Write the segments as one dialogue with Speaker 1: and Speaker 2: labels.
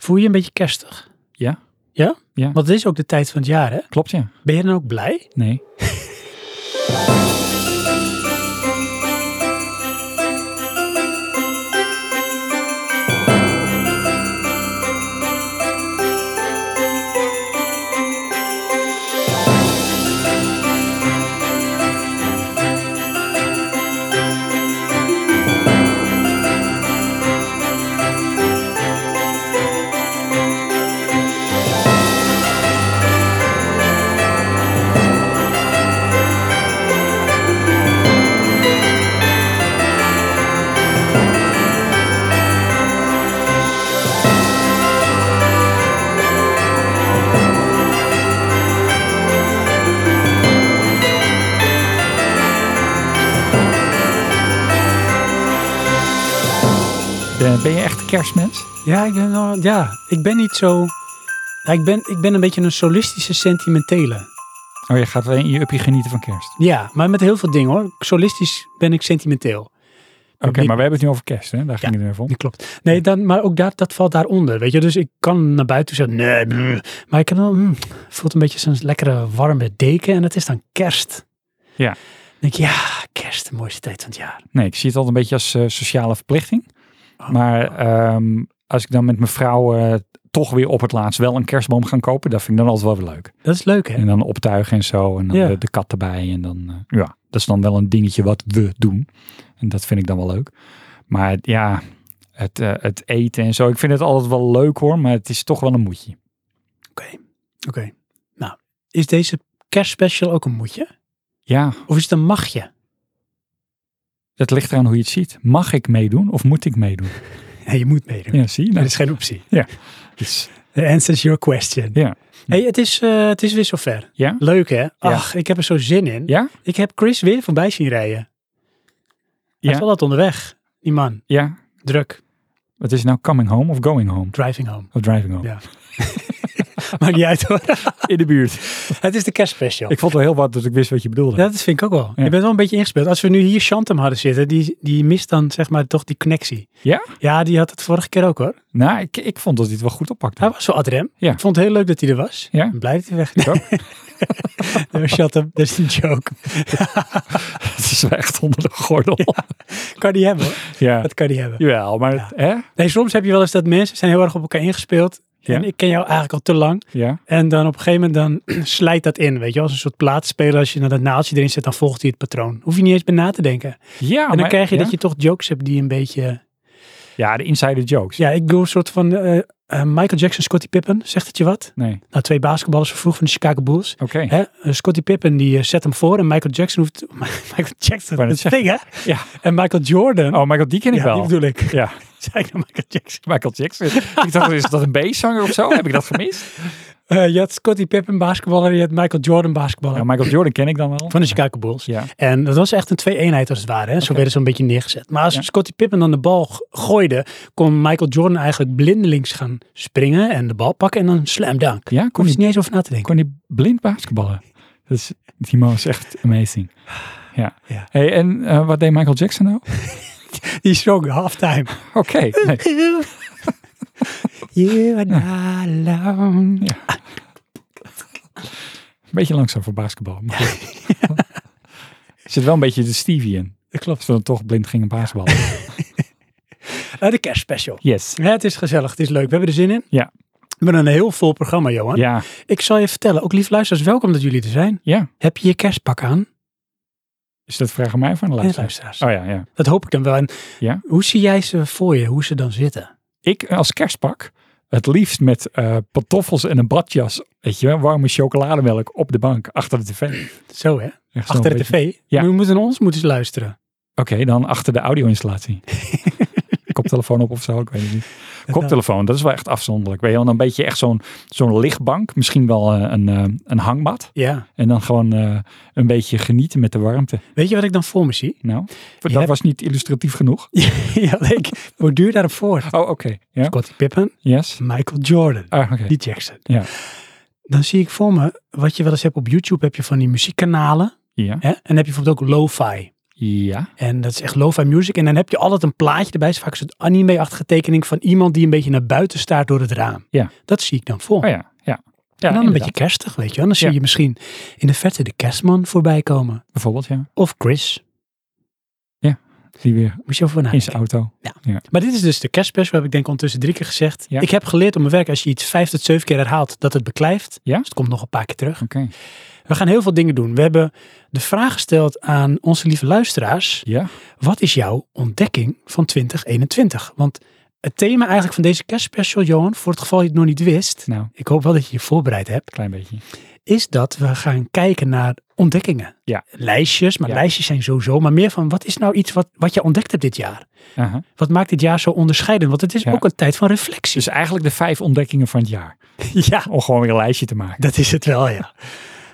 Speaker 1: Voel je je een beetje kerstig?
Speaker 2: Ja.
Speaker 1: Ja?
Speaker 2: Ja.
Speaker 1: Want het is ook de tijd van het jaar, hè?
Speaker 2: Klopt ja.
Speaker 1: Ben je dan ook blij?
Speaker 2: Nee. Eh, ben je echt kerstmens?
Speaker 1: Ja, ik ben, wel- ja, ik ben niet zo... Ja, ik, ben, ik ben een beetje een solistische sentimentele.
Speaker 2: Oh, je gaat wel in je uppie genieten van kerst.
Speaker 1: Ja, maar met heel veel dingen hoor. Solistisch ben ik sentimenteel.
Speaker 2: Oké, maar we hebben het nu over kerst, hè? Daar ging
Speaker 1: Eh, Ja.
Speaker 2: het even om.
Speaker 1: Dat klopt. Nee, dan, maar ook dat, dat valt daaronder. Weet je, dus ik kan naar buiten zeggen, nee, brr. maar ik kan dan, mm, voelt een beetje zo'n lekkere warme deken en het is dan kerst.
Speaker 2: Ja.
Speaker 1: Dan denk ik, ja, kerst, de mooiste tijd van het jaar.
Speaker 2: Nee, ik zie het altijd een beetje als eh, sociale verplichting.
Speaker 1: Oh.
Speaker 2: Maar ehm, als ik dan met mijn vrouw eh, toch weer op het laatst wel een kerstboom gaan kopen, dat vind ik dan altijd wel weer leuk.
Speaker 1: Dat is leuk, hè?
Speaker 2: En dan optuigen en zo. En dan
Speaker 1: Ja.
Speaker 2: de, de kat erbij. En dan, eh, ja, dat is dan wel een dingetje wat we doen. En dat vind ik dan wel leuk. Maar ja, het, eh, het eten en zo. Ik vind het altijd wel leuk hoor, maar het is toch wel een moedje.
Speaker 1: Oké, oké. Nou, is deze kerstspecial ook een moetje?
Speaker 2: Ja,
Speaker 1: Of is het een magje?
Speaker 2: het ligt eraan hoe je het ziet. Mag ik meedoen of moet ik meedoen?
Speaker 1: Ja, je moet meedoen.
Speaker 2: Ja, zie je?
Speaker 1: Dat
Speaker 2: Nou,
Speaker 1: is geen optie.
Speaker 2: het is-
Speaker 1: The answer is your question.
Speaker 2: Ja.
Speaker 1: Hey, het, is, eh, het is weer zover.
Speaker 2: Ja?
Speaker 1: Leuk, hè? Ach, ik heb er zo zin in.
Speaker 2: Ja?
Speaker 1: Ik heb Chris weer voorbij zien rijden. Hij
Speaker 2: Ja.
Speaker 1: is wel altijd onderweg, die man.
Speaker 2: ja.
Speaker 1: Druk,
Speaker 2: Wat is nou coming home of going home?
Speaker 1: driving home.
Speaker 2: Of driving home?
Speaker 1: Ja. Maakt niet uit hoor.
Speaker 2: In de buurt.
Speaker 1: Het is de kerstspecial.
Speaker 2: Ik vond wel heel wat dat ik wist wat je bedoelde.
Speaker 1: Ja, dat vind ik ook wel.
Speaker 2: Ja.
Speaker 1: Je bent wel een beetje ingespeeld. Als we nu hier Chantem hadden zitten, die, die mist dan zeg maar toch die connectie.
Speaker 2: Ja?
Speaker 1: Ja, die had het vorige keer ook hoor.
Speaker 2: Nou, ik, ik vond dat hij het wel goed oppakte.
Speaker 1: Hij was wel adrem.
Speaker 2: Ja.
Speaker 1: Ik vond het heel leuk dat hij er was.
Speaker 2: Ja.
Speaker 1: Ik ben blij dat hij weg
Speaker 2: Ik ook.
Speaker 1: Nee, Chantem, dat is een joke.
Speaker 2: het is wel echt onder de gordel.
Speaker 1: Kan die hebben hoor.
Speaker 2: Ja.
Speaker 1: Dat kan die hebben.
Speaker 2: Jawel, maar
Speaker 1: Ja.
Speaker 2: hè?
Speaker 1: Nee, soms heb je wel eens dat mensen zijn heel erg op elkaar ingespeeld.
Speaker 2: Ja.
Speaker 1: En ik ken jou eigenlijk al te lang.
Speaker 2: Ja.
Speaker 1: En dan op een gegeven moment dan slijt dat in. Weet je, als een soort plaatspeler. Als je naar dat naaldje erin zet, dan volgt hij het patroon. Hoef je niet eens bij na te denken. en
Speaker 2: Ja,
Speaker 1: dan
Speaker 2: Oh, maar-
Speaker 1: krijg je
Speaker 2: ja?
Speaker 1: dat je toch jokes hebt die een beetje...
Speaker 2: Ja, de insider jokes.
Speaker 1: Ja, ik doe een soort van eh, eh, Michael Jackson, Scottie Pippen. Zegt het je wat?
Speaker 2: Nee, oké.
Speaker 1: Nou, twee basketballers van vroeg van de Chicago Bulls. Hè? eh, Scottie Pippen die eh, zet hem voor en Michael Jackson hoeft... Michael Jackson,
Speaker 2: wou
Speaker 1: dat
Speaker 2: net
Speaker 1: is het ding hè?
Speaker 2: Ja.
Speaker 1: En Michael Jordan...
Speaker 2: Oh, Michael, die ken ik
Speaker 1: ja,
Speaker 2: wel.
Speaker 1: die bedoel ik.
Speaker 2: Ja,
Speaker 1: Zei ik nou Michael Jackson?
Speaker 2: Michael Jackson. ik dacht, is dat een B-zanger of zo? Heb ik dat gemist?
Speaker 1: Eh, je had Scottie Pippen basketballer en je had Michael Jordan basketballer.
Speaker 2: Ja, Michael Jordan ken ik dan wel.
Speaker 1: van de Chicago Bulls.
Speaker 2: Ja,
Speaker 1: En dat was echt een twee-eenheid als het ware. Hè? Zo werden ze een beetje neergezet. Maar als
Speaker 2: Ja.
Speaker 1: Scottie Pippen dan de bal g- gooide, kon Michael Jordan eigenlijk blindelings gaan springen en de bal pakken en dan slam dunk.
Speaker 2: ja kon,
Speaker 1: Kon je
Speaker 2: die,
Speaker 1: niet eens over na te denken.
Speaker 2: kon die blind basketballen? Dat is, die man is echt amazing. Ja.
Speaker 1: Ja.
Speaker 2: Hey, en eh, wat deed Michael Jackson nou?
Speaker 1: Die zong halftime.
Speaker 2: Oké. nee.
Speaker 1: you are not alone.
Speaker 2: Een beetje langzaam voor basketbal. Maar goed. Er zit wel een beetje de Stevie in.
Speaker 1: Dat
Speaker 2: Als
Speaker 1: klopt.
Speaker 2: we dan toch blind gingen basketballen.
Speaker 1: Eh, de kerstspecial.
Speaker 2: Yes.
Speaker 1: Ja, het is gezellig, het is leuk. We hebben er zin in.
Speaker 2: Ja.
Speaker 1: We hebben een heel vol programma, Johan.
Speaker 2: Ja,
Speaker 1: Ik zal je vertellen, ook lief luisteraars, welkom dat jullie er zijn.
Speaker 2: ja.
Speaker 1: Heb je je kerstpak aan?
Speaker 2: Is dat vraag aan mij of aan de
Speaker 1: En
Speaker 2: luisteraar?
Speaker 1: luisteraars.
Speaker 2: Oh ja, ja.
Speaker 1: Dat hoop ik dan wel. En
Speaker 2: Ja.
Speaker 1: Hoe zie jij ze voor je, hoe ze dan zitten?
Speaker 2: ik eh, als kerstpak het liefst met eh, pantoffels en een badjas, weet je, wel, warme chocolademelk op de bank achter de tv.
Speaker 1: Zo hè?
Speaker 2: Echt zo'n
Speaker 1: Achter de
Speaker 2: beetje-
Speaker 1: tv?
Speaker 2: Ja.
Speaker 1: Maar We moeten naar ons moeten eens luisteren.
Speaker 2: Oké, dan achter de audio-installatie. Koptelefoon op of zo, ik weet het niet. Koptelefoon, dat is wel echt afzonderlijk. Weet je, wel. dan een beetje echt zo'n zo'n lichtbank, misschien wel eh, een, eh, een hangmat.
Speaker 1: Ja.
Speaker 2: En dan gewoon eh, een beetje genieten met de warmte.
Speaker 1: Weet je wat ik dan voor me zie?
Speaker 2: Nou, dat
Speaker 1: hebt-
Speaker 2: was niet illustratief genoeg.
Speaker 1: ja, ik borduur daarop voor.
Speaker 2: Oh, oké. Ja,
Speaker 1: Scottie Pippen,
Speaker 2: yes.
Speaker 1: Michael Jordan,
Speaker 2: Ah, oké.
Speaker 1: die Jackson.
Speaker 2: Ja.
Speaker 1: Dan zie ik voor me, wat je wel eens hebt op YouTube, heb je van die muziekkanalen.
Speaker 2: Ja,
Speaker 1: Hè? En dan heb je bijvoorbeeld ook lo-fi.
Speaker 2: Ja.
Speaker 1: En dat is echt lo-fi music. En dan heb je altijd een plaatje erbij. Het is Vaak is het anime-achtige tekening van iemand die een beetje naar buiten staart door het raam.
Speaker 2: Ja.
Speaker 1: Dat zie ik dan voor.
Speaker 2: Oh ja. Ja. Ja,
Speaker 1: en dan een
Speaker 2: inderdaad.
Speaker 1: beetje kerstig, weet je wel. Dan zie
Speaker 2: Ja.
Speaker 1: je misschien in de verte de kerstman voorbij komen.
Speaker 2: Bijvoorbeeld, ja.
Speaker 1: Of Chris.
Speaker 2: Die weer
Speaker 1: Moet je over
Speaker 2: in zijn
Speaker 1: nadenken.
Speaker 2: auto.
Speaker 1: Maar dit is dus de kerstspecial, heb ik denk ik ondertussen drie keer gezegd.
Speaker 2: Ja.
Speaker 1: Ik heb geleerd op mijn werk, als je iets vijf tot zeven keer herhaalt, dat het beklijft.
Speaker 2: Ja?
Speaker 1: Dus het komt nog een paar keer terug.
Speaker 2: Oké.
Speaker 1: We gaan heel veel dingen doen. We hebben de vraag gesteld aan onze lieve luisteraars.
Speaker 2: Ja.
Speaker 1: Wat is jouw ontdekking van 2021? Want het thema eigenlijk van deze kerstspecial, Johan, voor het geval je het nog niet wist.
Speaker 2: Nou,
Speaker 1: Ik hoop wel dat je je voorbereid hebt.
Speaker 2: klein beetje.
Speaker 1: Is dat we gaan kijken naar ontdekkingen.
Speaker 2: Ja.
Speaker 1: Lijstjes, maar
Speaker 2: Ja.
Speaker 1: lijstjes zijn sowieso. Maar meer van wat is nou iets wat, wat je ontdekt hebt dit jaar?
Speaker 2: Aha.
Speaker 1: Wat maakt dit jaar zo onderscheidend? Want het is
Speaker 2: Ja.
Speaker 1: ook een tijd van reflectie.
Speaker 2: Dus eigenlijk de vijf ontdekkingen van het jaar.
Speaker 1: ja,
Speaker 2: Om gewoon weer een lijstje te maken.
Speaker 1: dat is het wel, ja.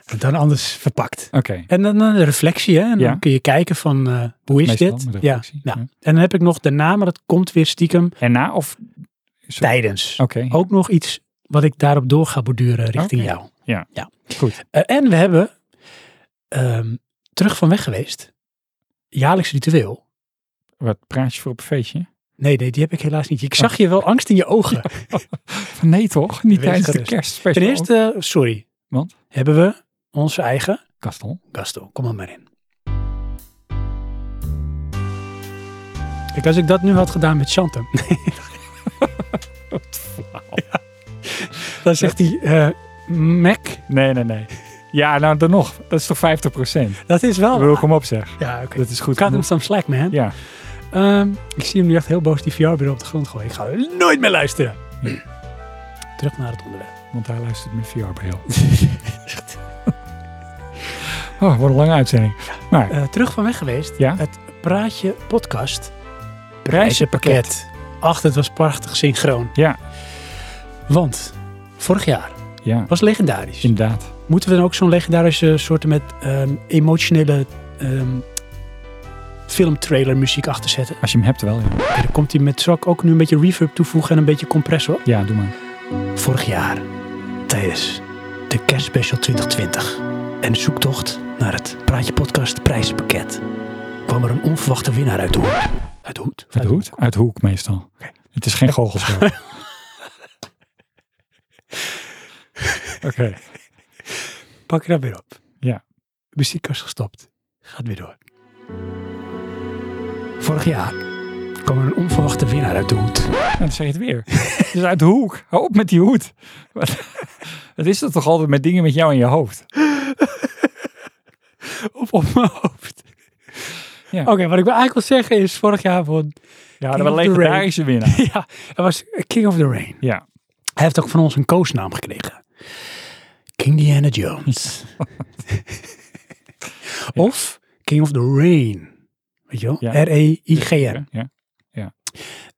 Speaker 1: Want Dan anders verpakt.
Speaker 2: Oké.
Speaker 1: En dan eh, de reflectie, hè? En
Speaker 2: Ja.
Speaker 1: dan kun je kijken van eh, hoe is
Speaker 2: Meestal
Speaker 1: dit?
Speaker 2: met
Speaker 1: Ja.
Speaker 2: reflectie,
Speaker 1: ja.
Speaker 2: ja.
Speaker 1: En dan heb ik nog daarna, maar dat komt weer stiekem
Speaker 2: En na of... Oh. Zo-
Speaker 1: tijdens.
Speaker 2: Oké.
Speaker 1: Ook nog iets wat ik daarop door ga borduren richting
Speaker 2: Oké.
Speaker 1: jou.
Speaker 2: Ja.
Speaker 1: ja.
Speaker 2: Goed.
Speaker 1: Eh, en we hebben ehm, terug van weg geweest. Jaarlijks ritueel.
Speaker 2: Wat praat je voor op een feestje?
Speaker 1: Nee, nee, die heb ik helaas niet. Ik
Speaker 2: Oh.
Speaker 1: zag je wel angst in je ogen.
Speaker 2: Nee toch? Niet
Speaker 1: Wees
Speaker 2: tijdens de
Speaker 1: gerust.
Speaker 2: kerstspecial.
Speaker 1: Ten eerste, eh, sorry.
Speaker 2: Want?
Speaker 1: Hebben we onze eigen
Speaker 2: Kastel.
Speaker 1: Gastel, kom er maar in. Kijk, als ik dat nu had gedaan met Chantem. Ja. Dan zegt hij, eh, Mac,
Speaker 2: Nee, nee, nee. Ja, nou dan nog. Dat is toch 50 procent?
Speaker 1: dat is wel...
Speaker 2: Wil ik hem op zeg.
Speaker 1: Ja, oké.
Speaker 2: Dat is goed.
Speaker 1: Cut him
Speaker 2: genoeg.
Speaker 1: some slack, man.
Speaker 2: Ja.
Speaker 1: Ehm, ik zie hem nu echt heel boos die VR weer op de grond gooien. Ik ga nooit meer luisteren. Terug naar het onderwerp.
Speaker 2: Want hij luistert met VR-bril. oh, wat een lange uitzending. Maar,
Speaker 1: Eh, terug van weg geweest.
Speaker 2: Ja?
Speaker 1: Het Praatje podcast.
Speaker 2: Prijzenpakket.
Speaker 1: Ach, het was prachtig synchroon.
Speaker 2: Ja.
Speaker 1: Want vorig jaar
Speaker 2: ja,
Speaker 1: was legendarisch.
Speaker 2: inderdaad.
Speaker 1: Moeten we dan ook zo'n legendarische soort met ehm, emotionele ehm, filmtrailer muziek achter zetten?
Speaker 2: Als je hem hebt wel, ja.
Speaker 1: En dan komt hij met Zak ook nu een beetje reverb toevoegen en een beetje compressor.
Speaker 2: Ja, doe maar.
Speaker 1: Vorig jaar, tijdens de kerstspecial 2020 en de zoektocht naar het Praatje Podcast prijspakket, kwam er een onverwachte winnaar uit de hoed. Uit de hoed?
Speaker 2: Uit de hoed? Uit de hoek meestal. Het is geen goochelspel. Oké.
Speaker 1: Pak je dat weer op.
Speaker 2: Ja.
Speaker 1: Muziekkast gestopt. Gaat weer door. Vorig jaar kwam er een onverwachte winnaar uit de hoed.
Speaker 2: En dan zeg je het weer. Het is uit de hoek. Hou op met die hoed. Wat, wat is dat toch altijd met dingen met jou in je hoofd?
Speaker 1: Op, op mijn hoofd.
Speaker 2: Ja.
Speaker 1: Oké, wat ik wel eigenlijk wil zeggen is, vorig jaar won...
Speaker 2: Ja,
Speaker 1: King
Speaker 2: dat was
Speaker 1: of the
Speaker 2: legendarische winnaar.
Speaker 1: ja, hij was King of the Rain.
Speaker 2: Ja.
Speaker 1: Hij heeft ook van ons een koosnaam gekregen. King Diana Jones. Of King of the Rain. Weet je wel? E
Speaker 2: Ja.
Speaker 1: R-E-I-G-N.
Speaker 2: Ja.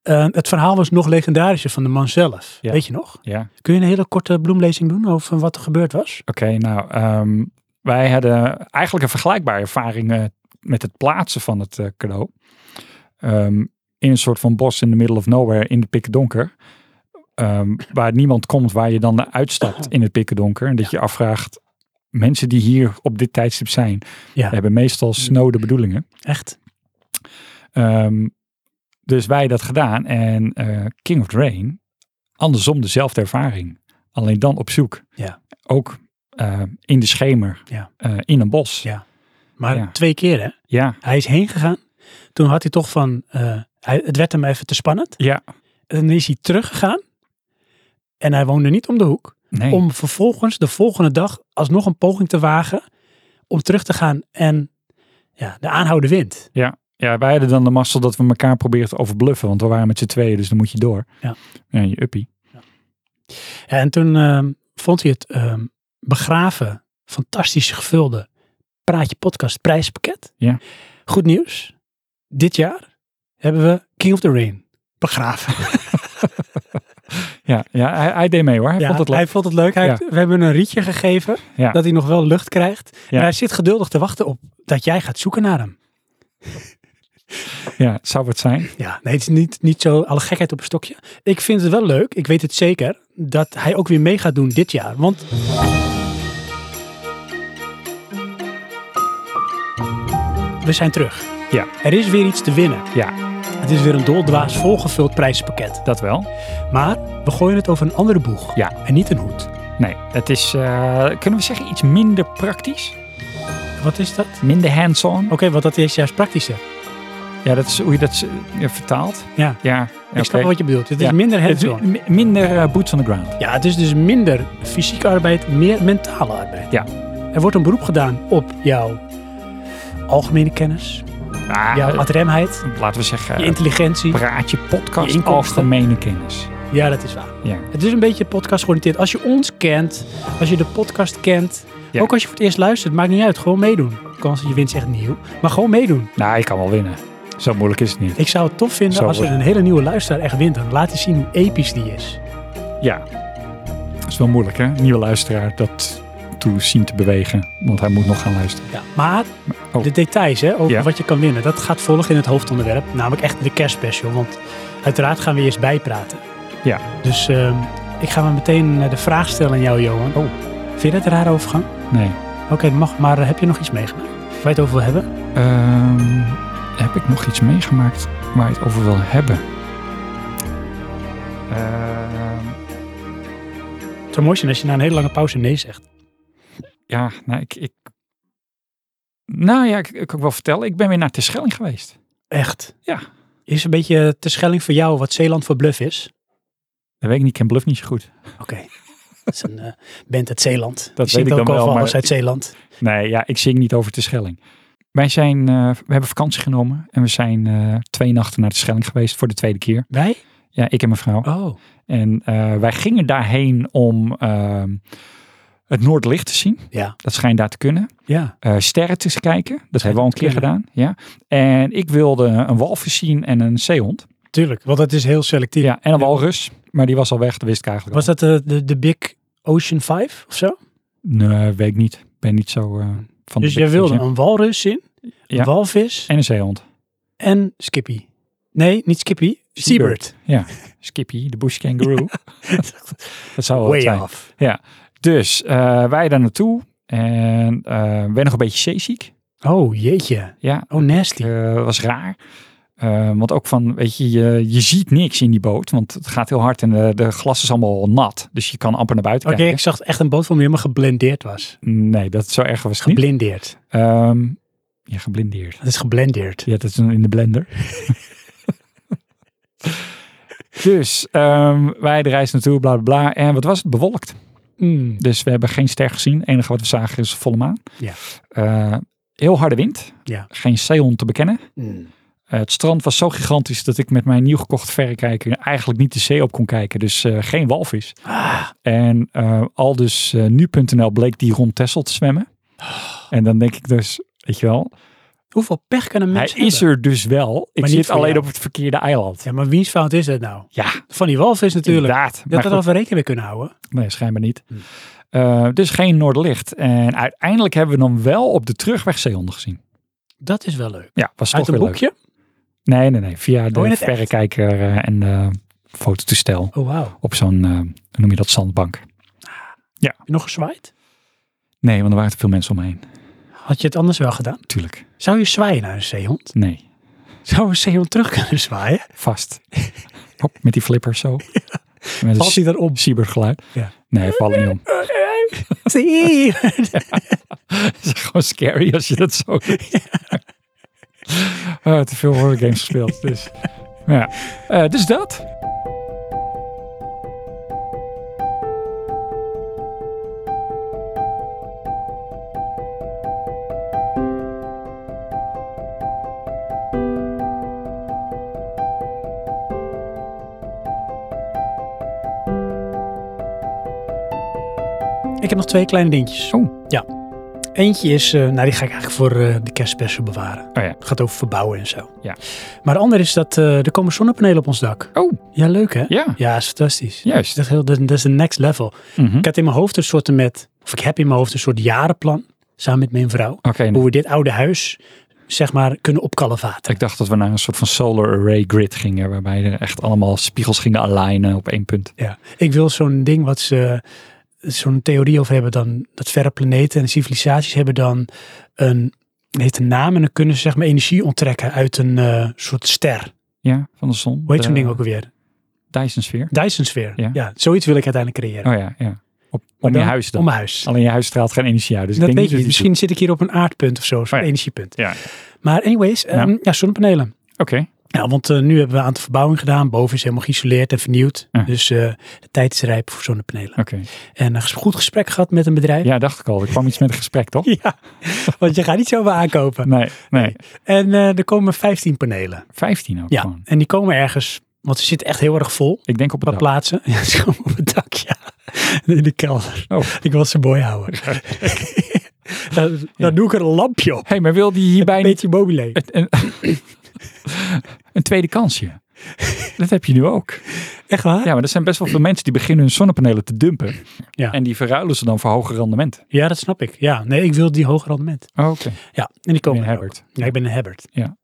Speaker 1: Eh, het verhaal was nog legendarischer van de man zelf.
Speaker 2: Ja.
Speaker 1: Weet je nog?
Speaker 2: ja.
Speaker 1: Kun je een hele korte bloemlezing doen over wat er gebeurd was?
Speaker 2: Oké, nou, ehm, wij hadden eigenlijk een vergelijkbare ervaring eh, met het plaatsen van het eh, cadeau. Ehm, in een soort van bos in the middle of nowhere in de pikdonker. Ehm waar niemand komt, waar je dan naar uitstapt in het pikdonker. En dat je afvraagt, mensen die hier op dit tijdstip zijn,
Speaker 1: Ja.
Speaker 2: hebben meestal snode bedoelingen.
Speaker 1: Echt?
Speaker 2: Ehm, dus wij dat gedaan en eh, King of the Rain, andersom dezelfde ervaring. Alleen dan op zoek.
Speaker 1: Ja.
Speaker 2: Ook eh, in de schemer,
Speaker 1: Ja.
Speaker 2: eh, in een bos.
Speaker 1: Ja. Maar
Speaker 2: Ja.
Speaker 1: twee keer hè?
Speaker 2: Ja,
Speaker 1: Hij is heen gegaan. Toen had hij toch van, eh, hij, het werd hem even te spannend.
Speaker 2: Ja.
Speaker 1: En dan is hij teruggegaan. En hij woonde niet om de hoek.
Speaker 2: nee.
Speaker 1: Om vervolgens de volgende dag alsnog een poging te wagen. Om terug te gaan en ja, de aanhouden wint.
Speaker 2: Ja, wij hadden dan de mazzel dat we elkaar probeerden te overbluffen. Want we waren met z'n tweeën, dus dan moet je door.
Speaker 1: Ja.
Speaker 2: Ja, je uppie.
Speaker 1: En toen ehm, vond hij het ehm, begraven, fantastisch gevulde Praatje Podcast prijspakket.
Speaker 2: Ja.
Speaker 1: Goed nieuws. Dit jaar hebben we King of the Rain begraven.
Speaker 2: Ja, ja hij, hij deed mee hoor. Hij
Speaker 1: Ja,
Speaker 2: vond het leuk.
Speaker 1: hij vond het leuk. Hij
Speaker 2: Ja.
Speaker 1: heeft- we hebben hem een rietje gegeven
Speaker 2: Ja.
Speaker 1: dat hij nog wel lucht krijgt.
Speaker 2: Ja.
Speaker 1: En hij zit geduldig te wachten op dat jij gaat zoeken naar hem.
Speaker 2: Ja, zou het zijn.
Speaker 1: Ja, nee, het is niet, niet zo alle gekheid op een stokje. Ik vind het wel leuk, ik weet het zeker, dat hij ook weer mee gaat doen dit jaar. Want we zijn terug.
Speaker 2: Ja.
Speaker 1: Er is weer iets te winnen.
Speaker 2: Ja,
Speaker 1: Het is weer een doldwaas volgevuld prijspakket.
Speaker 2: dat wel.
Speaker 1: Maar we gooien het over een andere boeg.
Speaker 2: Ja.
Speaker 1: En niet een hoed.
Speaker 2: Nee, het is, eh, kunnen we zeggen, iets minder praktisch?
Speaker 1: Wat is dat? Oké,
Speaker 2: Minder hands-on?
Speaker 1: want dat is juist praktischer.
Speaker 2: Ja, dat is hoe je dat z- ja, vertaalt.
Speaker 1: Ja.
Speaker 2: Ja,
Speaker 1: Ik snap
Speaker 2: oké.
Speaker 1: wat je bedoelt. Het
Speaker 2: Ja.
Speaker 1: is minder
Speaker 2: Het
Speaker 1: hands
Speaker 2: is mi- Minder eh, boots on the ground.
Speaker 1: Ja, het is dus minder fysieke arbeid, meer mentale arbeid.
Speaker 2: Ja.
Speaker 1: Er wordt een beroep gedaan op jouw algemene kennis,
Speaker 2: Ah,
Speaker 1: jouw
Speaker 2: eh,
Speaker 1: adremheid,
Speaker 2: laten we zeggen,
Speaker 1: je intelligentie.
Speaker 2: praat je podcast
Speaker 1: je inkomsten.
Speaker 2: algemene kennis.
Speaker 1: Ja, dat is waar.
Speaker 2: Ja.
Speaker 1: Het is een beetje podcast georiënteerd. Als je ons kent, als je de podcast kent,
Speaker 2: Ja.
Speaker 1: ook als je voor het eerst luistert, maakt niet uit. Gewoon meedoen. De kans dat je wint is echt nieuw, maar gewoon meedoen.
Speaker 2: Nou, ik kan wel winnen. Zo moeilijk is het niet.
Speaker 1: Ik zou het tof vinden
Speaker 2: Zo
Speaker 1: als er
Speaker 2: wordt-
Speaker 1: een hele nieuwe luisteraar echt wint. Dan laat hij zien hoe episch die is.
Speaker 2: Ja. Dat is wel moeilijk, hè? Nieuwe luisteraar dat toe zien te bewegen. Want hij moet nog gaan luisteren.
Speaker 1: Ja. Maar
Speaker 2: Oh.
Speaker 1: de details hè, over
Speaker 2: Ja.
Speaker 1: wat je kan winnen, dat gaat volgen in het hoofdonderwerp. Namelijk echt de kerstspecial. Want uiteraard gaan we eerst bijpraten.
Speaker 2: Ja.
Speaker 1: Dus ehm, ik ga maar meteen eh, de vraag stellen aan jou, Johan.
Speaker 2: Oh.
Speaker 1: Vind je dat een rare overgang?
Speaker 2: Nee.
Speaker 1: Oké, dat mag. Maar eh, heb je nog iets meegemaakt? Waar je het over wil hebben?
Speaker 2: Ehm, heb ik nog iets meegemaakt waar je het over wil hebben? Ehm,
Speaker 1: Het zou mooi zijn als je na een hele lange pauze nee zegt.
Speaker 2: ja, nou, ik, ik... Nou ja, ik, ik kan wel vertellen. Ik ben weer naar Terschelling geweest.
Speaker 1: Echt?
Speaker 2: Ja.
Speaker 1: Is een beetje te schelling voor jou wat Zeeland voor bluff is?
Speaker 2: Dat weet ik niet, ik ken Bluff niet zo goed.
Speaker 1: Oké. Dat is een eh, band uit Zeeland. Die
Speaker 2: weet
Speaker 1: zingt
Speaker 2: ik
Speaker 1: ook
Speaker 2: dan wel,
Speaker 1: over
Speaker 2: maar-
Speaker 1: alles uit Zeeland.
Speaker 2: Nee, ja, ik zing niet over de Schelling. Wij zijn, eh, we hebben vakantie genomen en we zijn eh, twee nachten naar de Schelling geweest voor de tweede keer.
Speaker 1: Wij?
Speaker 2: Ja, ik en mijn vrouw.
Speaker 1: Oh.
Speaker 2: En eh, wij gingen daarheen om ehm, het Noordlicht te zien.
Speaker 1: Ja.
Speaker 2: Dat schijnt daar te kunnen.
Speaker 1: Ja.
Speaker 2: Eh, sterren te kijken. Dat hebben we al een keer
Speaker 1: te kunnen.
Speaker 2: gedaan. Ja. En ik wilde een walvis zien en een zeehond.
Speaker 1: Tuurlijk. Want dat is heel selectief.
Speaker 2: Ja, en een walrus. Maar die was al weg, dat wist ik eigenlijk
Speaker 1: Was dat de, de, de Big Ocean 5 of zo?
Speaker 2: al. Nee, weet ik niet. Ik ben niet zo eh, van
Speaker 1: dus
Speaker 2: de
Speaker 1: jij
Speaker 2: big
Speaker 1: wilde
Speaker 2: fish, hè.
Speaker 1: een walrus zien,
Speaker 2: Ja.
Speaker 1: een walvis
Speaker 2: En een zeehond.
Speaker 1: en Skippy. Nee, niet Skippy,
Speaker 2: Seabird. Oh,
Speaker 1: Seabird.
Speaker 2: Skippy, de bush kangaroo. dat zou wel wat
Speaker 1: Way
Speaker 2: zijn.
Speaker 1: off.
Speaker 2: Dus eh, wij daar naartoe. En eh ben nog een beetje zeeziek.
Speaker 1: Oh, jeetje.
Speaker 2: Ja,
Speaker 1: Oh, nasty.
Speaker 2: eh, was raar. Eh, want ook van, weet je, je, je ziet niks in die boot. Want het gaat heel hard en de, de glas is allemaal nat. Dus je kan amper naar buiten
Speaker 1: Oké, ik
Speaker 2: kijken.
Speaker 1: zag echt een boot van me die helemaal geblendeerd was.
Speaker 2: Nee, dat zo erg was het niet.
Speaker 1: Geblindeerd.
Speaker 2: Ehm, ja, geblindeerd.
Speaker 1: Het is geblendeerd.
Speaker 2: Ja, dat is een- in de blender. dus ehm, wij de reis naartoe, bla bla bla. En wat was het? Bewolkt.
Speaker 1: Mm.
Speaker 2: Dus we hebben geen ster gezien. Het enige wat we zagen is volle maan.
Speaker 1: Ja.
Speaker 2: Eh, heel harde wind.
Speaker 1: Ja.
Speaker 2: Geen zeehond te bekennen.
Speaker 1: Mm.
Speaker 2: Eh, het strand was zo gigantisch dat ik met mijn nieuw gekocht verrekijker eigenlijk niet de zee op kon kijken. Dus eh, geen walvis.
Speaker 1: Ah,
Speaker 2: En eh, al dus eh, nu.nl bleek die rond Texel te zwemmen. En dan denk ik dus, weet je wel,
Speaker 1: hoeveel pech kan een
Speaker 2: hij
Speaker 1: mens
Speaker 2: is
Speaker 1: hebben?
Speaker 2: er dus wel. Ik
Speaker 1: Maar niet
Speaker 2: zit
Speaker 1: voor
Speaker 2: alleen
Speaker 1: jou.
Speaker 2: op het verkeerde eiland.
Speaker 1: Ja, maar wiens fout is dat nou?
Speaker 2: Ja,
Speaker 1: Van die walvis natuurlijk.
Speaker 2: inderdaad.
Speaker 1: Je had
Speaker 2: Maar
Speaker 1: er
Speaker 2: goed,
Speaker 1: al van rekening mee kunnen houden.
Speaker 2: Nee, schijnbaar niet.
Speaker 1: Hm.
Speaker 2: Eh, dus geen Noorderlicht. En uiteindelijk hebben we dan wel op de terugweg zeehonden gezien.
Speaker 1: Dat is wel leuk.
Speaker 2: Ja, was toch
Speaker 1: Uit een
Speaker 2: weer leuk.
Speaker 1: boekje?
Speaker 2: Nee, nee, nee. Via de
Speaker 1: Oh, in het echt?
Speaker 2: verrekijker eh, en eh, fototoestel
Speaker 1: Oh, wauw.
Speaker 2: op zo'n, eh, hoe noem je dat, zandbank.
Speaker 1: Heb je nog gezwaaid?
Speaker 2: Nee, want er waren te veel mensen omheen.
Speaker 1: Had je het anders wel gedaan?
Speaker 2: Tuurlijk.
Speaker 1: Zou je zwaaien naar een zeehond?
Speaker 2: Nee,
Speaker 1: Zou een zeehond terug kunnen zwaaien?
Speaker 2: vast. Hop, met die flipper zo. Met
Speaker 1: Valt
Speaker 2: een
Speaker 1: hij daarop?
Speaker 2: siebergeluid.
Speaker 1: Ja.
Speaker 2: Nee, val niet om.
Speaker 1: Zie.
Speaker 2: Het is gewoon scary als je dat zo doet. Eh, te veel horror games gespeeld. Dus, ja. Eh, dus dat.
Speaker 1: Ik heb nog twee kleine dingetjes.
Speaker 2: Oh.
Speaker 1: Ja. Eentje is, eh, nou die ga ik eigenlijk voor eh, de kerstpersen bewaren.
Speaker 2: Oh ja.
Speaker 1: Het gaat over verbouwen en zo.
Speaker 2: Ja.
Speaker 1: Maar de andere is dat eh, er komen zonnepanelen op ons dak.
Speaker 2: Oh,
Speaker 1: Ja, leuk hè?
Speaker 2: ja.
Speaker 1: Ja, is fantastisch. Dus
Speaker 2: Juist.
Speaker 1: Dat is, heel, dat dat is de next level.
Speaker 2: Mhm.
Speaker 1: Ik had in mijn hoofd een soort met, of ik heb in mijn hoofd een soort jarenplan, samen met mijn vrouw,
Speaker 2: Oké, nou,
Speaker 1: hoe we dit oude huis, zeg maar, kunnen opkalvaten.
Speaker 2: ik dacht dat we naar een soort van solar array grid gingen. Waarbij er echt allemaal spiegels gingen alignen op één punt.
Speaker 1: Ja. Ik wil zo'n ding wat ze, zo'n theorie over hebben dan, dat verre planeten en civilisaties hebben dan een Het heeft een naam en dan kunnen ze zeg maar energie onttrekken uit een eh, soort ster.
Speaker 2: Ja, van de zon.
Speaker 1: Hoe heet zo'n
Speaker 2: de
Speaker 1: ding ook alweer?
Speaker 2: Dyson sfeer.
Speaker 1: Dyson-sfeer. Ja.
Speaker 2: Ja.
Speaker 1: zoiets wil ik uiteindelijk creëren.
Speaker 2: Oh ja, ja. Op,
Speaker 1: Maar
Speaker 2: om je
Speaker 1: dan-
Speaker 2: huis dan.
Speaker 1: Om mijn huis.
Speaker 2: Alleen je huis straalt geen energie uit. Dus
Speaker 1: dat
Speaker 2: ik denk
Speaker 1: weet je,
Speaker 2: niet
Speaker 1: niet.
Speaker 2: dat Oh,
Speaker 1: misschien zit ik hier op een aardpunt of zo, zo'n
Speaker 2: ja.
Speaker 1: energiepunt.
Speaker 2: Ja.
Speaker 1: Maar anyways,
Speaker 2: Ja.
Speaker 1: ehm, ja, zonnepanelen.
Speaker 2: Oké.
Speaker 1: Ja, want eh, nu hebben we een aantal verbouwing gedaan. Boven is helemaal geïsoleerd en vernieuwd.
Speaker 2: Ja.
Speaker 1: Dus eh, de tijd is rijp voor zonnepanelen.
Speaker 2: Oké.
Speaker 1: En een ges- goed gesprek gehad met een bedrijf.
Speaker 2: Ja, dacht ik al. Er kwam iets met een gesprek, toch?
Speaker 1: Ja, want je gaat niet zomaar aankopen.
Speaker 2: Nee, nee.
Speaker 1: En eh, er komen 15 panelen.
Speaker 2: 15 ook
Speaker 1: Ja,
Speaker 2: gewoon.
Speaker 1: en die komen ergens, want ze zitten echt heel erg vol.
Speaker 2: Ik denk op
Speaker 1: Wat
Speaker 2: het dak.
Speaker 1: plaatsen. Ja, ze komen op het dak, ja. In de kelder.
Speaker 2: Oh.
Speaker 1: Ik wil ze mooi houden. dan dan doe ik er een lampje op.
Speaker 2: Hé, hey, maar wil die hierbij
Speaker 1: Een
Speaker 2: niet
Speaker 1: beetje mobile.
Speaker 2: een, een tweede kansje? Dat heb je nu ook.
Speaker 1: Echt waar?
Speaker 2: Ja, maar er zijn best wel veel mensen die beginnen hun zonnepanelen te dumpen.
Speaker 1: Ja.
Speaker 2: En die verruilen ze dan voor hoger rendementen.
Speaker 1: Ja, dat snap ik. Ja, nee, ik wil die hoger rendement.
Speaker 2: Oké.
Speaker 1: Ja, en die komen
Speaker 2: Ben je
Speaker 1: er
Speaker 2: een Hebbert?
Speaker 1: ook. Ja, ik ben een Hebbert.
Speaker 2: Ja.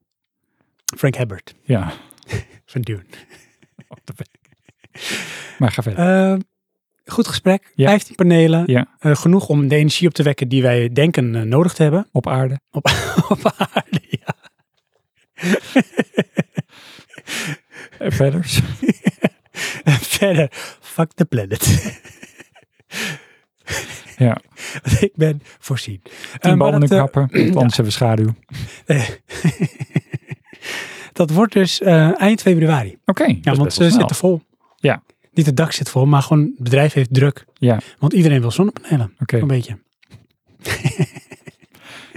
Speaker 1: Frank Hebbert
Speaker 2: Ja.
Speaker 1: van Dune. Oh,
Speaker 2: Maar ga verder.
Speaker 1: Eh, goed gesprek.
Speaker 2: Ja.
Speaker 1: 15 panelen.
Speaker 2: Ja.
Speaker 1: Eh, genoeg om de energie op te wekken die wij denken eh, nodig te hebben.
Speaker 2: Op aarde.
Speaker 1: Op, op aarde, ja.
Speaker 2: En Eh,
Speaker 1: Eh,
Speaker 2: verder.
Speaker 1: En verder, fuck the planet.
Speaker 2: Ja.
Speaker 1: Want ik ben voorzien.
Speaker 2: Tien
Speaker 1: Eh, maar
Speaker 2: ballen in
Speaker 1: dat, eh,
Speaker 2: kappen. want Anders hebben we schaduw. Oké.
Speaker 1: dat wordt dus eh, eind februari. Ja, want ze zitten vol.
Speaker 2: Ja.
Speaker 1: Niet het dak zit vol, maar gewoon het bedrijf heeft druk.
Speaker 2: Ja.
Speaker 1: Want iedereen wil zonnepanelen.
Speaker 2: Oké.
Speaker 1: Een beetje.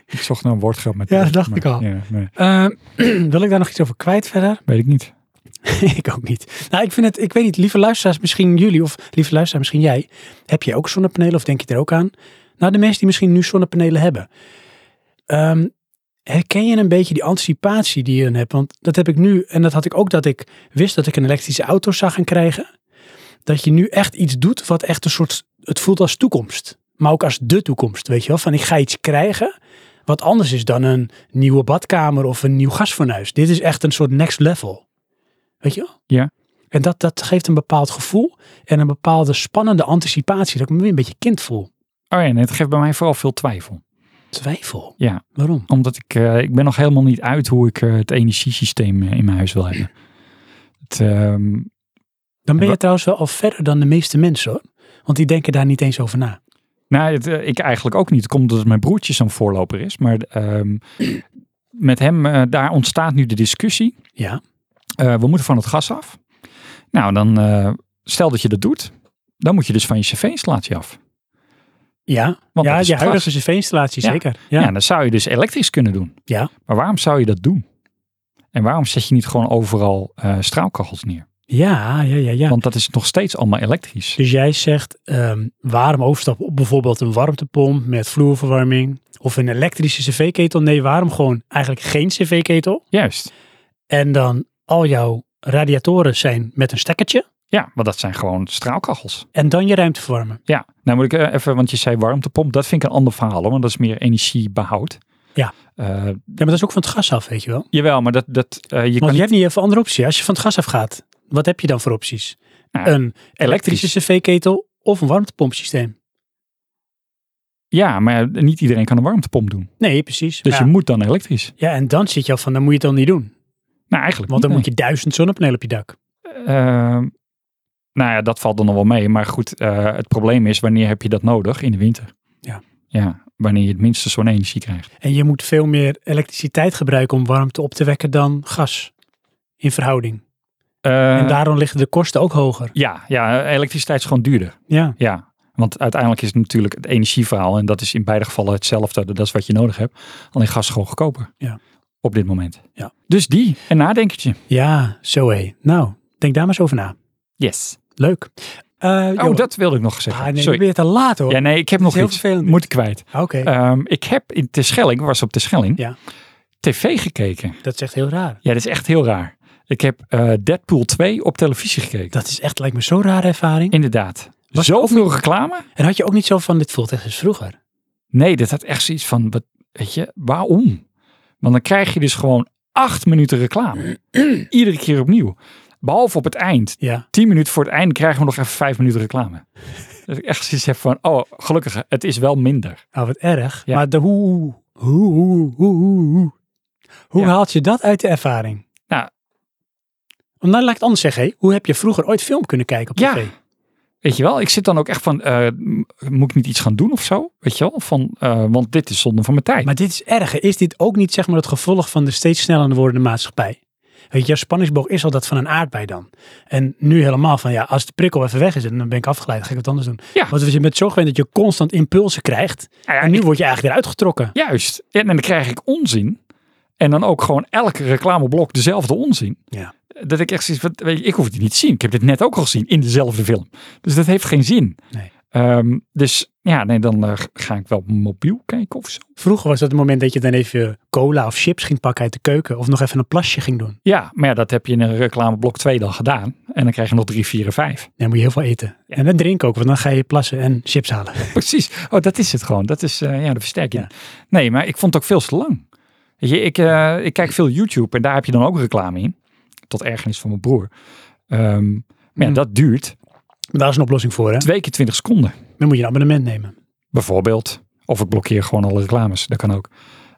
Speaker 2: Ik zocht naar een woordgrap met
Speaker 1: Ja, dat
Speaker 2: dit,
Speaker 1: dacht
Speaker 2: maar-
Speaker 1: ik al.
Speaker 2: Ja, nee.
Speaker 1: Eh, wil ik daar nog iets over kwijt verder?
Speaker 2: Weet ik niet.
Speaker 1: ik ook niet. Nou, ik vind het, ik weet niet, lieve luisteraars, misschien jullie of lieve luisteraar, misschien jij. Heb je ook zonnepanelen of denk je er ook aan? Nou, de mensen die misschien nu zonnepanelen hebben. Ehm, herken je een beetje die anticipatie die je dan hebt? Want dat heb ik nu en dat had ik ook dat ik wist dat ik een elektrische auto zou gaan krijgen. Dat je nu echt iets doet wat echt een soort, het voelt als toekomst. Maar ook als de toekomst, weet je wel. Van ik ga iets krijgen wat anders is dan een nieuwe badkamer of een nieuw gasfornuis. Dit is echt een soort next level. Weet je wel?
Speaker 2: Ja.
Speaker 1: En dat, dat geeft een bepaald gevoel en een bepaalde spannende anticipatie. Dat ik me weer een beetje kind voel.
Speaker 2: Oh ja, nee, het geeft bij mij vooral veel twijfel.
Speaker 1: Twijfel.
Speaker 2: Ja.
Speaker 1: Waarom?
Speaker 2: Omdat ik, eh, ik ben nog helemaal niet uit hoe ik eh, het energiesysteem eh, in mijn huis wil hebben. Het, ehm,
Speaker 1: Dan ben je
Speaker 2: Wa-
Speaker 1: trouwens wel al verder dan de meeste mensen hoor. Want die denken daar niet eens over na.
Speaker 2: Nou, het, eh, ik eigenlijk ook niet. Het komt omdat mijn broertje zo'n voorloper is. Maar ehm, met hem, eh, daar ontstaat nu de discussie.
Speaker 1: Ja.
Speaker 2: Eh, we moeten van het gas af. Nou, dan eh, stel dat je dat doet. Dan moet je dus van je cv-installatie af.
Speaker 1: Ja,
Speaker 2: Want
Speaker 1: ja
Speaker 2: dat is
Speaker 1: je
Speaker 2: het
Speaker 1: huidige cv-installatie
Speaker 2: Ja.
Speaker 1: zeker.
Speaker 2: Ja.
Speaker 1: Ja. Ja.
Speaker 2: dan zou je dus elektrisch kunnen doen.
Speaker 1: Ja.
Speaker 2: Maar waarom zou je dat doen? En waarom zet je niet gewoon overal eh, straalkachels neer?
Speaker 1: ja, ja, ja,
Speaker 2: Want dat is nog steeds allemaal elektrisch.
Speaker 1: Dus jij zegt, ehm, waarom overstappen op bijvoorbeeld een warmtepomp met vloerverwarming? Of een elektrische cv-ketel? Nee, waarom gewoon eigenlijk geen cv-ketel?
Speaker 2: Juist.
Speaker 1: En dan al jouw radiatoren zijn met een stekkertje.
Speaker 2: Ja, want dat zijn gewoon straalkachels.
Speaker 1: En dan je ruimte verwarmen.
Speaker 2: Ja, nou moet ik eh, even, want je zei warmtepomp, dat vind ik een ander verhaal, hoor, want dat is meer energiebehoud.
Speaker 1: Ja.
Speaker 2: Eh,
Speaker 1: Ja, maar dat is ook van het gas af, weet je wel.
Speaker 2: jawel, maar dat, dat eh, je kan
Speaker 1: Want je
Speaker 2: niet
Speaker 1: hebt niet even andere optie. Als je van het gas af gaat, wat heb je dan voor opties?
Speaker 2: Nou,
Speaker 1: een elektrische cv-ketel of een warmtepompsysteem.
Speaker 2: Ja, maar niet iedereen kan een warmtepomp doen.
Speaker 1: Nee, precies.
Speaker 2: Dus
Speaker 1: ja.
Speaker 2: je moet dan elektrisch.
Speaker 1: ja, en dan zit je al van, dan moet je het dan niet doen.
Speaker 2: Nou, eigenlijk
Speaker 1: Want dan
Speaker 2: niet,
Speaker 1: moet je duizend zonnepanelen op je dak.
Speaker 2: nee. Ehm, nou ja, dat valt dan nog wel mee. Maar goed, eh, het probleem is, wanneer heb je dat nodig? In de winter.
Speaker 1: Ja.
Speaker 2: Ja, wanneer je het minste zonne-energie krijgt.
Speaker 1: En je moet veel meer elektriciteit gebruiken om warmte op te wekken dan gas. In verhouding.
Speaker 2: Eh,
Speaker 1: en daarom liggen de kosten ook hoger.
Speaker 2: ja, ja, elektriciteit is gewoon duurder.
Speaker 1: Ja,
Speaker 2: Ja, want uiteindelijk is het natuurlijk het energieverhaal. En dat is in beide gevallen hetzelfde. Dat is wat je nodig hebt. Alleen gas is gewoon goedkoper.
Speaker 1: Ja.
Speaker 2: Op dit moment.
Speaker 1: Ja.
Speaker 2: Dus die. Een nadenkertje.
Speaker 1: ja zo hé. Nou, denk daar maar eens over na.
Speaker 2: Yes.
Speaker 1: Leuk. Eh,
Speaker 2: Oh,
Speaker 1: joh.
Speaker 2: dat wilde ik nog zeggen.
Speaker 1: Ah, nee,
Speaker 2: Sorry.
Speaker 1: ben je te laat hoor.
Speaker 2: Ja, nee, ik heb
Speaker 1: Dat
Speaker 2: nog
Speaker 1: is heel
Speaker 2: iets.
Speaker 1: vervelend.
Speaker 2: Moet ik kwijt.
Speaker 1: Oké,
Speaker 2: Ehm, ik heb in Terschelling, was op Terschelling,
Speaker 1: Ja.
Speaker 2: tv gekeken.
Speaker 1: dat is echt heel raar.
Speaker 2: Ja, dat is echt heel raar. Ik heb eh, Deadpool 2 op televisie gekeken.
Speaker 1: Dat is echt, lijkt me zo'n rare ervaring.
Speaker 2: Inderdaad.
Speaker 1: Was-
Speaker 2: Zoveel reclame?
Speaker 1: En had je ook niet zo van, dit voelt echt als vroeger.
Speaker 2: Nee, dat had echt zoiets van, wat, weet je, waarom? Want dan krijg je dus gewoon acht minuten reclame. Iedere keer opnieuw. Behalve op het eind.
Speaker 1: Ja.
Speaker 2: Tien minuten voor het eind krijgen we nog even vijf minuten reclame. Dat ik echt zoiets heb van, oh, gelukkig, het is wel minder.
Speaker 1: Nou, wat erg.
Speaker 2: Ja.
Speaker 1: Maar de, hoe, Hoe, hoe, hoe, hoe, hoe. Hoe
Speaker 2: Ja.
Speaker 1: haalt je dat uit de ervaring?
Speaker 2: Nou.
Speaker 1: Want nou, laat ik het anders zeggen. hé. Hoe heb je vroeger ooit film kunnen kijken op
Speaker 2: Ja.
Speaker 1: tv?
Speaker 2: Weet je wel, ik zit dan ook echt van, eh, m- moet ik niet iets gaan doen of zo? Weet je wel, van, eh, want dit is zonde van mijn tijd.
Speaker 1: Maar dit is erger. Is dit ook niet zeg maar het gevolg van de steeds sneller wordende maatschappij? Weet je, jouw spanningsboog is al dat van een aardbei dan. En nu helemaal van ja, als de prikkel even weg is, dan ben ik afgeleid. Dan ga ik wat anders doen.
Speaker 2: Ja.
Speaker 1: Want als je bent zo gewend dat je constant impulsen krijgt.
Speaker 2: Nou ja,
Speaker 1: en nu
Speaker 2: ik-
Speaker 1: word je eigenlijk eruit getrokken.
Speaker 2: juist. En, en dan krijg ik onzin. En dan ook gewoon elke reclameblok dezelfde onzin.
Speaker 1: Ja.
Speaker 2: Dat ik echt zoiets van, weet je, ik hoef het niet te zien. Ik heb dit net ook al gezien in dezelfde film. Dus dat heeft geen zin.
Speaker 1: Nee.
Speaker 2: Ehm, dus ja, nee, dan eh, ga ik wel op mijn mobiel kijken of zo.
Speaker 1: Vroeger was dat het moment dat je dan even cola of chips ging pakken uit de keuken. Of nog even een plasje ging doen.
Speaker 2: Ja, maar ja, dat heb je in een reclameblok 2 dan gedaan. En dan krijg je nog 3, 4 en 5.
Speaker 1: Dan moet je heel veel eten. En dan drinken ook, want dan ga je plassen en chips halen.
Speaker 2: Precies. Oh, dat is het gewoon. Dat is eh, ja, de versterking.
Speaker 1: Ja.
Speaker 2: Nee, maar ik vond het ook veel te lang. Weet je, ik, eh, ik kijk veel YouTube en daar heb je dan ook reclame in. Tot ergernis van mijn broer. Ehm, maar ja,
Speaker 1: Mm.
Speaker 2: dat duurt
Speaker 1: Maar daar is een oplossing voor, hè?
Speaker 2: twee keer 20 seconden.
Speaker 1: Dan moet je een abonnement nemen.
Speaker 2: Bijvoorbeeld. Of ik blokkeer gewoon alle reclames. Dat kan ook.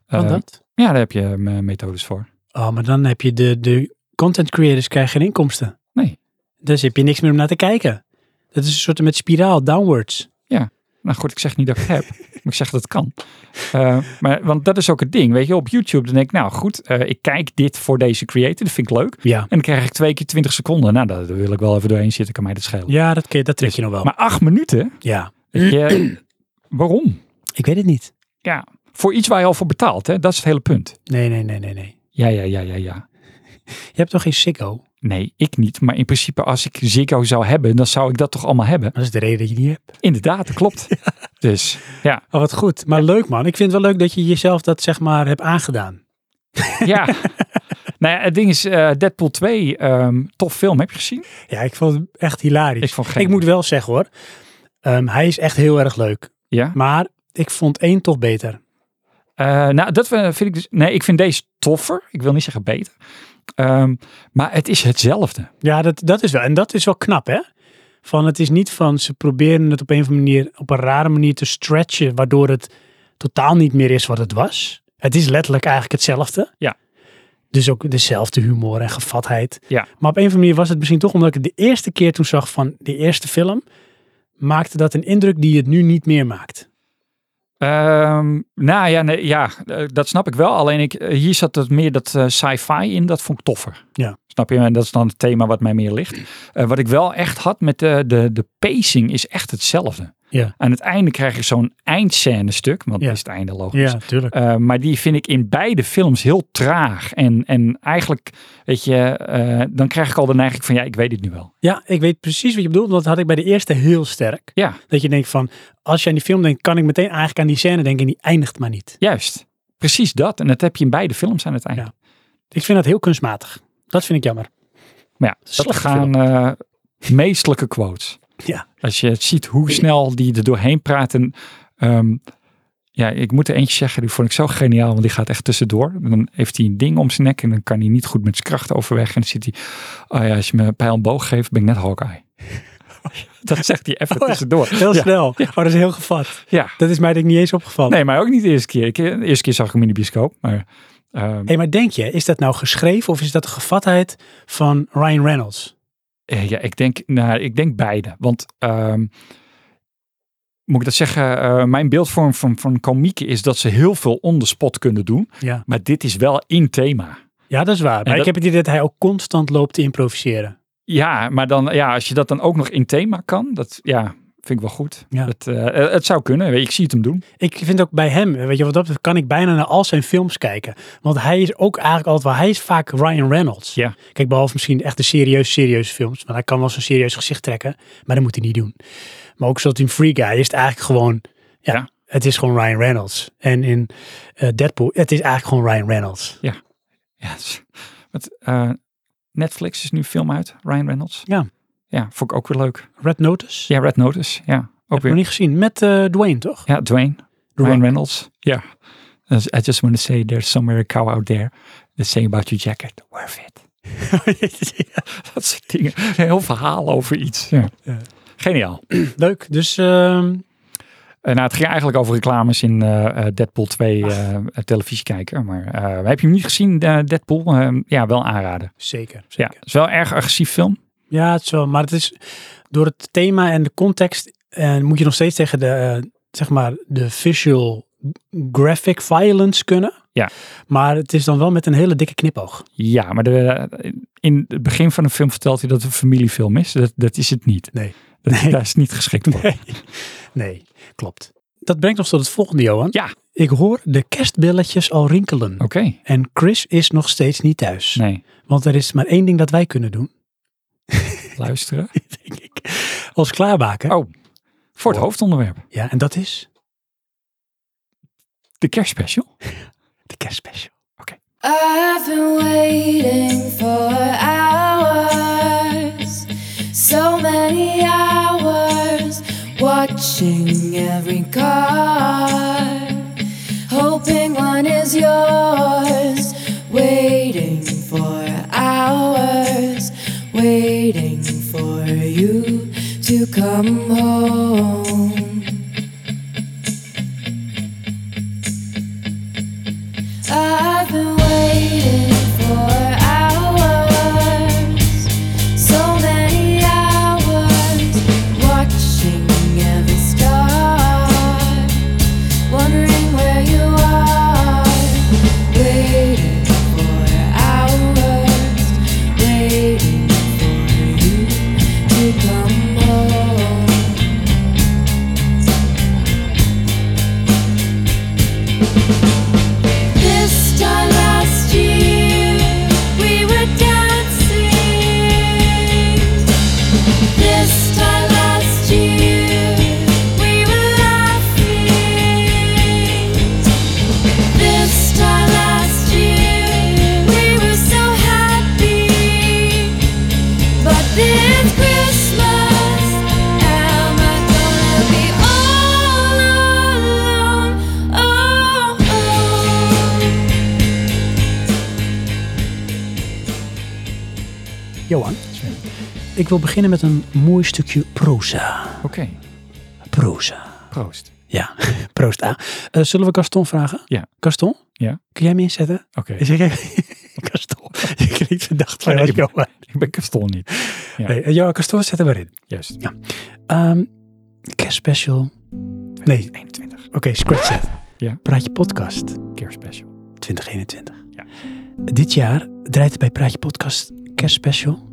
Speaker 1: Kan
Speaker 2: Eh,
Speaker 1: dat?
Speaker 2: Ja, daar heb je eh, methodes voor.
Speaker 1: Oh, maar dan heb je de, de content creators krijgen geen inkomsten.
Speaker 2: Nee.
Speaker 1: Dus heb je niks meer om naar te kijken. Dat is een soort met spiraal, downwards.
Speaker 2: Nou goed, ik zeg niet dat ik het heb, maar ik zeg dat het kan. Eh, maar, want dat is ook het ding. Weet je, op YouTube dan denk ik, nou goed, eh, ik kijk dit voor deze creator, dat vind ik leuk.
Speaker 1: Ja.
Speaker 2: En dan krijg ik twee keer 20 seconden. Nou, daar daar wil ik wel even doorheen zitten, kan mij dat schelen.
Speaker 1: Ja, dat, kun je- dat trek je nog wel.
Speaker 2: Maar acht minuten,
Speaker 1: ja.
Speaker 2: weet je, waarom?
Speaker 1: Ik weet het niet.
Speaker 2: Ja, voor iets waar je al voor betaalt, hè? dat is het hele punt.
Speaker 1: Nee, nee, nee, nee, nee.
Speaker 2: Ja, ja, ja, ja, ja.
Speaker 1: Je hebt toch geen sicko?
Speaker 2: Nee, ik niet. Maar in principe, als ik Ziggo zou hebben, dan zou ik dat toch allemaal hebben.
Speaker 1: Dat is de reden dat je die hebt.
Speaker 2: Inderdaad, dat klopt. Dus, ja.
Speaker 1: Oh, wat goed. Maar leuk man. Ik vind het wel leuk dat je jezelf dat zeg maar hebt aangedaan.
Speaker 2: ja. Nou ja, het ding is, eh, Deadpool 2, ehm, tof film, heb je gezien?
Speaker 1: Ja, ik vond het echt hilarisch.
Speaker 2: Ik vond geen-
Speaker 1: moet wel zeggen hoor. ehm, hij is echt heel erg leuk.
Speaker 2: Ja.
Speaker 1: Maar ik vond één toch beter.
Speaker 2: Eh, nou, dat eh, vind ik dus. Nee, ik vind deze toffer. Ik wil niet zeggen beter. Ehm, maar het is hetzelfde.
Speaker 1: Ja, dat, dat is wel. En dat is wel knap hè. Van het is niet van ze proberen het op een of andere manier, op een rare manier te stretchen. Waardoor het totaal niet meer is wat het was. Het is letterlijk eigenlijk hetzelfde.
Speaker 2: Ja.
Speaker 1: Dus ook dezelfde humor en gevatheid.
Speaker 2: Ja.
Speaker 1: Maar op een of andere manier was het misschien toch omdat ik het de eerste keer toen zag van de eerste film, maakte dat een indruk die het nu niet meer maakt.
Speaker 2: Ehm, nou ja, nee, ja eh, dat snap ik wel. Alleen ik, eh, hier zat het meer dat eh, sci-fi in. Dat vond ik toffer.
Speaker 1: Ja.
Speaker 2: Snap je? En dat is dan het thema wat mij meer ligt. Eh, wat ik wel echt had met de, de, de pacing is echt hetzelfde.
Speaker 1: Ja.
Speaker 2: Aan het einde krijg je zo'n eindscène stuk. Want
Speaker 1: Ja.
Speaker 2: dat is het einde logisch.
Speaker 1: Ja, tuurlijk.
Speaker 2: Eh, maar die vind ik in beide films heel traag. En, en eigenlijk, weet je, eh, dan krijg ik al de neiging van ja, ik weet het nu wel.
Speaker 1: Ja, ik weet precies wat je bedoelt, want dat had ik bij de eerste heel sterk.
Speaker 2: Ja,
Speaker 1: Dat je denkt van, als je aan die film denkt, kan ik meteen eigenlijk aan die scène denken en die eindigt maar niet.
Speaker 2: juist. Precies dat. En dat heb je in beide films aan het eind.
Speaker 1: Ja. Ik vind dat heel kunstmatig. Dat vind ik jammer.
Speaker 2: Maar ja, dat
Speaker 1: Slechte
Speaker 2: gaan eh, meestelijke quotes.
Speaker 1: Ja.
Speaker 2: Als je ziet hoe snel die er doorheen praten. ehm, ja, ik moet er eentje zeggen, die vond ik zo geniaal, want die gaat echt tussendoor. En Dan heeft hij een ding om zijn nek en dan kan hij niet goed met zijn kracht overweg. En dan zit hij, oh ja, als je me een pijl en boog geeft, ben ik net Hawkeye. dat zegt hij even
Speaker 1: Oh, echt?
Speaker 2: tussendoor.
Speaker 1: Heel
Speaker 2: ja,
Speaker 1: snel. Oh, dat is heel gevat.
Speaker 2: ja.
Speaker 1: Dat is mij denk ik niet eens opgevallen.
Speaker 2: Nee, maar ook niet de eerste keer. Ik, de eerste keer zag ik hem in de bioscoop, maar... ehm,
Speaker 1: Hé, maar denk je, is dat nou geschreven of is dat de gevatheid van Ryan Reynolds?
Speaker 2: Eh, Ja, ik denk, nou, ik denk beide. Want ehm, moet ik dat zeggen? eh, mijn beeldvorm van, van komieken is dat ze heel veel on the spot kunnen doen.
Speaker 1: Ja,
Speaker 2: Maar dit is wel in thema.
Speaker 1: ja dat is waar. Maar
Speaker 2: dat-
Speaker 1: ik heb het idee dat hij ook constant loopt te improviseren.
Speaker 2: Ja, maar dan, ja, als je dat dan ook nog in thema kan, dat ja, vind ik wel goed.
Speaker 1: Ja.
Speaker 2: Dat, eh, eh, het zou kunnen. Ik zie het hem doen.
Speaker 1: Ik vind ook bij hem, weet je wat dat betreft, kan ik bijna naar al zijn films kijken. Want hij is ook eigenlijk altijd wel, hij is vaak Ryan Reynolds.
Speaker 2: Ja.
Speaker 1: Kijk, behalve misschien echt de serieus, serieuze films. Want hij kan wel zo'n serieus gezicht trekken, maar dat moet hij niet doen. Maar ook zoals in Free Guy is het eigenlijk gewoon, ja,
Speaker 2: Ja.
Speaker 1: het is gewoon Ryan Reynolds. En in eh, Deadpool, het is eigenlijk gewoon Ryan Reynolds.
Speaker 2: Ja, dus- want, eh, Netflix is nu een film uit, Ryan Reynolds.
Speaker 1: Ja.
Speaker 2: Ja, vond ik ook weer leuk.
Speaker 1: Red Notice,
Speaker 2: Ja, Red Notice. Ja, ook
Speaker 1: heb ik nog
Speaker 2: weer.
Speaker 1: niet gezien, met eh, Dwayne toch?
Speaker 2: Ja, Dwayne.
Speaker 1: The
Speaker 2: Ryan
Speaker 1: Rock.
Speaker 2: Reynolds. Yeah. I just want to say there's somewhere a cow out there that's saying about your jacket, worth it. Dat soort dingen. Een heel verhaal over iets. Ja.
Speaker 1: Ja.
Speaker 2: Geniaal.
Speaker 1: Leuk, dus ehm,
Speaker 2: Eh, nou, het ging eigenlijk over reclames in eh, eh, Deadpool 2 eh, eh, televisie kijken. Maar eh, heb je hem niet gezien, eh, Deadpool? Eh, ja, wel aanraden.
Speaker 1: Zeker.
Speaker 2: Ja,
Speaker 1: zeker.
Speaker 2: het is wel een erg agressief film.
Speaker 1: Ja, het is wel, maar het is door het thema en de context en moet je nog steeds tegen de, eh, zeg maar, de visual graphic violence kunnen.
Speaker 2: Ja.
Speaker 1: Maar het is dan wel met een hele dikke knipoog.
Speaker 2: Ja, maar de, in het begin van de film vertelt hij dat het een familiefilm is. Dat, dat is het niet.
Speaker 1: Nee.
Speaker 2: Dat,
Speaker 1: Nee.
Speaker 2: Daar is niet geschikt voor.
Speaker 1: Nee, klopt. Dat brengt ons tot het volgende, Johan.
Speaker 2: Ja.
Speaker 1: Ik hoor de kerstbelletjes al rinkelen.
Speaker 2: Oké,
Speaker 1: En Chris is nog steeds niet thuis.
Speaker 2: nee.
Speaker 1: Want er is maar één ding dat wij kunnen doen,
Speaker 2: Luisteren.
Speaker 1: denk ik. Als klaarmaken.
Speaker 2: Oh. Voor het hoofdonderwerp.
Speaker 1: Ja, en dat is
Speaker 2: De kerstspecial.
Speaker 1: de kerstspecial.
Speaker 3: I've been waiting for hours, so many hours, watching every car, hoping one is yours, waiting for hours, waiting for you to come home. I've been waiting for hours, so many hours, watching every star, wondering where you are, waiting for hours, waiting for you to come home. This time last year, we were dancing. This time last year, we were laughing. This time last year, we were so happy. But this Christmas, am I gonna be all alone? Oh, oh.
Speaker 1: Johan,
Speaker 2: Sven.
Speaker 1: ik wil beginnen met een mooi stukje proza.
Speaker 2: Oké,
Speaker 1: Proza.
Speaker 2: proost.
Speaker 1: Ja, proost A. Eh, zullen we Gaston vragen?
Speaker 2: Ja.
Speaker 1: Gaston?
Speaker 2: Ja.
Speaker 1: Kun jij me inzetten?
Speaker 2: Oké,
Speaker 1: Zeg jij- Gaston, je klinkt verdacht van
Speaker 2: Nee,
Speaker 1: wat, Johan.
Speaker 2: ik ben Kaston niet.
Speaker 1: Nee, eh, Johan, Gaston, zet hem maar in.
Speaker 2: Juist.
Speaker 1: Ehm kerstspecial. Nee,
Speaker 2: 21.
Speaker 1: oké, scratch that.
Speaker 2: Ja.
Speaker 1: Praatje podcast.
Speaker 2: Kerstspecial.
Speaker 1: 2021.
Speaker 2: Ja.
Speaker 1: Dit jaar draait het bij Praatje Podcast kerstspecial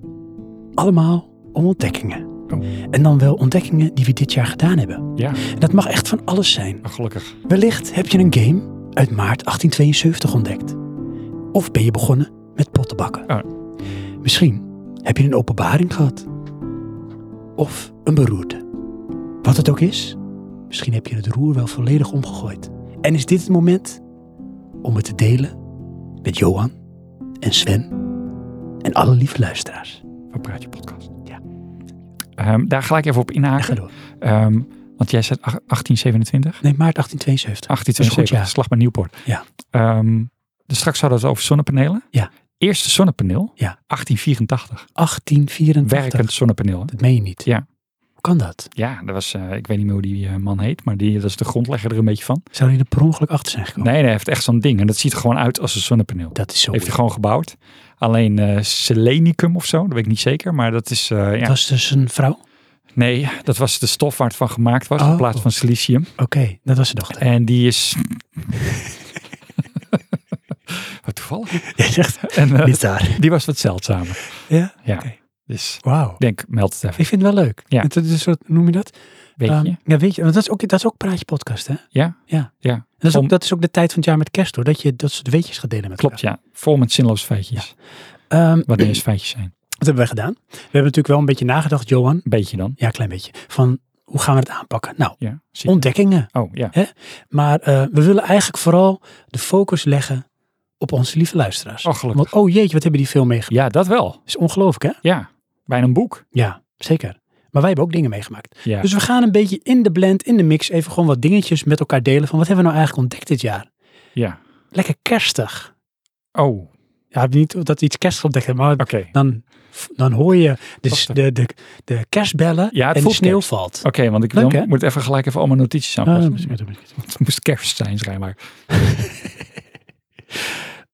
Speaker 1: allemaal om ontdekkingen.
Speaker 2: Oh.
Speaker 1: En dan wel ontdekkingen die we dit jaar gedaan hebben.
Speaker 2: Ja,
Speaker 1: En dat mag echt van alles zijn.
Speaker 2: maar gelukkig.
Speaker 1: Wellicht heb je een game uit maart 1872 ontdekt. Of ben je begonnen met pottenbakken.
Speaker 2: Oh.
Speaker 1: Misschien heb je een openbaring gehad. Of een beroerte. Wat het ook is, misschien heb je het roer wel volledig omgegooid. En is dit het moment om het te delen met Johan en Sven en alle lieve luisteraars.
Speaker 2: Van Praatje Podcast.
Speaker 1: Ja.
Speaker 2: Ehm, daar gelijk even op
Speaker 1: En ga
Speaker 2: inhaken.
Speaker 1: door.
Speaker 2: Ehm, want jij zegt ach- 1827.
Speaker 1: Nee, maart 1872.
Speaker 2: 1872,
Speaker 1: ja.
Speaker 2: slag bij Nieuwpoort.
Speaker 1: Ja.
Speaker 2: Ehm, dus straks hadden we het over zonnepanelen.
Speaker 1: Ja.
Speaker 2: Eerste zonnepaneel,
Speaker 1: Ja.
Speaker 2: 1884.
Speaker 1: 1884.
Speaker 2: Werkend zonnepaneel. hè?
Speaker 1: Dat meen je niet.
Speaker 2: Ja.
Speaker 1: Hoe kan dat?
Speaker 2: Ja, dat was, eh, ik weet niet meer hoe die eh, man heet, maar die, dat is de grondlegger er een beetje van.
Speaker 1: Zou hij er per ongeluk achter zijn gekomen?
Speaker 2: Nee, nee, hij heeft echt zo'n ding. En dat ziet er gewoon uit als een zonnepaneel.
Speaker 1: Oh. Dat is zo.
Speaker 2: heeft
Speaker 1: weird.
Speaker 2: hij gewoon gebouwd. Alleen eh, Selenicum of zo, dat weet ik niet zeker. Maar dat is, eh, ja.
Speaker 1: Het was dus een vrouw?
Speaker 2: nee, dat was de stof waar het van gemaakt was.
Speaker 1: Oh.
Speaker 2: In plaats van silicium.
Speaker 1: Oké, dat was zijn dochter.
Speaker 2: En die is... wat toevallig.
Speaker 1: Jij zegt,
Speaker 2: En eh,
Speaker 1: daar.
Speaker 2: die was wat zeldzamer.
Speaker 1: Ja?
Speaker 2: Ja.
Speaker 1: Oké.
Speaker 2: Dus
Speaker 1: Wauw.
Speaker 2: ik denk, meld het even.
Speaker 1: Ik vind het wel leuk.
Speaker 2: Ja.
Speaker 1: Het is een soort, noem je dat?
Speaker 2: Weet
Speaker 1: Ehm,
Speaker 2: je?
Speaker 1: ja, weet je. Want dat is ook, dat is ook Praatje Podcast, hè?
Speaker 2: Ja.
Speaker 1: Ja.
Speaker 2: Ja.
Speaker 1: Dat is, ook,
Speaker 2: Om-
Speaker 1: dat is ook de tijd van het jaar met kerst, hoor. Dat je dat soort weetjes gaat delen met
Speaker 2: Klopt, ja. Vol met zinloze feitjes.
Speaker 1: elkaar. Ehm,
Speaker 2: Wat niet eens feitjes zijn.
Speaker 1: wat hebben wij gedaan? We hebben natuurlijk wel een beetje nagedacht, Johan.
Speaker 2: Een beetje dan.
Speaker 1: Ja, een klein beetje. Van, hoe gaan we het aanpakken? Nou,
Speaker 2: Ja, zie je.
Speaker 1: ontdekkingen.
Speaker 2: Oh, ja.
Speaker 1: Maar eh, we willen eigenlijk vooral de focus leggen op onze lieve luisteraars.
Speaker 2: Oh, gelukkig.
Speaker 1: Want, oh jeetje, wat hebben die veel meegemaakt?
Speaker 2: Ja, dat wel.
Speaker 1: Dat is ongelooflijk, hè?
Speaker 2: Ja. Bijna een boek.
Speaker 1: Ja, zeker. Maar wij hebben ook dingen meegemaakt.
Speaker 2: Ja.
Speaker 1: Dus we gaan een beetje in de blend, in de mix, even gewoon wat dingetjes met elkaar delen. Van wat hebben we nou eigenlijk ontdekt dit jaar?
Speaker 2: ja.
Speaker 1: Lekker kerstig.
Speaker 2: Oh,
Speaker 1: Ja, niet dat iets kerstgeld dekt heeft, maar
Speaker 2: Oké.
Speaker 1: dan, dan hoor je de,
Speaker 2: Wacht
Speaker 1: de, de, de kerstbellen
Speaker 2: Ja, het
Speaker 1: en de
Speaker 2: voelt
Speaker 1: sneeuw
Speaker 2: kerst. Oh,
Speaker 1: valt.
Speaker 2: Oké, want ik
Speaker 1: Leuk,
Speaker 2: wil-
Speaker 1: hè?
Speaker 2: moet even gelijk even al mijn notities
Speaker 1: Ah,
Speaker 2: aanpassen.
Speaker 1: misschien- misschien- misschien.
Speaker 2: het moest kerst zijn, schijnbaar.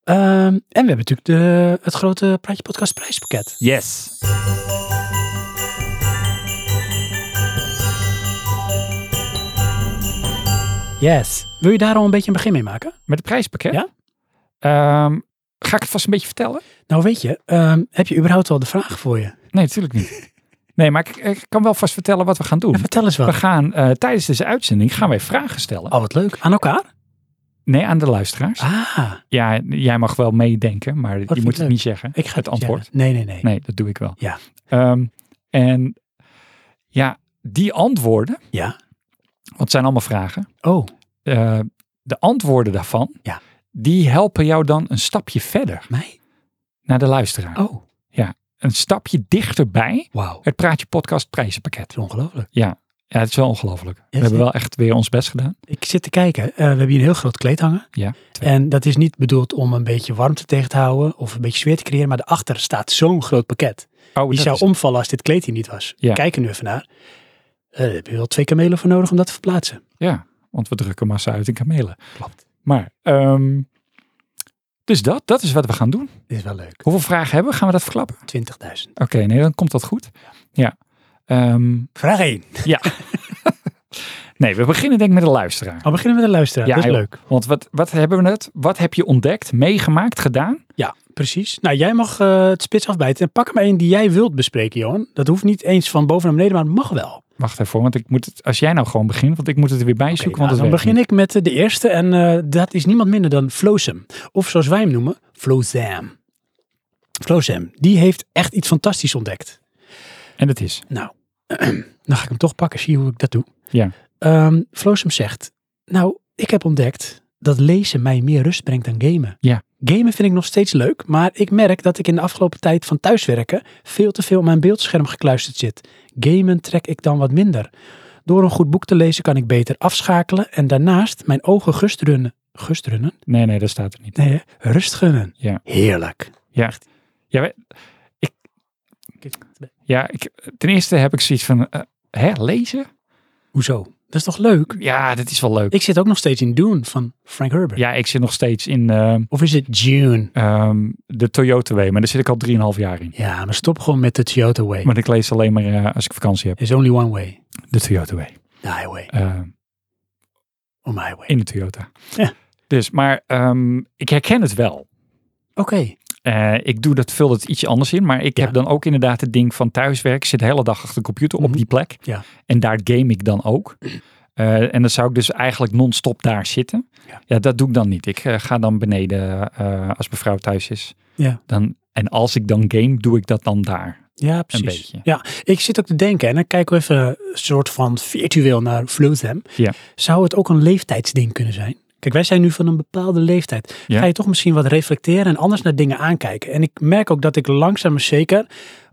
Speaker 1: Ehm, en we hebben natuurlijk de, het grote Praatje Podcast prijspakket.
Speaker 2: Yes.
Speaker 1: Yes. Wil je daar al een beetje een begin mee maken?
Speaker 2: Met het prijspakket?
Speaker 1: Ja.
Speaker 2: Ehm, ga ik het vast een beetje vertellen?
Speaker 1: Nou weet je, ehm, heb je überhaupt al de vraag voor je?
Speaker 2: Nee, natuurlijk niet. Nee, maar ik, ik kan wel vast vertellen wat we gaan doen.
Speaker 1: Ja, vertel eens
Speaker 2: We
Speaker 1: wat.
Speaker 2: gaan eh, tijdens deze uitzending gaan wij vragen stellen.
Speaker 1: Oh, wat leuk. Aan elkaar?
Speaker 2: Nee, aan de luisteraars.
Speaker 1: Ah,
Speaker 2: Ja, jij mag wel meedenken, maar
Speaker 1: vind
Speaker 2: je
Speaker 1: ik
Speaker 2: moet
Speaker 1: leuk.
Speaker 2: het niet zeggen.
Speaker 1: ik ga
Speaker 2: het antwoord.
Speaker 1: zeggen. Nee, nee, nee.
Speaker 2: Nee, dat doe ik wel.
Speaker 1: Ja.
Speaker 2: Ehm, en ja, die antwoorden,
Speaker 1: Ja.
Speaker 2: want het zijn allemaal vragen.
Speaker 1: Oh,
Speaker 2: eh, de antwoorden daarvan,
Speaker 1: Ja.
Speaker 2: die helpen jou dan een stapje verder
Speaker 1: mij?
Speaker 2: naar de luisteraar.
Speaker 1: Oh,
Speaker 2: Een stapje dichterbij
Speaker 1: wauw.
Speaker 2: het Praatje Podcast prijzenpakket.
Speaker 1: Het is ongelooflijk.
Speaker 2: Ja, het is wel ongelooflijk. We hebben
Speaker 1: hè?
Speaker 2: wel echt weer ons best gedaan.
Speaker 1: Ik zit te kijken. Eh, we hebben hier een heel groot kleed hangen.
Speaker 2: Ja, twee.
Speaker 1: En dat is niet bedoeld om een beetje warmte tegen te houden of een beetje sfeer te creëren. Maar daarachter staat zo'n groot pakket.
Speaker 2: Oh,
Speaker 1: Die
Speaker 2: dat
Speaker 1: zou
Speaker 2: is-
Speaker 1: omvallen als dit kleed hier niet was.
Speaker 2: Ja.
Speaker 1: Kijk er nu even naar. Eh, daar heb je wel twee kamelen voor nodig om dat te verplaatsen.
Speaker 2: Ja, want we drukken massa uit in kamelen.
Speaker 1: Klopt.
Speaker 2: Maar, ehm, dus dat, dat is wat we gaan doen.
Speaker 1: Dit is wel leuk.
Speaker 2: Hoeveel vragen hebben we? Gaan we dat verklappen?
Speaker 1: 20.000.
Speaker 2: Oké, nee, dan komt dat goed. Ja. Ehm,
Speaker 1: Vraag 1.
Speaker 2: nee, we beginnen denk ik met de luisteraar.
Speaker 1: Al Oh, beginnen met de luisteraar.
Speaker 2: Ja,
Speaker 1: dat is
Speaker 2: joh.
Speaker 1: leuk.
Speaker 2: Want wat, wat hebben we net? Wat heb je ontdekt, meegemaakt, gedaan?
Speaker 1: Ja, precies. Nou, jij mag eh, het spits afbijten. En pak er maar één die jij wilt bespreken, Johan. Dat hoeft niet eens van boven naar beneden, maar het mag wel. Oké,
Speaker 2: Wacht even, hoor, want ik moet het, als jij nou gewoon begint, want ik moet het er weer bij zoeken.
Speaker 1: nou,
Speaker 2: want
Speaker 1: dan
Speaker 2: het
Speaker 1: begin ik met eh, de eerste. En eh, dat is niemand minder dan Flozem. Of zoals wij hem noemen, Flozam. Flozam, die heeft echt iets fantastisch ontdekt.
Speaker 2: En dat is.
Speaker 1: Nou, dan ga ik hem toch pakken. Zie je hoe ik dat doe.
Speaker 2: Ja.
Speaker 1: Ehm, Floosum zegt, nou, ik heb ontdekt dat lezen mij meer rust brengt dan gamen.
Speaker 2: Ja.
Speaker 1: Gamen vind ik nog steeds leuk, maar ik merk dat ik in de afgelopen tijd van thuiswerken veel te veel aan mijn beeldscherm gekluisterd zit. Gamen trek ik dan wat minder. Door een goed boek te lezen kan ik beter afschakelen en daarnaast mijn ogen gustrunnen. Gustrunnen?
Speaker 2: Nee, nee, dat staat er niet.
Speaker 1: Nee, hè? rust gunnen.
Speaker 2: Ja.
Speaker 1: Heerlijk.
Speaker 2: Ja. Ja, wij- ik, ja ik, ten eerste heb ik zoiets van, eh, hè, lezen?
Speaker 1: Hoezo? Dat is toch leuk?
Speaker 2: Ja, dat is wel leuk.
Speaker 1: Ik zit ook nog steeds in Dune van Frank Herbert.
Speaker 2: Ja, ik zit nog steeds in ehm,
Speaker 1: Of is het June?
Speaker 2: ehm, de Toyota Way, maar daar zit ik al 3,5 jaar in.
Speaker 1: Ja, maar stop gewoon met de Toyota Way.
Speaker 2: Maar ik lees alleen maar eh, als ik vakantie heb.
Speaker 1: There's only one way.
Speaker 2: De Toyota Way.
Speaker 1: The highway.
Speaker 2: Eh,
Speaker 1: On my way.
Speaker 2: in de Toyota.
Speaker 1: Ja.
Speaker 2: Dus, maar ehm, ik herken het wel.
Speaker 1: Oké.
Speaker 2: Eh, ik doe dat, vul dat ietsje anders in. Maar ik
Speaker 1: Ja.
Speaker 2: heb dan ook inderdaad het ding van thuiswerk. Ik zit de hele dag achter de computer
Speaker 1: Mhm.
Speaker 2: op die plek.
Speaker 1: Ja.
Speaker 2: En daar game ik dan ook. Eh, en dan zou ik dus eigenlijk non-stop daar zitten.
Speaker 1: Ja.
Speaker 2: Ja. dat doe ik dan niet. Ik eh, ga dan beneden eh, als mevrouw thuis is.
Speaker 1: Ja.
Speaker 2: Dan, en als ik dan game, doe ik dat dan daar.
Speaker 1: Ja, precies.
Speaker 2: beetje.
Speaker 1: Ja, ik zit ook te denken, en dan kijken we even een soort van virtueel naar Flowtham.
Speaker 2: Ja.
Speaker 1: Zou het ook een leeftijdsding kunnen zijn? Kijk, wij zijn nu van een bepaalde leeftijd.
Speaker 2: Ja.
Speaker 1: Ga je toch misschien wat reflecteren en anders naar dingen aankijken? En ik merk ook dat ik langzaam maar zeker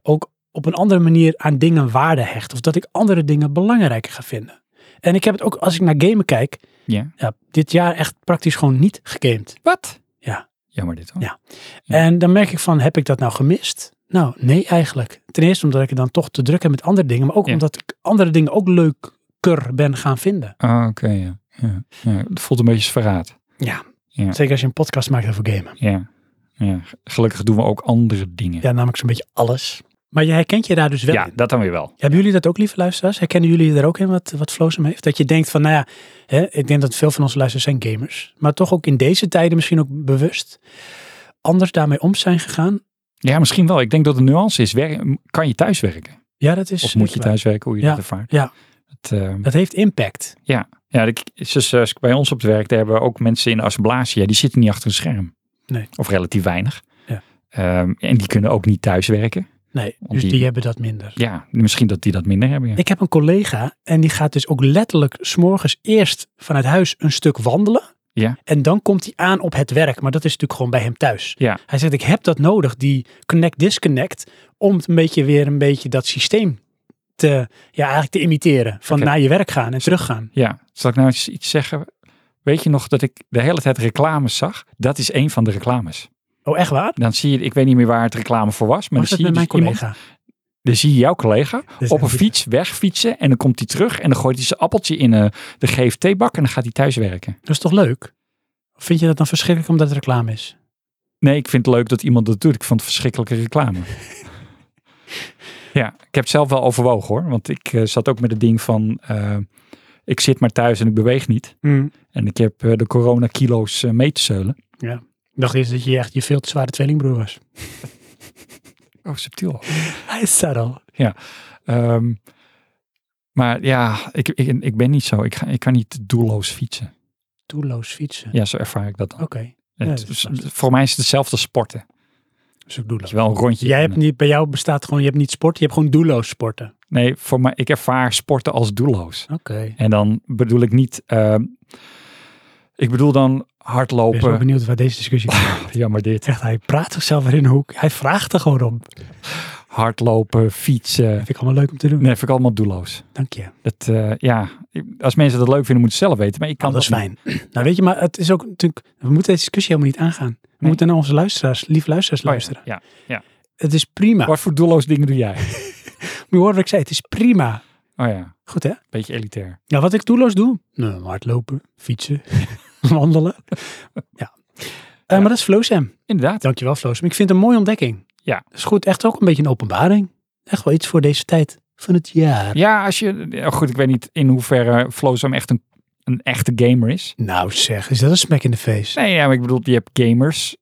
Speaker 1: ook op een andere manier aan dingen waarde hecht. Of dat ik andere dingen belangrijker ga vinden. En ik heb het ook, als ik naar gamen kijk,
Speaker 2: Ja.
Speaker 1: ja, dit jaar echt praktisch gewoon niet gegamed.
Speaker 2: Wat?
Speaker 1: Ja.
Speaker 2: Jammer dit hoor.
Speaker 1: Ja.
Speaker 2: Ja. Ja.
Speaker 1: En dan merk ik van, heb ik dat nou gemist? Nou, nee eigenlijk. Ten eerste omdat ik het dan toch te druk heb met andere dingen. Maar ook
Speaker 2: Ja.
Speaker 1: omdat ik andere dingen ook leuker ben gaan vinden.
Speaker 2: Ah, Oké, ja. Ja. Ja, Het voelt een beetje als verraad.
Speaker 1: Ja.
Speaker 2: Ja.
Speaker 1: Zeker als je een podcast maakt over gamen.
Speaker 2: Ja. ja. Gelukkig doen we ook andere dingen.
Speaker 1: Ja, namelijk zo'n beetje alles. Maar je herkent je daar dus wel
Speaker 2: Ja,
Speaker 1: in.
Speaker 2: dat dan weer wel.
Speaker 1: Hebben jullie dat ook, lieve luisteraars? Herkennen jullie er ook in wat, wat Floosum heeft? Dat je denkt van, nou ja, hè, ik denk dat veel van onze luisteraars zijn gamers. Maar toch ook in deze tijden misschien ook bewust anders daarmee om zijn gegaan.
Speaker 2: Ja, misschien wel. Ik denk dat de nuance is, wer- kan je thuiswerken?
Speaker 1: Ja, dat is...
Speaker 2: Of moet je
Speaker 1: zeker waar.
Speaker 2: thuiswerken, hoe je
Speaker 1: Ja,
Speaker 2: dat ervaart?
Speaker 1: ja.
Speaker 2: Het, eh,
Speaker 1: Dat heeft impact.
Speaker 2: ja, ik- zoals eh, bij ons op het werk, daar hebben we ook mensen in de assemblatie. Ja, die zitten niet achter een scherm.
Speaker 1: Nee.
Speaker 2: Of relatief weinig.
Speaker 1: Ja.
Speaker 2: Ehm, en die kunnen ook niet thuiswerken.
Speaker 1: Nee,
Speaker 2: Want
Speaker 1: dus
Speaker 2: die-
Speaker 1: die hebben dat minder.
Speaker 2: Ja, misschien dat die dat minder hebben. Ja.
Speaker 1: Ik heb een collega en die gaat dus ook letterlijk s'morgens eerst vanuit huis een stuk wandelen.
Speaker 2: Ja.
Speaker 1: En dan komt hij aan op het werk, maar dat is natuurlijk gewoon bij hem thuis.
Speaker 2: Ja.
Speaker 1: Hij zegt, ik heb dat nodig, die connect-disconnect, om het een beetje weer een beetje dat systeem te, ja, eigenlijk te imiteren. Van
Speaker 2: Oké.
Speaker 1: naar je werk gaan en teruggaan.
Speaker 2: ja, zal ik nou eens iets zeggen? Weet je nog dat ik de hele tijd reclames zag? Dat is een van de reclames.
Speaker 1: Oh, echt waar?
Speaker 2: Dan zie je, ik weet niet meer waar het reclame voor was, maar
Speaker 1: Maar was
Speaker 2: dan
Speaker 1: dat
Speaker 2: zie, je
Speaker 1: met
Speaker 2: dus
Speaker 1: mijn
Speaker 2: iemand,
Speaker 1: collega?
Speaker 2: dan zie je jouw collega
Speaker 1: is
Speaker 2: op
Speaker 1: echt
Speaker 2: een fiets wegfietsen en dan komt hij terug en dan gooit hij zijn appeltje in eh, de GFT-bak en dan gaat hij thuis werken.
Speaker 1: Dat is toch leuk? Of vind je dat dan verschrikkelijk omdat het reclame is?
Speaker 2: Nee, ik vind het leuk dat iemand dat doet. Ik vond het verschrikkelijke reclame. ja, ik heb het zelf wel overwogen hoor. Want ik eh, zat ook met het ding van, eh, ik zit maar thuis en ik beweeg niet.
Speaker 1: Hmm.
Speaker 2: En ik heb eh, de corona-kilo's eh, mee te zeulen.
Speaker 1: Ik dacht eerst dat je echt je veel te zware tweelingbroer was.
Speaker 2: Oh, subtiel.
Speaker 1: Hij is dat al.
Speaker 2: Ehm, maar ja, ik, ik, ik ben niet zo. Ik, ga, ik kan niet doelloos fietsen.
Speaker 1: Doelloos fietsen.
Speaker 2: Ja, zo ervaar ik dat dan.
Speaker 1: Oké, ja,
Speaker 2: Het
Speaker 1: dat
Speaker 2: is-
Speaker 1: snap ik.
Speaker 2: voor mij is het hetzelfde als sporten.
Speaker 1: dus ook
Speaker 2: Dat
Speaker 1: doelloos.
Speaker 2: je wel een rondje. eh,
Speaker 1: Jij hebt
Speaker 2: rennen.
Speaker 1: niet, bij jou bestaat gewoon, je hebt niet sport, je hebt gewoon doelloos sporten.
Speaker 2: Nee, voor mij, ik ervaar sporten als doelloos.
Speaker 1: Oké.
Speaker 2: En dan bedoel ik niet. ehm, ik bedoel dan
Speaker 1: Ik ben zo
Speaker 2: hardlopen.
Speaker 1: benieuwd waar deze discussie gaat.
Speaker 2: Jammer dit.
Speaker 1: Echt, hij praat zichzelf weer in een hoek. Hij vraagt er gewoon om. Dat
Speaker 2: Hardlopen, fietsen.
Speaker 1: vind ik allemaal leuk om te doen.
Speaker 2: Nee, vind ik allemaal doelloos.
Speaker 1: Dank je.
Speaker 2: Dat, eh, ja, als mensen dat leuk vinden, moeten ze zelf weten. Maar ik kan
Speaker 1: Oh, dat is
Speaker 2: dat niet.
Speaker 1: fijn. Nou weet je, maar het is ook natuurlijk, we moeten deze discussie helemaal niet aangaan. We
Speaker 2: Nee.
Speaker 1: moeten naar onze luisteraars, lief luisteraars
Speaker 2: Oh,
Speaker 1: luisteren.
Speaker 2: ja, ja.
Speaker 1: Het is prima.
Speaker 2: Wat voor doelloos dingen doe jij?
Speaker 1: Je hoort wat ik zei, het is prima.
Speaker 2: Oh ja,
Speaker 1: Goed hè?
Speaker 2: beetje elitair.
Speaker 1: Ja, wat ik doelloos doe? Nou, hardlopen, fietsen, wandelen. Ja. Eh, Maar dat is Floosem.
Speaker 2: Inderdaad.
Speaker 1: Dankjewel Floosem. Ik vind het een mooie ontdekking.
Speaker 2: Ja.
Speaker 1: Dat is goed. Echt ook een beetje een openbaring. Echt wel iets voor deze tijd van het jaar.
Speaker 2: Ja, als je. ja, Goed, ik weet niet in hoeverre Flozam echt een, een echte gamer is.
Speaker 1: Nou zeg, is dat een smack in de face?
Speaker 2: Nee, ja, maar ik bedoel, je hebt gamers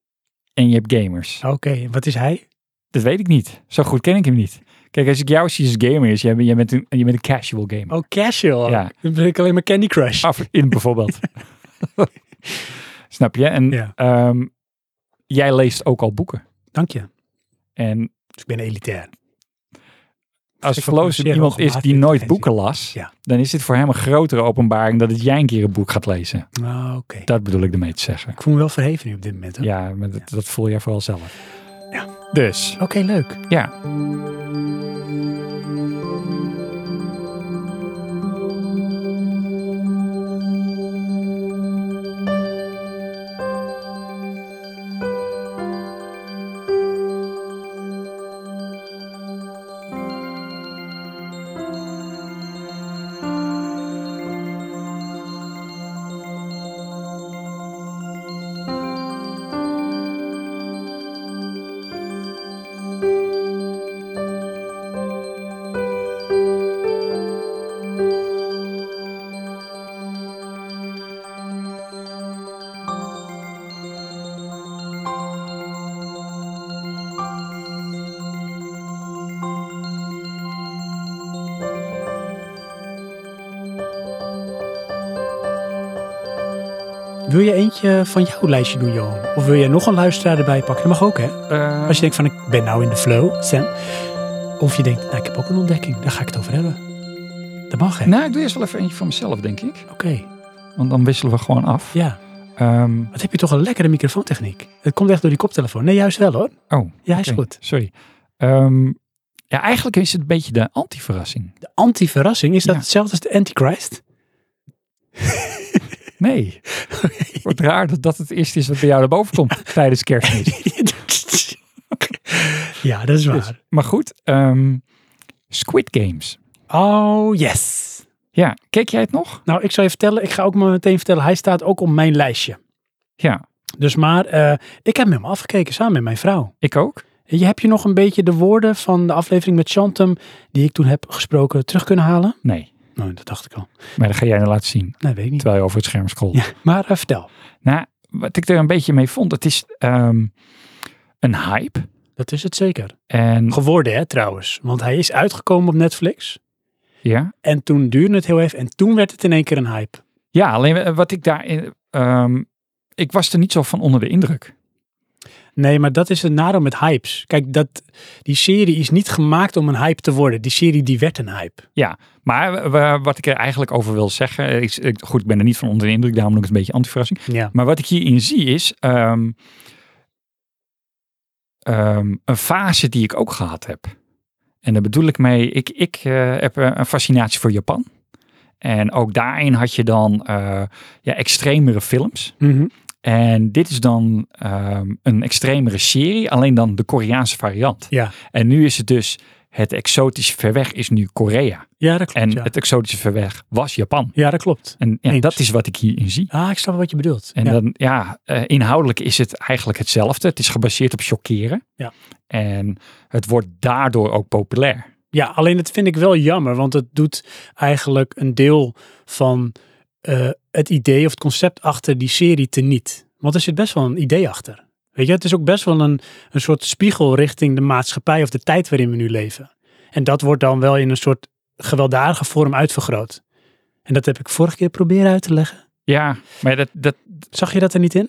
Speaker 2: en je hebt gamers.
Speaker 1: Oké, wat is hij?
Speaker 2: Dat weet ik niet. Zo goed ken ik hem niet. Kijk, als ik jou zie als gamer is, jij, bent- jij bent, een, jij bent een casual gamer.
Speaker 1: Oh, casual.
Speaker 2: Ja. Oh.
Speaker 1: Dan ben ik alleen maar Candy Crush.
Speaker 2: Af in bijvoorbeeld. Snap je? En
Speaker 1: Ja.
Speaker 2: ehm, jij leest ook al boeken.
Speaker 1: Dank je.
Speaker 2: En
Speaker 1: Dus ik ben elitair.
Speaker 2: als
Speaker 1: Ik
Speaker 2: Flozam
Speaker 1: probeer
Speaker 2: iemand is
Speaker 1: regelmatig
Speaker 2: die nooit
Speaker 1: intelligentie.
Speaker 2: boeken las,
Speaker 1: Ja.
Speaker 2: dan is dit voor hem een grotere openbaring dat het jij een keer een boek gaat lezen.
Speaker 1: Ah, Oké.
Speaker 2: Dat bedoel ik ermee te zeggen.
Speaker 1: Ik voel me wel verheven nu op dit moment. hè?
Speaker 2: Ja, maar dat, dat voel jij vooral zelf.
Speaker 1: Ja.
Speaker 2: Dus,
Speaker 1: Oké, leuk.
Speaker 2: ja.
Speaker 1: Wil je eentje van jouw lijstje doen, Johan? Of wil je nog een luisteraar erbij pakken? Dat mag ook, hè?
Speaker 2: eh,
Speaker 1: Als je denkt van, ik ben nou in de flow, Sam. Of je denkt, nou, ik heb ook een ontdekking. Daar ga ik het over hebben. Dat mag, hè?
Speaker 2: nou, ik doe eerst wel even eentje van mezelf, denk ik.
Speaker 1: Oké,
Speaker 2: Want dan wisselen we gewoon af.
Speaker 1: ja.
Speaker 2: Ehm,
Speaker 1: Wat heb je toch een lekkere microfoontechniek. Het komt echt door die koptelefoon. Nee, juist wel, hoor.
Speaker 2: oh,
Speaker 1: Ja, hij is
Speaker 2: oké,
Speaker 1: goed.
Speaker 2: Sorry. Ehm, ja, eigenlijk is het een beetje de anti-verrassing.
Speaker 1: De anti-verrassing, is dat
Speaker 2: Ja.
Speaker 1: hetzelfde als de antichrist?
Speaker 2: Nee. Wordt raar dat dat het eerst is wat bij jou naar boven komt tijdens kerstmis.
Speaker 1: ja, dat is waar.
Speaker 2: Dus, maar goed, ehm, Squid Games.
Speaker 1: Oh, yes.
Speaker 2: Ja, keek jij het nog?
Speaker 1: Nou, ik zal je vertellen. Ik ga ook maar meteen vertellen. Hij staat ook op mijn lijstje.
Speaker 2: Ja,
Speaker 1: Dus maar, eh, ik heb hem afgekeken samen met mijn vrouw.
Speaker 2: ik ook.
Speaker 1: Je hebt je nog een beetje de woorden van de aflevering met Chantum, die ik toen heb gesproken, terug kunnen halen?
Speaker 2: Nee,
Speaker 1: Nou, dat dacht ik al.
Speaker 2: maar dat ga jij nou laten zien.
Speaker 1: Nee, weet ik niet.
Speaker 2: Terwijl je over het scherm scrolt.
Speaker 1: Ja, maar eh, vertel.
Speaker 2: Nou, wat ik er een beetje mee vond, het is ehm, een hype.
Speaker 1: Dat is het zeker.
Speaker 2: En
Speaker 1: Geworden, hè, trouwens. Want hij is uitgekomen op Netflix.
Speaker 2: ja,
Speaker 1: En toen duurde het heel even. En toen werd het in één keer een hype.
Speaker 2: ja, alleen eh, wat ik daar. ehm ik was er niet zo van onder de indruk.
Speaker 1: Nee, maar dat is het nadeel met hypes. Kijk, dat, die serie is niet gemaakt om een hype te worden. Die serie, die werd een hype.
Speaker 2: Ja, maar w- w- wat ik er eigenlijk over wil zeggen. eh, Is, ik, goed, ik ben er niet van onder de indruk, daarom noem ik het een beetje antiverrassing.
Speaker 1: Ja.
Speaker 2: Maar wat ik hierin zie is. ehm, ehm, een fase die ik ook gehad heb. En daar bedoel ik mee, ik, ik eh, heb eh, een fascinatie voor Japan. En ook daarin had je dan eh, ja, extremere films.
Speaker 1: Mhm.
Speaker 2: En dit is dan ehm, een extremere serie, alleen dan de Koreaanse variant.
Speaker 1: Ja,
Speaker 2: En nu is het dus, het exotische ver weg is nu Korea.
Speaker 1: ja dat klopt.
Speaker 2: En
Speaker 1: ja.
Speaker 2: het exotische ver weg was Japan.
Speaker 1: ja, dat klopt.
Speaker 2: En ja,
Speaker 1: Eens.
Speaker 2: dat is wat ik hierin zie.
Speaker 1: Ah, ik snap wat je bedoelt.
Speaker 2: En
Speaker 1: ja.
Speaker 2: dan, ja, eh, inhoudelijk is het eigenlijk hetzelfde. Het is gebaseerd op chockeren.
Speaker 1: Ja.
Speaker 2: En het wordt daardoor ook populair.
Speaker 1: Ja, alleen dat vind ik wel jammer, want het doet eigenlijk een deel van eh, het idee of het concept achter die serie teniet. Want er zit best wel een idee achter. Weet je, het is ook best wel een, een soort spiegel richting de maatschappij of de tijd waarin we nu leven. En dat wordt dan wel in een soort gewelddadige vorm uitvergroot. En dat heb ik vorige keer proberen uit te leggen.
Speaker 2: Ja, maar dat, dat
Speaker 1: Zag je dat er niet in?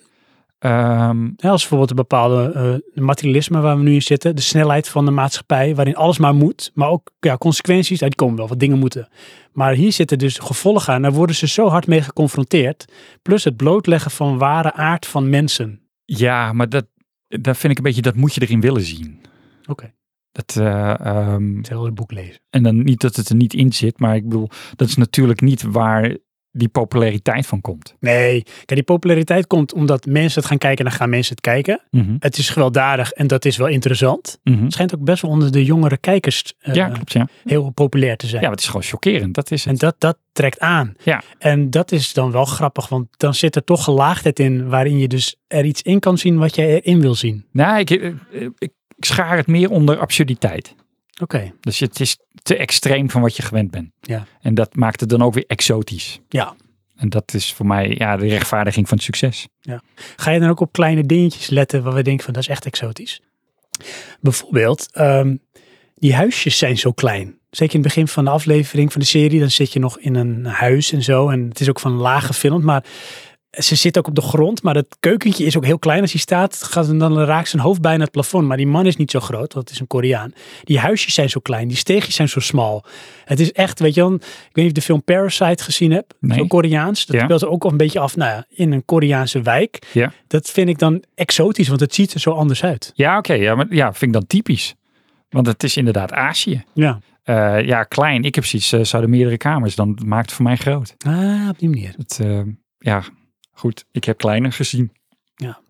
Speaker 2: ehm,
Speaker 1: Hè, als bijvoorbeeld een bepaalde eh, materialisme waar we nu in zitten, de snelheid van de maatschappij, waarin alles maar moet, maar ook ja, consequenties, ja, die komen wel, wat dingen moeten. Maar hier zitten dus gevolgen aan, daar worden ze zo hard mee geconfronteerd. Plus het blootleggen van ware aard van mensen.
Speaker 2: ja, maar dat, dat vind ik een beetje, dat moet je erin willen zien.
Speaker 1: Oké,
Speaker 2: Dat, eh, ehm,
Speaker 1: ik zal het boek lezen.
Speaker 2: en dan niet dat het er niet in zit, maar ik bedoel, dat is natuurlijk niet waar die populariteit van komt.
Speaker 1: Nee, kijk, die populariteit komt omdat mensen het gaan kijken en dan gaan mensen het kijken. Het is gewelddadig en dat is wel interessant.
Speaker 2: Mhm.
Speaker 1: Het schijnt ook best wel onder de jongere kijkers eh,
Speaker 2: Ja, klopt, ja.
Speaker 1: heel populair te zijn.
Speaker 2: Ja, maar het is gewoon chockerend, dat is
Speaker 1: En
Speaker 2: het.
Speaker 1: dat, dat trekt aan.
Speaker 2: Ja.
Speaker 1: En dat is dan wel grappig, want dan zit er toch gelaagdheid in waarin je dus er iets in kan zien wat jij erin wil zien.
Speaker 2: Nou, ik, eh, ik, ik schaar het meer onder absurditeit.
Speaker 1: Oké,
Speaker 2: Dus het is te extreem van wat je gewend bent.
Speaker 1: Ja.
Speaker 2: En dat maakt het dan ook weer exotisch.
Speaker 1: ja.
Speaker 2: En dat is voor mij ja, de rechtvaardiging van het succes.
Speaker 1: Ga je dan ook op kleine dingetjes letten waar we denken van dat is echt exotisch? Bijvoorbeeld, ehm, die huisjes zijn zo klein. Zeker in het begin van de aflevering van de serie, dan zit je nog in een huis en zo. En het is ook van laag gefilmd, maar ze zit ook op de grond. Maar dat keukentje is ook heel klein. Als hij staat, gaat hem dan raakt zijn hoofd bijna het plafond. Maar die man is niet zo groot, want het is een Koreaan. Die huisjes zijn zo klein, die steegjes zijn zo smal. Het is echt, weet je wel, ik weet niet of je de film Parasite gezien hebt.
Speaker 2: Nee.
Speaker 1: Zo Koreaans. Dat
Speaker 2: Ja.
Speaker 1: speelt er ook al een beetje af, nou ja, in een Koreaanse wijk.
Speaker 2: Ja,
Speaker 1: Dat vind ik dan exotisch, want het ziet er zo anders uit.
Speaker 2: ja oké. ja, maar ja, vind ik dan typisch. Want het is inderdaad Azië.
Speaker 1: Ja.
Speaker 2: Eh, ja, klein. Ik heb precies, eh zouden meerdere kamers. Dan maakt het voor mij groot.
Speaker 1: Ah, op die manier.
Speaker 2: Het, eh, ja, goed. Ik heb kleiner gezien.
Speaker 1: Ja.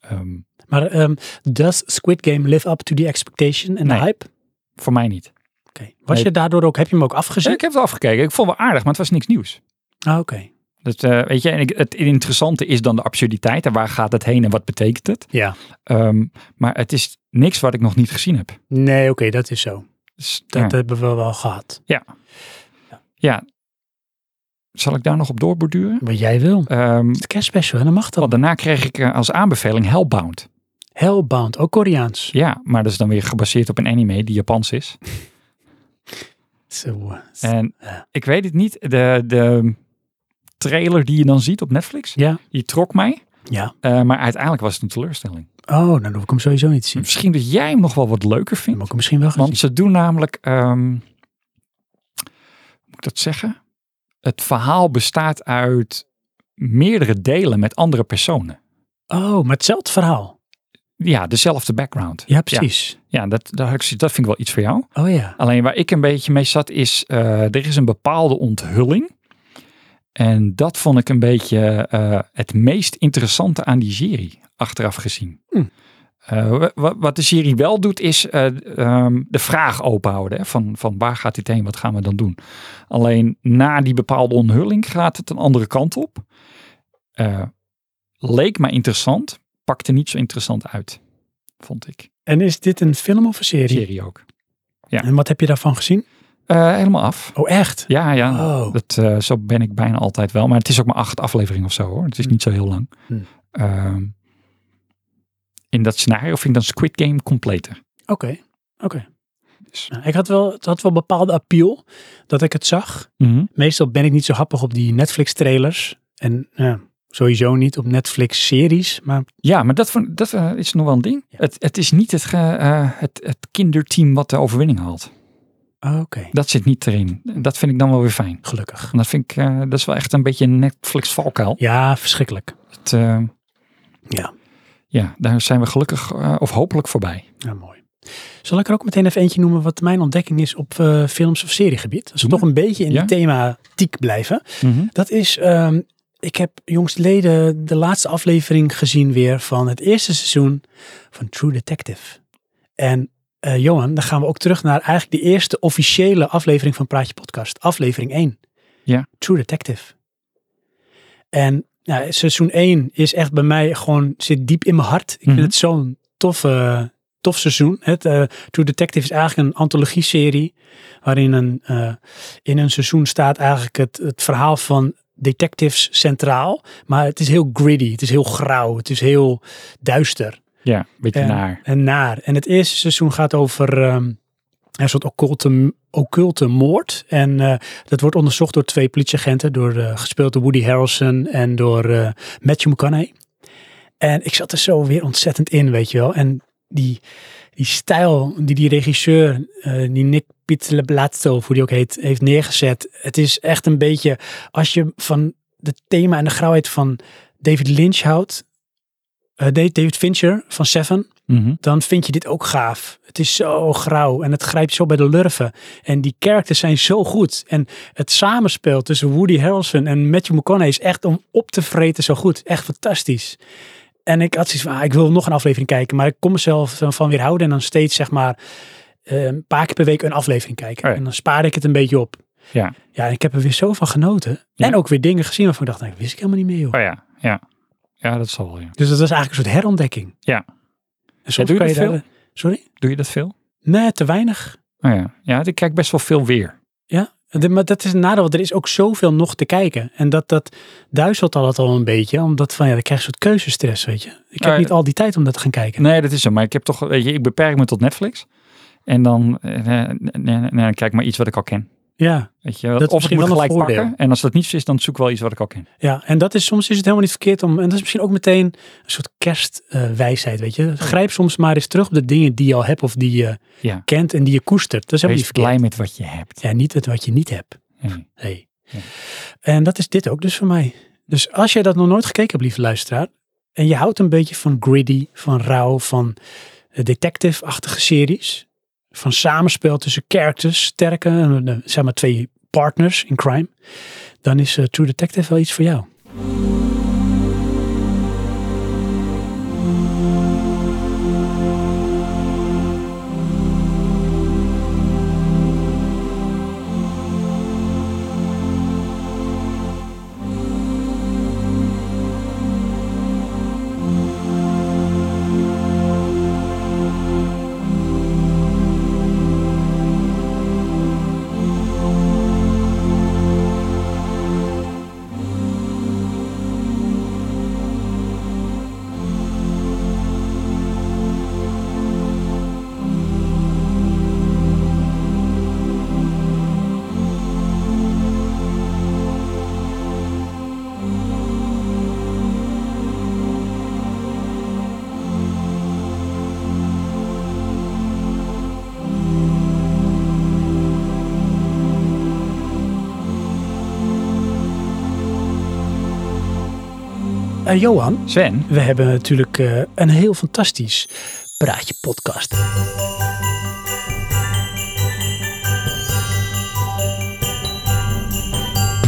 Speaker 2: Ehm,
Speaker 1: Maar ehm, does Squid Game live up to the expectation en
Speaker 2: Nee.
Speaker 1: the hype?
Speaker 2: voor mij niet.
Speaker 1: Oké. Was
Speaker 2: Nee.
Speaker 1: je daardoor ook, heb je hem ook
Speaker 2: Eh,
Speaker 1: afgezien?
Speaker 2: ik heb het afgekeken. Ik vond het wel aardig, maar het was niks nieuws.
Speaker 1: Ah, oké.
Speaker 2: Dat, eh, weet je, en ik, het interessante is dan de absurditeit. En waar gaat het heen en wat betekent het?
Speaker 1: Ja.
Speaker 2: Ehm, maar het is niks wat ik nog niet gezien heb.
Speaker 1: Nee, oké, dat is zo.
Speaker 2: Dus,
Speaker 1: Dat
Speaker 2: ja.
Speaker 1: hebben we wel gehad.
Speaker 2: ja. Zal ik daar nog op doorborduren?
Speaker 1: Wat jij wil.
Speaker 2: Ehm,
Speaker 1: Het kerstspecial, hè, dan mag dat.
Speaker 2: want daarna kreeg ik eh, als aanbeveling Hellbound.
Speaker 1: Hellbound, ook Koreaans.
Speaker 2: Ja, maar dat is dan weer gebaseerd op een anime die Japans is.
Speaker 1: Zo, eh,
Speaker 2: En
Speaker 1: Ja.
Speaker 2: ik weet het niet, de, de trailer die je dan ziet op Netflix,
Speaker 1: ja,
Speaker 2: die trok mij.
Speaker 1: ja.
Speaker 2: eh, maar uiteindelijk was het een teleurstelling.
Speaker 1: Oh, nou, dan hoef ik hem sowieso niet te zien.
Speaker 2: Misschien dat jij hem nog wel wat leuker
Speaker 1: Dan
Speaker 2: vindt.
Speaker 1: moet ik hem misschien wel gaan
Speaker 2: Want ze doen namelijk, ehm, hoe moet ik dat zeggen? Het verhaal bestaat uit meerdere delen met andere personen.
Speaker 1: zien. Oh, maar hetzelfde verhaal.
Speaker 2: Ja, dezelfde background.
Speaker 1: Ja, precies.
Speaker 2: Ja, dat, dat, had ik zoiets- dat vind ik wel iets voor jou.
Speaker 1: Oh ja.
Speaker 2: Alleen waar ik een beetje mee zat is, eh, er is een bepaalde onthulling. En dat vond ik een beetje eh, het meest interessante aan die serie, achteraf gezien.
Speaker 1: Hm.
Speaker 2: Eh, wa- wa- wat de serie wel doet is eh, ehm, de vraag openhouden. Hè, van, van waar gaat dit heen, wat gaan we dan doen? Alleen na die bepaalde onthulling gaat het een andere kant op. Eh, leek mij interessant, pakte niet zo interessant uit, vond ik.
Speaker 1: En is dit een film of een serie?
Speaker 2: Serie ook. ja.
Speaker 1: En wat heb je daarvan gezien?
Speaker 2: Eh, helemaal af.
Speaker 1: Oh, echt?
Speaker 2: Ja, ja.
Speaker 1: Oh.
Speaker 2: Dat, eh, zo ben ik bijna altijd wel. Maar het is ook maar acht afleveringen of zo hoor. Het is niet zo heel lang.
Speaker 1: Hmm.
Speaker 2: Ehm, in dat scenario vind ik dan Squid Game completer.
Speaker 1: Oké, oké.
Speaker 2: Dus-
Speaker 1: Nou, ik had wel, het had wel bepaalde appeal dat ik het zag. Meestal ben ik niet zo happig op die Netflix trailers. En ja, sowieso niet op Netflix series. Maar
Speaker 2: Ja, maar dat, vond- dat eh, is nog wel een ding.
Speaker 1: Ja.
Speaker 2: Het, het is niet het, ge- eh, het, het kinderteam wat de overwinning haalt.
Speaker 1: ah, oké,
Speaker 2: Dat zit niet erin. Dat vind ik dan wel weer fijn.
Speaker 1: gelukkig.
Speaker 2: En dat vind ik, eh, dat is wel echt een beetje een Netflix valkuil.
Speaker 1: Ja, verschrikkelijk.
Speaker 2: Het, eh,
Speaker 1: Ja.
Speaker 2: ja, daar zijn we gelukkig eh, of hopelijk voorbij.
Speaker 1: Ja, mooi. Zal ik er ook meteen even eentje noemen wat mijn ontdekking is op eh, films of seriegebied? Als we
Speaker 2: Doe
Speaker 1: toch een beetje in
Speaker 2: Ja.
Speaker 1: die thematiek blijven. Dat is ehm, ik heb jongstleden de laatste aflevering gezien weer van het eerste seizoen van True Detective. En eh, Johan, dan gaan we ook terug naar eigenlijk de eerste officiële aflevering van Praatje Podcast. Aflevering 1.
Speaker 2: Ja.
Speaker 1: True Detective. En ja, seizoen 1 is echt bij mij gewoon, zit diep in mijn hart. Ik
Speaker 2: Mhm.
Speaker 1: vind het zo'n toffe, tof seizoen. Het, eh, True Detective is eigenlijk een antologie-serie waarin een, eh, in een seizoen staat eigenlijk het, het verhaal van detectives centraal. Maar het is heel gritty, het is heel grauw, het is heel duister
Speaker 2: Ja, een beetje
Speaker 1: en,
Speaker 2: naar.
Speaker 1: En naar. En het eerste seizoen gaat over ehm, een soort occulte, occulte moord. En eh, dat wordt onderzocht door twee politieagenten. Door, eh, gespeeld door Woody Harrelson en door eh, Matthew McConaughey. En ik zat er zo weer ontzettend in, weet je wel. En die, die stijl die die regisseur, eh, die Nick Pietelblatsto, hoe die ook heet, heeft neergezet. Het is echt een beetje, als je van het thema en de grauwheid van David Lynch houdt, eh, David Fincher van Seven,
Speaker 2: Mhm.
Speaker 1: dan vind je dit ook gaaf. Het is zo grauw en het grijpt zo bij de lurven. En die characters zijn zo goed. En het samenspel tussen Woody Harrelson en Matthew McConaughey is echt om op te vreten zo goed. Echt fantastisch. En ik had zoiets van, ah, ik wil nog een aflevering kijken, maar ik kon mezelf eh, van weerhouden. En dan steeds zeg maar eh, een paar keer per week een aflevering kijken.
Speaker 2: Oh ja.
Speaker 1: En dan spaarde ik het een beetje op.
Speaker 2: Ja.
Speaker 1: Ja, en ik heb er weer zo van genoten.
Speaker 2: Ja.
Speaker 1: En ook weer dingen gezien waarvan ik dacht, nou, dat wist ik helemaal niet meer joh.
Speaker 2: Oh ja, ja. Ja, dat zal wel. Ja.
Speaker 1: Dus dat was eigenlijk een soort herontdekking.
Speaker 2: Ja.
Speaker 1: En soms
Speaker 2: doe je
Speaker 1: kan je
Speaker 2: dat
Speaker 1: daar- Sorry?
Speaker 2: Doe je dat veel?
Speaker 1: Nee, te weinig.
Speaker 2: Oh ja. ja, ik kijk best wel veel weer.
Speaker 1: Ja, de- maar dat is een nadeel, want er is ook zoveel nog te kijken. En dat, dat duizelt al het al een beetje, omdat van ja, dan krijg je een soort keuzestress, weet je. Ik heb
Speaker 2: Eh,
Speaker 1: niet al die tijd om dat te gaan kijken.
Speaker 2: Nee, dat is zo. Maar ik heb toch, weet je, ik beperk me tot Netflix. En dan eh, eh, eh, eh, eh, kijk maar iets wat ik al ken.
Speaker 1: Ja,
Speaker 2: Weet je,
Speaker 1: is
Speaker 2: of ik
Speaker 1: misschien
Speaker 2: moet
Speaker 1: wel een
Speaker 2: gelijk
Speaker 1: voordeel.
Speaker 2: pakken. En als dat niet zo is, dan zoek ik wel iets wat ik al ken.
Speaker 1: ja, en dat is, soms is het helemaal niet verkeerd om, en dat is misschien ook meteen een soort kerstwijsheid, weet je. Grijp soms maar eens terug op de dingen die je al hebt of die je
Speaker 2: Ja.
Speaker 1: kent en die je koestert. Dat is helemaal
Speaker 2: Wees
Speaker 1: niet verkeerd.
Speaker 2: blij met wat je hebt.
Speaker 1: Ja, niet het wat je niet hebt.
Speaker 2: Nee.
Speaker 1: Nee.
Speaker 2: Ja.
Speaker 1: En dat is dit ook dus voor mij. Dus als jij dat nog nooit gekeken hebt, lieve luisteraar, en je houdt een beetje van gritty, van rauw, van eh, detective-achtige series, van samenspel tussen characters, sterke, eh, zeg maar twee partners in crime, dan is eh, True Detective wel iets voor jou. Eh, Johan,
Speaker 2: Sven,
Speaker 1: We hebben natuurlijk eh, een heel fantastisch praatje podcast.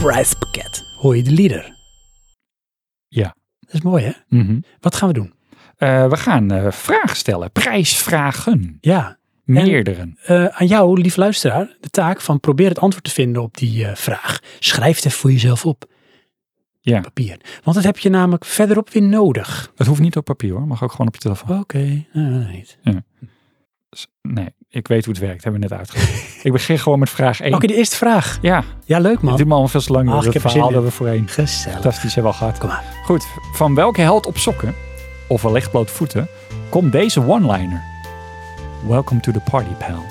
Speaker 1: Prijspakket. Hoor je de leader?
Speaker 2: Ja.
Speaker 1: Dat is mooi, hè?
Speaker 2: mhm.
Speaker 1: Wat gaan we doen?
Speaker 2: Eh, we gaan eh, vragen stellen. Prijsvragen.
Speaker 1: Ja,
Speaker 2: Meerdere.
Speaker 1: eh, aan jou, lief luisteraar, de taak van probeer het antwoord te vinden op die eh, vraag. Schrijf het even voor jezelf op.
Speaker 2: Ja.
Speaker 1: Op Papier. Want dat heb je namelijk verderop weer nodig.
Speaker 2: Het hoeft niet op papier hoor. Mag ook gewoon op je telefoon.
Speaker 1: Oké, eh, niet.
Speaker 2: Nee, ik weet hoe het werkt. Hebben we net uitgelegd. ik begin gewoon met vraag 1.
Speaker 1: Oké, de eerste vraag.
Speaker 2: Ja,
Speaker 1: Ja, leuk
Speaker 2: dit
Speaker 1: man.
Speaker 2: duurt me al veel te lang.
Speaker 1: Ach,
Speaker 2: dat
Speaker 1: Ah, ik heb er
Speaker 2: verhaal
Speaker 1: zin in.
Speaker 2: dat we voorheen.
Speaker 1: Gezellig.
Speaker 2: Fantastisch hebben we al gehad.
Speaker 1: Kom maar.
Speaker 2: Goed, van welke held op sokken of wellicht blootvoeten komt deze one-liner? Welcome to the party, pal.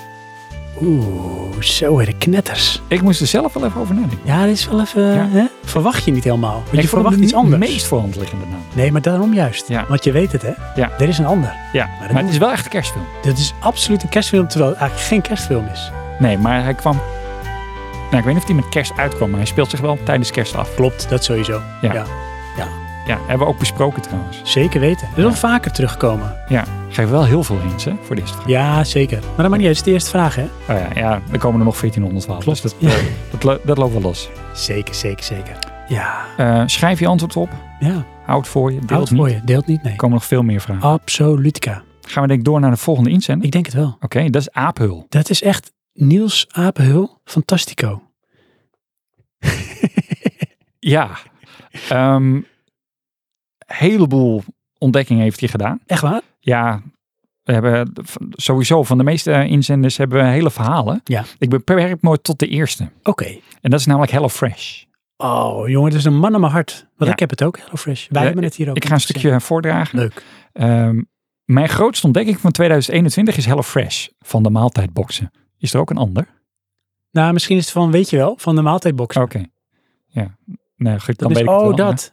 Speaker 1: Oeh, zo weer de knetters.
Speaker 2: Ik moest er zelf wel even over nadenken.
Speaker 1: Ja, dit is wel even...
Speaker 2: Ja.
Speaker 1: Hè? Verwacht je niet helemaal. Want je
Speaker 2: ik vond
Speaker 1: verwacht
Speaker 2: hem
Speaker 1: iets
Speaker 2: de
Speaker 1: anders.
Speaker 2: meest voorhand liggende naam.
Speaker 1: Nee, maar daarom juist.
Speaker 2: Ja.
Speaker 1: Want je weet het, hè?
Speaker 2: Ja.
Speaker 1: Er is een ander.
Speaker 2: Ja,
Speaker 1: dat
Speaker 2: maar, het is wel echt een kerstfilm.
Speaker 1: Dit is absoluut een kerstfilm, terwijl het eigenlijk geen kerstfilm is.
Speaker 2: Nee, maar hij kwam... Nou, ik weet niet of hij met kerst uitkwam, maar hij speelt zich wel tijdens kerst af.
Speaker 1: Klopt, dat sowieso.
Speaker 2: Ja.
Speaker 1: Ja.
Speaker 2: Ja, hebben we ook besproken trouwens.
Speaker 1: Zeker weten. Er is wel vaker teruggekomen.
Speaker 2: Ja, ik geef wel heel veel hints, hè, voor de eerste vraag.
Speaker 1: Ja, zeker. Maar dat maakt niet uit. Het is de eerste vraag, hè?
Speaker 2: Oh ja, ja, er komen er nog 1412. Dus dat,
Speaker 1: Ja.
Speaker 2: dat, lo- dat loopt wel los.
Speaker 1: Zeker, zeker, zeker. Ja,
Speaker 2: Eh, schrijf je antwoord op.
Speaker 1: ja.
Speaker 2: Houd voor je. Deel
Speaker 1: Houd
Speaker 2: het
Speaker 1: het voor
Speaker 2: niet.
Speaker 1: je. Oh. Deelt niet, nee.
Speaker 2: Er komen nog veel meer vragen.
Speaker 1: Absolutica.
Speaker 2: Gaan we denk ik door naar de volgende inzending.
Speaker 1: Ik denk het wel.
Speaker 2: Oké, dat is Aaphul.
Speaker 1: Dat is echt Niels Apenhul Fantastico.
Speaker 2: Ja. Ehm heleboel ontdekkingen heeft hij gedaan.
Speaker 1: Echt waar?
Speaker 2: Ja, we hebben v- sowieso van de meeste eh, inzenders hebben we hele verhalen.
Speaker 1: Ja.
Speaker 2: Ik beperk me tot de eerste.
Speaker 1: Oké.
Speaker 2: En dat is namelijk HelloFresh.
Speaker 1: Oh, jongen, dat is een man aan mijn hart. Want
Speaker 2: Ja.
Speaker 1: ik heb het ook, HelloFresh. Wij
Speaker 2: Ja,
Speaker 1: hebben het hier ook.
Speaker 2: Eh, Ik ga een stukje voordragen.
Speaker 1: Leuk.
Speaker 2: Ehm, mijn grootste ontdekking van 2021 is HelloFresh van de maaltijdboxen. Is er ook een ander?
Speaker 1: Nou, misschien is het van, weet je wel, van de maaltijdbox.
Speaker 2: Oké. Ja. Nee, goed, Oh, dan
Speaker 1: dat is,
Speaker 2: weet ik het
Speaker 1: oh,
Speaker 2: wel, maar-
Speaker 1: dat.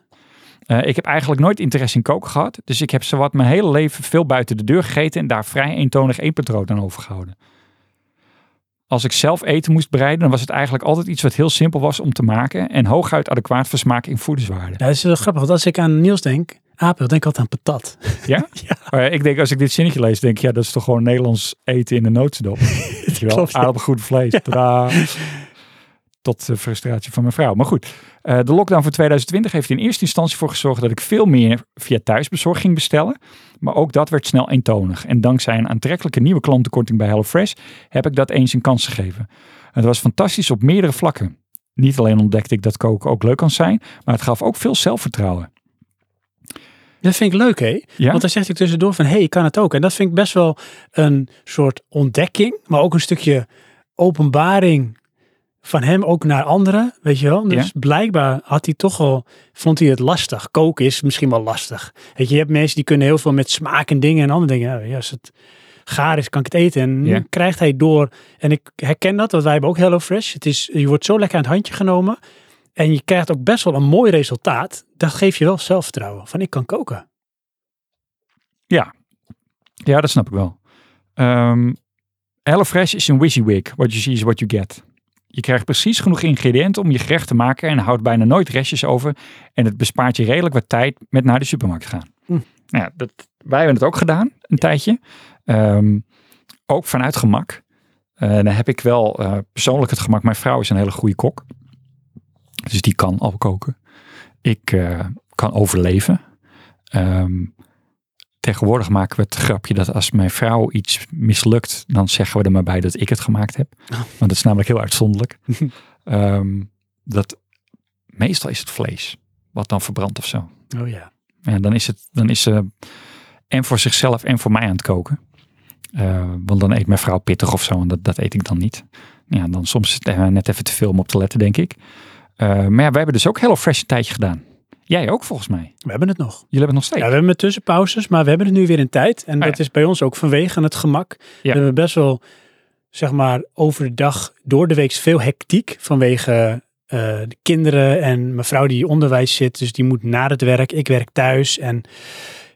Speaker 2: Eh, ik heb eigenlijk nooit interesse in koken gehad. Dus ik heb zowat mijn hele leven veel buiten de deur gegeten en daar vrij eentonig één patroon aan overgehouden. Als ik zelf eten moest bereiden, dan was het eigenlijk altijd iets wat heel simpel was om te maken en hooguit adequaat voor smaak en voedingswaarde.
Speaker 1: Ja, dat is wel grappig, want als ik aan Niels denk, Apel, denk ik altijd aan patat.
Speaker 2: Ja? Eh, ik denk, als ik dit zinnetje lees, denk ik, ja, dat is toch gewoon Nederlands eten in de notendop. Weet je wel,
Speaker 1: Klopt, ja.
Speaker 2: aardappelgoed vlees. tadaa. Tot de frustratie van mijn vrouw. Maar goed, eh, de lockdown van 2020 heeft in eerste instantie voor gezorgd dat ik veel meer via thuisbezorging ging bestellen. Maar ook dat werd snel eentonig. En dankzij een aantrekkelijke nieuwe klantenkorting bij HelloFresh heb ik dat eens een kans gegeven. Het was fantastisch op meerdere vlakken. Niet alleen ontdekte ik dat koken ook leuk kan zijn, maar het gaf ook veel zelfvertrouwen.
Speaker 1: Dat vind ik leuk, hè?
Speaker 2: Ja?
Speaker 1: Want dan zegt ik tussendoor van, hé, hey, ik kan het ook. En dat vind ik best wel een soort ontdekking, maar ook een stukje openbaring van hem ook naar anderen, weet je wel. Dus blijkbaar had hij toch al, vond hij het lastig. Koken is misschien wel lastig. Weet je, je hebt mensen die kunnen heel veel met smaak en dingen en andere dingen. Nou, Ja, als het gaar is, kan ik het eten. En nu
Speaker 2: Ja.
Speaker 1: krijgt hij door. En ik herken dat, want wij hebben ook HelloFresh. Het is, je wordt zo lekker aan het handje genomen. En je krijgt ook best wel een mooi resultaat. Dat geeft je wel zelfvertrouwen. Van, ik kan koken.
Speaker 2: Ja, dat snap ik wel. Ehm HelloFresh is een WYSIWYG. What you see is what you get. Je krijgt precies genoeg ingrediënten om je gerecht te maken en houdt bijna nooit restjes over. En het bespaart je redelijk wat tijd met naar de supermarkt gaan.
Speaker 1: Hm.
Speaker 2: Nou ja, dat, wij hebben het ook gedaan, een tijdje. Ehm, ook vanuit gemak. Eh dan heb ik wel eh, persoonlijk het gemak. Mijn vrouw is een hele goede kok. Dus die kan al koken. Ik eh, kan overleven. Ehm tegenwoordig maken we het grapje dat als mijn vrouw iets mislukt, dan zeggen we er maar bij dat ik het gemaakt heb. Want dat is namelijk heel uitzonderlijk. Ehm, dat meestal is het vlees wat dan verbrandt of zo.
Speaker 1: Oh ja.
Speaker 2: Ja, dan is het, dan is ze en voor zichzelf en voor mij aan het koken. Eh, want dan eet mijn vrouw pittig of zo en dat, dat eet ik dan niet. Ja, dan soms is het eh, net even te veel om op te letten, denk ik. Eh, maar ja, we hebben dus ook HelloFresh een tijdje gedaan. Jij ook volgens mij.
Speaker 1: We hebben het nog.
Speaker 2: Jullie hebben het nog steeds.
Speaker 1: Ja, we hebben het tussenpauzes, maar we hebben het nu weer in tijd. En
Speaker 2: Ah,
Speaker 1: dat is bij ons ook vanwege het gemak. We hebben best wel, zeg maar, overdag, door de week veel hectiek vanwege eh, de kinderen en mijn vrouw die onderwijs zit. Dus die moet naar het werk, ik werk thuis. En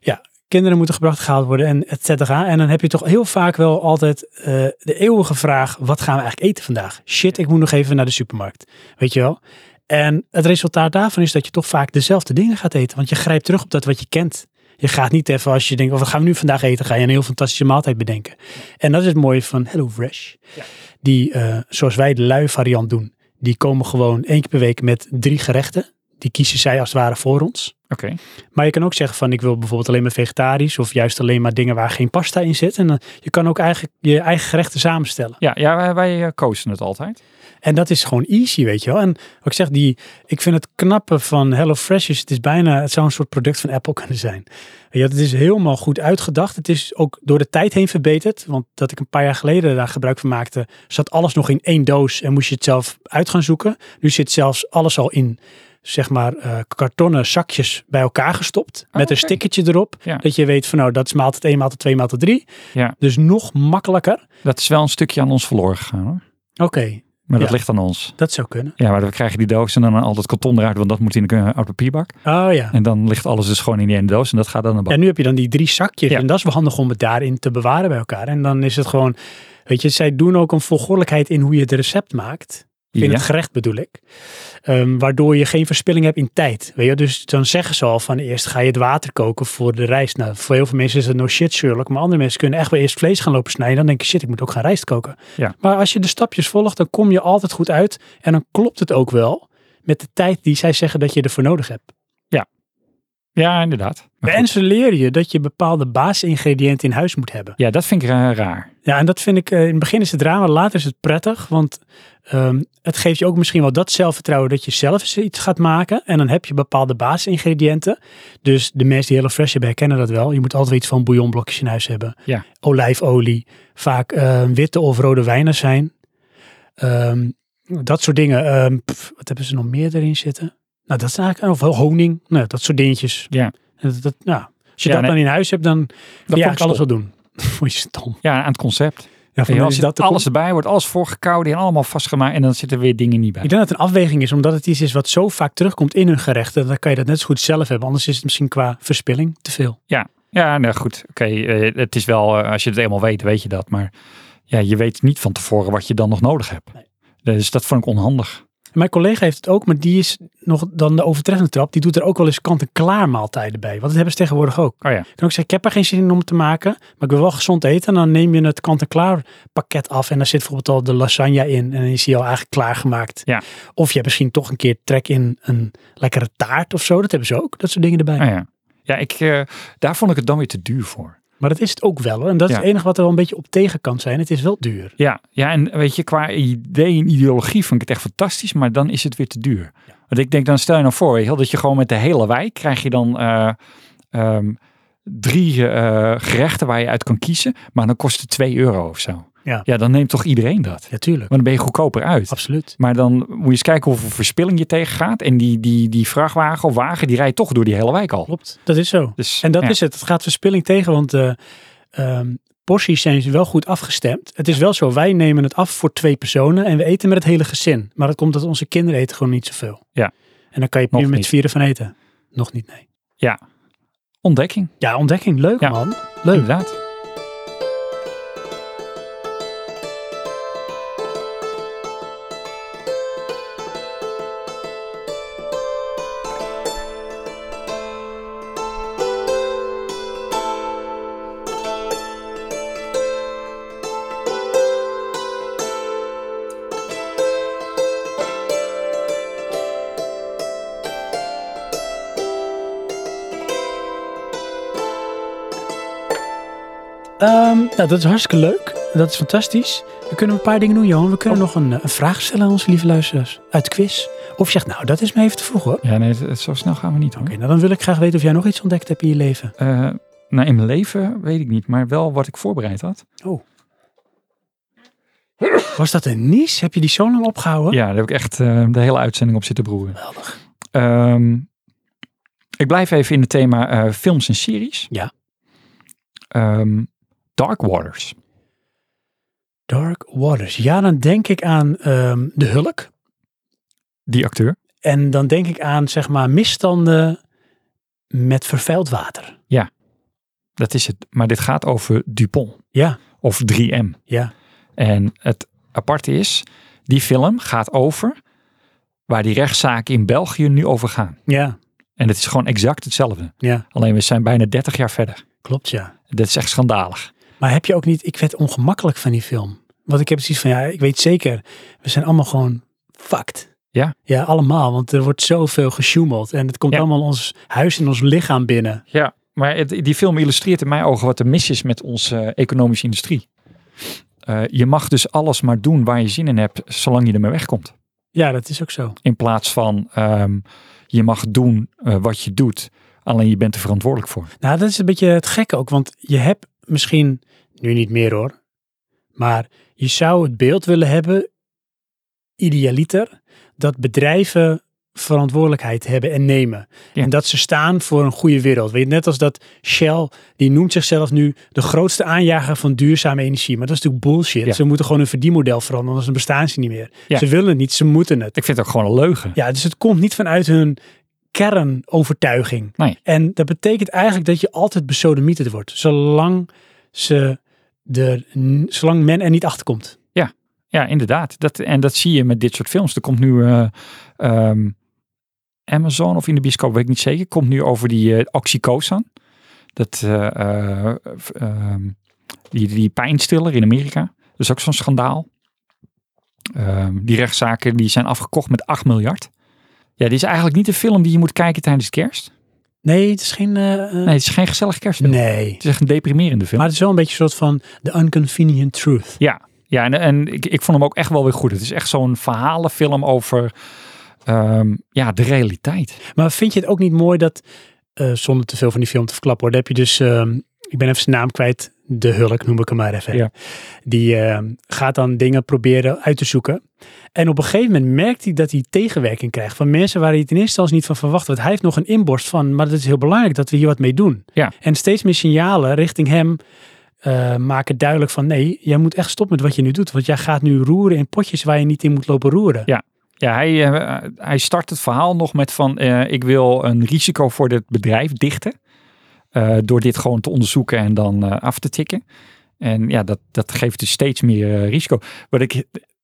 Speaker 1: ja, kinderen moeten gebracht gehaald worden en et cetera. En dan heb je toch heel vaak wel altijd eh, de eeuwige vraag, wat gaan we eigenlijk eten vandaag? Shit, ik moet nog even naar de supermarkt, weet je wel? En het resultaat daarvan is dat je toch vaak dezelfde dingen gaat eten. Want je grijpt terug op dat wat je kent. Je gaat niet even als je denkt, oh, wat gaan we nu vandaag eten? Ga je een heel fantastische maaltijd bedenken. En dat is het mooie van HelloFresh. Die, eh, zoals wij de lui variant doen, die komen gewoon één keer per week met drie gerechten. Die kiezen zij als het ware voor ons.
Speaker 2: Oké.
Speaker 1: Maar je kan ook zeggen van, ik wil bijvoorbeeld alleen maar vegetarisch. Of juist alleen maar dingen waar geen pasta in zit. En dan, je kan ook eigenlijk je eigen gerechten samenstellen.
Speaker 2: Ja, ja wij, wij eh, kozen het altijd.
Speaker 1: En dat is gewoon easy, weet je wel. En wat ik zeg, die, ik vind het knappe van HelloFresh is, het is bijna, het zou een soort product van Apple kunnen zijn. Weet je, het is helemaal goed uitgedacht. Het is ook door de tijd heen verbeterd. Want dat ik een paar jaar geleden daar gebruik van maakte, zat alles nog in één doos en moest je het zelf uit gaan zoeken. Nu zit zelfs alles al in, zeg maar, eh, kartonnen zakjes bij elkaar gestopt. met een
Speaker 2: Oh, oké.
Speaker 1: stickertje erop.
Speaker 2: Ja.
Speaker 1: Dat je weet van, nou, dat is maaltijd 1, maaltijd 2, maaltijd 3.
Speaker 2: Ja.
Speaker 1: Dus nog makkelijker.
Speaker 2: Dat is wel een stukje aan ons verloren gegaan hoor.
Speaker 1: Oké,
Speaker 2: Maar dat
Speaker 1: Ja.
Speaker 2: ligt aan ons.
Speaker 1: dat zou kunnen.
Speaker 2: Ja, maar we krijgen die doos en dan al dat karton eruit, want dat moet in een oud papierbak.
Speaker 1: Oh ja.
Speaker 2: En dan ligt alles dus gewoon in die ene doos en dat gaat dan naar
Speaker 1: En
Speaker 2: bak.
Speaker 1: nu heb je dan die drie zakjes.
Speaker 2: Ja.
Speaker 1: En dat is wel handig om het daarin te bewaren bij elkaar. En dan is het gewoon, weet je, zij doen ook een volgordelijkheid in hoe je het recept maakt. In
Speaker 2: Ja.
Speaker 1: het gerecht bedoel ik. Ehm, waardoor je geen verspilling hebt in tijd. Weet je? Dus dan zeggen ze al van eerst ga je het water koken voor de rijst. Nou, voor heel veel mensen is dat no shit Sherlock. Maar andere mensen kunnen echt wel eerst vlees gaan lopen snijden. Dan denk je shit, ik moet ook gaan rijst koken.
Speaker 2: Ja.
Speaker 1: Maar als je de stapjes volgt, dan kom je altijd goed uit. En dan klopt het ook wel met de tijd die zij zeggen dat je ervoor nodig hebt.
Speaker 2: Ja, inderdaad. Maar goed.
Speaker 1: En ze leren je dat je bepaalde basisingrediënten in huis moet hebben.
Speaker 2: Ja, dat vind ik eh, raar.
Speaker 1: Ja, en dat vind ik, eh, in het begin is het raar, maar later is het prettig. Want ehm, het geeft je ook misschien wel dat zelfvertrouwen dat je zelf eens iets gaat maken. En dan heb je bepaalde basisingrediënten. Dus de mensen die HelloFresh hebben herkennen dat wel. Je moet altijd wel iets van bouillonblokjes in huis hebben.
Speaker 2: Ja.
Speaker 1: Olijfolie, vaak eh, witte of rode wijnen zijn. Ehm, dat soort dingen. Ehm, pff, wat hebben ze nog meer erin zitten? Nou, dat zijn eigenlijk, of honing, nou, dat soort dingetjes.
Speaker 2: Ja.
Speaker 1: Dat, dat, nou, als je
Speaker 2: Ja,
Speaker 1: dat
Speaker 2: nee.
Speaker 1: dan in huis hebt, dan kun
Speaker 2: vond
Speaker 1: je
Speaker 2: ik
Speaker 1: eigenlijk alles wel doen. Vond je stom.
Speaker 2: Ja, aan het concept.
Speaker 1: Ja,
Speaker 2: Weet
Speaker 1: voor
Speaker 2: je,
Speaker 1: mij
Speaker 2: als
Speaker 1: is
Speaker 2: je
Speaker 1: dat de
Speaker 2: alles
Speaker 1: kom-
Speaker 2: erbij wordt, alles voorgekouden en allemaal vastgemaakt en dan zitten weer dingen niet bij.
Speaker 1: Ik denk dat het een afweging is, omdat het iets is wat zo vaak terugkomt in hun gerechten. Dan kan je dat net zo goed zelf hebben. Anders is het misschien qua verspilling te veel.
Speaker 2: Ja, nou goed. Oké, eh, het is wel, eh, als je het eenmaal weet, weet je dat. Maar ja, je weet niet van tevoren wat je dan nog nodig hebt. Dus dat vond ik onhandig.
Speaker 1: En mijn collega heeft het ook, maar die is nog dan de overtreffende trap. Die doet er ook wel eens kant-en-klaar maaltijden bij. Want dat hebben ze tegenwoordig ook.
Speaker 2: Oh ja,
Speaker 1: Ik kan ook zeggen, ik heb er geen zin in om het te maken. Maar ik wil wel gezond eten. En dan neem je het kant-en-klaar pakket af. En daar zit bijvoorbeeld al de lasagne in. En dan is die al eigenlijk klaargemaakt.
Speaker 2: Ja.
Speaker 1: Of je hebt misschien toch een keer trek in een lekkere taart of zo. Dat hebben ze ook. Dat soort dingen erbij.
Speaker 2: oh ja. Ja, ik, eh, daar vond ik het dan weer te duur voor.
Speaker 1: Maar dat is het ook wel hoor. En dat is
Speaker 2: Ja.
Speaker 1: het enige wat er wel een beetje op tegen kan zijn. Het is wel duur.
Speaker 2: Ja, ja, en weet je, qua idee en ideologie vond ik het echt fantastisch, maar dan is het weer te duur. Want ik denk, dan stel je nou voor, weet je wel, dat je gewoon met de hele wijk krijg je dan eh, ehm, drie eh, gerechten waar je uit kan kiezen, maar dan kost het 2 euro of zo.
Speaker 1: Ja.
Speaker 2: ja, dan neemt toch iedereen dat?
Speaker 1: Ja, tuurlijk.
Speaker 2: Want dan ben je goedkoper uit.
Speaker 1: Absoluut.
Speaker 2: Maar dan moet je eens kijken hoeveel verspilling je tegengaat. En die, die, die vrachtwagen of wagen, die rijdt toch door die hele wijk al.
Speaker 1: Klopt. Dat is zo.
Speaker 2: Dus,
Speaker 1: En dat
Speaker 2: ja.
Speaker 1: is het. Het gaat verspilling tegen, want eh, ehm, porties zijn wel goed afgestemd. Het is wel zo, wij nemen het af voor twee personen en we eten met het hele gezin. Maar dat komt dat onze kinderen eten gewoon niet zoveel.
Speaker 2: Ja.
Speaker 1: En dan kan je
Speaker 2: Nog
Speaker 1: nu met
Speaker 2: niet.
Speaker 1: vieren van eten. Nog niet, nee.
Speaker 2: Ja, ontdekking,
Speaker 1: Ja, ontdekking. Leuk
Speaker 2: Ja.
Speaker 1: man. Leuk.
Speaker 2: inderdaad.
Speaker 1: Ehm, nou, dat is hartstikke leuk. Dat is fantastisch. We kunnen een paar dingen doen, Johan. We kunnen nog een, eh, een vraag stellen aan onze lieve luisteraars uit de quiz. Of je zegt, nou, dat is me even te vroeg hoor. Oké,
Speaker 2: Ja, nee, het- zo snel gaan we niet. Hoor.
Speaker 1: nou dan wil ik graag weten of jij nog iets ontdekt hebt in je leven.
Speaker 2: Eh, nou, in mijn leven weet ik niet, maar wel wat ik voorbereid had.
Speaker 1: Was dat een nies? Heb je die zo lang opgehouden?
Speaker 2: Ja, daar heb ik echt eh, de hele uitzending op zitten broeren.
Speaker 1: Geweldig.
Speaker 2: Ehm, ik blijf even in het thema eh, films en series.
Speaker 1: Ja.
Speaker 2: Ehm, Dark Waters.
Speaker 1: Dark Waters. Ja, dan denk ik aan ehm, de Hulk.
Speaker 2: Die acteur.
Speaker 1: En dan denk ik aan, zeg maar, misstanden met vervuild water.
Speaker 2: Dat is het. Maar dit gaat over Dupont.
Speaker 1: Ja,
Speaker 2: Of 3M.
Speaker 1: ja.
Speaker 2: En het aparte is, die film gaat over waar die rechtszaken in België nu over gaan.
Speaker 1: Ja,
Speaker 2: En het is gewoon exact hetzelfde.
Speaker 1: ja.
Speaker 2: Alleen we zijn bijna 30 jaar verder.
Speaker 1: Klopt, ja.
Speaker 2: Dit is echt schandalig.
Speaker 1: Maar heb je ook niet... Ik werd ongemakkelijk van die film. Want ik heb precies van, ja, ik weet zeker. We zijn allemaal gewoon fucked.
Speaker 2: Ja.
Speaker 1: Ja, allemaal. Want er wordt zoveel gesjoemeld. En het komt
Speaker 2: Ja.
Speaker 1: allemaal ons huis en ons lichaam binnen.
Speaker 2: Ja, maar het- die film illustreert in mijn ogen wat er mis is met onze eh, economische industrie. Eh, je mag dus alles maar doen waar je zin in hebt, zolang je ermee wegkomt.
Speaker 1: Ja, dat is ook zo.
Speaker 2: In plaats van ehm, je mag doen eh, wat je doet, alleen je bent er verantwoordelijk voor.
Speaker 1: Nou, dat is een beetje het gekke ook, want je hebt misschien, nu niet meer hoor, maar je zou het beeld willen hebben, idealiter, dat bedrijven verantwoordelijkheid hebben en nemen.
Speaker 2: Ja.
Speaker 1: En dat ze staan voor een goede wereld. Weet je, net als dat Shell, die noemt zichzelf nu de grootste aanjager van duurzame energie. Maar dat is natuurlijk bullshit.
Speaker 2: Ja.
Speaker 1: Ze moeten gewoon hun verdienmodel veranderen, anders dan bestaan ze niet meer.
Speaker 2: Ja.
Speaker 1: Ze willen het niet, ze moeten het.
Speaker 2: Ik vind het ook gewoon een leugen.
Speaker 1: Ja, dus het komt niet vanuit hun kernovertuiging.
Speaker 2: Nee.
Speaker 1: En dat betekent eigenlijk dat je altijd besodemieterd wordt. Zolang, ze er, n- zolang men er niet achter komt.
Speaker 2: Ja, inderdaad. Dat, en dat zie je met dit soort films. Er komt nu eh, ehm, Amazon of in de bioscoop, weet ik niet zeker. Komt nu over die eh Oxycosan. Dat, eh, eh, v- ehm, die, die pijnstiller in Amerika. Dat is ook zo'n schandaal. Ehm, die rechtszaken die zijn afgekocht met 8 miljard. Ja, dit is eigenlijk niet de film die je moet kijken tijdens kerst.
Speaker 1: Nee, het is geen... eh, eh,
Speaker 2: Nee, het is geen gezellig kerstfilm.
Speaker 1: nee.
Speaker 2: Het is echt een deprimerende film.
Speaker 1: Maar het is wel een beetje een soort van The Unconvenient Truth.
Speaker 2: Ja, ja en, en ik, ik vond hem ook echt wel weer goed. Het is echt zo'n verhalenfilm over ehm, ja, de realiteit.
Speaker 1: Maar vind je het ook niet mooi dat, eh, zonder te veel van die film te verklappen, hoor, daar heb je dus, ehm, ik ben even zijn naam kwijt, De Hulk noem ik hem maar even.
Speaker 2: Ja.
Speaker 1: Die ehm, gaat dan dingen proberen uit te zoeken. En op een gegeven moment merkt hij dat hij tegenwerking krijgt van mensen waar hij het in eerste instantie niet van verwacht. Want hij heeft nog een inborst van, maar het is heel belangrijk dat we hier wat mee doen.
Speaker 2: Ja.
Speaker 1: En steeds meer signalen richting hem eh, maken duidelijk van nee, jij moet echt stoppen met wat je nu doet. Want jij gaat nu roeren in potjes waar je niet in moet lopen roeren.
Speaker 2: Ja, hij, eh, hij start het verhaal nog met van eh, ik wil een risico voor dit bedrijf dichten. eh, door dit gewoon te onderzoeken en dan eh, af te tikken. En ja, dat, dat geeft dus steeds meer eh, risico. Wat ik,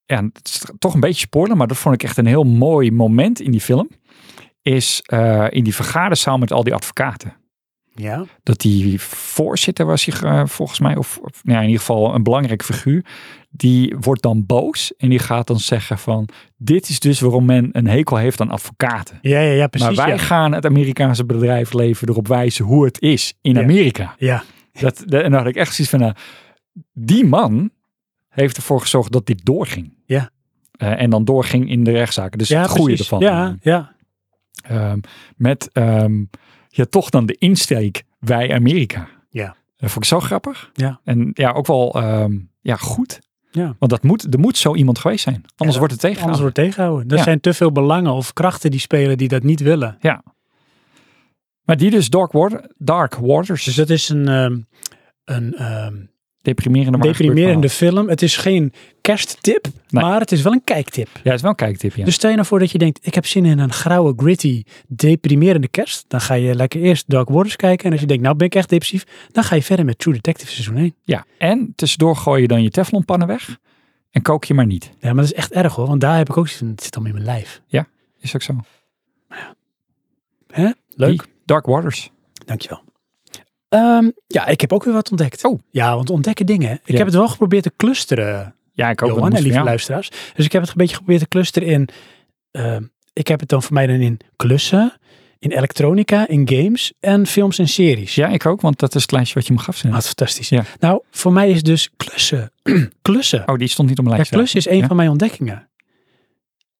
Speaker 2: ja, het is toch een beetje spoiler, maar dat vond ik echt een heel mooi moment in die film. Is eh, in die vergaderzaal met al die advocaten.
Speaker 1: Ja.
Speaker 2: dat die voorzitter was hij eh, volgens mij, of, of nou ja, in ieder geval een belangrijk figuur, die wordt dan boos en die gaat dan zeggen van, dit is dus waarom men een hekel heeft aan advocaten.
Speaker 1: Ja, ja, ja, precies.
Speaker 2: maar wij
Speaker 1: ja.
Speaker 2: gaan het Amerikaanse bedrijfsleven erop wijzen hoe het is in
Speaker 1: Ja.
Speaker 2: Amerika.
Speaker 1: ja.
Speaker 2: Dat, de- en dan had ik echt zoiets van, nou, die man heeft ervoor gezorgd dat dit doorging.
Speaker 1: Ja.
Speaker 2: Eh, en dan doorging in de rechtszaken. Dus
Speaker 1: ja,
Speaker 2: het goede
Speaker 1: precies.
Speaker 2: ervan.
Speaker 1: Ja, ja.
Speaker 2: Ehm, met ehm, ja, toch dan de insteek wij Amerika.
Speaker 1: Ja.
Speaker 2: Dat vond ik zo grappig.
Speaker 1: Ja.
Speaker 2: En ja, ook wel ehm, ja, goed.
Speaker 1: Ja.
Speaker 2: Want dat moet, er moet zo iemand geweest zijn. Anders
Speaker 1: Ja,
Speaker 2: wordt het tegengehouden.
Speaker 1: Anders wordt tegenhouden. Er
Speaker 2: Ja.
Speaker 1: zijn te veel belangen of krachten die spelen die dat niet willen.
Speaker 2: Maar die dus Dark, water, dark Waters.
Speaker 1: Dus dat is een, ehm, een ehm,
Speaker 2: deprimerende maar
Speaker 1: deprimerende
Speaker 2: gebeurd
Speaker 1: film. Het is geen kersttip,
Speaker 2: Nee.
Speaker 1: maar het is wel een kijktip.
Speaker 2: verhaal. Ja, het is wel een kijktip. Ja.
Speaker 1: Dus stel je nou voor dat je denkt, ik heb zin in een grauwe, gritty, deprimerende kerst. Dan ga je lekker eerst Dark Waters kijken. En als je denkt, nou ben ik echt depressief, dan ga je verder met True Detective seizoen 1.
Speaker 2: ja. En tussendoor gooi je dan je teflonpannen weg. En kook je maar niet.
Speaker 1: Ja, maar dat is echt erg hoor, want daar heb ik ook zin in. Het zit allemaal in mijn lijf.
Speaker 2: Is ook zo.
Speaker 1: Hè? Leuk.
Speaker 2: Die Dark Waters.
Speaker 1: Dankjewel. Ehm ja, ik heb ook weer wat ontdekt.
Speaker 2: Oh.
Speaker 1: Ja, want ontdekken dingen. hè. Ik
Speaker 2: Ja.
Speaker 1: heb het wel geprobeerd te clusteren,
Speaker 2: Ja, ik hoop dat
Speaker 1: Johan
Speaker 2: het
Speaker 1: en
Speaker 2: moest
Speaker 1: lieve
Speaker 2: van jou.
Speaker 1: luisteraars. Dus ik heb het een beetje geprobeerd te clusteren in... ehm, ik heb het dan voor mij dan in klussen, in elektronica, in games en films en series.
Speaker 2: Ja, ik ook. Want dat is het lijstje wat je me gaf. Sinne.
Speaker 1: Wat fantastisch.
Speaker 2: Ja.
Speaker 1: Nou, voor mij is dus klussen. klussen.
Speaker 2: Oh, die stond niet op mijn
Speaker 1: Ah. ja,
Speaker 2: lijstje.
Speaker 1: klussen is een
Speaker 2: Ja.
Speaker 1: van mijn ontdekkingen.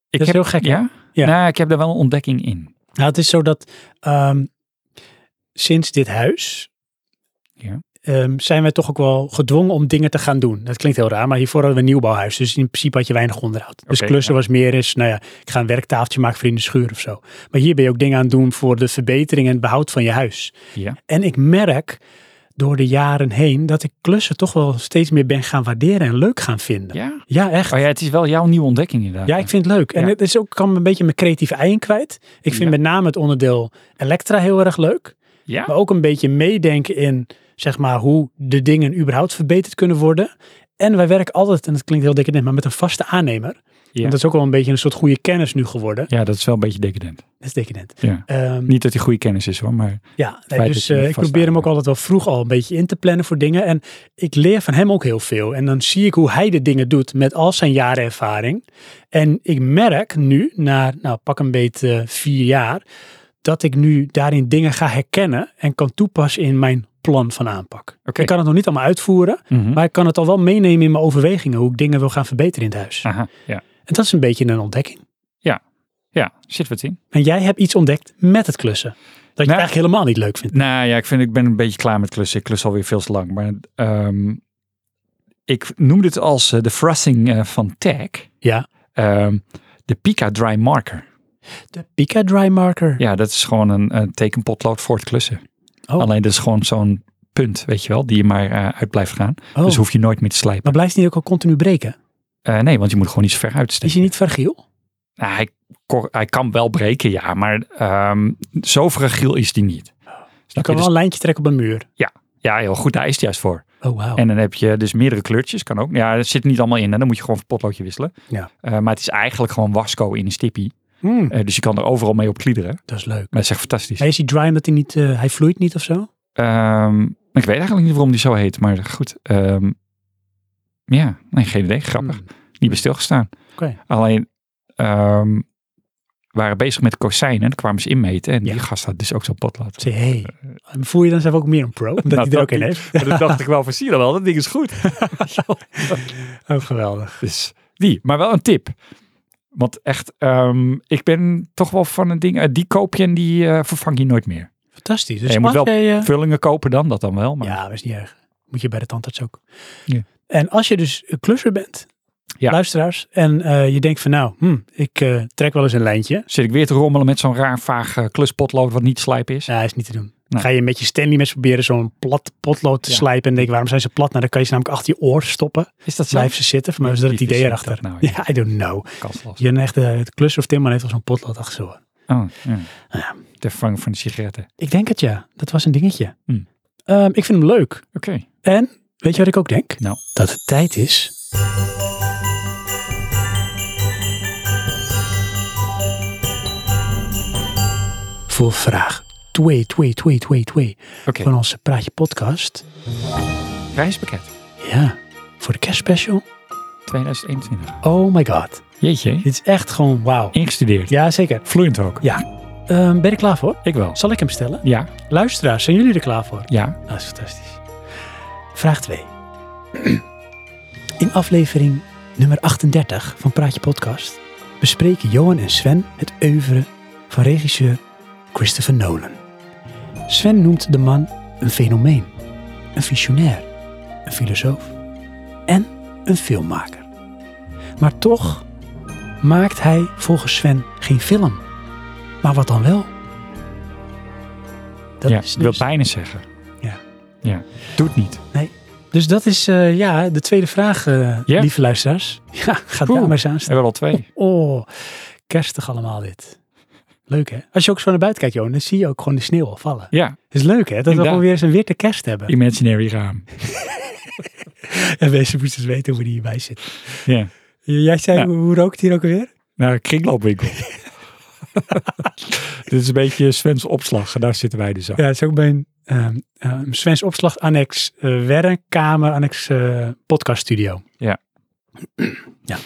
Speaker 2: ik
Speaker 1: dat is
Speaker 2: heb,
Speaker 1: heel gek, hè?
Speaker 2: Ja?
Speaker 1: Ja.
Speaker 2: Nou, ik heb daar wel een ontdekking in.
Speaker 1: Nou, het is zo dat ehm, sinds dit huis
Speaker 2: Ja.
Speaker 1: ehm, zijn wij toch ook wel gedwongen om dingen te gaan doen. Dat klinkt heel raar, maar hiervoor hadden we een nieuwbouwhuis. Dus in principe had je weinig onderhoud. Dus
Speaker 2: Oké,
Speaker 1: klussen
Speaker 2: ja.
Speaker 1: was meer eens, nou ja, ik ga een werktafeltje maken voor in de schuur of zo. Maar hier ben je ook dingen aan het doen voor de verbetering en het behoud van je huis.
Speaker 2: Ja.
Speaker 1: En ik merk door de jaren heen dat ik klussen toch wel steeds meer ben gaan waarderen en leuk gaan vinden.
Speaker 2: Ja?
Speaker 1: Ja, echt.
Speaker 2: Oh ja, het is wel jouw nieuwe ontdekking inderdaad.
Speaker 1: Ja, ik vind het leuk. En
Speaker 2: Ja.
Speaker 1: het is ook, kan een beetje mijn creatieve ei in kwijt. Ik vind
Speaker 2: Ja.
Speaker 1: met name het onderdeel Elektra heel erg leuk.
Speaker 2: Ja?
Speaker 1: Maar ook een beetje meedenken in, zeg maar, hoe de dingen überhaupt verbeterd kunnen worden. En wij werken altijd, en dat klinkt heel decadent, maar met een vaste aannemer.
Speaker 2: Ja.
Speaker 1: En dat is ook wel een beetje een soort goede kennis nu geworden.
Speaker 2: Ja, dat is wel een beetje decadent.
Speaker 1: Dat is decadent.
Speaker 2: Ja.
Speaker 1: Ehm,
Speaker 2: Niet dat hij goede kennis is hoor, maar
Speaker 1: ja, nee,
Speaker 2: feit dat
Speaker 1: dus
Speaker 2: je
Speaker 1: eh,
Speaker 2: een
Speaker 1: ik
Speaker 2: vaste
Speaker 1: probeer hem ook altijd
Speaker 2: aannemer-
Speaker 1: wel vroeg al een beetje in te plannen voor dingen. En ik leer van hem ook heel veel. En dan zie ik hoe hij de dingen doet met al zijn jaren ervaring. En ik merk nu, na nou, pak een beet eh, vier jaar, dat ik nu daarin dingen ga herkennen en kan toepassen in mijn plan van aanpak.
Speaker 2: Oké.
Speaker 1: Ik kan het nog niet allemaal uitvoeren,
Speaker 2: Mhm.
Speaker 1: maar ik kan het al wel meenemen in mijn overwegingen hoe ik dingen wil gaan verbeteren in het huis.
Speaker 2: Aha, ja.
Speaker 1: En dat is een beetje een ontdekking.
Speaker 2: Ja, zit wat in.
Speaker 1: En jij hebt iets ontdekt met het klussen. Dat je
Speaker 2: Nou,
Speaker 1: het eigenlijk helemaal niet leuk vindt.
Speaker 2: Nou ja, ik, vind, ik ben een beetje klaar met klussen. Ik klus alweer veel te lang. Maar ehm, ik noem dit als eh, de fracking eh, van tag.
Speaker 1: Ja.
Speaker 2: Ehm, de Pika Dry Marker.
Speaker 1: De Pika Dry Marker.
Speaker 2: Ja, dat is gewoon een, een tekenpotlood voor het klussen.
Speaker 1: Oh.
Speaker 2: Alleen dat is gewoon zo'n punt, weet je wel, die je maar eh, uit blijft gaan.
Speaker 1: Oh.
Speaker 2: Dus hoef je nooit meer te slijpen.
Speaker 1: Maar blijft die ook al continu breken?
Speaker 2: Eh, nee, want je moet gewoon niet zo ver uitsteken.
Speaker 1: Is hij niet fragiel?
Speaker 2: Nou, hij, kor- hij kan wel breken, ja, maar ehm, zo fragiel is die niet.
Speaker 1: Je
Speaker 2: Snap je?
Speaker 1: kan wel
Speaker 2: Dus-
Speaker 1: een lijntje trekken op een muur.
Speaker 2: ja, heel goed, daar is het juist voor.
Speaker 1: Oh, wauw.
Speaker 2: En dan heb je dus meerdere kleurtjes, kan ook. Ja, dat zit niet allemaal in, hè. dan moet je gewoon van potloodje wisselen.
Speaker 1: Ja.
Speaker 2: Eh, maar het is eigenlijk gewoon wasco in een stippie.
Speaker 1: Hmm,
Speaker 2: Eh, dus je kan er overal mee op kliederen.
Speaker 1: dat is leuk.
Speaker 2: Maar dat is echt fantastisch.
Speaker 1: Maar is hij dry omdat hij niet, eh, hij vloeit niet of zo?
Speaker 2: Ehm, ik weet eigenlijk niet waarom die zo heet, maar goed. ehm, ja, nee, geen idee, grappig.
Speaker 1: Hmm.
Speaker 2: Niet bij stilgestaan.
Speaker 1: Oké.
Speaker 2: Alleen, ehm, waren bezig met kozijnen. Dan kwamen ze inmeten. En
Speaker 1: Ja.
Speaker 2: die gast had dus ook zo'n potlood.
Speaker 1: Zeg, hey, voel je dan zelf ook meer een pro? Omdat
Speaker 2: Nou,
Speaker 1: hij er ook
Speaker 2: dat
Speaker 1: in
Speaker 2: niet.
Speaker 1: heeft.
Speaker 2: Maar dat dacht ik wel van, zie je dan wel, dat ding is goed.
Speaker 1: Oh, geweldig.
Speaker 2: Dus die, maar wel een tip. Want echt, ehm, ik ben toch wel van een ding, eh, die koop je en die eh, vervang je nooit meer.
Speaker 1: Fantastisch. Dus
Speaker 2: Ja, je
Speaker 1: als
Speaker 2: moet wel
Speaker 1: jij, eh,
Speaker 2: Vullingen kopen dan, dat dan wel. Maar
Speaker 1: Ja, dat is niet erg. Moet je bij de tandarts ook.
Speaker 2: Ja.
Speaker 1: En als je dus een klusser bent,
Speaker 2: Ja.
Speaker 1: luisteraars, en eh, je denkt van nou, hm, ik eh, trek wel eens een lijntje.
Speaker 2: zit ik weer te rommelen met zo'n raar vaag eh, kluspotlood wat niet slijp is.
Speaker 1: Ja, is niet te doen.
Speaker 2: Nee.
Speaker 1: Ga je met je Stanley mes proberen zo'n plat potlood te
Speaker 2: Ja.
Speaker 1: slijpen en denk waarom zijn ze plat? Nou, dan kan je ze namelijk achter je oor stoppen.
Speaker 2: Is dat zo?
Speaker 1: Blijf ze zitten. Voor mij is dat het
Speaker 2: Diepjes
Speaker 1: idee
Speaker 2: zit dat
Speaker 1: erachter.
Speaker 2: nou,
Speaker 1: ja. I don't know.
Speaker 2: Kastlast.
Speaker 1: Je een echte klusser eh, of timmer heeft wel zo'n potlood achter zijn oor.
Speaker 2: Oh, ja.
Speaker 1: Ja.
Speaker 2: De vervanging van de sigaretten.
Speaker 1: Ik denk het ja. Dat was een dingetje.
Speaker 2: Hm.
Speaker 1: Ehm, ik vind hem leuk.
Speaker 2: Oké.
Speaker 1: En weet je wat ik ook denk?
Speaker 2: Nou.
Speaker 1: Dat het tijd is. Voor vraag 2, 2, 2, 2, 2
Speaker 2: Oké.
Speaker 1: van onze Praatje Podcast.
Speaker 2: Reispakket
Speaker 1: Ja, voor de kerstspecial.
Speaker 2: 2021.
Speaker 1: Oh my god.
Speaker 2: Jeetje.
Speaker 1: Dit is echt gewoon wauw.
Speaker 2: Ingestudeerd.
Speaker 1: Ja, zeker.
Speaker 2: Vloeiend ook.
Speaker 1: Ja. Ehm, ben je er klaar voor?
Speaker 2: Ik wel.
Speaker 1: Zal ik hem stellen?
Speaker 2: Ja.
Speaker 1: Luisteraars, zijn jullie er klaar voor?
Speaker 2: Ja.
Speaker 1: Dat is fantastisch. Vraag 2. In aflevering nummer 38 van Praatje Podcast bespreken Johan en Sven het oeuvre van regisseur Christopher Nolan. Sven noemt de man een fenomeen, een visionair, een filosoof en een filmmaker. Maar toch maakt hij volgens Sven geen film. Maar wat dan wel? Dat
Speaker 2: ja.
Speaker 1: is
Speaker 2: Ik wil
Speaker 1: dus-
Speaker 2: bijna zeggen.
Speaker 1: Ja.
Speaker 2: Ja. Doe het niet.
Speaker 1: Dus dat is eh, ja, de tweede vraag, eh,
Speaker 2: Ja.
Speaker 1: lieve luisteraars. Ja, ga
Speaker 2: Oeh.
Speaker 1: daar maar eens aan staan.
Speaker 2: Er wel al twee.
Speaker 1: Oh, kerstig allemaal dit. Leuk hè? Als je ook zo naar buiten kijkt, Johan, dan zie je ook gewoon de sneeuw al vallen.
Speaker 2: Ja.
Speaker 1: Het is leuk hè? Dat we
Speaker 2: Inderdaad.
Speaker 1: gewoon weer eens een witte kerst hebben.
Speaker 2: Imaginary raam.
Speaker 1: En mensen moesten eens weten hoe die hierbij zit.
Speaker 2: Ja.
Speaker 1: Jij zei,
Speaker 2: Ja.
Speaker 1: hoe, hoe rookt het hier ook alweer?
Speaker 2: Naar een kringloopwinkel. Dit is een beetje Sven's opslag. Daar zitten wij dus aan.
Speaker 1: Ja, het is ook bij een ehm, ehm, Sven's Opslag Annex eh, Werkkamer, Annex eh, Podcast Studio.
Speaker 2: Ja.
Speaker 1: ja.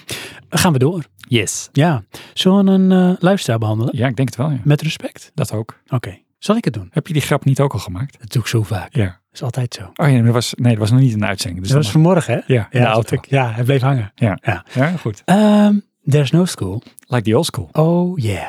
Speaker 1: Dan gaan we door.
Speaker 2: Yes.
Speaker 1: Ja. Zullen we een eh, luisteraar behandelen?
Speaker 2: Ja, ik denk het wel. Ja.
Speaker 1: Met respect.
Speaker 2: Dat ook.
Speaker 1: Oké, zal ik het doen?
Speaker 2: Heb je die grap niet ook al gemaakt?
Speaker 1: Dat doe ik zo vaak.
Speaker 2: Ja.
Speaker 1: Dat is altijd zo.
Speaker 2: Oh ja, dat was, nee, dat was nog niet een uitzending. Dus
Speaker 1: dat was
Speaker 2: dan-
Speaker 1: vanmorgen, hè?
Speaker 2: ja, in de
Speaker 1: dat
Speaker 2: auto.
Speaker 1: ik- ja, hij bleef hangen.
Speaker 2: Ja, goed.
Speaker 1: Ehm, There's No School.
Speaker 2: Like the old school.
Speaker 1: Oh yeah.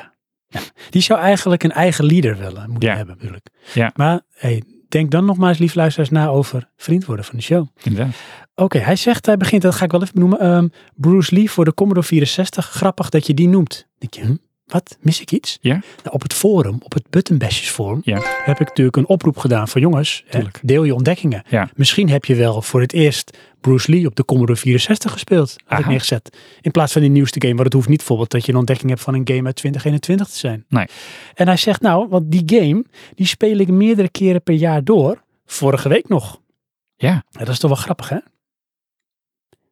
Speaker 1: Ja, Die zou eigenlijk een eigen leader willen moeten
Speaker 2: Ja.
Speaker 1: hebben, natuurlijk.
Speaker 2: Ja.
Speaker 1: Maar hey, denk dan nog maar eens, lief luisteraars, na over vriend worden van de show.
Speaker 2: Inderdaad.
Speaker 1: Oké, hij zegt, hij begint, dat ga ik wel even benoemen. ehm, Bruce Lee voor de Commodore 64. Grappig dat je die noemt. Denk je, hm, wat? Mis ik iets?
Speaker 2: Ja.
Speaker 1: Nou, op het forum, op het Buttonbashers forum,
Speaker 2: Ja.
Speaker 1: heb ik natuurlijk een oproep gedaan van jongens, hè,
Speaker 2: Tuurlijk.
Speaker 1: deel je ontdekkingen.
Speaker 2: Ja.
Speaker 1: Misschien heb je wel voor het eerst Bruce Lee op de Commodore 64 gespeeld. Had ik
Speaker 2: Aha.
Speaker 1: neergezet. In plaats van die nieuwste game. Want het hoeft niet bijvoorbeeld dat je een ontdekking hebt van een game uit 2021 te zijn.
Speaker 2: Nee.
Speaker 1: En hij zegt nou, want die game, die speel ik meerdere keren per jaar door. Vorige week nog.
Speaker 2: Ja.
Speaker 1: Ja, dat is toch wel grappig hè? Dat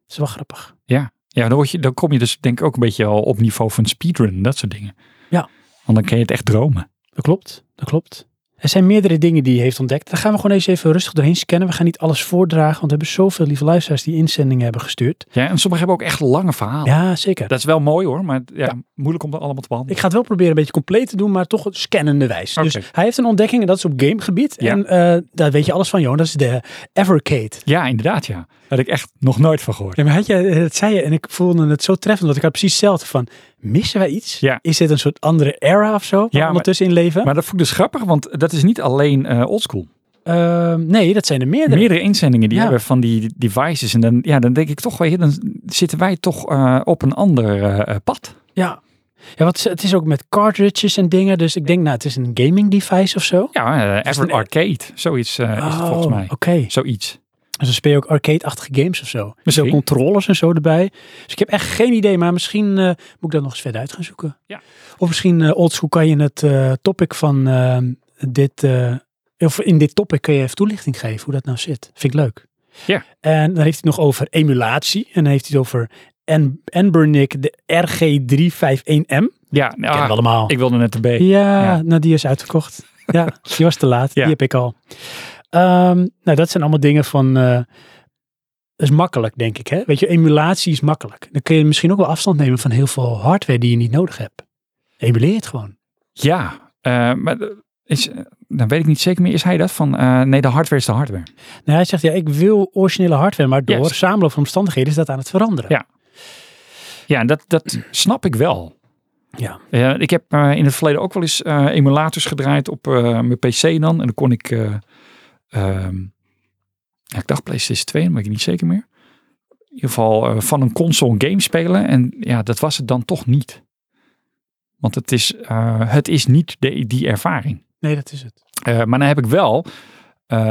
Speaker 1: is wel grappig.
Speaker 2: Ja, dan, word je, dan kom je dus denk ik ook een beetje al op niveau van speedrun, dat soort dingen.
Speaker 1: Ja.
Speaker 2: Want dan kun je het echt dromen.
Speaker 1: Dat klopt, dat klopt. Er zijn meerdere dingen die hij heeft ontdekt. Daar gaan we gewoon eens even rustig doorheen scannen. We gaan niet alles voordragen, want we hebben zoveel lieve luisteraars die inzendingen hebben gestuurd.
Speaker 2: Ja, en sommigen hebben ook echt lange verhalen.
Speaker 1: Ja, zeker.
Speaker 2: Dat is wel mooi hoor, maar ja, moeilijk om dat allemaal te behandelen.
Speaker 1: Ik ga het wel proberen een beetje compleet te doen, maar toch scannende wijs.
Speaker 2: Oké.
Speaker 1: Dus hij heeft een ontdekking en dat is op gamegebied.
Speaker 2: Ja.
Speaker 1: En eh, daar weet je alles van, Johan. Dat is de Evercade.
Speaker 2: Ja, inderdaad ja. Daar had ik echt nog nooit van gehoord.
Speaker 1: Ja, maar had je, dat zei je en ik voelde het zo treffend, want ik had precies hetzelfde van, missen wij iets?
Speaker 2: Ja.
Speaker 1: Is dit een soort andere era of zo, waar we
Speaker 2: maar-
Speaker 1: ondertussen in leven?
Speaker 2: Maar dat vond ik dus grappig, want dat is niet alleen eh oldschool.
Speaker 1: Ehm, nee, dat zijn er meerdere.
Speaker 2: Meerdere inzendingen die
Speaker 1: Ja.
Speaker 2: hebben van die devices. En dan, ja, dan denk ik toch, weet je, dan zitten wij toch eh, op een ander eh, eh, pad.
Speaker 1: Ja. Ja, want het is ook met cartridges en dingen. Dus ik denk, nou, het is een gaming device of zo.
Speaker 2: Ja, eh,
Speaker 1: is
Speaker 2: Ever
Speaker 1: een- e-
Speaker 2: Arcade, zoiets eh, is het volgens
Speaker 1: Oh,
Speaker 2: mij.
Speaker 1: Oké.
Speaker 2: Zoiets.
Speaker 1: Dus dan speel je ook arcade-achtige games of zo. Met zo
Speaker 2: Misschien.
Speaker 1: controllers en zo erbij. Dus ik heb echt geen idee, maar misschien eh, moet ik dat nog eens verder uit gaan zoeken.
Speaker 2: Ja.
Speaker 1: Of misschien, eh Oldschool, kan je het eh, topic van eh, dit... eh, of in dit topic kun je even toelichting geven hoe dat nou zit. Vind ik leuk.
Speaker 2: Ja.
Speaker 1: En dan heeft hij het nog over emulatie. En dan heeft hij het over en Enbernic, de RG351M.
Speaker 2: Ja, nou,
Speaker 1: Kennen we allemaal.
Speaker 2: ik wilde net de B.
Speaker 1: Ja,
Speaker 2: Ja.
Speaker 1: nou die is uitverkocht. ja, die was te laat.
Speaker 2: Ja.
Speaker 1: Die heb ik al. Ehm, nou, dat zijn allemaal dingen van... eh, dat is makkelijk, denk ik. Hè? Weet je, emulatie is makkelijk. Dan kun je misschien ook wel afstand nemen van heel veel hardware die je niet nodig hebt. Emuleer het gewoon.
Speaker 2: Ja, eh, maar de- is, eh, dan weet ik niet zeker meer. Is hij dat van? eh, nee, de hardware is de hardware.
Speaker 1: Nee, Nou, hij zegt, ja, ik wil originele hardware, maar door
Speaker 2: Juist.
Speaker 1: samenloop van omstandigheden is dat aan het veranderen.
Speaker 2: Ja. Ja, en dat, dat snap ik wel.
Speaker 1: Ja.
Speaker 2: Eh, ik heb eh, in het verleden ook wel eens eh, emulators gedraaid op eh, mijn PC dan. En dan kon ik, eh, ehm, ja, ik dacht PlayStation 2, dat weet ik niet zeker meer. In ieder geval eh, van een console game spelen. En ja, dat was het dan toch niet. Want het is, eh, het is niet de, die ervaring.
Speaker 1: Nee, dat is het.
Speaker 2: Eh, maar dan heb ik wel, eh,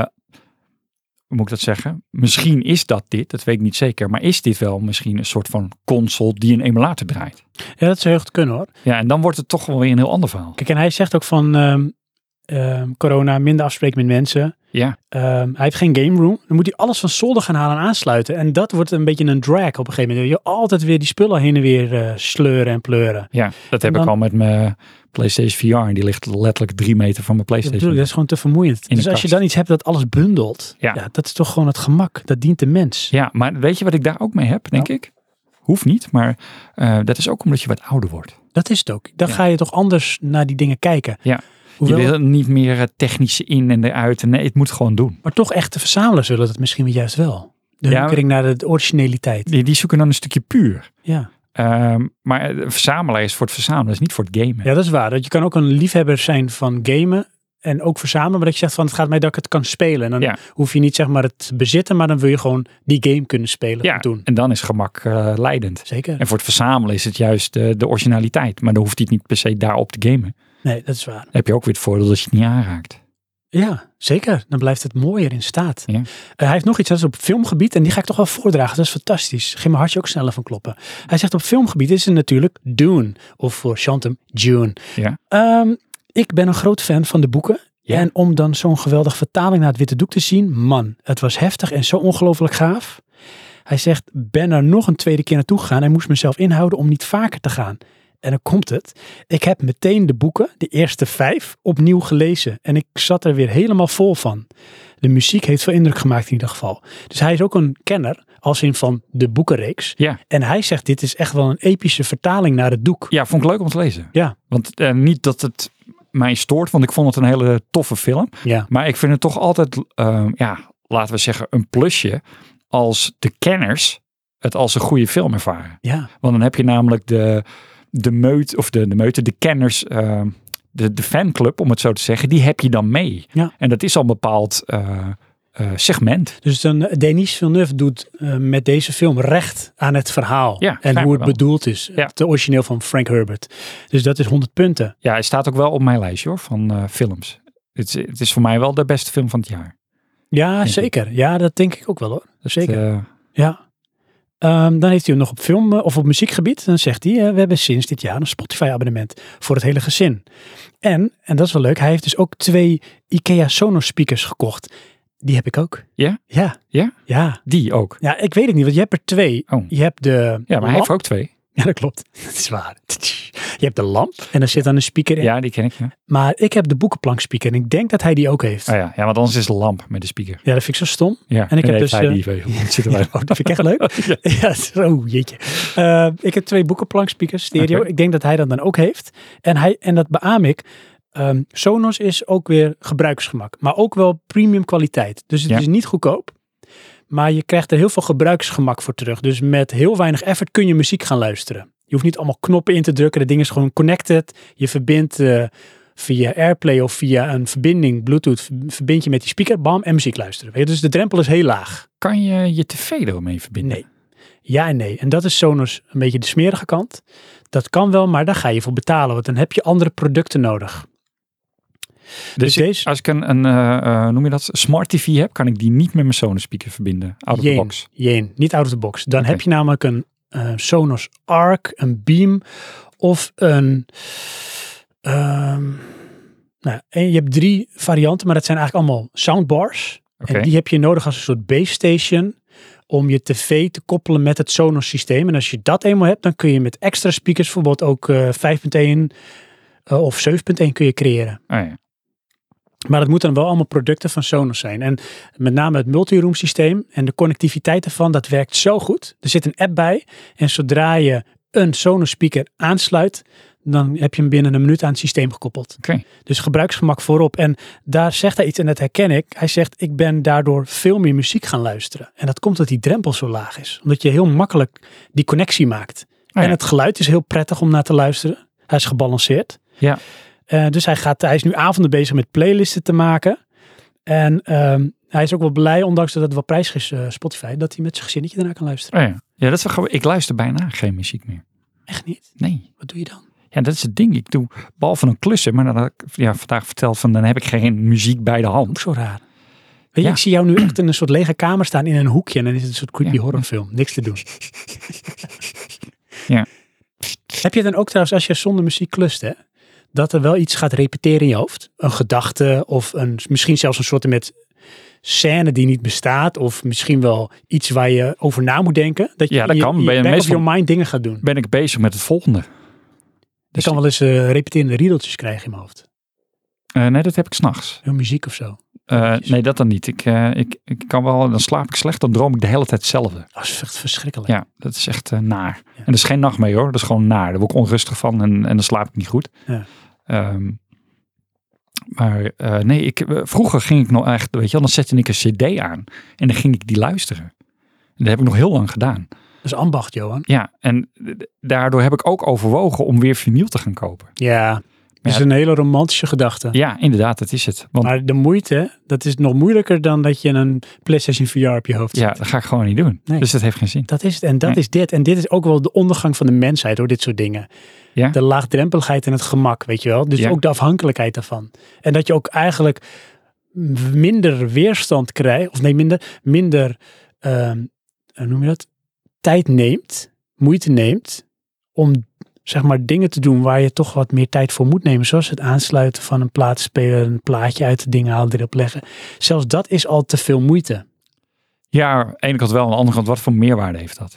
Speaker 2: hoe moet ik dat zeggen? Misschien is dat dit, dat weet ik niet zeker. Maar is dit wel misschien een soort van console die een emulator draait?
Speaker 1: Ja, dat zou heel goed kunnen hoor.
Speaker 2: Ja, en dan wordt het toch wel weer een heel ander verhaal.
Speaker 1: Kijk, en hij zegt ook van ehm, ehm, corona, minder afspreken met mensen.
Speaker 2: Ja,
Speaker 1: Ehm, hij heeft geen game room. Dan moet hij alles van zolder gaan halen en aansluiten. En dat wordt een beetje een drag op een gegeven moment. Je altijd weer die spullen heen en weer eh, sleuren en pleuren.
Speaker 2: ja dat heb
Speaker 1: En
Speaker 2: ik
Speaker 1: dan-
Speaker 2: al met mijn PlayStation VR. En die ligt letterlijk drie meter van
Speaker 1: Dat
Speaker 2: mijn
Speaker 1: bedoel ik,
Speaker 2: PlayStation.
Speaker 1: dat is gewoon te vermoeiend.
Speaker 2: de
Speaker 1: Dus als
Speaker 2: kast.
Speaker 1: je dan iets hebt dat alles bundelt,
Speaker 2: Ja.
Speaker 1: ja. dat is toch gewoon het gemak. Dat dient de mens.
Speaker 2: Ja, maar weet je wat ik daar ook mee heb, denk ik? Hoeft niet, maar eh, dat is ook omdat je wat ouder wordt.
Speaker 1: Dat is het ook. Dan
Speaker 2: Ja.
Speaker 1: ga je toch anders naar die dingen kijken.
Speaker 2: Ja.
Speaker 1: Hoewel,
Speaker 2: Je wil niet meer het technische in en eruit. En nee, het moet gewoon doen.
Speaker 1: Maar toch echt te verzamelen zullen dat misschien wel juist wel. De
Speaker 2: Ja.
Speaker 1: hunkering naar de originaliteit.
Speaker 2: Die, die zoeken dan een stukje puur.
Speaker 1: Ja.
Speaker 2: Ehm, maar de verzamelaar is voor het verzamelen, is niet voor het gamen.
Speaker 1: ja, dat is waar. Dat je kan ook een liefhebber zijn van gamen en ook verzamelen. Maar dat je zegt van het gaat mij dat ik het kan spelen. En dan
Speaker 2: Ja.
Speaker 1: hoef je niet zeg maar het te bezitten, maar dan wil je gewoon die game kunnen spelen.
Speaker 2: Ja,
Speaker 1: of doen.
Speaker 2: en dan is gemak eh, leidend.
Speaker 1: Zeker.
Speaker 2: En voor het verzamelen is het juist eh, de originaliteit. Maar dan hoeft hij het niet per se daarop te gamen.
Speaker 1: Nee, dat is waar.
Speaker 2: Dan heb je ook weer het voordeel dat je het niet aanraakt.
Speaker 1: Ja, zeker. Dan blijft het mooier in staat.
Speaker 2: Ja.
Speaker 1: Eh, hij heeft nog iets, dat is op filmgebied. En die ga ik toch wel voordragen. Dat is fantastisch. Ging mijn hartje ook sneller van kloppen. Hij zegt op filmgebied is het natuurlijk Dune. Of voor Shantum, June.
Speaker 2: Ja.
Speaker 1: Ehm, ik ben een groot fan van de boeken.
Speaker 2: Ja.
Speaker 1: En om dan zo'n geweldige vertaling naar het witte doek te zien. Man, het was heftig en zo ongelooflijk gaaf. Hij zegt, ben er nog een tweede keer naartoe gegaan. En moest mezelf inhouden om niet vaker te gaan. En dan komt het. Ik heb meteen de boeken, de eerste vijf, opnieuw gelezen. En ik zat er weer helemaal vol van. De muziek heeft veel indruk gemaakt in ieder geval. Dus hij is ook een kenner, als in van de boekenreeks.
Speaker 2: Ja.
Speaker 1: En hij zegt, dit is echt wel een epische vertaling naar het doek.
Speaker 2: ja, vond ik leuk om te lezen.
Speaker 1: Ja.
Speaker 2: Want eh, niet dat het mij stoort, want ik vond het een hele toffe film.
Speaker 1: Ja,
Speaker 2: Maar ik vind het toch altijd, eh, ja, laten we zeggen, een plusje als de kenners het als een goede film ervaren.
Speaker 1: ja,
Speaker 2: Want dan heb je namelijk de, de meut, of de, de meute, de kenners, eh, de, de fanclub, om het zo te zeggen, die heb je dan mee.
Speaker 1: Ja.
Speaker 2: En dat is al een bepaald eh, eh, segment.
Speaker 1: dus dan eh, Denis Villeneuve doet eh, met deze film recht aan het verhaal. en
Speaker 2: Ja,
Speaker 1: hoe het
Speaker 2: schijnbaar wel.
Speaker 1: bedoeld is.
Speaker 2: Ja.
Speaker 1: Het origineel van Frank Herbert. Dus dat is 100 punten.
Speaker 2: Ja, hij staat ook wel op mijn lijstje hoor, van eh, films. Het is, het is voor mij wel de beste film van het jaar.
Speaker 1: Ja,
Speaker 2: ik.
Speaker 1: zeker. Ja, dat denk ik ook wel hoor.
Speaker 2: Dat,
Speaker 1: Zeker.
Speaker 2: eh,
Speaker 1: Ja. Ehm, dan heeft hij hem nog op film eh, of op muziekgebied. Dan zegt hij, eh, we hebben sinds dit jaar een Spotify abonnement voor het hele gezin. En, en dat is wel leuk, hij heeft dus ook twee IKEA Sonos speakers gekocht. Die heb ik ook.
Speaker 2: Ja?
Speaker 1: Ja.
Speaker 2: Ja?
Speaker 1: Ja.
Speaker 2: die ook.
Speaker 1: Ja, ik weet het niet, want je hebt er twee.
Speaker 2: Oh.
Speaker 1: Je hebt de
Speaker 2: Ja, maar hij heeft
Speaker 1: lamp.
Speaker 2: ook twee.
Speaker 1: Ja, dat klopt. Dat is waar. Je hebt de lamp en daar zit dan een speaker in.
Speaker 2: Ja, die ken ik. Ja,
Speaker 1: Maar ik heb de boekenplank speaker en ik denk dat hij die ook heeft.
Speaker 2: Ah ja. ja want anders is de lamp met de speaker.
Speaker 1: Ja, dat vind ik zo stom.
Speaker 2: Ja,
Speaker 1: En ik heb
Speaker 2: heeft
Speaker 1: dus,
Speaker 2: hij
Speaker 1: eh,
Speaker 2: die twee. Dat zit erbij.
Speaker 1: Oh, dat vind ik echt leuk.
Speaker 2: Ja.
Speaker 1: Ja, het is- oh jeetje. Eh, ik heb twee boekenplankspeakers, stereo.
Speaker 2: Oké.
Speaker 1: Ik denk dat hij dat dan ook heeft. En, hij, en dat beaam ik. Ehm, Sonos is ook weer gebruiksgemak, maar ook wel premium kwaliteit. Dus het
Speaker 2: Ja.
Speaker 1: is niet goedkoop, maar je krijgt er heel veel gebruiksgemak voor terug. Dus met heel weinig effort kun je muziek gaan luisteren. Je hoeft niet allemaal knoppen in te drukken. Dat ding is gewoon connected. Je verbindt eh, via Airplay of via een verbinding, Bluetooth, v- verbind je met die speaker, bam, en muziek luisteren. Weet je, Dus de drempel is heel laag.
Speaker 2: Kan je je tv ermee verbinden?
Speaker 1: Nee. Ja en nee. En dat is Sonos een beetje de smerige kant. Dat kan wel, maar daar ga je voor betalen. Want dan heb je andere producten nodig.
Speaker 2: Dus
Speaker 1: Dus
Speaker 2: ik-
Speaker 1: deze-
Speaker 2: als ik een, een eh, eh, noem je dat, smart tv heb, kan ik die niet met mijn Sonos speaker verbinden. Out of the
Speaker 1: Jeen,
Speaker 2: box.
Speaker 1: Jeen, niet out of the box. Dan
Speaker 2: Oké.
Speaker 1: heb je namelijk een eh, Sonos Arc, een Beam of een... ehm, nou, en je hebt drie varianten, maar dat zijn eigenlijk allemaal soundbars.
Speaker 2: Oké.
Speaker 1: En die heb je nodig als een soort base station om je tv te koppelen met het Sonos systeem. En als je dat eenmaal hebt, dan kun je met extra speakers bijvoorbeeld ook eh, 5.1 eh, of 7.1 kun je creëren.
Speaker 2: Oh ja.
Speaker 1: Maar dat moeten dan wel allemaal producten van Sonos zijn. En met name het multiroom systeem en de connectiviteit ervan, dat werkt zo goed. Er zit een app bij en zodra je een Sonos speaker aansluit, dan heb je hem binnen een minuut aan het systeem gekoppeld.
Speaker 2: Oké. Oh
Speaker 1: Dus gebruiksgemak voorop. En daar zegt hij iets en dat herken ik. Hij zegt, ik ben daardoor veel meer muziek gaan luisteren. En dat komt dat die drempel zo laag is. Omdat je heel makkelijk die connectie maakt.
Speaker 2: Oh ja.
Speaker 1: En het geluid is heel prettig om naar te luisteren. Hij is gebalanceerd.
Speaker 2: Ja.
Speaker 1: Eh, dus hij, gaat, hij is nu avonden bezig met playlisten te maken. En ehm, hij is ook wel blij, ondanks dat het wel prijzig is, eh, Spotify, dat hij met zijn gezinnetje daarna kan luisteren.
Speaker 2: Oh ja. ja, dat is wel grappig. Ik luister bijna geen muziek meer.
Speaker 1: Echt niet?
Speaker 2: Nee.
Speaker 1: Wat doe je dan?
Speaker 2: Ja, dat is het ding. Ik doe behalve een klussen, maar dan had ik ja, vandaag verteld van dan heb ik geen muziek bij de hand.
Speaker 1: Ook zo raar. Weet je,
Speaker 2: Ja.
Speaker 1: ik zie jou nu echt in een soort lege kamer staan in een hoekje. En dan is het een soort creepy
Speaker 2: Ja.
Speaker 1: horrorfilm. Niks te doen.
Speaker 2: Ja.
Speaker 1: Heb je dan ook trouwens, als je zonder muziek klust, hè, dat er wel iets gaat repeteren in je hoofd? Een gedachte of een, misschien zelfs een soort met scène die niet bestaat. Of misschien wel iets waar je over na moet denken. Dat je
Speaker 2: Ja, dat
Speaker 1: in je,
Speaker 2: kan.
Speaker 1: in je
Speaker 2: Ben je
Speaker 1: back of
Speaker 2: meestal-
Speaker 1: your mind dingen gaat doen.
Speaker 2: Ben ik bezig met het volgende.
Speaker 1: Je
Speaker 2: Dus
Speaker 1: kan wel eens eh, repeterende riedeltjes krijgen in mijn hoofd.
Speaker 2: eh, nee, dat heb ik s'nachts.
Speaker 1: Heel muziek of zo. Ah,
Speaker 2: Eh nee, dat dan niet. Ik, eh, ik, ik kan wel, dan slaap ik slecht, dan droom ik de hele tijd hetzelfde.
Speaker 1: Dat is echt verschrikkelijk.
Speaker 2: Ja, dat is echt eh, naar. En dat is geen nacht mee hoor, dat is gewoon naar. Daar word ik onrustig van en, en dan slaap ik niet goed.
Speaker 1: Ja.
Speaker 2: Ehm, maar eh, nee, ik, eh, vroeger ging ik nog echt, weet je wel, dan zette ik een cd aan en dan ging ik die luisteren. En dat heb ik nog heel lang gedaan.
Speaker 1: Dat is ambacht, Johan.
Speaker 2: Ja, en d- d- daardoor heb ik ook overwogen om weer vinyl te gaan kopen.
Speaker 1: Ja, dat is
Speaker 2: Ja.
Speaker 1: een hele romantische gedachte.
Speaker 2: Ja, inderdaad, dat is het. Want
Speaker 1: Maar de moeite, dat is nog moeilijker dan dat je een PlayStation VR op je hoofd
Speaker 2: ja,
Speaker 1: zet.
Speaker 2: dat ga ik gewoon niet doen.
Speaker 1: Nee.
Speaker 2: Dus dat heeft geen zin.
Speaker 1: Dat is het. En dat
Speaker 2: Nee.
Speaker 1: is dit. En dit is ook wel de ondergang van de mensheid door dit soort dingen.
Speaker 2: Ja.
Speaker 1: De laagdrempeligheid en het gemak, weet je wel. Dus
Speaker 2: Ja.
Speaker 1: ook de afhankelijkheid daarvan. En dat je ook eigenlijk minder weerstand krijgt. Of nee, minder, minder ehm, hoe noem je dat? Tijd neemt, moeite neemt om zeg maar dingen te doen waar je toch wat meer tijd voor moet nemen. Zoals het aansluiten van een plaatspeler, een plaatje uit de dingen halen, erop leggen. Zelfs dat is al te veel moeite.
Speaker 2: Ja, aan de ene kant wel, aan de andere kant, wat voor meerwaarde heeft dat?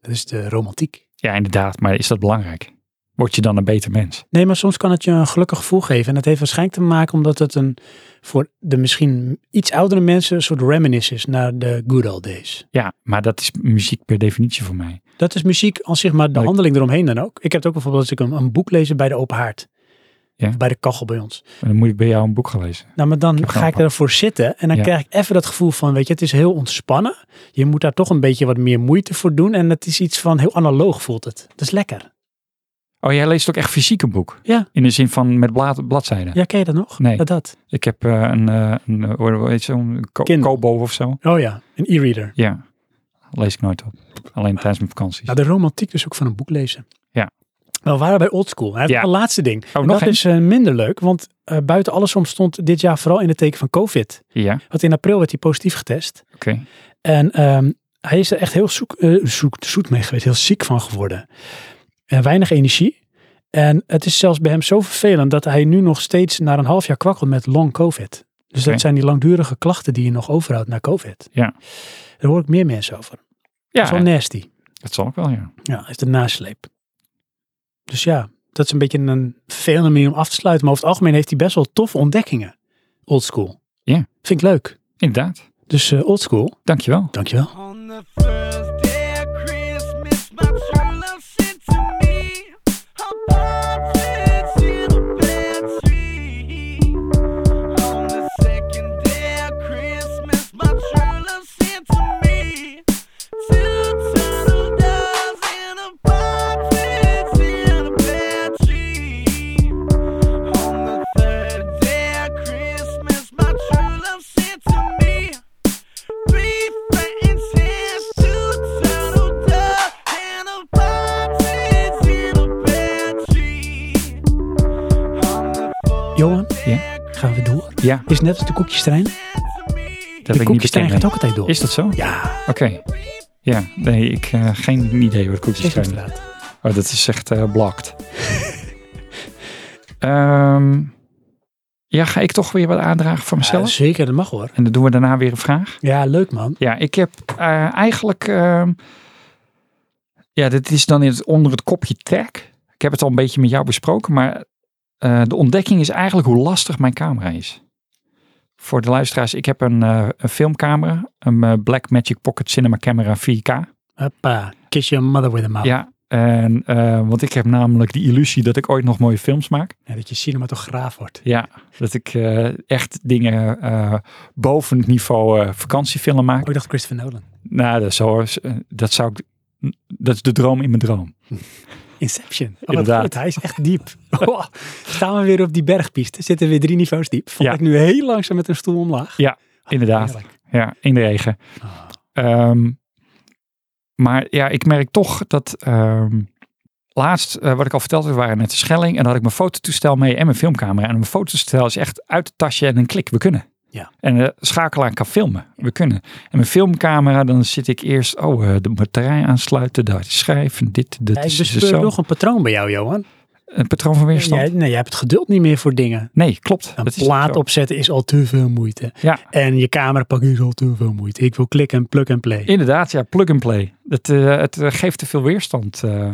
Speaker 1: Dat is de romantiek.
Speaker 2: Ja, inderdaad, maar is dat belangrijk? Word je dan een beter mens?
Speaker 1: Nee, maar soms kan het je een gelukkig gevoel geven. En dat heeft waarschijnlijk te maken omdat het een, voor de misschien iets oudere mensen een soort reminisce is naar de good old days.
Speaker 2: Ja, maar dat is muziek per definitie voor mij.
Speaker 1: Dat is muziek als zeg maar de
Speaker 2: Maar ik-
Speaker 1: handeling eromheen dan ook. Ik heb het ook bijvoorbeeld als ik een, een boek lees bij de open haard.
Speaker 2: Ja.
Speaker 1: Of Bij de kachel bij ons.
Speaker 2: En dan moet ik bij jou een boek gaan lezen.
Speaker 1: Nou, maar dan
Speaker 2: heb
Speaker 1: ga
Speaker 2: geen
Speaker 1: ik ervoor zitten en dan
Speaker 2: Ja.
Speaker 1: krijg ik even dat gevoel van, weet je, het is heel ontspannen. Je moet daar toch een beetje wat meer moeite voor doen. En het is iets van, heel analoog voelt het. Dat is lekker.
Speaker 2: Oh, jij leest ook echt fysiek een boek?
Speaker 1: Ja.
Speaker 2: In de zin van met blad, bladzijden?
Speaker 1: Ja, ken je dat nog?
Speaker 2: Nee.
Speaker 1: Ja, dat.
Speaker 2: Ik heb eh, een, eh, een, eh, hoe heet zo'n ko-
Speaker 1: Kindle.
Speaker 2: kobo of zo.
Speaker 1: Oh ja, een e-reader.
Speaker 2: Ja, lees ik nooit op. Alleen tijdens mijn vakanties.
Speaker 1: Nou, de romantiek dus ook van een boek lezen.
Speaker 2: Ja.
Speaker 1: Wel, we waren bij oldschool. Hij heeft
Speaker 2: Ja. Oh,
Speaker 1: een laatste ding.
Speaker 2: nog
Speaker 1: En dat
Speaker 2: één?
Speaker 1: is eh, minder leuk, want eh, buiten alles om stond dit jaar vooral in het teken van COVID.
Speaker 2: Ja,
Speaker 1: Want in april werd hij positief getest.
Speaker 2: oké.
Speaker 1: En ehm, hij is er echt heel zoek, eh, zoek- zoet mee geweest, heel ziek van geworden. En weinig energie. En het is zelfs bij hem zo vervelend dat hij nu nog steeds na een half jaar kwakkelt met long COVID. Dus
Speaker 2: Oké.
Speaker 1: dat zijn die langdurige klachten die je nog overhoudt na COVID.
Speaker 2: Ja.
Speaker 1: Daar hoor ik meer mensen over. dat
Speaker 2: Ja,
Speaker 1: is wel nasty.
Speaker 2: dat zal ik wel, ja.
Speaker 1: Ja, hij heeft een nasleep. Dus ja, dat is een beetje een vervelende manier om af te sluiten. Maar over het algemeen heeft hij best wel toffe ontdekkingen. Oldschool.
Speaker 2: Ja.
Speaker 1: Vind ik leuk.
Speaker 2: Inderdaad.
Speaker 1: Dus eh oldschool,
Speaker 2: Dankjewel.
Speaker 1: dankjewel.
Speaker 4: On the first day of Christmas, my true love sent to me a portrait in a pear tree. On the second day of Christmas, my true love sent to me two turtle doves and a partridge in a pear tree. On the third day of Christmas, my true love sent to me. Three friends and two turtle doves and a partridge in a pear tree. On the fourth
Speaker 1: Johan,
Speaker 2: Ja.
Speaker 1: gaan we door?
Speaker 2: Ja,
Speaker 1: Is net als de koekjestrein. De
Speaker 4: to me.
Speaker 2: dat ik niet
Speaker 1: koekjestrein
Speaker 2: bekend
Speaker 1: gaat
Speaker 2: ben.
Speaker 1: ook altijd door.
Speaker 2: Is dat zo?
Speaker 1: Ja,
Speaker 2: Oké. Ja, nee, ik eh geen idee wat koekjes zijn.
Speaker 1: Sesamstraat.
Speaker 2: Oh, dat is echt eh blocked. Ehm, ja, ga ik toch weer wat aandragen voor
Speaker 1: Ja,
Speaker 2: mezelf?
Speaker 1: zeker, dat mag hoor.
Speaker 2: En dan doen we daarna weer een vraag.
Speaker 1: Ja, leuk man.
Speaker 2: Ja, ik heb eh, eigenlijk... ehm, ja, dit is dan in het, onder het kopje tech. Ik heb het al een beetje met jou besproken, maar eh, de ontdekking is eigenlijk hoe lastig mijn camera is. Voor de luisteraars, ik heb een, eh, een eh, filmcamera, een Black Magic Pocket Cinema Camera 4K.
Speaker 1: Hoppa, kiss your mother with a mouth.
Speaker 2: Ja, En, eh, want ik heb namelijk die illusie dat ik ooit nog mooie films maak.
Speaker 1: Ja, dat je cinematograaf wordt.
Speaker 2: Ja, dat ik eh, echt dingen eh, boven het niveau eh, vakantiefilm maak.
Speaker 1: Oh, ik dacht Christopher Nolan.
Speaker 2: Nou, dat zou, dat zou ik. Dat is de droom in mijn droom.
Speaker 1: Inception. Oh, wat
Speaker 2: Inderdaad.
Speaker 1: goed. Hij is echt diep. Oh, staan we weer op die bergpiste. Zitten we weer drie niveaus diep. Val
Speaker 2: Ja.
Speaker 1: ik nu heel langzaam met een stoel omlaag. Ah,
Speaker 2: Ja, inderdaad.
Speaker 1: Heerlijk.
Speaker 2: Ja, in de regen.
Speaker 1: Ah.
Speaker 2: Ehm, maar ja, ik merk toch dat. ehm, laatst, eh, wat ik al verteld heb, we waren net de Schelling. En daar had ik mijn fototoestel mee en mijn filmcamera. En mijn fototoestel is echt uit het tasje en een klik. We kunnen.
Speaker 1: Ja.
Speaker 2: En de schakelaar kan filmen. We kunnen. En mijn filmcamera, dan zit ik eerst. Oh, eh, de batterij aansluiten. Daar is schrijven. Dit, dat
Speaker 1: Ja, ik
Speaker 2: is is
Speaker 1: bespeur
Speaker 2: zo.
Speaker 1: nog een patroon bij jou, Johan.
Speaker 2: Een patroon van weerstand.
Speaker 1: Jij, nee, jij hebt het geduld niet meer voor dingen.
Speaker 2: Nee, klopt.
Speaker 1: Een
Speaker 2: Dat is
Speaker 1: plaat
Speaker 2: zo.
Speaker 1: opzetten is al te veel moeite.
Speaker 2: Ja.
Speaker 1: En je camera pakken is al te veel moeite. Ik wil klikken en plug en play.
Speaker 2: Inderdaad, ja, plug and play. Dat, eh, het eh, geeft te veel weerstand eh,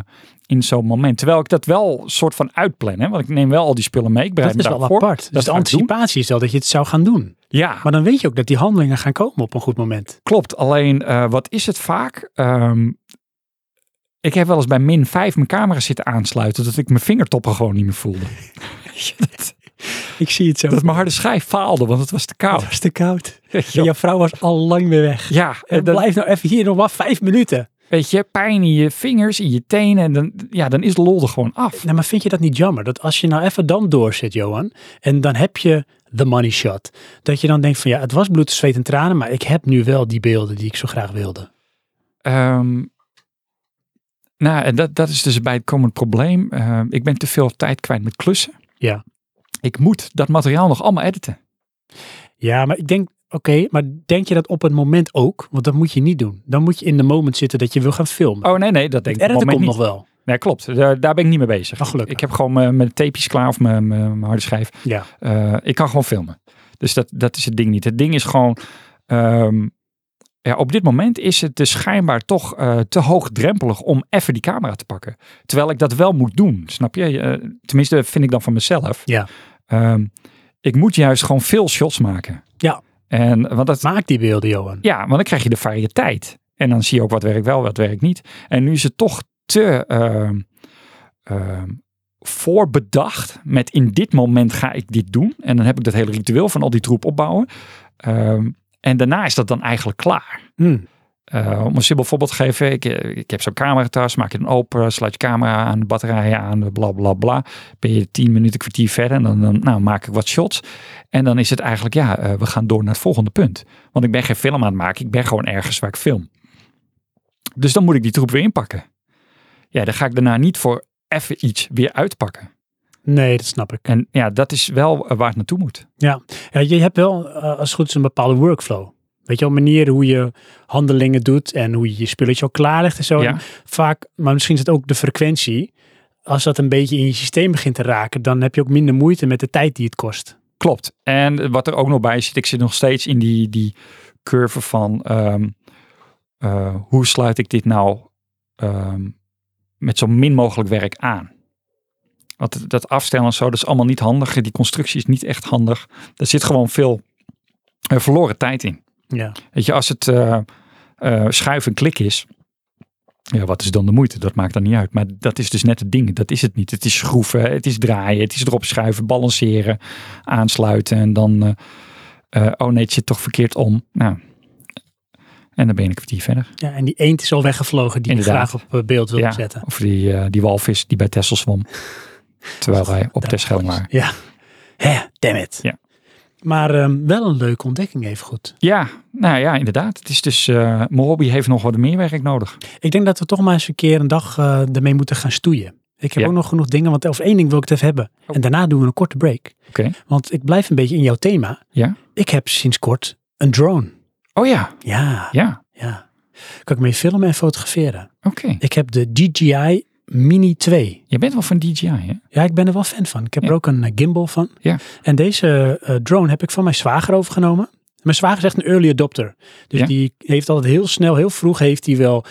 Speaker 2: in zo'n moment. Terwijl ik dat wel soort van uitplan, hè? want ik neem wel al die spullen mee. Ik bereid
Speaker 1: dat is
Speaker 2: me
Speaker 1: wel
Speaker 2: daarvoor.
Speaker 1: apart. dus de
Speaker 2: ga ik doen.
Speaker 1: anticipatie is wel dat je het zou gaan doen.
Speaker 2: Ja,
Speaker 1: Maar dan weet je ook dat die handelingen gaan komen op een goed moment.
Speaker 2: klopt. Alleen, eh, wat is het vaak? Ehm, ik heb wel eens bij min 5 mijn camera zitten aansluiten, dat ik mijn vingertoppen gewoon niet meer voelde. dat,
Speaker 1: Ik zie het zo.
Speaker 2: dat mijn harde schijf faalde, want het was te
Speaker 1: Het
Speaker 2: koud.
Speaker 1: was te koud. En
Speaker 2: Ja,
Speaker 1: jouw vrouw was al lang weer weg.
Speaker 2: en
Speaker 1: En
Speaker 2: dat,
Speaker 1: blijf nou even hier nog maar vijf minuten.
Speaker 2: weet je, pijn in je vingers, in je tenen, en dan, ja, dan is de lol er gewoon af.
Speaker 1: Nou, maar vind je dat niet jammer? Dat als je nou even dan doorzit, Johan, en dan heb je de money shot. Dat je dan denkt van ja, het was bloed, zweet en tranen, maar ik heb nu wel die beelden die ik zo graag wilde.
Speaker 2: Ehm, nou, en dat, dat is dus bij het komend probleem. Ehm, ik ben te veel tijd kwijt met klussen.
Speaker 1: Ja.
Speaker 2: Ik moet dat materiaal nog allemaal editen.
Speaker 1: Ja, maar ik denk, oké, maar denk je dat op het moment ook? Want dat moet je niet doen. Dan moet je in de moment zitten dat je wil gaan filmen.
Speaker 2: Oh nee, nee, dat denk
Speaker 1: het
Speaker 2: ik op het
Speaker 1: editen komt
Speaker 2: moment niet.
Speaker 1: nog wel.
Speaker 2: Nee, klopt. Daar, daar ben ik niet mee bezig.
Speaker 1: Oh, gelukkig.
Speaker 2: Ik heb gewoon mijn, mijn tapejes klaar of mijn, mijn, mijn harde schijf.
Speaker 1: Ja.
Speaker 2: Eh, ik kan gewoon filmen. Dus dat, dat is het ding niet. Het ding is gewoon... ehm, ja, op dit moment is het dus schijnbaar toch eh, te hoogdrempelig om even die camera te pakken. Terwijl ik dat wel moet doen, snap je? Eh, tenminste, vind ik dan van mezelf.
Speaker 1: Ja.
Speaker 2: Ehm, ik moet juist gewoon veel shots maken.
Speaker 1: Ja.
Speaker 2: En, want dat,
Speaker 1: Maak die beelden, Johan.
Speaker 2: ja, want dan krijg je de variëteit. En dan zie je ook wat werkt wel, wat werkt niet. En nu is het toch te ehm, ehm, voorbedacht met in dit moment ga ik dit doen. En dan heb ik dat hele ritueel van al die troep opbouwen. Ehm, en daarna is dat dan eigenlijk klaar.
Speaker 1: Hm.
Speaker 2: Eh, om een simpel voorbeeld te geven, ik, eh, ik heb zo'n cameratas, maak je dan open, sluit je camera aan, de batterij aan, bla bla bla. Ben je tien minuten, kwartier verder en dan, dan nou, maak ik wat shots. En dan is het eigenlijk, ja, eh, we gaan door naar het volgende punt. Want ik ben geen film aan het maken, ik ben gewoon ergens waar ik film. Dus dan moet ik die troep weer inpakken. Ja, dan ga ik daarna niet voor even iets weer uitpakken.
Speaker 1: Nee, dat snap ik.
Speaker 2: En ja, dat is wel eh, waar het naartoe moet.
Speaker 1: Ja, ja je hebt wel eh, als het goed is een bepaalde workflow. Weet je wel, manieren hoe je handelingen doet en hoe je je spulletje al klaarlegt en zo.
Speaker 2: Ja.
Speaker 1: En Vaak, maar misschien is het ook de frequentie. Als dat een beetje in je systeem begint te raken, dan heb je ook minder moeite met de tijd die het kost.
Speaker 2: Klopt. En wat er ook nog bij zit, ik zit nog steeds in die, die curve van ehm, eh, hoe sluit ik dit nou ehm, met zo min mogelijk werk aan. Want dat- dat afstellen en zo, dat is allemaal niet handig. Die constructie is niet echt handig. Er zit gewoon veel eh, verloren tijd in.
Speaker 1: Ja,
Speaker 2: Weet je, als het eh eh schuif en klik is, ja, wat is dan de moeite? Dat maakt dan niet uit. Maar dat is dus net het ding. Dat is het niet. Het is schroeven, het is draaien, het is erop schuiven, balanceren, aansluiten en dan, eh, eh, oh nee, het zit toch verkeerd om. Nou, en dan ben je een kwartier verder.
Speaker 1: ja en die eend is al weggevlogen die ik
Speaker 2: Inderdaad.
Speaker 1: graag op eh, beeld wil
Speaker 2: Ja,
Speaker 1: zetten.
Speaker 2: of die, eh, die walvis die bij Tessel zwom, terwijl wij op Tesschelling waren.
Speaker 1: Ja, hè, damn it.
Speaker 2: Ja.
Speaker 1: Maar ehm, wel een leuke ontdekking even goed.
Speaker 2: Ja, nou ja, inderdaad. Het is dus, eh, mijn hobby heeft nog wat meer werk nodig.
Speaker 1: Ik denk dat we toch maar eens een keer een dag eh, ermee moeten gaan stoeien. Ik heb
Speaker 2: Ja.
Speaker 1: ook nog genoeg dingen, want over één ding wil ik het even hebben.
Speaker 2: Oh.
Speaker 1: En daarna doen we een korte break.
Speaker 2: Oké,
Speaker 1: Want ik blijf een beetje in jouw thema.
Speaker 2: ja.
Speaker 1: Ik heb sinds kort een drone.
Speaker 2: Oh ja,
Speaker 1: Ja, ja.
Speaker 2: ja,
Speaker 1: Kan ik mee filmen en fotograferen.
Speaker 2: oké.
Speaker 1: Ik heb de DJI Mini 2.
Speaker 2: Je bent wel van DJI, hè?
Speaker 1: Ja, ik ben er wel fan van. Ik heb
Speaker 2: Ja.
Speaker 1: er ook een eh, gimbal van.
Speaker 2: Ja.
Speaker 1: En deze eh, drone heb ik van mijn zwager overgenomen. Mijn zwager is echt een early adopter. Dus
Speaker 2: Ja.
Speaker 1: die heeft altijd heel snel, heel vroeg heeft hij wel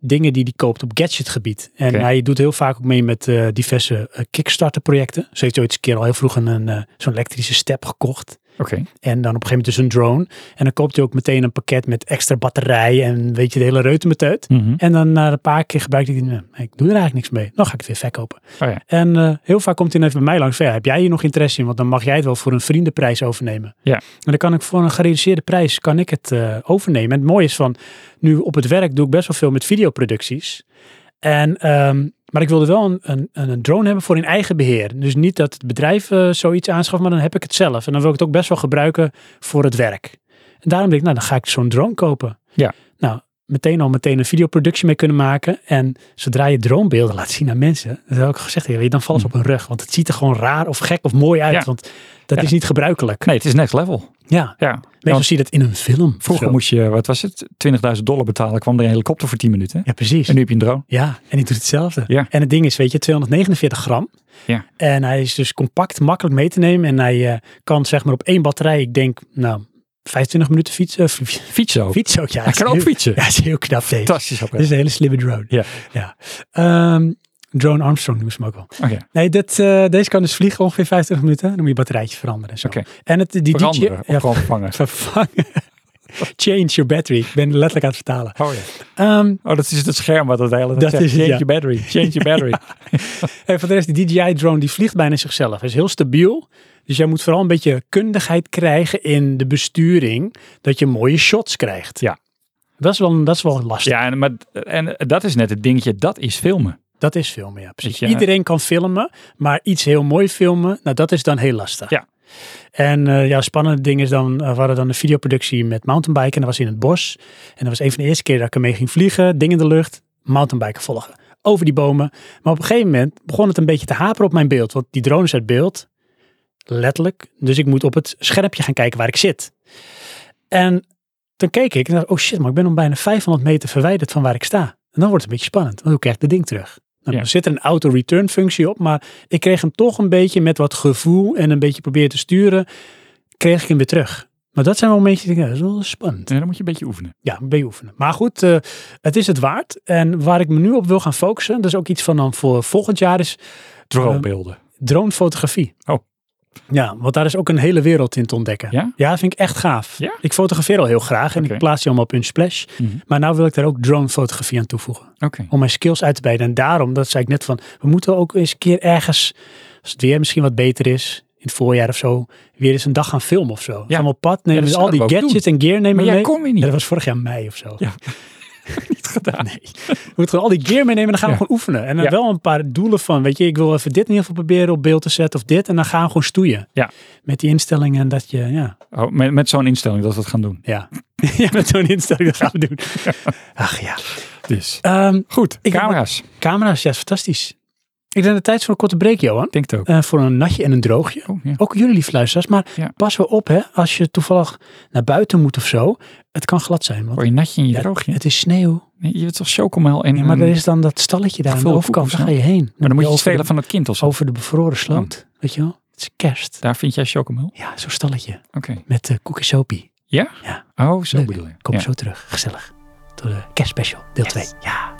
Speaker 1: dingen die hij koopt op gadgetgebied. En
Speaker 2: Oké.
Speaker 1: hij doet heel vaak ook mee met eh, diverse eh, Kickstarter projecten. Zo heeft hij ooit eens een keer al heel vroeg een, een, eh, zo'n elektrische step gekocht. En dan op een gegeven moment dus een drone. En dan koopt hij ook meteen een pakket met extra batterijen en weet je, de hele reutemeteut.
Speaker 2: Mhm.
Speaker 1: En dan na een paar keer gebruikt hij die, nou, ik doe er eigenlijk niks mee. Dan ga ik het weer verkopen.
Speaker 2: Oh ja.
Speaker 1: En eh, heel vaak komt hij dan even bij mij langs. van, Ja, heb jij hier nog interesse in? Want dan mag jij het wel voor een vriendenprijs overnemen.
Speaker 2: Ja.
Speaker 1: En dan kan ik voor een gereduceerde prijs kan ik het eh, overnemen. En het mooie is van, nu op het werk doe ik best wel veel met videoproducties. En, ehm, maar ik wilde wel een, een, een drone hebben voor in eigen beheer. Dus niet dat het bedrijf eh, zoiets aanschaft, maar dan heb ik het zelf. En dan wil ik het ook best wel gebruiken voor het werk. En daarom denk ik, nou dan ga ik zo'n drone kopen.
Speaker 2: Ja.
Speaker 1: Nou, meteen al meteen een videoproductie mee kunnen maken. En zodra je dronebeelden laat zien aan mensen, dat heb ik al gezegd, joh, dan vallen ze op hun rug. Want het ziet er gewoon raar of gek of mooi uit.
Speaker 2: Hm. Ja.
Speaker 1: Want dat
Speaker 2: Ja.
Speaker 1: is niet gebruikelijk.
Speaker 2: Nee, het is next level.
Speaker 1: Ja,
Speaker 2: Ja.
Speaker 1: meestal
Speaker 2: Want
Speaker 1: zie je dat in een film. of
Speaker 2: vroeger
Speaker 1: zo.
Speaker 2: moest je, wat was het, 20.000 dollar betalen. kwam er een helikopter voor 10 minuten.
Speaker 1: Ja, precies.
Speaker 2: En nu heb je een drone.
Speaker 1: Ja, en die doet hetzelfde.
Speaker 2: Ja.
Speaker 1: En het ding is, weet je, 249 gram.
Speaker 2: Ja.
Speaker 1: En hij is dus compact, makkelijk mee te nemen. En hij eh, kan zeg maar op één batterij, ik denk, nou, 25 minuten fietsen. eh, fi-
Speaker 2: Fietsen ook.
Speaker 1: Fietsen ook, ja.
Speaker 2: Hij
Speaker 1: het is
Speaker 2: kan ook
Speaker 1: heel-
Speaker 2: fietsen.
Speaker 1: Ja, het is heel knap deze.
Speaker 2: Fantastisch.
Speaker 1: Dit is
Speaker 2: apparaat.
Speaker 1: een hele slimme drone.
Speaker 2: Ja.
Speaker 1: ja. Ehm, drone Armstrong noemen ze hem ook wel.
Speaker 2: Oké.
Speaker 1: Nee, dit, eh, deze kan dus vliegen ongeveer 25 minuten. Dan moet je batterijtje veranderen. en Zo.
Speaker 2: Oké.
Speaker 1: En het, die DJ
Speaker 2: Veranderen. Of
Speaker 1: ja,
Speaker 2: gewoon vervangen.
Speaker 1: vervangen. Change your battery. Ik ben letterlijk aan het vertalen.
Speaker 2: Oh ja.
Speaker 1: Ehm,
Speaker 2: Oh, dat is het scherm wat dat de hele tijd
Speaker 1: Dat
Speaker 2: zegt.
Speaker 1: is het,
Speaker 2: Change
Speaker 1: ja.
Speaker 2: your battery. Change your battery.
Speaker 1: En voor de rest, die DJI-drone die vliegt bijna zichzelf. Hij is heel stabiel. Dus jij moet vooral een beetje kundigheid krijgen in de besturing. Dat je mooie shots krijgt.
Speaker 2: Ja.
Speaker 1: Dat is wel, dat is wel lastig.
Speaker 2: Ja, en, maar, en dat is net het dingetje. Dat is filmen.
Speaker 1: Dat is filmen, ja. Precies.
Speaker 2: Weet je, hè?
Speaker 1: Iedereen kan filmen, maar iets heel mooi filmen, nou dat is dan heel lastig.
Speaker 2: Ja.
Speaker 1: En eh ja, spannende ding is dan, eh, we hadden dan een videoproductie met mountainbiken. En dat was in het bos. En dat was een van de eerste keer dat ik ermee ging vliegen. Ding in de lucht, mountainbiken volgen. Over die bomen. Maar op een gegeven moment begon het een beetje te haperen op mijn beeld. Want die drone is uit beeld. Letterlijk. Dus ik moet op het schermpje gaan kijken waar ik zit. En toen keek ik en dacht, oh shit, maar ik ben al bijna 500 meter verwijderd van waar ik sta. En dan wordt het een beetje spannend, want hoe krijg ik dat ding terug? Nou,
Speaker 2: Ja.
Speaker 1: Er zit er een auto-return functie op, maar ik kreeg hem toch een beetje met wat gevoel en een beetje proberen te sturen, kreeg ik hem weer terug. Maar dat zijn wel een beetje, ja, dat is wel spannend.
Speaker 2: Ja, dan moet je een beetje oefenen.
Speaker 1: Ja, ben je oefenen. Maar goed, eh, het is het waard. En waar ik me nu op wil gaan focussen, dat is ook iets van dan voor volgend jaar, is eh,
Speaker 2: Dronebeelden.
Speaker 1: dronefotografie.
Speaker 2: Oh.
Speaker 1: Ja, want daar is ook een hele wereld in te ontdekken.
Speaker 2: Ja?
Speaker 1: vind ik echt gaaf.
Speaker 2: Ja?
Speaker 1: Ik fotografeer al heel graag en
Speaker 2: Oké.
Speaker 1: ik plaats die allemaal op hun splash.
Speaker 2: Mhm.
Speaker 1: Maar nou wil ik daar ook dronefotografie aan toevoegen.
Speaker 2: Oké.
Speaker 1: Om mijn skills uit te breiden. En daarom, dat zei ik net van, we moeten ook eens een keer ergens, als het weer misschien wat beter is, in het voorjaar of zo, weer eens een dag gaan filmen of zo. Gaan we op pad, nemen
Speaker 2: dat
Speaker 1: we al die
Speaker 2: zouden we ook
Speaker 1: gadgets en gear nemen we
Speaker 2: Maar jij
Speaker 1: mee.
Speaker 2: kon weer
Speaker 1: Ja,
Speaker 2: niet.
Speaker 1: dat was vorig jaar mei of zo.
Speaker 2: Ja. niet gedaan.
Speaker 1: Nee. We moeten gewoon al die gear meenemen en dan gaan we
Speaker 2: Ja.
Speaker 1: gewoon oefenen. En dan
Speaker 2: Ja.
Speaker 1: wel een paar doelen van, weet je, ik wil even dit in ieder geval proberen op beeld te zetten of dit. En dan gaan we gewoon stoeien.
Speaker 2: Ja.
Speaker 1: Met die instellingen en dat je, ja,
Speaker 2: Oh, met met zo'n instelling dat we het gaan doen.
Speaker 1: ja. ja met zo'n instelling dat gaan we doen. Ach ja.
Speaker 2: Dus.
Speaker 1: Ehm,
Speaker 2: Goed,
Speaker 1: Ik-
Speaker 2: camera's. Ik
Speaker 1: camera's, ja, is fantastisch. Ik denk de tijd is voor een korte break, Johan.
Speaker 2: denk het ook.
Speaker 1: Eh, voor een natje en een droogje.
Speaker 2: Oh, ja.
Speaker 1: Ook jullie lief luisteraars, maar
Speaker 2: Ja.
Speaker 1: pas wel op hè, als je toevallig naar buiten moet of zo. Het kan glad zijn, want
Speaker 2: Hoor je natje in je
Speaker 1: ja,
Speaker 2: droogje?
Speaker 1: het is sneeuw.
Speaker 2: Nee, je hebt toch chocomel en...
Speaker 1: Ja, maar
Speaker 2: en-
Speaker 1: er is dan dat stalletje daar aan de
Speaker 2: Gevulde
Speaker 1: overkant, daar
Speaker 2: koekjes,
Speaker 1: ga je heen.
Speaker 2: maar dan moet je
Speaker 1: over
Speaker 2: iets stelen
Speaker 1: de-
Speaker 2: van Oh. het kind of zo.
Speaker 1: over de bevroren sloot. Weet je wel? Het is kerst.
Speaker 2: Daar vind jij chocomel?
Speaker 1: Ja, zo'n stalletje.
Speaker 2: Oké.
Speaker 1: Met eh koekjesopie.
Speaker 2: Ja?
Speaker 1: Ja.
Speaker 2: Oh, zo
Speaker 1: Leuk.
Speaker 2: bedoel je.
Speaker 1: Kom
Speaker 2: Ja.
Speaker 1: zo terug. Gezellig. Tot de kerstspecial, deel 2. Ja.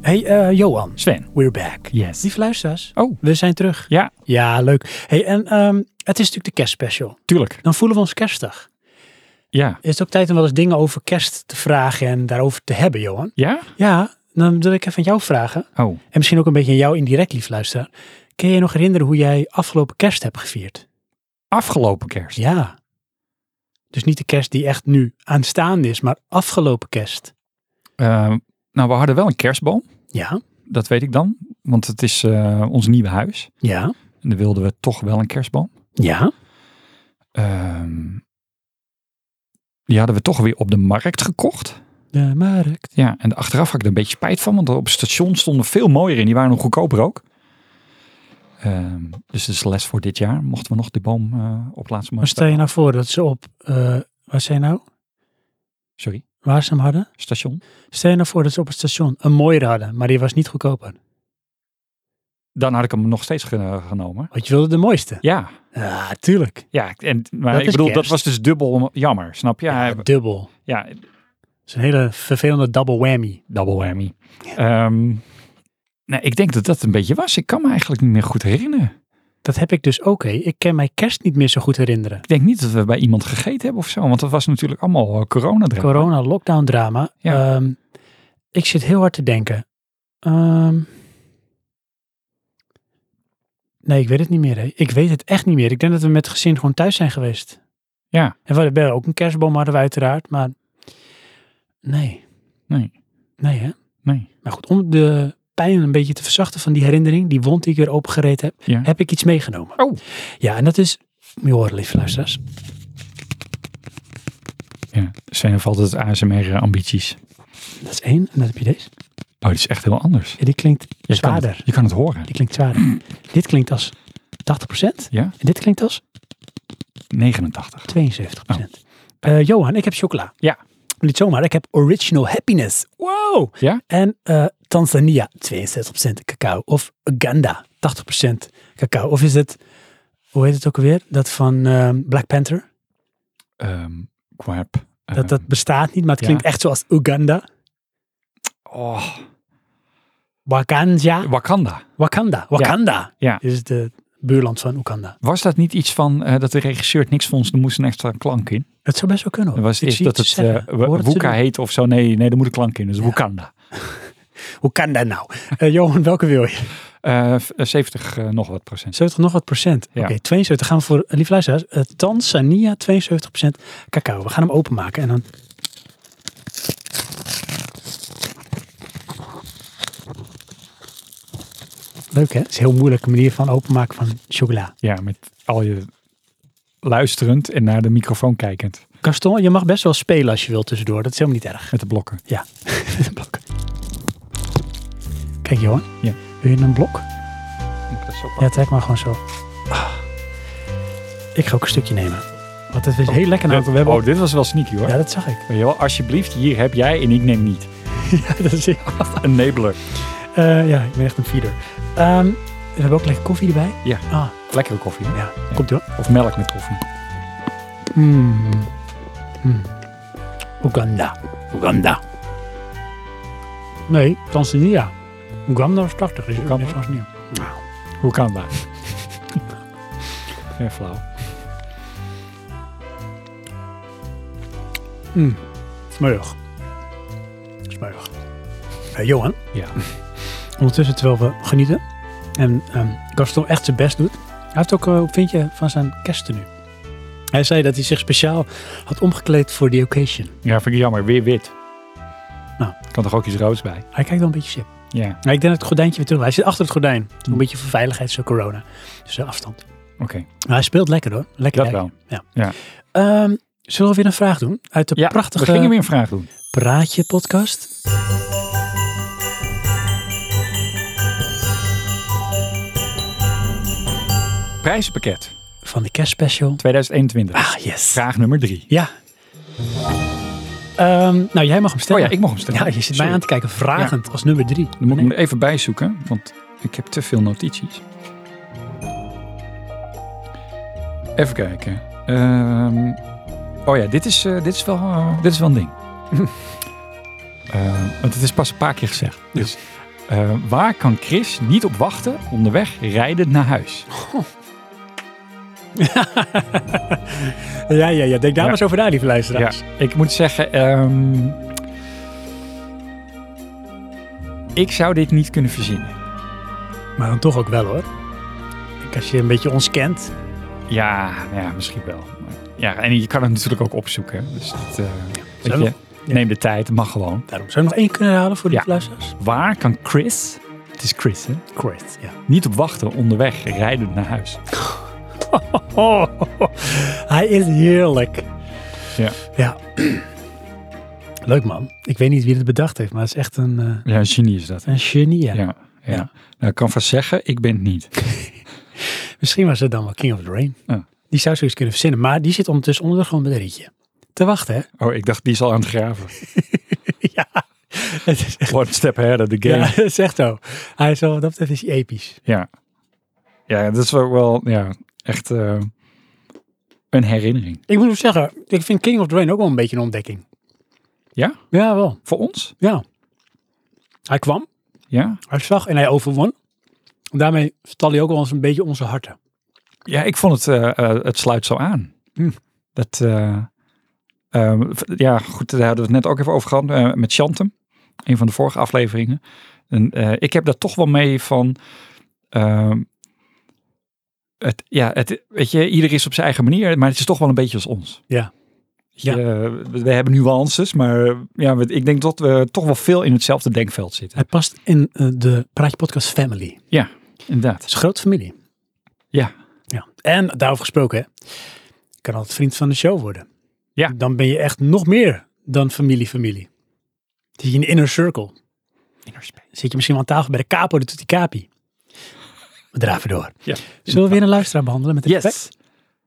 Speaker 1: Hey eh, Johan,
Speaker 2: Sven.
Speaker 1: we're back.
Speaker 2: Yes.
Speaker 1: Lieve luisteraars,
Speaker 2: Oh,
Speaker 1: we zijn terug.
Speaker 2: ja,
Speaker 1: Ja, leuk. Hey, en ehm, het is natuurlijk de kerstspecial.
Speaker 2: tuurlijk.
Speaker 1: Dan voelen we ons kerstig.
Speaker 2: Ja.
Speaker 1: Is het ook tijd om wel eens dingen over kerst te vragen en daarover te hebben, Johan?
Speaker 2: Ja?
Speaker 1: Ja, dan wil ik even aan jou vragen.
Speaker 2: Oh.
Speaker 1: En misschien ook een beetje aan jou indirect, lief luisteraar. Kun je je nog herinneren hoe jij afgelopen kerst hebt gevierd?
Speaker 2: Afgelopen kerst.
Speaker 1: Ja. Dus niet de kerst die echt nu aanstaande is, maar afgelopen kerst.
Speaker 2: Ehm, nou, we hadden wel een kerstboom.
Speaker 1: Ja,
Speaker 2: Dat weet ik dan. Want het is eh, ons nieuwe huis.
Speaker 1: ja,
Speaker 2: En dan wilden we toch wel een kerstboom.
Speaker 1: ja.
Speaker 2: Ehm, die hadden we toch weer op de markt gekocht.
Speaker 1: De markt.
Speaker 2: Ja, en achteraf had ik er een beetje spijt van. Want er op het station stonden veel mooier in. Die waren nog goedkoper ook. Ehm, dus dat is les voor dit jaar. Mochten we nog die boom eh, op plaatsen.
Speaker 1: Maar stel je nou voor dat ze op, eh waar zijn nou?
Speaker 2: Sorry,
Speaker 1: Waar ze hem hadden?
Speaker 2: station.
Speaker 1: Stel je nou voor dat ze op het station een mooiere hadden, maar die was niet goedkoper.
Speaker 2: Dan had ik hem nog steeds ge- genomen.
Speaker 1: Want je wilde de mooiste.
Speaker 2: Ja,
Speaker 1: Ja, tuurlijk.
Speaker 2: ja. En, maar
Speaker 1: Dat
Speaker 2: ik
Speaker 1: is
Speaker 2: bedoel, dat
Speaker 1: kerst.
Speaker 2: was dus dubbel jammer. Snap je?
Speaker 1: Ja,
Speaker 2: Hij-
Speaker 1: dubbel.
Speaker 2: ja
Speaker 1: Het is een hele vervelende double whammy.
Speaker 2: Double whammy. Ehm, nou, ik denk dat dat een beetje was. Ik kan me eigenlijk niet meer goed herinneren.
Speaker 1: Dat heb ik dus ook, hé. Ik kan mij kerst niet meer zo goed herinneren.
Speaker 2: Ik denk niet dat we bij iemand gegeten hebben of zo. Want dat was natuurlijk allemaal eh, corona erin.
Speaker 1: Corona, lockdown drama.
Speaker 2: Ja.
Speaker 1: Ehm, ik zit heel hard te denken. Ehm, nee, ik weet het niet meer, hé. Ik weet het echt niet meer. Ik denk dat we met het gezin gewoon thuis zijn geweest.
Speaker 2: Ja.
Speaker 1: En we hadden ook een kerstboom, hadden we uiteraard. Maar nee,
Speaker 2: Nee,
Speaker 1: nee hè.
Speaker 2: nee.
Speaker 1: Maar goed, om de pijn een beetje te verzachten van die herinnering, die wond die ik weer opengereed heb,
Speaker 2: Ja.
Speaker 1: heb ik iets meegenomen.
Speaker 2: Mhm. Oh.
Speaker 1: Ja, en dat is, moet je horen, lieve luisteraars.
Speaker 2: Ja, zijn er altijd ASMR-ambities.
Speaker 1: Dat is één. En dan heb je deze.
Speaker 2: Oh, die is echt heel anders.
Speaker 1: Ja, die klinkt
Speaker 2: Je kan,
Speaker 1: zwaarder.
Speaker 2: het, Mhm. je kan het horen.
Speaker 1: Die klinkt zwaarder. dit klinkt als 80%.
Speaker 2: Ja?
Speaker 1: En dit klinkt als
Speaker 2: 89.
Speaker 1: 72%. Eh, Johan, ik heb chocola.
Speaker 2: Oh. Ja.
Speaker 1: Niet zomaar, ik heb Original Happiness. Wow!
Speaker 2: Ja?
Speaker 1: En eh, Tanzania, 62% cacao. Of Uganda, 80% cacao. Of is het, hoe heet het ook alweer? Dat van ehm, Black Panther.
Speaker 2: Ehm kwap. Ehm,
Speaker 1: Dat, dat bestaat niet, maar het
Speaker 2: ja.
Speaker 1: klinkt echt zoals Uganda.
Speaker 2: Oh,
Speaker 1: Wakanja.
Speaker 2: Wakanda.
Speaker 1: Wakanda. Wakanda.
Speaker 2: Ja.
Speaker 1: Dit is het buurland van Uganda.
Speaker 2: Was dat niet iets van eh, dat de regisseur het niks vond, er moest een extra klank in?
Speaker 1: Het zou best wel kunnen.
Speaker 2: Dat
Speaker 1: hoor.
Speaker 2: was
Speaker 1: Ik
Speaker 2: eerst
Speaker 1: zie
Speaker 2: dat
Speaker 1: het
Speaker 2: het
Speaker 1: te zeggen.
Speaker 2: eh,
Speaker 1: Ik hoor het te
Speaker 2: Wuka
Speaker 1: doen.
Speaker 2: heet of zo. Nee, nee, er moet een klank in. Dus Wakanda.
Speaker 1: Hoe kan dat nou? Eh, Johan, welke wil je?
Speaker 2: Eh, v- eh, 70 eh, nog wat procent.
Speaker 1: 70 nog wat procent.
Speaker 2: Ja.
Speaker 1: Oké, 72. Gaan we voor, lief luisteraars, eh, Tanzania 72 procent cacao. We gaan hem openmaken en dan... Leuk hè? Het is een heel moeilijke manier van openmaken van chocola.
Speaker 2: Ja, met al je luisterend en naar de microfoon kijkend.
Speaker 1: Gaston, je mag best wel spelen als je wilt tussendoor. Dat is helemaal niet erg.
Speaker 2: Met de blokken.
Speaker 1: Ja, een blok. Kijk Johan,
Speaker 2: Ja.
Speaker 1: wil je een blok? Ja,
Speaker 2: Het,
Speaker 1: trek maar gewoon zo. Ah. Ik ga ook een stukje nemen. Want het is heel lekker nou. We hebben
Speaker 2: oh, dit was wel sneaky hoor.
Speaker 1: Ja, dat zag ik.
Speaker 2: Weet je wel, alsjeblieft, hier heb jij en ik neem niet.
Speaker 1: Ja, dat is,
Speaker 2: Enabler.
Speaker 1: Eh, ja, ik ben echt een feeder. Ehm, we hebben ook lekker koffie erbij.
Speaker 2: Ja.
Speaker 1: Ah,
Speaker 2: Lekkere koffie. hè?
Speaker 1: ja. Komt ie hoor.
Speaker 2: Of melk met koffie.
Speaker 1: Oeganda. Oeganda. Nee, Tanzania. Oeganda was 80. Is
Speaker 2: Oeganda?
Speaker 1: Oeganda was nieuw. Nou,
Speaker 2: Hoe kan dat? Heel flauw.
Speaker 1: smeuig. Smeuig. Eh, Johan,
Speaker 2: Ja.
Speaker 1: ondertussen terwijl we genieten en ehm Gaston echt zijn best doet. Hij heeft ook, eh, hoe vind je, van zijn kersttenu. Hij zei dat hij zich speciaal had omgekleed voor the occasion.
Speaker 2: ja, vind ik jammer. Weer wit.
Speaker 1: Nou.
Speaker 2: Kan toch ook iets roods bij?
Speaker 1: Hij kijkt wel een beetje sip.
Speaker 2: Ja,
Speaker 1: Nou, ik denk dat het gordijntje weer terug. Hij zit achter het gordijn.
Speaker 2: Hm.
Speaker 1: Een beetje voor veiligheid, zo corona. Dus eh, afstand.
Speaker 2: oké.
Speaker 1: Maar hij speelt lekker hoor. Lekker.
Speaker 2: Dat
Speaker 1: lekker.
Speaker 2: wel.
Speaker 1: Ehm, zullen we weer een vraag doen? Uit de
Speaker 2: Ja,
Speaker 1: prachtige
Speaker 2: we gingen weer een vraag doen.
Speaker 1: Praatje podcast.
Speaker 2: Prijzenpakket
Speaker 1: Van de kerstspecial.
Speaker 2: 2021.
Speaker 1: Ah, yes.
Speaker 2: Vraag nummer drie.
Speaker 1: Ja. Ehm, nou, jij mag hem
Speaker 2: Oh
Speaker 1: stellen.
Speaker 2: ja, ik mocht hem stellen.
Speaker 1: Ja, je zit mij
Speaker 2: Sorry.
Speaker 1: aan te kijken. Vragend als nummer drie.
Speaker 2: Dan moet ik hem er even bijzoeken, want ik heb te veel notities. Even kijken. Ehm, oh ja, dit is, eh, dit, is wel, eh, dit is wel een ding. Eh, want het is pas een paar keer gezegd. Dus, eh, waar kan Chris niet op wachten onderweg rijden naar huis?
Speaker 1: Ja, ja, ja. Denk daar
Speaker 2: Ja.
Speaker 1: maar eens over na, lieve
Speaker 2: Ja,
Speaker 1: luisteraars.
Speaker 2: ik moet zeggen, ehm, ik zou dit niet kunnen verzinnen.
Speaker 1: Maar dan toch ook wel hoor. Ik denk, als je een beetje ons kent.
Speaker 2: Ja, ja misschien wel. Ja, en je kan het natuurlijk ook opzoeken. hè. Dus dat, eh, weet
Speaker 1: Zo.
Speaker 2: je, neem de tijd, het mag gewoon.
Speaker 1: Daarom zou ik nog één kunnen halen voor lieve
Speaker 2: Ja.
Speaker 1: luisteraars.
Speaker 2: Waar kan Chris, het is Chris hè,
Speaker 1: Great, ja.
Speaker 2: niet op wachten onderweg, rijdend naar huis.
Speaker 1: Oh, hij is heerlijk.
Speaker 2: Ja.
Speaker 1: Ja. Leuk man. Ik weet niet wie het bedacht heeft, maar het is echt een, eh,
Speaker 2: Ja, een genie is dat. hè?
Speaker 1: een genie. Ja.
Speaker 2: Ja, ja. Nou, ik kan vast zeggen, ik ben het niet.
Speaker 1: Misschien was het dan wel King of the Rain.
Speaker 2: Ja.
Speaker 1: Die zou zoiets kunnen verzinnen, maar die zit ondertussen onder de grond met een rietje. Te wachten, hè?
Speaker 2: Oh, ik dacht, die is al aan het graven.
Speaker 1: ja. Het is echt,
Speaker 2: One step ahead of the
Speaker 1: ja,
Speaker 2: game.
Speaker 1: het is echt zo. Hij is wel, wat dat betreft is hij episch.
Speaker 2: Ja. Ja, dat is ook wel ja, echt eh, een herinnering.
Speaker 1: Ik moet ook zeggen, ik vind King of the Rain ook wel een beetje een ontdekking.
Speaker 2: Ja?
Speaker 1: Ja, wel.
Speaker 2: Voor ons?
Speaker 1: Ja. Hij kwam,
Speaker 2: Ja.
Speaker 1: hij zag en hij overwon. En daarmee vertal hij ook wel eens een beetje onze harten.
Speaker 2: Ja, ik vond het, eh, eh, het sluit zo aan.
Speaker 1: Hm.
Speaker 2: Dat, eh, eh, v- ja, goed, daar hadden we het net ook even over gehad eh, met Chantem. Een van de vorige afleveringen. En, eh, ik heb daar toch wel mee van... ehm, het, ja, het, weet je, ieder is op zijn eigen manier, maar het is toch wel een beetje als ons.
Speaker 1: Ja.
Speaker 2: Weet je, eh, we, we hebben nuances, maar eh, ja, we- ik denk dat we toch wel veel in hetzelfde denkveld zitten.
Speaker 1: Hij past in eh, de Praatje Podcast Family. Het
Speaker 2: Ja, inderdaad.
Speaker 1: is een grote familie.
Speaker 2: Ja.
Speaker 1: ja. En daarover gesproken, hè. Je kan altijd vriend van de show worden.
Speaker 2: Ja.
Speaker 1: Dan ben je echt nog meer dan familie-familie. Zit je in de inner circle. Zit je misschien wel aan tafel bij de capo, de tutti capi. We draven door.
Speaker 2: Ja.
Speaker 1: Zullen we weer een luisteraar behandelen met een effect?
Speaker 2: Yes.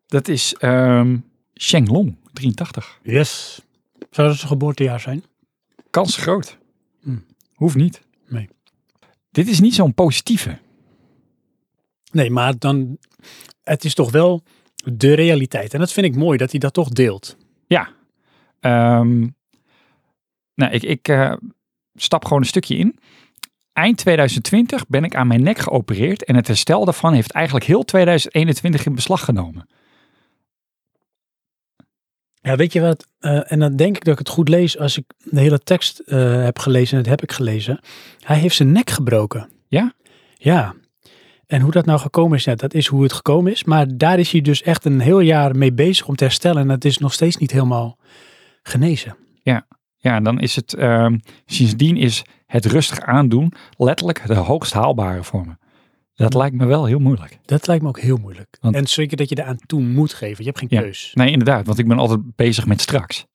Speaker 2: Dat is ehm Shenglong, 83.
Speaker 1: Yes. Zou dat zijn geboortejaar zijn?
Speaker 2: Kans groot.
Speaker 1: Hmm.
Speaker 2: Hoeft niet.
Speaker 1: Nee.
Speaker 2: Dit is niet zo'n positieve.
Speaker 1: Nee, maar dan, het is toch wel de realiteit. En dat vind ik mooi, dat hij dat toch deelt.
Speaker 2: Ja. Ehm, nou, ik, ik eh, stap gewoon een stukje in. Eind 2020 ben ik aan mijn nek geopereerd en het herstel daarvan heeft eigenlijk heel 2021 in beslag genomen.
Speaker 1: Ja, weet je wat? eh, en dan denk ik dat ik het goed lees als ik de hele tekst eh, heb gelezen. En dat heb ik gelezen. Hij heeft zijn nek gebroken.
Speaker 2: Ja?
Speaker 1: Ja. En hoe dat nou gekomen is, ja, dat is hoe het gekomen is. Maar daar is hij dus echt een heel jaar mee bezig om te herstellen. En dat is nog steeds niet helemaal genezen.
Speaker 2: Ja, en dan is het ehm, sindsdien is het rustig aandoen letterlijk de hoogst haalbare voor me. Dat lijkt me wel heel moeilijk.
Speaker 1: Dat lijkt me ook heel moeilijk.
Speaker 2: Want-
Speaker 1: en zeker dat je eraan toe moet geven. Je hebt geen
Speaker 2: Ja.
Speaker 1: keus.
Speaker 2: Nee, inderdaad, want ik ben altijd bezig met straks.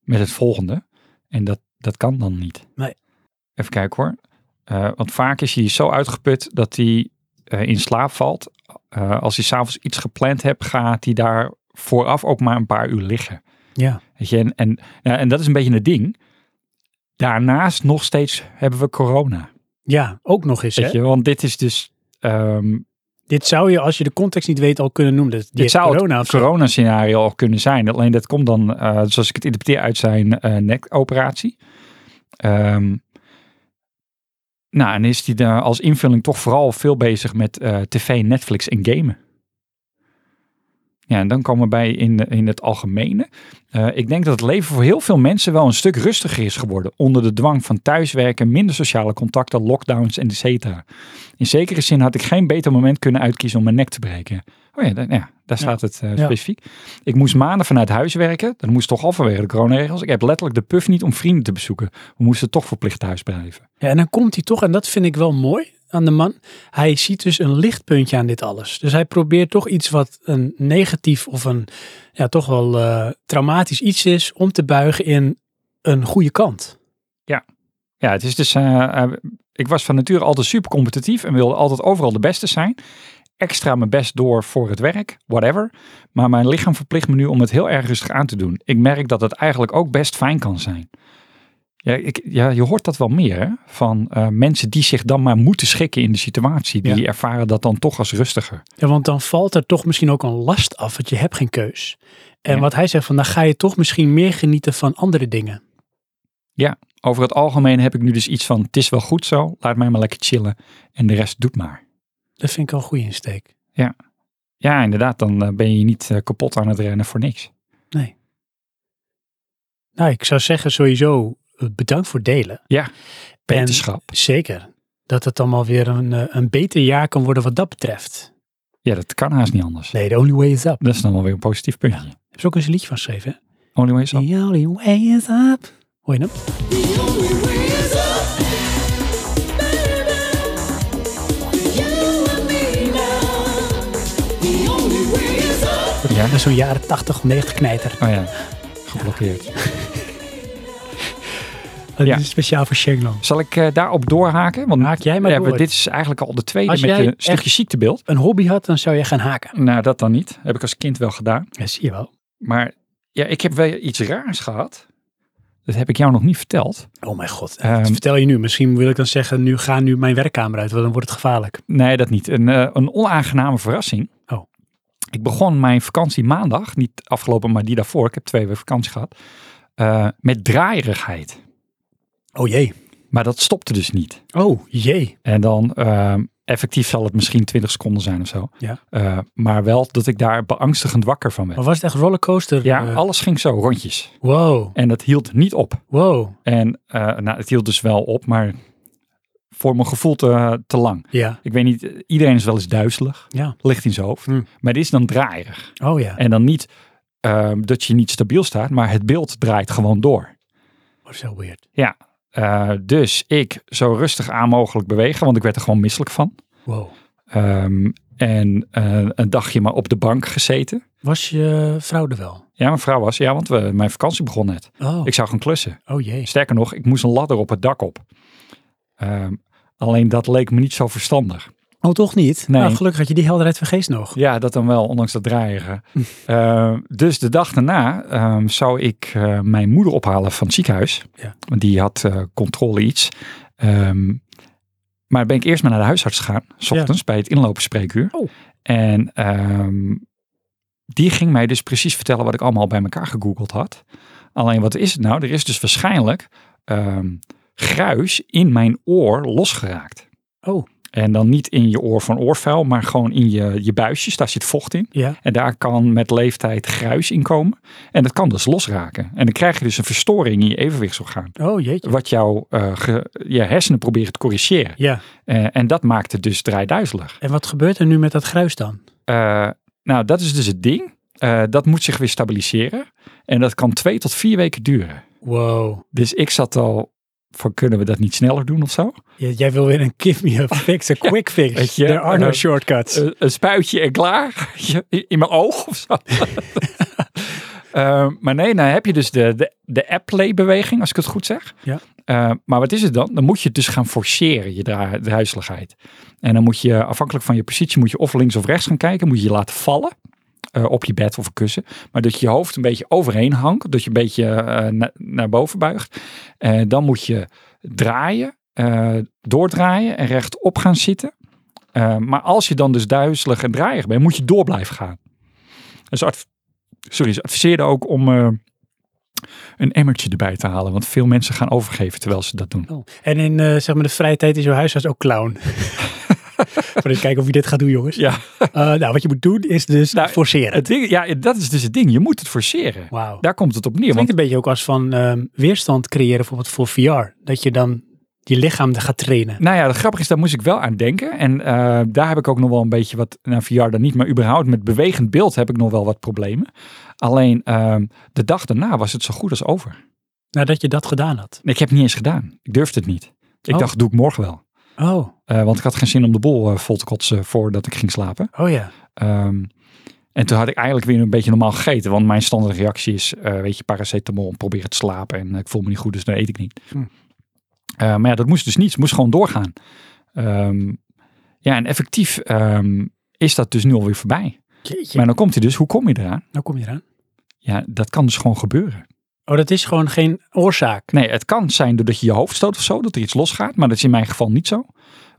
Speaker 2: Met het volgende. En dat, dat kan dan niet.
Speaker 1: Nee.
Speaker 2: Even kijken hoor. Eh, want vaak is hij zo uitgeput dat hij eh, in slaap valt. Eh, als hij s'avonds iets gepland hebt, gaat hij daar vooraf ook maar een paar uur liggen.
Speaker 1: Ja.
Speaker 2: Weet je? En, en, nou, en dat is een beetje het ding. Daarnaast nog steeds hebben we corona.
Speaker 1: Ja, ook nog eens. Hè?
Speaker 2: Weet je? Want dit is dus... ehm,
Speaker 1: Dit zou je, als je de context niet weet, al kunnen noemen. Dat,
Speaker 2: Dit zou
Speaker 1: corona
Speaker 2: het coronascenario al kunnen zijn. Alleen dat komt dan, eh, zoals ik het interpreteer, uit zijn eh, nekoperatie. Ehm, nou, en is hij daar als invulling toch vooral veel bezig met eh, tv, Netflix en gamen. Ja, en dan komen we bij in, in het algemene. Eh, ik denk dat het leven voor heel veel mensen wel een stuk rustiger is geworden. Onder de dwang van thuiswerken, minder sociale contacten, lockdowns en et cetera. In zekere zin had ik geen beter moment kunnen uitkiezen om mijn nek te breken. Oh ja, da- ja daar staat het eh,
Speaker 1: Ja.
Speaker 2: specifiek. Ik moest maanden vanuit huis werken. Dat moest toch al vanwege de coronaregels. Ik heb letterlijk de puff niet om vrienden te bezoeken. We moesten toch verplicht thuis blijven.
Speaker 1: Ja, en dan komt hij toch, en dat vind ik wel mooi aan de man. Hij ziet dus een lichtpuntje aan dit alles. Dus hij probeert toch iets wat een negatief of een ja, toch wel eh, traumatisch iets is, om te buigen in een goede kant.
Speaker 2: Ja, het is dus. eh, eh, ik was van nature altijd super competitief en wilde altijd overal de beste zijn. Extra mijn best door voor het werk, whatever. Maar mijn lichaam verplicht me nu om het heel erg rustig aan te doen. Ik merk dat het eigenlijk ook best fijn kan zijn. Ja, ik, ja je hoort dat wel meer hè? van eh, mensen die zich dan maar moeten schikken in de situatie. Die
Speaker 1: Ja.
Speaker 2: ervaren dat dan toch als rustiger.
Speaker 1: Ja, want dan valt er toch misschien ook een last af, want je hebt geen keus. En
Speaker 2: Ja.
Speaker 1: wat hij zegt, van dan ga je toch misschien meer genieten van andere dingen.
Speaker 2: Over het algemeen heb ik nu dus iets van: het is wel goed zo, laat mij maar lekker chillen en de rest doet maar.
Speaker 1: Dat vind ik wel een goede insteek.
Speaker 2: Ja, inderdaad, dan eh, ben je niet eh, kapot aan het rennen voor niks.
Speaker 1: Nou, ik zou zeggen sowieso eh, bedankt voor delen.
Speaker 2: Ja, beterschap.
Speaker 1: Zeker. Dat het allemaal weer een, eh, een beter jaar kan worden wat dat betreft.
Speaker 2: Ja, dat kan haast niet anders.
Speaker 1: Nee, the only way is up.
Speaker 2: Dat is dan wel weer een positief puntje.
Speaker 1: Heb je ook eens een liedje van geschreven, hè?
Speaker 2: Only way is up.
Speaker 1: The only way is up. Hoor je hem?
Speaker 2: Ja?
Speaker 1: Dat is zo'n jaren 80 of 90 knijter.
Speaker 2: Oh ja, geblokkeerd.
Speaker 1: Dat
Speaker 2: Ja.
Speaker 1: is speciaal voor Shenglo.
Speaker 2: Zal ik eh, daarop doorhaken? Want
Speaker 1: Haak jij maar
Speaker 2: we hebben-
Speaker 1: door.
Speaker 2: Dit is eigenlijk al de tweede
Speaker 1: Als
Speaker 2: met
Speaker 1: jij
Speaker 2: een stukje
Speaker 1: echt-
Speaker 2: ziektebeeld.
Speaker 1: Een hobby had, dan zou je gaan haken.
Speaker 2: Nou, dat dan niet. Heb ik als kind wel gedaan.
Speaker 1: Ja, zie je wel.
Speaker 2: Maar ja, ik heb wel iets raars gehad. Dat heb ik jou nog niet verteld.
Speaker 1: Oh mijn god.
Speaker 2: Ehm,
Speaker 1: dat vertel je nu. Misschien wil ik dan zeggen, nu ga nu mijn werkkamer uit, want dan wordt het gevaarlijk.
Speaker 2: Nee, dat niet. Een, eh, een onaangename verrassing.
Speaker 1: Oh.
Speaker 2: Ik begon mijn vakantie maandag, niet afgelopen, maar die daarvoor. Ik heb twee weken vakantie gehad. eh, met draaierigheid.
Speaker 1: Oh jee.
Speaker 2: Maar dat stopte dus niet.
Speaker 1: Oh jee.
Speaker 2: En dan, eh, effectief zal het misschien 20 seconden zijn of zo.
Speaker 1: Ja.
Speaker 2: Eh, maar wel dat ik daar beangstigend wakker van
Speaker 1: Maar
Speaker 2: werd.
Speaker 1: was het echt rollercoaster?
Speaker 2: Ja,
Speaker 1: Eh,
Speaker 2: alles ging zo rondjes.
Speaker 1: Wow.
Speaker 2: En dat hield niet op.
Speaker 1: Wow.
Speaker 2: En eh, nou, het hield dus wel op, maar voor mijn gevoel te, te lang.
Speaker 1: Ja.
Speaker 2: Ik weet niet, eh, iedereen is wel eens duizelig.
Speaker 1: Ja.
Speaker 2: Ligt in zijn hoofd.
Speaker 1: Hmm.
Speaker 2: Maar dit is dan draaierig.
Speaker 1: Oh ja.
Speaker 2: En dan niet ehm, dat je niet stabiel staat, maar het beeld draait gewoon door.
Speaker 1: Dat is heel weird.
Speaker 2: Ja, eh, dus ik zo rustig aan mogelijk bewegen, want ik werd er gewoon misselijk van.
Speaker 1: Wow.
Speaker 2: Ehm, en eh, een dagje maar op de bank gezeten.
Speaker 1: Was je vrouw er wel?
Speaker 2: Ja, mijn vrouw was, ja, want we, mijn vakantie begon net.
Speaker 1: Oh,
Speaker 2: Ik zou gaan klussen.
Speaker 1: oh jee.
Speaker 2: Sterker nog, ik moest een ladder op het dak op. Ehm, alleen dat leek me niet zo verstandig.
Speaker 1: Oh, toch niet?
Speaker 2: Nee.
Speaker 1: Nou, gelukkig had je die helderheid van geest nog.
Speaker 2: Ja, dat dan wel, ondanks dat draaierige. Ehm, dus de dag daarna ehm, zou ik eh, mijn moeder ophalen van het ziekenhuis.
Speaker 1: Ja.
Speaker 2: Want die had eh, controle iets. Ehm, maar ben ik eerst maar naar de huisarts gegaan, s
Speaker 1: Ja.
Speaker 2: ochtends, bij het inlopen spreekuur.
Speaker 1: Oh.
Speaker 2: En ehm, die ging mij dus precies vertellen wat ik allemaal bij elkaar gegoogeld had. Alleen wat is het nou? Er is dus waarschijnlijk ehm, gruis in mijn oor losgeraakt.
Speaker 1: Oh.
Speaker 2: En dan niet in je oor van oorvuil, maar gewoon in je, je buisjes. Daar zit vocht in.
Speaker 1: Ja.
Speaker 2: En daar kan met leeftijd gruis in komen. En dat kan dus losraken. En dan krijg je dus een verstoring in je evenwichtsorgaan.
Speaker 1: Oh jeetje.
Speaker 2: Wat jouw eh, ge- je hersenen proberen te corrigeren.
Speaker 1: Ja.
Speaker 2: Eh, en dat maakt het dus draaiduizelig.
Speaker 1: En wat gebeurt er nu met dat gruis dan?
Speaker 2: Eh, nou, dat is dus het ding. Eh, dat moet zich weer stabiliseren. En dat kan twee tot vier weken duren.
Speaker 1: Wow.
Speaker 2: Dus ik zat al van kunnen we dat niet sneller doen of zo?
Speaker 1: J- jij wil weer een give me a fix, a quick fix.
Speaker 2: weet je,
Speaker 1: There are no
Speaker 2: eh,
Speaker 1: shortcuts.
Speaker 2: Eh, een spuitje en klaar. Je- In mijn oog of zo. Eh, maar nee, nou heb je dus de, de, de app-play-beweging, als ik het goed zeg.
Speaker 1: Ja.
Speaker 2: Eh, maar wat is het dan? Dan moet je het dus gaan forceren, je dra- de huiselijkheid. En dan moet je, afhankelijk van je positie, moet je of links of rechts gaan kijken. Moet je je laten vallen eh, op je bed of een kussen. Maar dat je je hoofd een beetje overheen hangt. Dat je een beetje eh, na- naar boven buigt. Eh, dan moet je draaien, eh, doordraaien en rechtop gaan zitten. Eh, maar als je dan dus duizelig en draaiig bent, moet je door blijven gaan. Dus adv- Sorry, ze adviseerden ook om eh, een emmertje erbij te halen. Want veel mensen gaan overgeven terwijl ze dat doen.
Speaker 1: Oh. En in eh, zeg maar de vrije tijd is jouw huisarts ook clown. Voor eens kijken of je dit gaat doen, jongens.
Speaker 2: Ja,
Speaker 1: Eh, nou, wat je moet doen is dus
Speaker 2: Nou,
Speaker 1: forceren.
Speaker 2: het ding, ja, dat is dus het ding. Je moet het forceren.
Speaker 1: Wauw.
Speaker 2: Daar komt het op neer.
Speaker 1: Het
Speaker 2: Want
Speaker 1: klinkt een beetje ook als van ehm, weerstand creëren, bijvoorbeeld voor VR. Dat je dan je lichaam gaat trainen.
Speaker 2: nou ja, het grappige is, daar moest ik wel aan denken. En eh, daar heb ik ook nog wel een beetje wat, nou VR dan niet, maar überhaupt met bewegend beeld heb ik nog wel wat problemen. Alleen eh, de dag daarna was het zo goed als over.
Speaker 1: Nadat je dat gedaan had.
Speaker 2: Ik heb het niet eens gedaan. Ik durfde het niet. Ik
Speaker 1: Oh.
Speaker 2: dacht, doe ik morgen wel.
Speaker 1: Oh,
Speaker 2: Eh, want ik had geen zin om de boel eh, vol te kotsen voordat ik ging slapen.
Speaker 1: oh ja.
Speaker 2: Ehm, en toen had ik eigenlijk weer een beetje normaal gegeten. Want mijn standaard reactie is, eh, weet je, paracetamol, probeer te slapen. En eh, ik voel me niet goed, dus dan eet ik niet.
Speaker 1: Hm.
Speaker 2: Eh, maar ja, dat moest dus niet. Het moest gewoon doorgaan. Ehm, ja, en effectief ehm, is dat dus nu alweer voorbij.
Speaker 1: Jeetje.
Speaker 2: Maar dan komt hij dus, hoe kom je eraan?
Speaker 1: nou kom je eraan.
Speaker 2: Ja, dat kan dus gewoon gebeuren.
Speaker 1: Oh, dat is gewoon geen oorzaak.
Speaker 2: Nee, het kan zijn doordat je je hoofd stoot of zo, dat er iets losgaat. Maar dat is in mijn geval niet zo.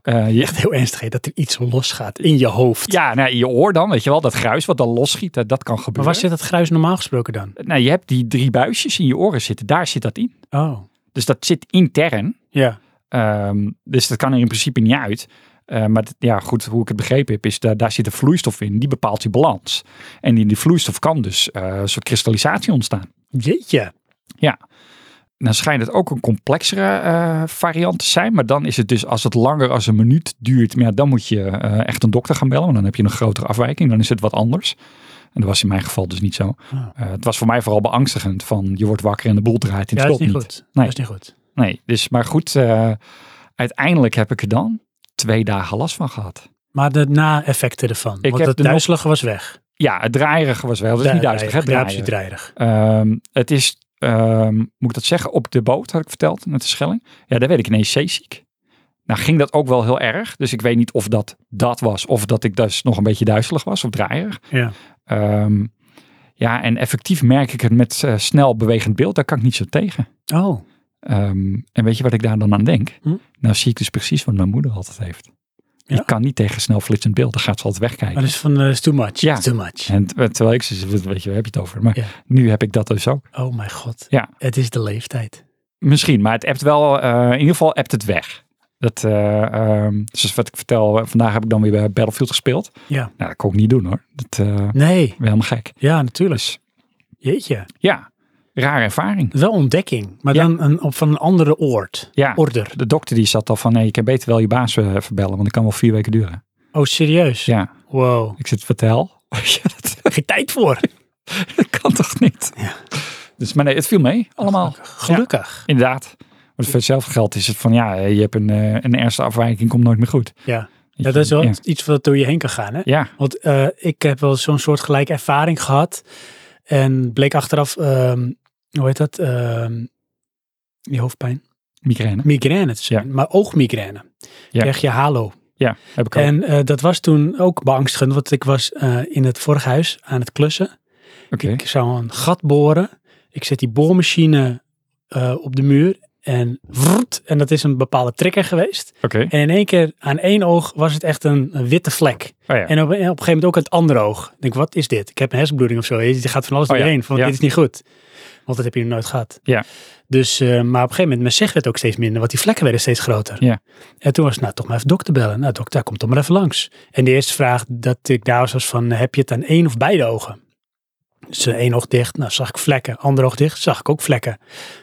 Speaker 2: Eh, je,
Speaker 1: Echt heel ernstig, hè, dat er iets losgaat in je hoofd.
Speaker 2: Ja, nou, je oor dan, weet je wel, dat gruis wat dan losschiet, dat, dat kan
Speaker 1: Maar
Speaker 2: gebeuren.
Speaker 1: waar zit dat gruis normaal gesproken dan?
Speaker 2: Nou, je hebt die drie buisjes in je oren zitten, daar zit dat in.
Speaker 1: Oh,
Speaker 2: Dus dat zit intern,
Speaker 1: ja.
Speaker 2: ehm, dus dat kan er in principe niet uit. Eh, maar t- ja, goed, hoe ik het begrepen heb, is daar daar zit een vloeistof in. Die bepaalt die balans. En in die vloeistof kan dus eh, een soort kristallisatie ontstaan.
Speaker 1: Jeetje.
Speaker 2: En dan schijnt het ook een complexere eh, variant te zijn. Maar dan is het dus, als het langer als een minuut duurt, maar ja, dan moet je eh, echt een dokter gaan bellen. Want dan heb je een grotere afwijking. Dan is het wat anders. En dat was in mijn geval dus niet zo.
Speaker 1: Ah.
Speaker 2: Eh, het was voor mij vooral beangstigend van je wordt wakker en de boel draait in
Speaker 1: Ja,
Speaker 2: het
Speaker 1: dat is
Speaker 2: slot
Speaker 1: niet
Speaker 2: niet.
Speaker 1: goed.
Speaker 2: Nee.
Speaker 1: Dat is niet goed.
Speaker 2: Nee, dus maar goed, eh, uiteindelijk heb ik er dan twee dagen last van gehad.
Speaker 1: Maar de na-effecten ervan.
Speaker 2: Ik
Speaker 1: want
Speaker 2: heb
Speaker 1: het
Speaker 2: de nog-
Speaker 1: duizelige was weg.
Speaker 2: Ja, het draaierige was wel, dat is niet duizelig, hè,
Speaker 1: Ja, precies,
Speaker 2: draaien.
Speaker 1: draaierig.
Speaker 2: Ehm, het is, ehm, moet ik dat zeggen, op de boot had ik verteld, met de Schelling. Ja, daar werd ik ineens zeeziek. Nou ging dat ook wel heel erg, dus ik weet niet of dat dat was of dat ik dus nog een beetje duizelig was of draaierig.
Speaker 1: Ja.
Speaker 2: Ehm, ja, en effectief merk ik het met eh, snel bewegend beeld, daar kan ik niet zo tegen.
Speaker 1: Oh,
Speaker 2: Ehm, en weet je wat ik daar dan aan denk?
Speaker 1: Hm?
Speaker 2: Nou zie ik dus precies wat mijn moeder altijd heeft.
Speaker 1: Ja?
Speaker 2: Ik kan niet tegen snel flitsend beeld, dan gaat ze altijd wegkijken.
Speaker 1: maar dat is van eh, is too much.
Speaker 2: Ja.
Speaker 1: It's Too much.
Speaker 2: En t- terwijl ik ze, weet je, waar heb je het over? Maar
Speaker 1: Ja.
Speaker 2: nu heb ik dat dus ook.
Speaker 1: Oh mijn god.
Speaker 2: Ja.
Speaker 1: Het is de leeftijd.
Speaker 2: Misschien, maar het appt wel, eh, in ieder geval appt het weg. Dat, eh, ehm, zoals wat ik vertel, eh, vandaag heb ik dan weer bij Battlefield gespeeld.
Speaker 1: Ja.
Speaker 2: Nou, dat kon ik niet doen hoor. Dat eh ben
Speaker 1: Nee.
Speaker 2: helemaal gek.
Speaker 1: Ja, natuurlijk.
Speaker 2: Dus
Speaker 1: Jeetje.
Speaker 2: ja, rare ervaring.
Speaker 1: Wel ontdekking. Maar
Speaker 2: Ja.
Speaker 1: dan een, op, van een andere oord.
Speaker 2: Ja.
Speaker 1: Order.
Speaker 2: De dokter die zat al van, nee, je kan beter wel je baas eh, verbellen, want dat kan wel vier weken duren. Dus
Speaker 1: Oh, serieus?
Speaker 2: Ja,
Speaker 1: Wow.
Speaker 2: ik zit vertel. Ja, dat,
Speaker 1: Geen tijd voor.
Speaker 2: dat kan toch niet?
Speaker 1: Ja.
Speaker 2: Dus, maar nee, het viel mee, allemaal.
Speaker 1: Gelukkig.
Speaker 2: Inderdaad. Maar voor hetzelfde geld is het van, ja, je hebt een, eh, een ernstige afwijking, komt nooit meer goed.
Speaker 1: Ja. Ja, dat is wel
Speaker 2: Ja.
Speaker 1: iets wat door je heen kan gaan, hè?
Speaker 2: Ja,
Speaker 1: Want eh, ik heb wel zo'n soort gelijke ervaring gehad. En bleek achteraf, ehm, hoe heet dat? Ehm, die hoofdpijn.
Speaker 2: migraine.
Speaker 1: Migraine te zijn, maar oogmigraine.
Speaker 2: Ja.
Speaker 1: Krijg je halo.
Speaker 2: Ja, heb ik ook.
Speaker 1: En eh, dat was toen ook beangstigend, want ik was eh, in het vorige huis aan het klussen.
Speaker 2: Oké.
Speaker 1: Ik zou een gat boren. Ik zet die boormachine eh, op de muur en vrrt, en dat is een bepaalde trigger geweest.
Speaker 2: Oké.
Speaker 1: En in één keer, aan één oog, was het echt een, een witte vlek.
Speaker 2: Oh ja.
Speaker 1: En op, en op een gegeven moment ook het andere oog. Ik denk, wat is dit? Ik heb een hersenbloeding of zo. Je gaat van alles
Speaker 2: Oh ja,
Speaker 1: doorheen. Van,
Speaker 2: ja.
Speaker 1: Dit is niet goed. Want dat heb je nog nooit gehad.
Speaker 2: Ja.
Speaker 1: Dus, eh, maar op een gegeven moment, mijn zicht werd ook steeds minder. Want die vlekken werden steeds groter.
Speaker 2: Ja.
Speaker 1: En toen was het, nou, toch maar even dokter bellen. Nou, dokter, kom toch maar even langs. En de eerste vraag dat ik daar was, was van, heb je het aan één of beide ogen? Dus eh, één oog dicht, nou zag ik vlekken. Ander oog dicht, zag ik ook vlekken.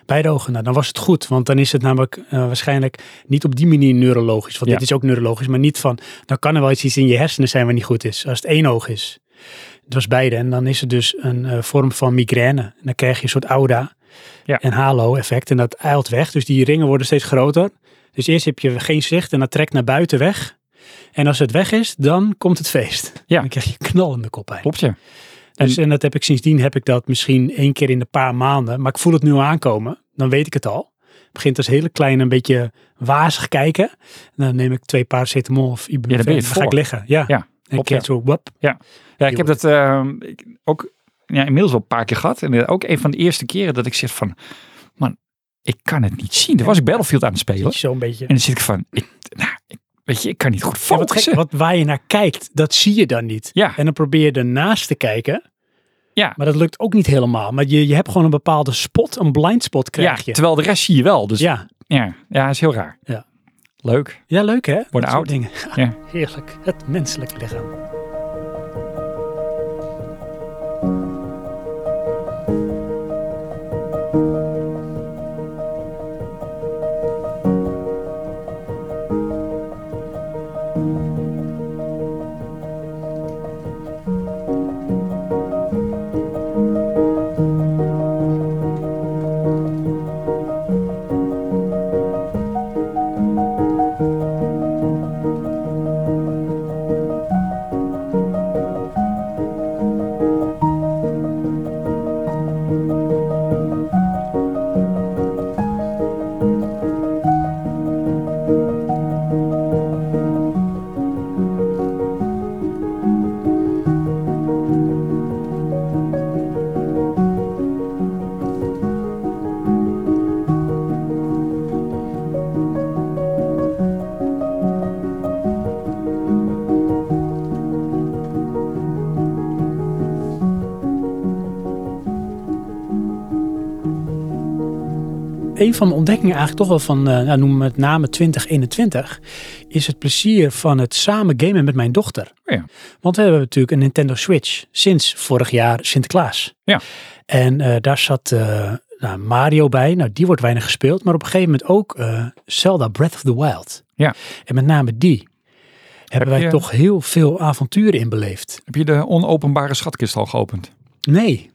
Speaker 1: Beide ogen, nou dan was het goed. Want dan is het namelijk eh, waarschijnlijk niet op die manier neurologisch. Want
Speaker 2: Ja.
Speaker 1: dit is ook neurologisch, maar niet van... Dan kan er wel iets in je hersenen zijn wat niet goed is. Als het één oog is. Het was beide. En dan is het dus een eh, vorm van migraine. En dan krijg je een soort aura
Speaker 2: Ja.
Speaker 1: en halo effect. En dat eilt weg. Dus die ringen worden steeds groter. Dus eerst heb je geen zicht en dat trekt naar buiten weg. En als het weg is, dan komt het feest.
Speaker 2: Ja.
Speaker 1: Dan krijg je knallende koppijn.
Speaker 2: Klopt je.
Speaker 1: Dus, en dat heb ik sindsdien heb ik dat misschien één keer in de paar maanden. Maar ik voel het nu al aankomen. Dan weet ik het al. Het begint als hele klein een beetje wazig kijken. En dan neem ik twee paracetamol of ibuprofen.
Speaker 2: Ja, dan ben je
Speaker 1: en
Speaker 2: het
Speaker 1: ga ik
Speaker 2: voor.
Speaker 1: liggen. Ja. En
Speaker 2: Ja,
Speaker 1: ik
Speaker 2: klopt, ja.
Speaker 1: kijk zo, wap.
Speaker 2: Ja, ik heb dat ehm, ik- ook ja, inmiddels wel een paar keer gehad. En eh, ook een van de eerste keren dat ik zeg van, man, ik kan het niet zien. Toen was ik Battlefield aan het spelen.
Speaker 1: Zo'n beetje.
Speaker 2: En dan zit ik van, ik, nou, ik- weet je, ik kan niet goed
Speaker 1: Ja, wat, gek,
Speaker 2: focussen.
Speaker 1: wat waar je naar kijkt, dat zie je dan niet.
Speaker 2: Ja,
Speaker 1: En dan probeer je ernaast te kijken.
Speaker 2: Ja.
Speaker 1: Maar dat lukt ook niet helemaal. Maar je, je hebt gewoon een bepaalde spot, een blind spot
Speaker 2: ja,
Speaker 1: krijg je.
Speaker 2: terwijl de rest zie je wel. Dus ja,
Speaker 1: Ja,
Speaker 2: ja, is heel raar.
Speaker 1: Ja.
Speaker 2: Leuk.
Speaker 1: ja leuk hè? Dat soort
Speaker 2: oud.
Speaker 1: dingen.
Speaker 2: Ja.
Speaker 1: Heerlijk. Het menselijk lichaam. een van mijn ontdekkingen eigenlijk toch wel van, eh, nou, noem het name 2021, is het plezier van het samen gamen met mijn dochter.
Speaker 2: Oh ja.
Speaker 1: Want we hebben natuurlijk een Nintendo Switch sinds vorig jaar Sinterklaas.
Speaker 2: Ja.
Speaker 1: En eh, daar zat eh, nou, Mario bij. Nou, die wordt weinig gespeeld, maar op een gegeven moment ook eh, Zelda Breath of the Wild.
Speaker 2: Ja.
Speaker 1: En met name die hebben wij
Speaker 2: je-
Speaker 1: toch heel veel avonturen in beleefd.
Speaker 2: Heb je de onopenbare schatkist al geopend? Oké.
Speaker 1: Nee,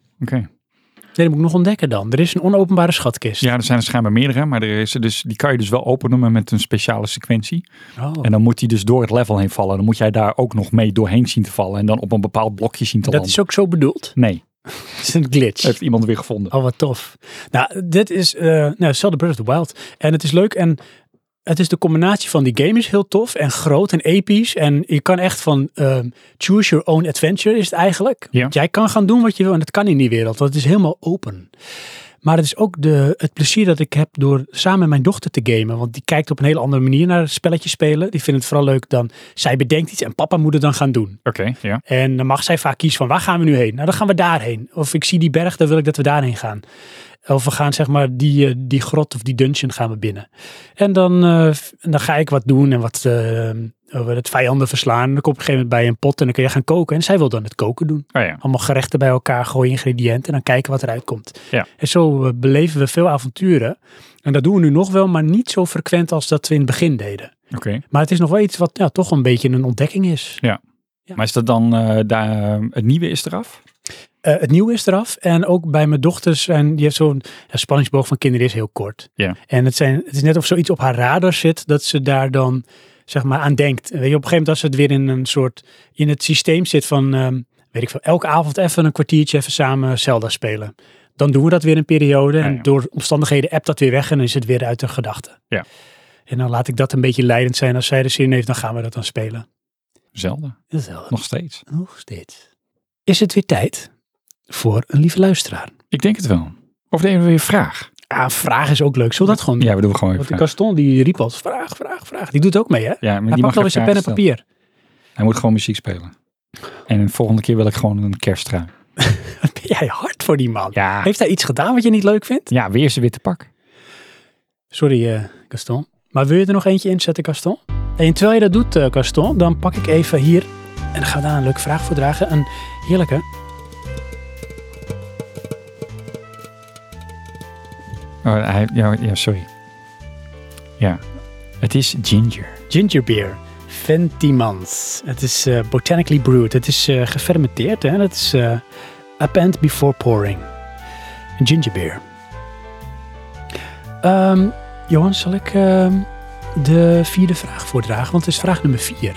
Speaker 1: Nee, dat moet ik nog ontdekken dan. Er is een onopenbare schatkist.
Speaker 2: Ja, er zijn er schijnbaar meerdere, maar er is er dus, die kan je dus wel openen, maar met een speciale sequentie.
Speaker 1: Oh.
Speaker 2: En dan moet die dus door het level heen vallen. Dan moet jij daar ook nog mee doorheen zien te vallen en dan op een bepaald blokje zien te
Speaker 1: dat
Speaker 2: landen.
Speaker 1: is ook zo bedoeld.
Speaker 2: Nee,
Speaker 1: Het is een glitch.
Speaker 2: heeft iemand weer gevonden.
Speaker 1: Oh, wat tof. Nou, dit is eh nou, Zelda Breath of the Wild. En het is leuk en het is de combinatie van die game is heel tof en groot en episch. En je kan echt van ehm, choose your own adventure is het eigenlijk.
Speaker 2: Ja.
Speaker 1: Want Jij kan gaan doen wat je wil en dat kan in die wereld, want het is helemaal open. Maar het is ook de, het plezier dat ik heb door samen met mijn dochter te gamen. Want die kijkt op een hele andere manier naar het spelletje spelen. Die vindt het vooral leuk dan zij bedenkt iets en papa moet het dan gaan doen.
Speaker 2: Oké, ja.
Speaker 1: En dan mag zij vaak kiezen van waar gaan we nu heen? Nou, dan gaan we daarheen. Of ik zie die berg, dan wil ik dat we daarheen gaan. Of we gaan zeg maar die, eh, die grot of die dungeon gaan we binnen. En dan, eh, f- en dan ga ik wat doen en wat eh, over het vijanden verslaan. En dan kom ik op een gegeven moment bij een pot en dan kun je gaan koken. En zij wil dan het koken doen.
Speaker 2: Oh ja.
Speaker 1: Allemaal gerechten bij elkaar gooien, ingrediënten en dan kijken wat eruit komt.
Speaker 2: Ja.
Speaker 1: En zo eh, beleven we veel avonturen. En dat doen we nu nog wel, maar niet zo frequent als dat we in het begin deden.
Speaker 2: Oké.
Speaker 1: Maar het is nog wel iets wat ja, toch een beetje een ontdekking is.
Speaker 2: Maar is dat dan, eh, daar, het nieuwe is eraf?
Speaker 1: Eh, het nieuwe is eraf. En ook bij mijn dochters. En die heeft zo'n ja, spanningsboog van kinderen is heel kort.
Speaker 2: Ja.
Speaker 1: En het, zijn, het is net of zoiets op haar radar zit. Dat ze daar dan zeg maar aan denkt. En Weet je, op een gegeven moment als ze het weer in een soort. In het systeem zit van. ehm, weet ik veel. Elke avond even een kwartiertje even samen Zelda spelen. Dan doen we dat weer een periode. En
Speaker 2: Ja, ja.
Speaker 1: door omstandigheden appt dat weer weg. En dan is het weer uit de gedachten.
Speaker 2: Ja.
Speaker 1: En dan laat ik dat een beetje leidend zijn. Als zij er zin in heeft, dan gaan we dat dan spelen.
Speaker 2: Zelden.
Speaker 1: Dat is wel
Speaker 2: Nog steeds.
Speaker 1: nog steeds. Is het weer tijd voor een lieve luisteraar?
Speaker 2: Ik denk het wel. Of nemen we weer vraag?
Speaker 1: Ah, een vraag is ook leuk. Zullen we dat gewoon doen?
Speaker 2: Ja, we doen gewoon even
Speaker 1: Want die
Speaker 2: vraag.
Speaker 1: Gaston die riep al, vraag, vraag, vraag. Die doet ook mee, hè?
Speaker 2: Ja, maar
Speaker 1: Hij
Speaker 2: die mag
Speaker 1: pakt alweer
Speaker 2: geen
Speaker 1: zijn pen en
Speaker 2: vragen stellen.
Speaker 1: papier.
Speaker 2: Hij moet gewoon muziek spelen. En de volgende keer wil ik gewoon een kersttrui.
Speaker 1: Wat ben jij hard voor die man?
Speaker 2: Ja.
Speaker 1: Heeft hij iets gedaan wat je niet leuk vindt?
Speaker 2: Ja, weer zijn witte pak.
Speaker 1: Sorry, eh, Gaston. Maar wil je er nog eentje inzetten, Gaston? En terwijl je dat doet, eh, Gaston, dan pak ik even hier... en dan gaan we daar een leuke vraag voor dragen. Een heerlijke...
Speaker 2: Oh, hij, ja, ja, sorry. Ja, het is ginger.
Speaker 1: Ginger beer. Ventimans. Het is eh, botanically brewed. Het is eh, gefermenteerd. Hè? Dat is eh append before pouring. Ginger beer. Ehm, Johan, zal ik ehm, de vierde vraag voordragen? Want het is vraag nummer vier.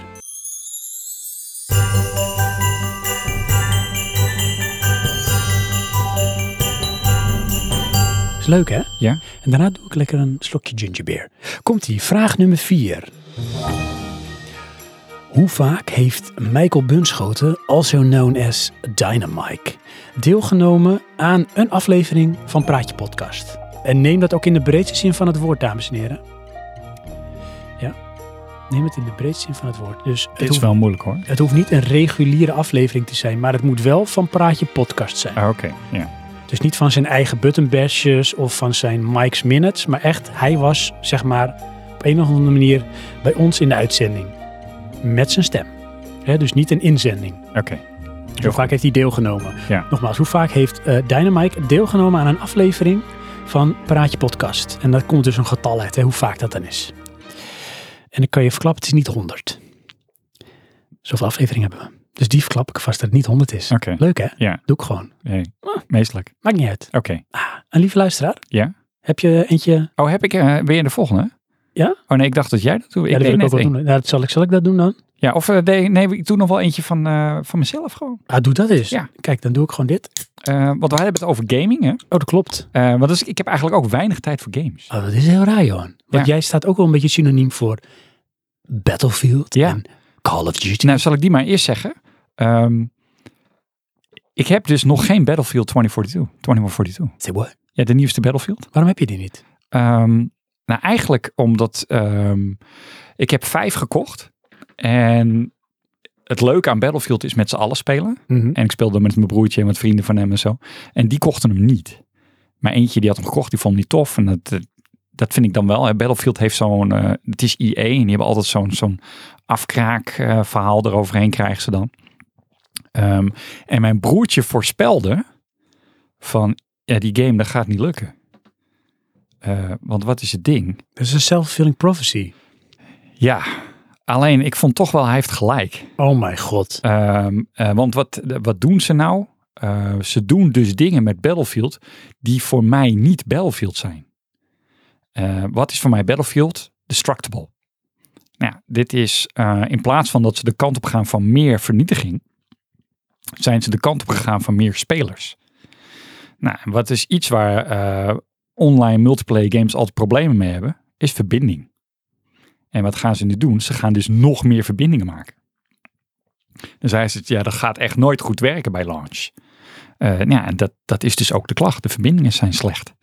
Speaker 1: Is leuk, hè?
Speaker 2: Ja?
Speaker 1: En daarna doe ik lekker een slokje gingerbeer. Komt ie, vraag nummer 4. Hoe vaak heeft Michael Bunschoten, also known as Dynamike, deelgenomen aan een aflevering van Praatje Podcast? En neem dat ook in de breedste zin van het woord, dames en heren. Ja, neem het in de breedste zin van het woord. Dus het,
Speaker 2: Dit is
Speaker 1: hoeft,
Speaker 2: wel moeilijk hoor.
Speaker 1: het hoeft niet een reguliere aflevering te zijn, maar het moet wel van Praatje Podcast zijn.
Speaker 2: Ah, Oké, ja.
Speaker 1: Dus niet van zijn eigen buttonbashes of van zijn Mike's Minutes. Maar echt, hij was zeg maar op een of andere manier bij ons in de uitzending. Met zijn stem. Hè, dus niet een inzending.
Speaker 2: Oké.
Speaker 1: Hoe vaak heeft hij deelgenomen?
Speaker 2: Ja.
Speaker 1: Nogmaals, hoe vaak heeft eh Dynamite deelgenomen aan een aflevering van Praatje Podcast? En daar komt dus een getal uit, hè, hoe vaak dat dan is. En ik kan je verklappen, het is niet 100. Zoveel afleveringen hebben we. Dus die verklap ik vast dat het niet 100 is.
Speaker 2: Oké.
Speaker 1: Leuk Ah. hè?
Speaker 2: Ja.
Speaker 1: Doe ik gewoon.
Speaker 2: Nee. Meestelijk.
Speaker 1: Maakt niet uit.
Speaker 2: Oké.
Speaker 1: Ah, een lieve luisteraar.
Speaker 2: Ja.
Speaker 1: Heb je eentje?
Speaker 2: Oh, heb ik eh, weer de volgende?
Speaker 1: Ja?
Speaker 2: Oh nee, ik dacht dat jij dat doet.
Speaker 1: ja, dat
Speaker 2: ik
Speaker 1: wil
Speaker 2: deed
Speaker 1: ik ook
Speaker 2: net
Speaker 1: wel
Speaker 2: één.
Speaker 1: doen. Ja, dat zal, ik, zal ik dat doen dan?
Speaker 2: Ja, of eh, nee, nee, ik doe nog wel eentje van, eh, van mezelf gewoon.
Speaker 1: Ah, doe dat eens.
Speaker 2: Ja.
Speaker 1: Kijk, dan doe ik gewoon dit.
Speaker 2: Eh, want we hebben het over gaming, hè?
Speaker 1: Oh, dat klopt.
Speaker 2: Eh, want dus, ik heb eigenlijk ook weinig tijd voor games.
Speaker 1: Oh, dat is heel raar, Johan. Want
Speaker 2: Ja.
Speaker 1: jij staat ook wel een beetje synoniem voor Battlefield
Speaker 2: Ja.
Speaker 1: en Call of Duty.
Speaker 2: Nou, zal ik die maar eerst zeggen. Ehm, ik heb dus nog geen Battlefield 2042. 2142.
Speaker 1: Say what?
Speaker 2: Ja, de nieuwste Battlefield.
Speaker 1: Waarom heb je die niet?
Speaker 2: Ehm, nou, eigenlijk omdat ehm, ik heb vijf gekocht. En het leuke aan Battlefield is met z'n allen spelen. En ik speelde met mijn broertje en met vrienden van hem en zo. En die kochten hem niet. Maar eentje die had hem gekocht, die vond hem niet tof. En het, eh, dat vind ik dan wel. hè. Battlefield heeft zo'n, eh, het is IE en die hebben altijd zo'n zo'n afkraakverhaal verhaal eroverheen krijgen ze dan. Ehm, en mijn broertje voorspelde van, ja die game dat gaat niet lukken. Eh, want wat is het ding?
Speaker 1: Dat is een self-fulfilling prophecy.
Speaker 2: Ja, alleen ik vond toch wel, hij heeft gelijk.
Speaker 1: Oh mijn god.
Speaker 2: Ehm, eh, want wat, wat doen ze nou? Eh, ze doen dus dingen met Battlefield die voor mij niet Battlefield zijn. Eh, wat is voor mij Battlefield? Destructible. Nou, ja, dit is eh, in plaats van dat ze de kant op gaan van meer vernietiging, zijn ze de kant op gegaan van meer spelers. Nou, en wat is iets waar eh, online multiplayer games altijd problemen mee hebben, is verbinding. En wat gaan ze nu doen? Ze gaan dus nog meer verbindingen maken. Dan zei ze, ja, dat gaat echt nooit goed werken bij launch. Eh, nou ja, en dat, dat is dus ook de klacht. De verbindingen zijn slecht.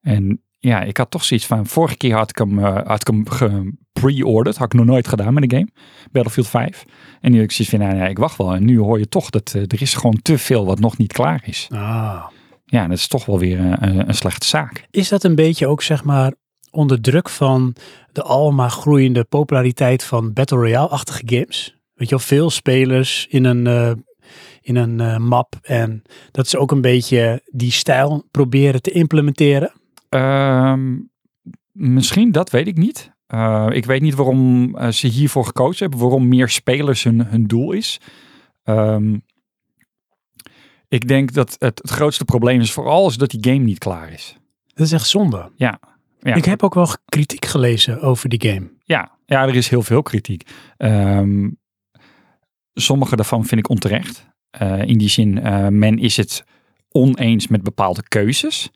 Speaker 2: En ja, ik had toch zoiets van, vorige keer had ik hem, eh, had ik hem gepre-ordered. Had ik nog nooit gedaan met de game. Battlefield 5. En nu heb ik zoiets van, nou ja, ik wacht wel. En nu hoor je toch dat eh, er is gewoon te veel wat nog niet klaar is.
Speaker 1: Ah.
Speaker 2: Ja, en dat is toch wel weer eh, een, een slechte zaak.
Speaker 1: Is dat een beetje ook zeg maar onder druk van de almaar groeiende populariteit van Battle Royale-achtige games? Weet je wel, veel spelers in een, eh, in een eh, map en dat ze ook een beetje die stijl proberen te implementeren.
Speaker 2: Ehm, misschien, dat weet ik niet. Eh, ik weet niet waarom eh, ze hiervoor gekozen hebben, waarom meer spelers hun, hun doel is. Ehm, ik denk dat het, het grootste probleem is vooral is dat die game niet klaar is.
Speaker 1: Dat is echt zonde.
Speaker 2: Ja,
Speaker 1: Ik heb ook wel kritiek gelezen over die game.
Speaker 2: ja, ja er is heel veel kritiek. Ehm, sommige daarvan vind ik onterecht. Eh, in die zin, eh, men is het oneens met bepaalde keuzes.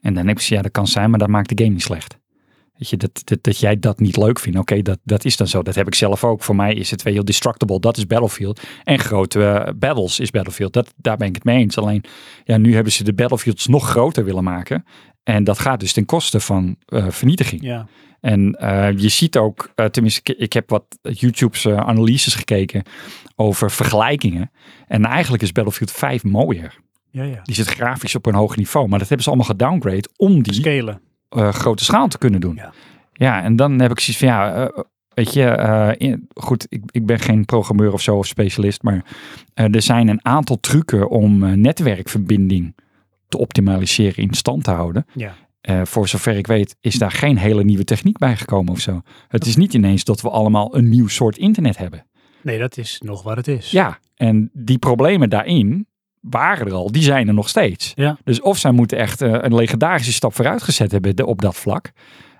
Speaker 2: En dan heb je, ja, dat kan zijn, maar dat maakt de game niet slecht. Weet je, dat, dat, dat jij dat niet leuk vindt, oké, dat, dat is dan zo. Dat heb ik zelf ook. Voor mij is het heel destructible, dat is Battlefield. En grote eh, battles is Battlefield. Dat, daar ben ik het mee eens. Alleen, ja, nu hebben ze de battlefields nog groter willen maken. En dat gaat dus ten koste van eh, vernietiging.
Speaker 1: Ja.
Speaker 2: En eh, je ziet ook, eh, tenminste, ik, ik heb wat YouTube's eh, analyses gekeken over vergelijkingen. En eigenlijk is Battlefield 5 mooier.
Speaker 1: Ja, ja.
Speaker 2: Die zit grafisch op een hoger niveau. Maar dat hebben ze allemaal gedowngrade om die
Speaker 1: Scalen.
Speaker 2: eh, grote schaal te kunnen doen.
Speaker 1: Ja.
Speaker 2: Ja, en dan heb ik zoiets van, ja, eh, weet je, eh, in- goed, ik, ik ben geen programmeur of zo of specialist. Maar eh, er zijn een aantal trucken om eh, netwerkverbinding te optimaliseren, in stand te houden.
Speaker 1: Ja.
Speaker 2: Eh, voor zover ik weet, is daar geen hele nieuwe techniek bij gekomen of zo. Het is niet ineens dat we allemaal een nieuw soort internet hebben.
Speaker 1: Nee, dat is nog wat het is.
Speaker 2: Ja, en die problemen daarin waren er al, die zijn er nog steeds.
Speaker 1: Ja.
Speaker 2: Dus of zij moeten echt eh, een legendarische stap vooruit gezet hebben de- op dat vlak.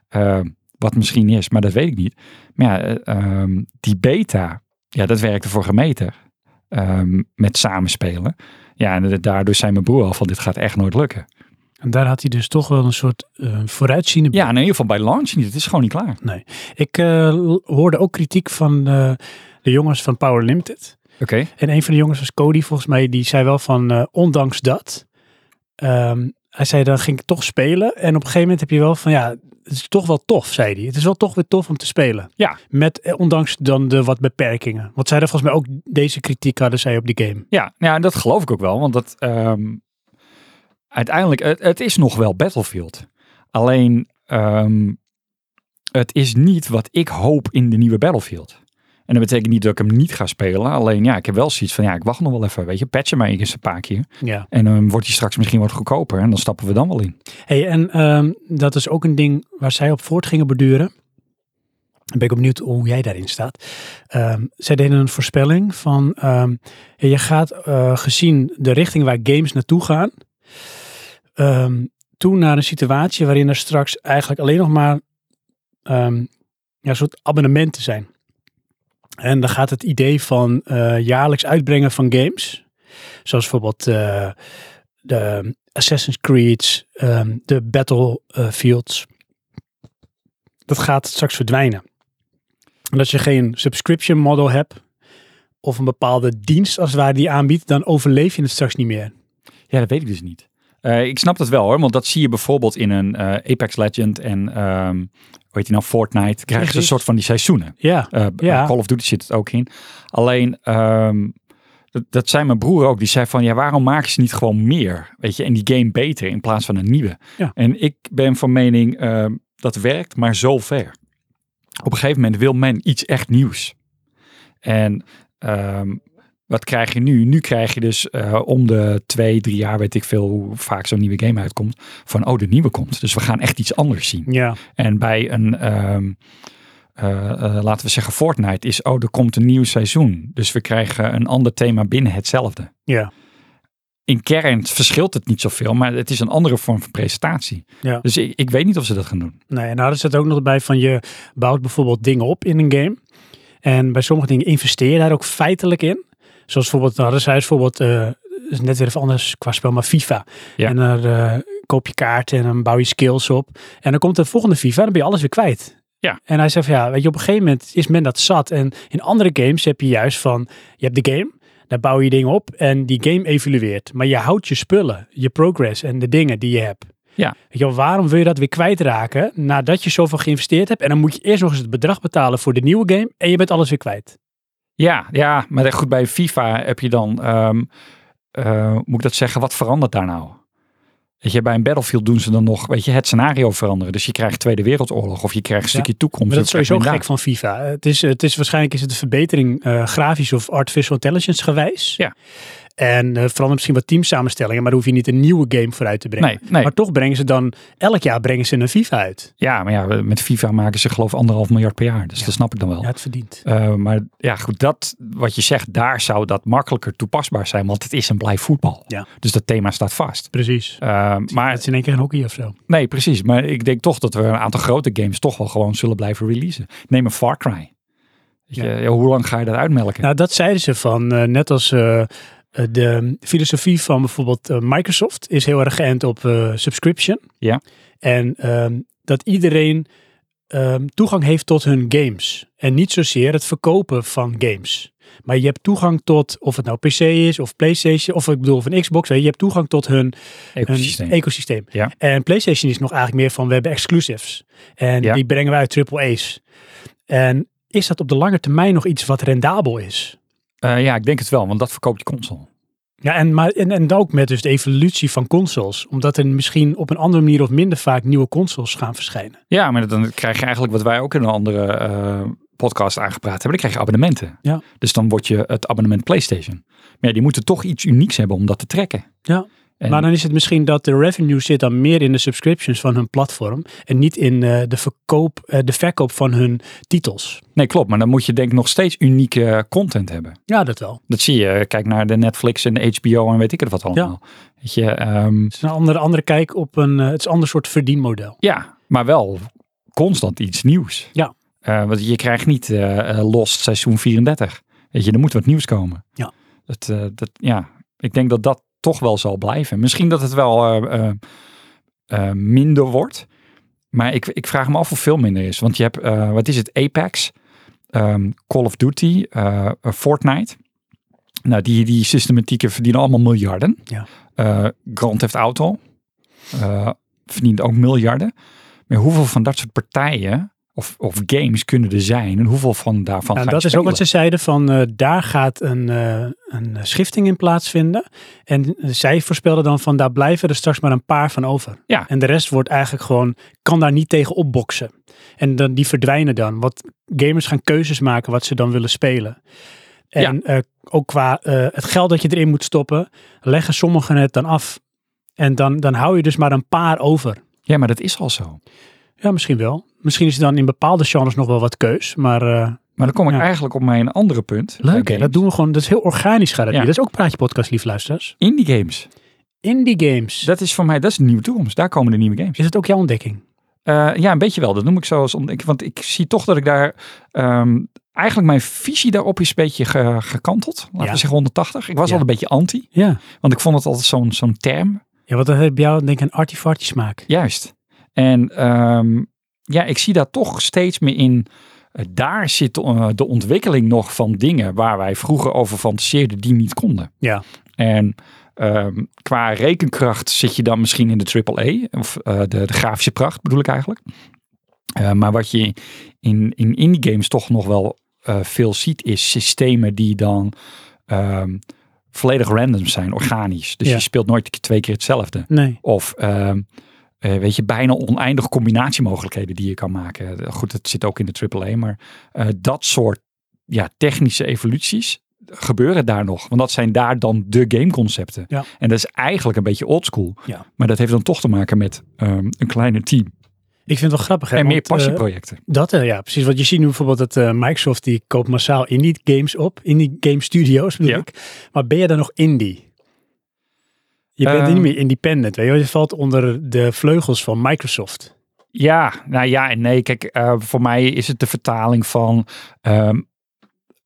Speaker 2: Eh, wat misschien is, maar dat weet ik niet. Maar ja, eh, ehm, die beta, ja, dat werkte voor gemeter. Ehm, met samenspelen. Ja, en daardoor zei mijn broer al van dit gaat echt nooit lukken.
Speaker 1: En daar had hij dus toch wel een soort eh vooruitziende
Speaker 2: Ja, en in ieder geval bij launch niet. Het is gewoon niet klaar.
Speaker 1: Ik eh, l- hoorde ook kritiek van eh, de jongens van Power Limited.
Speaker 2: Oké.
Speaker 1: En een van de jongens was Cody, volgens mij, die zei wel van, eh, ondanks dat. ehm, hij zei, dan ging ik toch spelen. En op een gegeven moment heb je wel van, ja, het is toch wel tof, zei hij. Het is wel toch weer tof om te spelen.
Speaker 2: Ja.
Speaker 1: Met, eh, ondanks dan de wat beperkingen. Want zij hadden volgens mij ook deze kritiek hadden zij op die game.
Speaker 2: Ja, nou ja, en dat geloof ik ook wel. Want dat ehm, uiteindelijk, het, het is nog wel Battlefield. Alleen, ehm, het is niet wat ik hoop in de nieuwe Battlefield. En dat betekent niet dat ik hem niet ga spelen. Alleen ja, ik heb wel zoiets van, ja, ik wacht nog wel even. Weet je, patch hem maar eens een paar keer.
Speaker 1: Ja.
Speaker 2: En dan wordt hij straks misschien wat goedkoper. En dan stappen we dan wel in.
Speaker 1: Hey, en ehm, dat is ook een ding waar zij op voort gingen beduren. Dan ben ik benieuwd hoe jij daarin staat. Ehm, zij deden een voorspelling van, ehm, je gaat eh, gezien de richting waar games naartoe gaan, ehm, toe naar een situatie waarin er straks eigenlijk alleen nog maar ehm, ja, een soort abonnementen zijn. En dan gaat het idee van eh, jaarlijks uitbrengen van games, zoals bijvoorbeeld eh, de Assassin's Creed, ehm, de Battlefields. Dat gaat straks verdwijnen. Omdat je geen subscription model hebt of een bepaalde dienst als het ware die je aanbiedt, dan overleef je het straks niet meer.
Speaker 2: Ja, dat weet ik dus niet. Eh, ik snap dat wel hoor, want dat zie je bijvoorbeeld in een eh, Apex Legend en ehm hoe heet die nou, Fortnite. Krijgen ze een
Speaker 1: Precies.
Speaker 2: soort van die seizoenen.
Speaker 1: Ja,
Speaker 2: Eh,
Speaker 1: Ja.
Speaker 2: Call of Duty zit het ook in. Alleen, ehm, dat, dat zei mijn broer ook. Die zei van, ja, waarom maken ze niet gewoon meer? Weet je, en die game beter in plaats van een nieuwe.
Speaker 1: Ja.
Speaker 2: En ik ben van mening, ehm, dat werkt maar zo ver. Op een gegeven moment wil men iets echt nieuws. En ehm, wat krijg je nu? Nu krijg je dus eh, om de twee, drie jaar, weet ik veel hoe vaak zo'n nieuwe game uitkomt, van oh, de nieuwe komt. Dus we gaan echt iets anders zien.
Speaker 1: Ja,
Speaker 2: En bij een, ehm, eh, eh, laten we zeggen, Fortnite is, oh, er komt een nieuw seizoen. Dus we krijgen een ander thema binnen hetzelfde.
Speaker 1: ja,
Speaker 2: In kern verschilt het niet zoveel, maar het is een andere vorm van presentatie.
Speaker 1: ja.
Speaker 2: Dus ik, ik weet niet of ze dat gaan doen.
Speaker 1: Nee, nou, er zit ook nog bij van je bouwt bijvoorbeeld dingen op in een game. En bij sommige dingen investeer je daar ook feitelijk in. Zoals bijvoorbeeld, nou, dat is bijvoorbeeld, eh, is net weer even anders qua spel, maar FIFA.
Speaker 2: Ja.
Speaker 1: En daar eh, koop je kaarten en dan bouw je skills op. En dan komt de volgende FIFA en dan ben je alles weer kwijt.
Speaker 2: Ja.
Speaker 1: En hij zei van ja, weet je, op een gegeven moment is men dat zat. En in andere games heb je juist van, je hebt de game, daar bouw je dingen op en die game evolueert. Maar je houdt je spullen, je progress en de dingen die je hebt.
Speaker 2: Ja.
Speaker 1: Weet je wel, waarom wil je dat weer kwijtraken nadat je zoveel geïnvesteerd hebt? En dan moet je eerst nog eens het bedrag betalen voor de nieuwe game en je bent alles weer kwijt.
Speaker 2: Ja, ja, maar goed, bij FIFA heb je dan, ehm, eh, moet ik dat zeggen, wat verandert daar nou? Weet je, bij een Battlefield doen ze dan nog, weet je, het scenario veranderen. Dus je krijgt Tweede Wereldoorlog of je krijgt een
Speaker 1: Ja,
Speaker 2: stukje toekomst.
Speaker 1: Maar dat is
Speaker 2: krijg je
Speaker 1: sowieso gek
Speaker 2: inderdaad.
Speaker 1: van FIFA. Het is, het is waarschijnlijk is het een verbetering eh, grafisch of artificial intelligence gewijs.
Speaker 2: Ja.
Speaker 1: En eh verandert misschien wat teamsamenstellingen, maar daar hoef je niet een nieuwe game voor uit te brengen.
Speaker 2: Nee, nee.
Speaker 1: Maar toch brengen ze dan, elk jaar brengen ze een FIFA uit.
Speaker 2: Ja, maar ja, met FIFA maken ze geloof ik anderhalf miljard per jaar. Dus dat snap ik dan wel.
Speaker 1: Ja, het verdient.
Speaker 2: Eh, maar ja, goed, dat wat je zegt, daar zou dat makkelijker toepasbaar zijn, want het is een blij voetbal.
Speaker 1: Ja.
Speaker 2: Dus dat thema staat vast.
Speaker 1: Precies.
Speaker 2: Eh,
Speaker 1: Het
Speaker 2: maar
Speaker 1: is in één keer een hockey of zo.
Speaker 2: nee, precies. Maar ik denk toch dat we een aantal grote games toch wel gewoon zullen blijven releasen. Neem een Far Cry. Weet je, ja, hoe lang ga je dat uitmelken?
Speaker 1: Nou, dat zeiden ze van, eh, net als eh, eh, de filosofie van bijvoorbeeld eh, Microsoft is heel erg geënt op eh, subscription.
Speaker 2: Ja.
Speaker 1: En ehm, dat iedereen ehm, toegang heeft tot hun games. En niet zozeer het verkopen van games. Maar je hebt toegang tot, of het nou PC is, of PlayStation, of ik bedoel van Xbox. weet Je je hebt toegang tot hun
Speaker 2: Ecosysteem.
Speaker 1: een e- ecosysteem.
Speaker 2: Ja.
Speaker 1: En PlayStation is nog eigenlijk meer van we hebben exclusives. En
Speaker 2: Ja.
Speaker 1: die brengen wij uit triple A's. En is dat op de lange termijn nog iets wat rendabel is?
Speaker 2: Eh, ja, ik denk het wel, want dat verkoopt je console.
Speaker 1: Ja, en, maar, en, en ook met dus de evolutie van consoles. Omdat er misschien op een andere manier of minder vaak nieuwe consoles gaan verschijnen.
Speaker 2: Ja, maar dan krijg je eigenlijk wat wij ook in een andere eh, podcast aangepraat hebben. Dan krijg je abonnementen.
Speaker 1: Ja.
Speaker 2: Dus dan word je het abonnement PlayStation. Maar ja, die moeten toch iets unieks hebben om dat te trekken.
Speaker 1: Ja.
Speaker 2: En-
Speaker 1: Maar dan is het misschien dat de revenue zit dan meer in de subscriptions van hun platform. En niet in eh, de, verkoop, eh, de verkoop van hun titels.
Speaker 2: Nee, klopt. Maar dan moet je denk ik nog steeds unieke content hebben.
Speaker 1: Ja, dat wel.
Speaker 2: Dat zie je. Kijk naar de Netflix en de HBO en weet ik het wat allemaal. Weet je, ehm,
Speaker 1: Het is een andere, andere kijk op een, eh, het is een ander soort verdienmodel.
Speaker 2: ja, maar wel constant iets nieuws.
Speaker 1: Ja.
Speaker 2: Eh, want je krijgt niet eh, eh, Lost seizoen 34. Weet je, er moet wat nieuws komen.
Speaker 1: Ja.
Speaker 2: Dat, eh, dat, ja. Ik denk dat dat toch wel zal blijven. Misschien dat het wel eh, eh, eh, minder wordt. Maar ik, ik vraag me af of veel minder is. Want je hebt, eh, wat is het, Apex, ehm, Call of Duty, eh, eh, Fortnite. Nou, die, die systematieken verdienen allemaal miljarden.
Speaker 1: Ja.
Speaker 2: Eh, Grand Theft Auto eh, verdient ook miljarden. Maar hoeveel van dat soort partijen of, of games kunnen er zijn? En hoeveel van daarvan
Speaker 1: Nou,
Speaker 2: gaan
Speaker 1: dat is ook
Speaker 2: spelen?
Speaker 1: wat ze zeiden van eh, daar gaat een, eh, een eh, schifting in plaatsvinden. En eh, zij voorspelden dan van daar blijven er straks maar een paar van over.
Speaker 2: Ja.
Speaker 1: En de rest wordt eigenlijk gewoon, kan daar niet tegen opboksen. En dan, die verdwijnen dan. Want gamers gaan keuzes maken wat ze dan willen spelen. En eh, ook qua eh, het geld dat je erin moet stoppen, leggen sommigen het dan af. En dan, dan hou je dus maar een paar over.
Speaker 2: Ja, maar dat is al zo.
Speaker 1: Ja, misschien wel. Misschien is er dan in bepaalde genres nog wel wat keus. Maar eh,
Speaker 2: Maar dan kom ik
Speaker 1: Ja.
Speaker 2: eigenlijk op mijn andere punt. bij
Speaker 1: Leuk hè, dat
Speaker 2: games.
Speaker 1: doen we gewoon. Dat is heel organisch gaat het
Speaker 2: Ja.
Speaker 1: hier. Dat is ook Praatje Podcast, lief luisteraars.
Speaker 2: Indie games.
Speaker 1: Indie games.
Speaker 2: Dat is voor mij, dat is de nieuwe toekomst. Daar komen de nieuwe games.
Speaker 1: Is het ook jouw ontdekking?
Speaker 2: Eh, ja, een beetje wel. Dat noem ik zo als om. ik- Want ik zie toch dat ik daar. ehm, eigenlijk mijn visie daarop is een beetje ge- gekanteld. Laten
Speaker 1: Ja.
Speaker 2: we zeggen 180. Ik was
Speaker 1: Ja.
Speaker 2: al een beetje anti.
Speaker 1: Ja.
Speaker 2: Want ik vond het altijd zo'n zo'n term.
Speaker 1: Ja, want dat heeft bij jou denk ik een artifartje smaak.
Speaker 2: Juist. En ehm, ja, ik zie daar toch steeds meer in. Eh, Daar zit eh, de ontwikkeling nog van dingen waar wij vroeger over fantaseerden die niet konden.
Speaker 1: Ja.
Speaker 2: En ehm, qua rekenkracht zit je dan misschien in de AAA, of eh, de, de grafische pracht bedoel ik eigenlijk. Eh, maar wat je in, in indie games toch nog wel eh, veel ziet, is systemen die dan ehm, volledig random zijn, organisch. Dus
Speaker 1: Ja.
Speaker 2: je speelt nooit twee keer hetzelfde.
Speaker 1: Nee.
Speaker 2: Of ehm, eh, eh, weet je, bijna oneindig combinatiemogelijkheden die je kan maken. Eh, Goed, het zit ook in de AAA, maar eh, dat soort ja, technische evoluties gebeuren daar nog. Want dat zijn daar dan de gameconcepten.
Speaker 1: Ja.
Speaker 2: En dat is eigenlijk een beetje oldschool.
Speaker 1: Ja.
Speaker 2: Maar dat heeft dan toch te maken met ehm, een kleiner team.
Speaker 1: Ik vind het wel grappig. Hè,
Speaker 2: en meer
Speaker 1: want, eh,
Speaker 2: passieprojecten.
Speaker 1: Dat, eh, ja, precies. Want je ziet nu bijvoorbeeld dat eh, Microsoft die koopt massaal indie games op. Indie game studios bedoel
Speaker 2: Ja.
Speaker 1: ik. Maar ben je dan nog indie? Je bent
Speaker 2: Ehm.
Speaker 1: niet meer independent. Weet je? wel. je valt onder de vleugels van Microsoft.
Speaker 2: Ja, nou ja en nee. Kijk, eh, voor mij is het de vertaling van... ehm,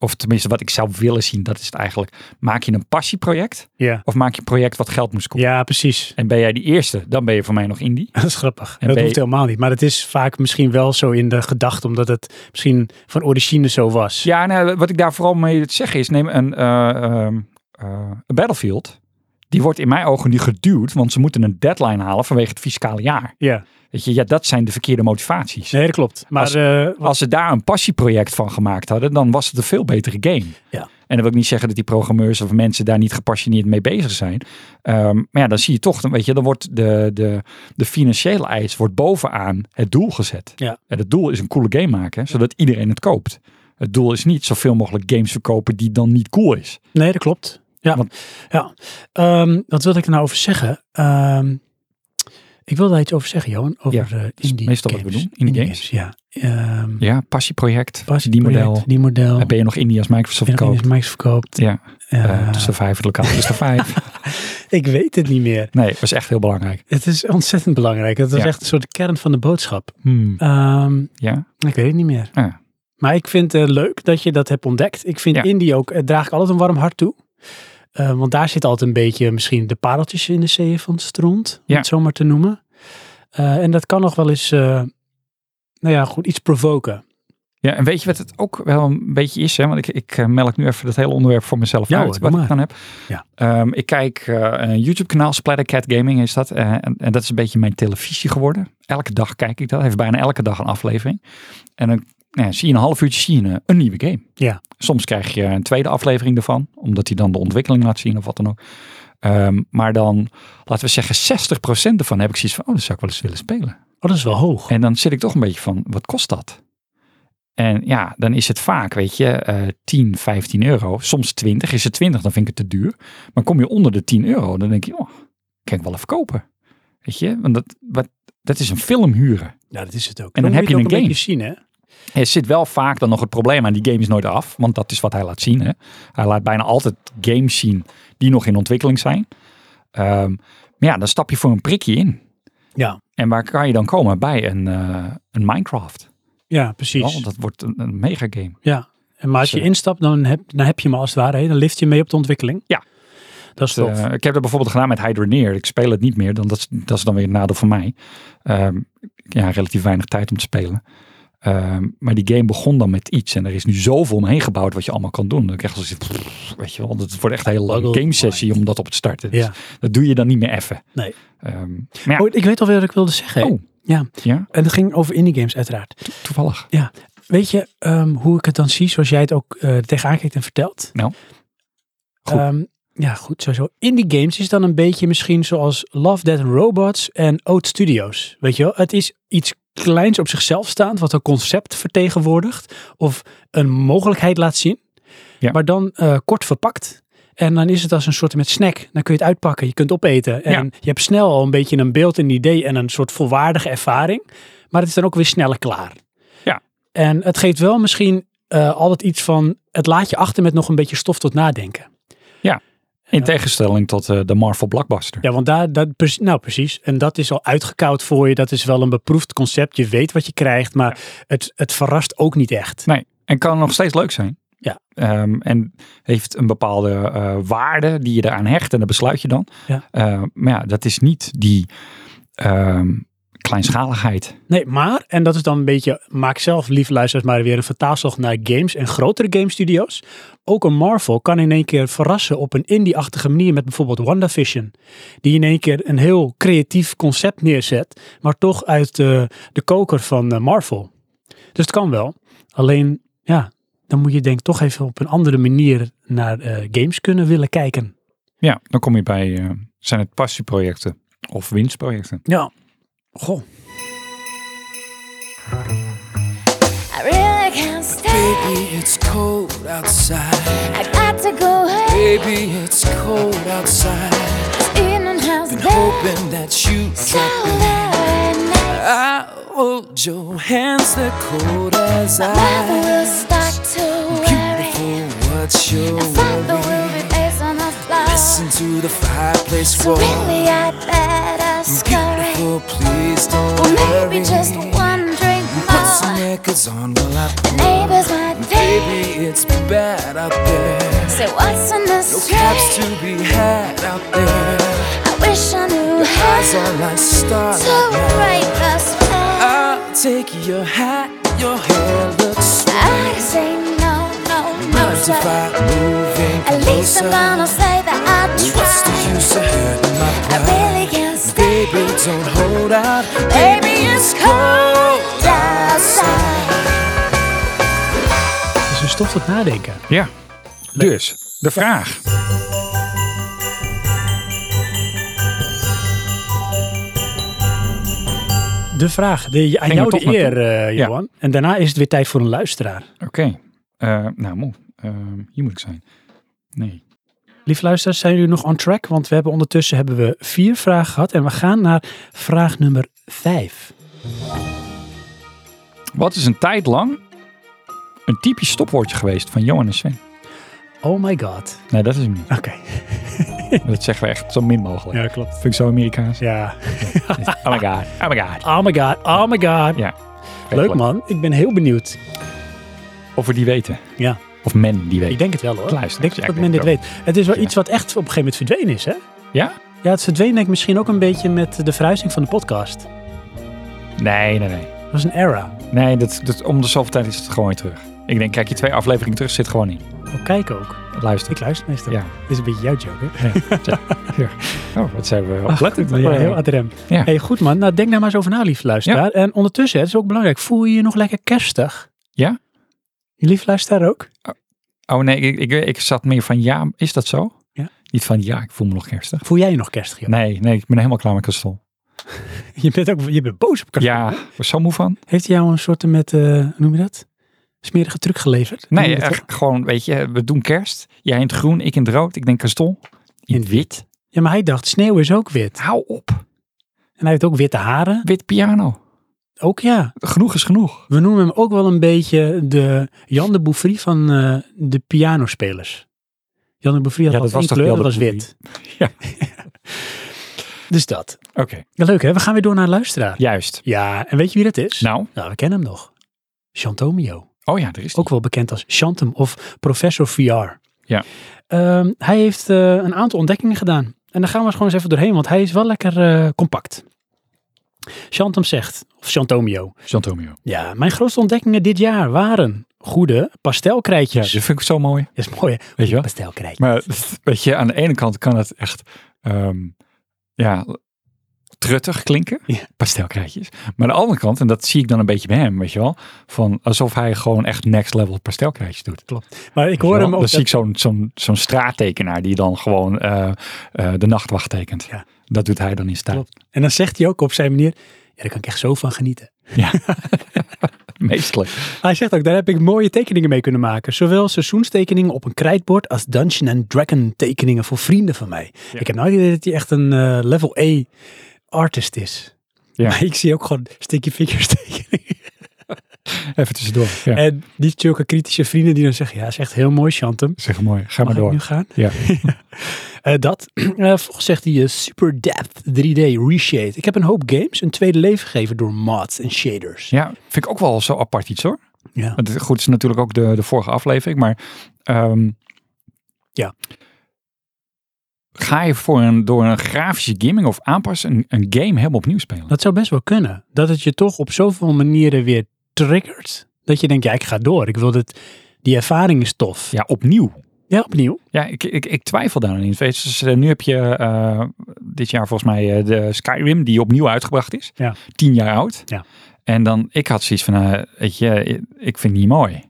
Speaker 2: of tenminste, wat ik zou willen zien, dat is het eigenlijk. Maak je een passieproject?
Speaker 1: Ja,
Speaker 2: Of maak je een project wat geld moest kosten?
Speaker 1: ja precies.
Speaker 2: En ben jij die eerste, dan ben je voor mij nog indie.
Speaker 1: Dat is grappig.
Speaker 2: En
Speaker 1: dat
Speaker 2: ben
Speaker 1: hoeft
Speaker 2: je-
Speaker 1: helemaal niet. Maar het is vaak misschien wel zo in de gedachte, omdat het misschien van origine zo was.
Speaker 2: Ja, nou, wat ik daar vooral mee te zeggen is, neem een eh, ehm, eh, een Battlefield. Die wordt in mijn ogen nu geduwd, want ze moeten een deadline halen vanwege het fiscale jaar.
Speaker 1: Ja.
Speaker 2: Weet je, ja, dat zijn de verkeerde motivaties.
Speaker 1: Nee, dat klopt. Maar
Speaker 2: Als-
Speaker 1: eh, wat-
Speaker 2: Als ze daar een passieproject van gemaakt hadden, dan was het een veel betere game.
Speaker 1: Ja.
Speaker 2: En dat wil ik niet zeggen dat die programmeurs of mensen daar niet gepassioneerd mee bezig zijn. Ehm, maar ja, dan zie je toch, dan, weet je, dan wordt de, de, de financiële eis wordt bovenaan het doel gezet.
Speaker 1: Ja.
Speaker 2: En het doel is een coole game maken, zodat iedereen het koopt. Het doel is niet zoveel mogelijk games verkopen die dan niet cool is.
Speaker 1: Nee, dat klopt. Ja.
Speaker 2: Want-
Speaker 1: ja. Ehm, wat wilde ik er nou over zeggen? Ehm, ik wilde daar iets over zeggen, Johan. Over eh,
Speaker 2: is
Speaker 1: indie
Speaker 2: meestal wat
Speaker 1: games.
Speaker 2: we doen, indie games.
Speaker 1: ja. Ehm,
Speaker 2: Ja, passieproject,
Speaker 1: passie
Speaker 2: die
Speaker 1: project,
Speaker 2: model.
Speaker 1: Die model.
Speaker 2: Ben je nog Indie als Microsoft koopt?
Speaker 1: Max verkoopt.
Speaker 2: Ja,
Speaker 1: Eh,
Speaker 2: eh, dus de vijf, het lokaal dus de vijf.
Speaker 1: ik weet het niet meer.
Speaker 2: Nee, was echt heel belangrijk.
Speaker 1: Het is ontzettend belangrijk. Het was
Speaker 2: Ja.
Speaker 1: echt een soort kern van de boodschap.
Speaker 2: Hmm,
Speaker 1: Ehm,
Speaker 2: Ja.
Speaker 1: ik weet het niet meer.
Speaker 2: Ah.
Speaker 1: Maar ik vind het leuk dat je dat hebt ontdekt. Ik vind
Speaker 2: Ja.
Speaker 1: indie ook, eh, draag ik altijd een warm hart toe. Eh, want daar zit altijd een beetje misschien de pareltjes in de zeeën van het stront. Om
Speaker 2: Ja.
Speaker 1: het zo maar te noemen. Eh, en dat kan nog wel eens, eh, nou ja, goed, iets provoken.
Speaker 2: Ja, en weet je wat het ook wel een beetje is? Hè? Want ik, ik eh, melk nu even dat hele onderwerp voor mezelf
Speaker 1: Ja
Speaker 2: uit,
Speaker 1: hoor, doe
Speaker 2: wat
Speaker 1: maar.
Speaker 2: ik dan heb.
Speaker 1: Ja.
Speaker 2: Ehm, ik kijk eh, een YouTube-kanaal, Splattercat Gaming is dat. eh, en, en dat is een beetje mijn televisie geworden. Elke dag kijk ik dat. Heeft bijna elke dag een aflevering. En dan nou ja, zie je een half uurtje zie je een, een nieuwe game.
Speaker 1: Ja.
Speaker 2: Soms krijg je een tweede aflevering ervan, omdat hij dan de ontwikkeling laat zien of wat dan ook. Ehm, maar dan, laten we zeggen, 60% ervan heb ik zoiets van, oh, dat zou ik wel eens willen spelen.
Speaker 1: Oh, dat is wel hoog.
Speaker 2: En dan zit ik toch een beetje van, wat kost dat? En ja, dan is het vaak, weet je, eh 10, 15 euro. Soms 20. Is het 20, dan vind ik het te duur. Maar kom je onder de 10 euro, dan denk je, oh, kan ik wel even kopen. Weet je, want dat, wat, dat is een film huren.
Speaker 1: Ja, dat is het ook.
Speaker 2: En dan
Speaker 1: moet
Speaker 2: heb je
Speaker 1: het ook
Speaker 2: een
Speaker 1: beetje zien, hè?
Speaker 2: Er zit wel vaak dan nog het probleem aan, die game is nooit af. Want dat is wat hij laat zien. Hè? Hij laat bijna altijd games zien die nog in ontwikkeling zijn. Ehm, maar ja, dan stap je voor een prikje in.
Speaker 1: Ja,
Speaker 2: En waar kan je dan komen? Bij een, eh, een Minecraft.
Speaker 1: ja precies.
Speaker 2: Oh, dat wordt een, een mega game.
Speaker 1: Ja. En maar als je
Speaker 2: Zo.
Speaker 1: instapt, dan heb, dan heb je me als het ware. hè? Dan lift je mee op de ontwikkeling.
Speaker 2: Ja.
Speaker 1: Dat is tof.
Speaker 2: Eh, ik heb dat bijvoorbeeld gedaan met Hydroneer. Ik speel het niet meer, dan dat, is- dat is dan weer een nadeel van mij. Ehm, ja, relatief weinig tijd om te spelen. Ehm, maar die game begon dan met iets. En er is nu zoveel omheen gebouwd wat je allemaal kan doen. Dat ik echt als weet je wel, dat wordt echt een hele lange
Speaker 1: Buggle
Speaker 2: game sessie om dat op te starten. Dus
Speaker 1: ja.
Speaker 2: Dat doe je dan niet meer even.
Speaker 1: Nee.
Speaker 2: Ehm, maar ja,
Speaker 1: Oh, ik weet alweer wat ik wilde zeggen.
Speaker 2: Oh.
Speaker 1: Ja.
Speaker 2: ja,
Speaker 1: En dat ging over indie games uiteraard.
Speaker 2: to- toevallig.
Speaker 1: Weet je ehm, hoe ik het dan zie, zoals jij het ook eh tegenaan kijkt en vertelt?
Speaker 2: Nou, goed.
Speaker 1: Ehm, ja, goed, sowieso. Indie games is dan een beetje misschien zoals Love, Dead and Robots en Oat Studios. Weet je wel, het is iets kleins op zichzelf staand, wat een concept vertegenwoordigt of een mogelijkheid laat zien,
Speaker 2: Ja.
Speaker 1: maar dan eh, kort verpakt. En dan is het als een soort met snack. Dan kun je het uitpakken, je kunt opeten. En
Speaker 2: Ja.
Speaker 1: je hebt snel al een beetje een beeld, een idee en een soort volwaardige ervaring. Maar het is dan ook weer sneller klaar. En het geeft wel misschien eh, altijd iets van, het laat je achter met nog een beetje stof tot nadenken.
Speaker 2: In tegenstelling tot eh, de Marvel Blockbuster.
Speaker 1: Ja, want daar, dat, pre- nou precies, en dat is al uitgekoud voor je, dat is wel een beproefd concept, je weet wat je krijgt, maar het, het verrast ook niet echt.
Speaker 2: Nee, en kan nog steeds leuk zijn.
Speaker 1: Ja.
Speaker 2: Ehm, en heeft een bepaalde eh, waarde die je eraan hecht en dat besluit je dan.
Speaker 1: Ja.
Speaker 2: Ehm, maar ja, dat is niet die ehm, kleinschaligheid.
Speaker 1: Nee, maar, en dat is dan een beetje, maak zelf, lieve luisteraars, maar weer een vertaalslag naar games en grotere game studios. Ook een Marvel kan in één keer verrassen op een indie-achtige manier met bijvoorbeeld WandaVision. Die in één keer een heel creatief concept neerzet, maar toch uit eh, de koker van eh, Marvel. Dus het kan wel. Alleen, ja, dan moet je denk ik toch even op een andere manier naar eh, games kunnen willen kijken.
Speaker 2: Ja, dan kom je bij, eh, zijn het passieprojecten of winstprojecten?
Speaker 1: Ja, Goh.
Speaker 3: I really can't stay.
Speaker 5: Baby, it's cold outside.
Speaker 3: I got to go home.
Speaker 5: Baby, it's cold outside.
Speaker 3: In and house
Speaker 5: Been
Speaker 3: there.
Speaker 5: hoping that you
Speaker 3: So
Speaker 5: drop in.
Speaker 3: very nice.
Speaker 5: I hold your hands, they're cold as
Speaker 3: Mother will
Speaker 5: ice.
Speaker 3: start to worry.
Speaker 5: Beautiful, what's your
Speaker 3: Father will
Speaker 5: worry?
Speaker 3: be based on the
Speaker 5: Listen
Speaker 3: floor.
Speaker 5: to the fireplace
Speaker 3: So
Speaker 5: roar.
Speaker 3: really I better scurry.
Speaker 5: Beautiful, please don't
Speaker 3: Or
Speaker 5: worry.
Speaker 3: maybe just one drink
Speaker 5: Put some
Speaker 3: more.
Speaker 5: records on while I
Speaker 3: Neighbors might think.
Speaker 5: Baby, it's bad out there.
Speaker 3: Say what's in this
Speaker 5: No caps to
Speaker 3: drink?
Speaker 5: be had out there.
Speaker 3: I wish I knew
Speaker 5: Eyes
Speaker 3: how
Speaker 5: are like stars.
Speaker 3: to write this plan.
Speaker 5: I'll take your hat, your hair looks sweet.
Speaker 3: I say no, no, no,
Speaker 5: Mind if
Speaker 3: sir.
Speaker 5: I move in
Speaker 3: At least I'm
Speaker 5: closer?
Speaker 3: gonna say that I
Speaker 5: What's the
Speaker 3: tried.
Speaker 5: use of hurting my
Speaker 3: I
Speaker 5: pride?
Speaker 3: really can't stay.
Speaker 5: Baby, don't hold out.
Speaker 3: Baby, it's cold outside.
Speaker 1: Dus een stof tot nadenken.
Speaker 2: Ja. Dus, de vraag.
Speaker 1: De vraag, de, aan
Speaker 2: Ging
Speaker 1: jou
Speaker 2: er
Speaker 1: de
Speaker 2: toch naartoe.
Speaker 1: eer, eh,
Speaker 2: Ja.
Speaker 1: Johan. En daarna is het weer tijd voor een luisteraar.
Speaker 2: Oké. Eh, nou, moe. Eh, hier moet ik zijn. Nee.
Speaker 1: Lieve luisteraars, zijn jullie nog on track? Want we hebben ondertussen hebben we vier vragen gehad. En we gaan naar vraag nummer vijf.
Speaker 2: Wat is een tijd lang een typisch stopwoordje geweest van Johan en Sven?
Speaker 1: Oh my god.
Speaker 2: Nee, dat is hem niet.
Speaker 1: Oké.
Speaker 2: Dat zeggen we echt zo min mogelijk.
Speaker 1: Ja, klopt.
Speaker 2: Vind ik zo Amerikaans.
Speaker 1: Ja.
Speaker 2: Oh my god. Oh my god.
Speaker 1: Oh my god. Oh my god.
Speaker 2: Ja.
Speaker 1: Leuk man. Ik ben heel benieuwd.
Speaker 2: Of we die weten.
Speaker 1: Ja.
Speaker 2: Of men die weet.
Speaker 1: Ik denk het wel hoor.
Speaker 2: Luisteraars,
Speaker 1: Ik denk
Speaker 2: ja,
Speaker 1: dat
Speaker 2: ik
Speaker 1: men dit
Speaker 2: denk
Speaker 1: weet. Het is wel
Speaker 2: Ja.
Speaker 1: iets wat echt op een gegeven moment verdwenen is hè?
Speaker 2: Ja?
Speaker 1: Ja, het verdween denk ik misschien ook een beetje met de verhuizing van de podcast.
Speaker 2: Nee, nee, nee.
Speaker 1: Dat was een era.
Speaker 2: Nee, dat, dat, om de zoveel tijd is het gewoon weer terug. Ik denk, kijk, je twee afleveringen terug zit gewoon in.
Speaker 1: Oh, kijk ook.
Speaker 2: Luister.
Speaker 1: Ik luister meestal.
Speaker 2: Ja.
Speaker 1: Dit is een beetje jouw joke hè?
Speaker 2: Oh, wat zijn we
Speaker 1: Ach,
Speaker 2: oplettend.
Speaker 1: goed, ja, heel ad rem.
Speaker 2: Ja.
Speaker 1: Hey, goed man. Nou, denk daar maar eens over na, lief luisteraar. En ondertussen, het is ook belangrijk, voel je je nog lekker kerstig?
Speaker 2: Ja?
Speaker 1: Lief luisteraar ook?
Speaker 2: Oh nee, ik, ik, ik zat meer van ja, is dat zo?
Speaker 1: Ja.
Speaker 2: Niet van ja, ik voel me nog kerstig.
Speaker 1: Voel jij je nog kerstig? joh?
Speaker 2: Nee, nee, ik ben helemaal klaar met Kastel.
Speaker 1: Je bent ook je bent boos op kerstig.
Speaker 2: Ja, ik was zo moe van.
Speaker 1: Heeft hij jou een soort met, eh, hoe noem je dat? Smerige truc geleverd? Noem
Speaker 2: Nee,
Speaker 1: je dat
Speaker 2: echt
Speaker 1: zo?
Speaker 2: gewoon, weet je, we doen kerst. Jij in het groen, ik in het rood. Ik denk Kastel. In
Speaker 1: In
Speaker 2: het wit.
Speaker 1: Ja, maar hij dacht, sneeuw is ook wit.
Speaker 2: Hou op.
Speaker 1: En hij heeft ook witte haren.
Speaker 2: Wit piano.
Speaker 1: Ook ja.
Speaker 2: Genoeg is genoeg.
Speaker 1: We noemen hem ook wel een beetje de Jan de Bouffry van eh, de pianospelers. Jan de Bouffry had
Speaker 2: Ja,
Speaker 1: al
Speaker 2: dat was
Speaker 1: één
Speaker 2: toch
Speaker 1: kleur,
Speaker 2: Jan
Speaker 1: dat
Speaker 2: de
Speaker 1: was wit.
Speaker 2: Ja.
Speaker 1: dus dat.
Speaker 2: Oké,
Speaker 1: Ja, leuk hè? We gaan weer door naar een luisteraar. Ja.
Speaker 2: juist.
Speaker 1: en weet je wie dat is?
Speaker 2: Nou,
Speaker 1: we kennen hem nog. Chantomio.
Speaker 2: oh ja, er is die.
Speaker 1: Ook wel bekend als Chantum of Professor VR.
Speaker 2: Ja.
Speaker 1: Ehm, hij heeft eh, een aantal ontdekkingen gedaan. En daar gaan we eens gewoon eens even doorheen, want hij is wel lekker eh, compact. Chantum zegt, of Chantomio.
Speaker 2: Santomio.
Speaker 1: Ja, mijn grootste ontdekkingen dit jaar waren goede
Speaker 2: Ja,
Speaker 1: pastelkrijtjes.
Speaker 2: dat vind ik zo mooi.
Speaker 1: Dat is mooi hè?
Speaker 2: Weet je wel?
Speaker 1: Pastelkrijtjes.
Speaker 2: Dus- Maar weet je, aan de ene kant kan het echt ehm, ja, truttig klinken,
Speaker 1: Ja.
Speaker 2: pastelkrijtjes. Maar aan de andere kant, en dat zie ik dan een beetje bij hem, weet je wel, van alsof hij gewoon echt next level pastelkrijtjes doet.
Speaker 1: Klopt. Maar ik
Speaker 2: Weet je
Speaker 1: hoor
Speaker 2: wel?
Speaker 1: hem ook...
Speaker 2: Dan zie
Speaker 1: dat-
Speaker 2: ik zo'n zo'n zo'n straattekenaar die dan gewoon eh, eh, de nachtwacht tekent.
Speaker 1: Ja.
Speaker 2: Dat doet hij dan in staat.
Speaker 1: Klopt. En dan zegt hij ook op zijn manier, ja, daar kan ik echt zo van genieten.
Speaker 2: Meestal.
Speaker 1: Hij zegt ook, daar heb ik mooie tekeningen mee kunnen maken. Zowel seizoenstekeningen op een krijtbord als Dungeon and Dragon tekeningen voor vrienden van mij. Ik heb nou het idee dat hij echt een eh, level A artist is.
Speaker 2: Ja.
Speaker 1: Maar ik zie ook gewoon sticky figures tekeningen.
Speaker 2: Even tussendoor. Ja.
Speaker 1: En die zulke kritische vrienden die dan zeggen, ja, is echt heel mooi, Chantem.
Speaker 2: Zeg mooi, ga
Speaker 1: Mag
Speaker 2: maar
Speaker 1: ik nu
Speaker 2: door.
Speaker 1: gaan?
Speaker 2: Ja.
Speaker 1: Eh, dat. Eh, Vervolgens zegt hij eh, Super Depth 3D Reshade. Ik heb een hoop games een tweede leven gegeven door mods en shaders.
Speaker 2: ja, vind ik ook wel zo apart iets hoor.
Speaker 1: Ja.
Speaker 2: Want het- goed, het is natuurlijk ook de, de vorige aflevering, maar... ehm,
Speaker 1: Ja.
Speaker 2: Ga je voor een, door een grafische gaming of aanpassen een, een game helemaal opnieuw spelen?
Speaker 1: Dat zou best wel kunnen. Dat het je toch op zoveel manieren weer triggert. Dat je denkt, ja, ik ga door. Ik wil dat, die ervaring is tof.
Speaker 2: Ja, opnieuw.
Speaker 1: Ja, opnieuw.
Speaker 2: Ja, ik, ik, ik twijfel daar niet. Weet je, dus, eh, nu heb je eh, dit jaar volgens mij eh, de Skyrim die opnieuw uitgebracht is.
Speaker 1: Ja.
Speaker 2: Tien jaar oud.
Speaker 1: Ja.
Speaker 2: En dan, ik had zoiets van, eh, weet je, ik vind het niet mooi.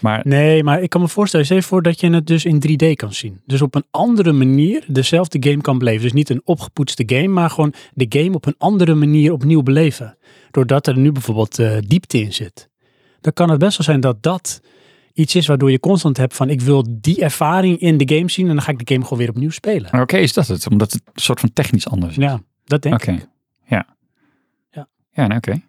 Speaker 2: Maar
Speaker 1: Nee, maar ik kan me voorstellen, stel je voor dat je het dus in 3D kan zien. Dus op een andere manier dezelfde game kan beleven. Dus niet een opgepoetste game, maar gewoon de game op een andere manier opnieuw beleven. Doordat er nu bijvoorbeeld eh, diepte in zit. Dan kan het best wel zijn dat dat iets is waardoor je constant hebt van ik wil die ervaring in de game zien en dan ga ik de game gewoon weer opnieuw spelen.
Speaker 2: maar oké, is dat het? Omdat het een soort van technisch anders is.
Speaker 1: Ja, dat denk
Speaker 2: Oké,
Speaker 1: ik.
Speaker 2: ja.
Speaker 1: Ja.
Speaker 2: Ja, nou, oké.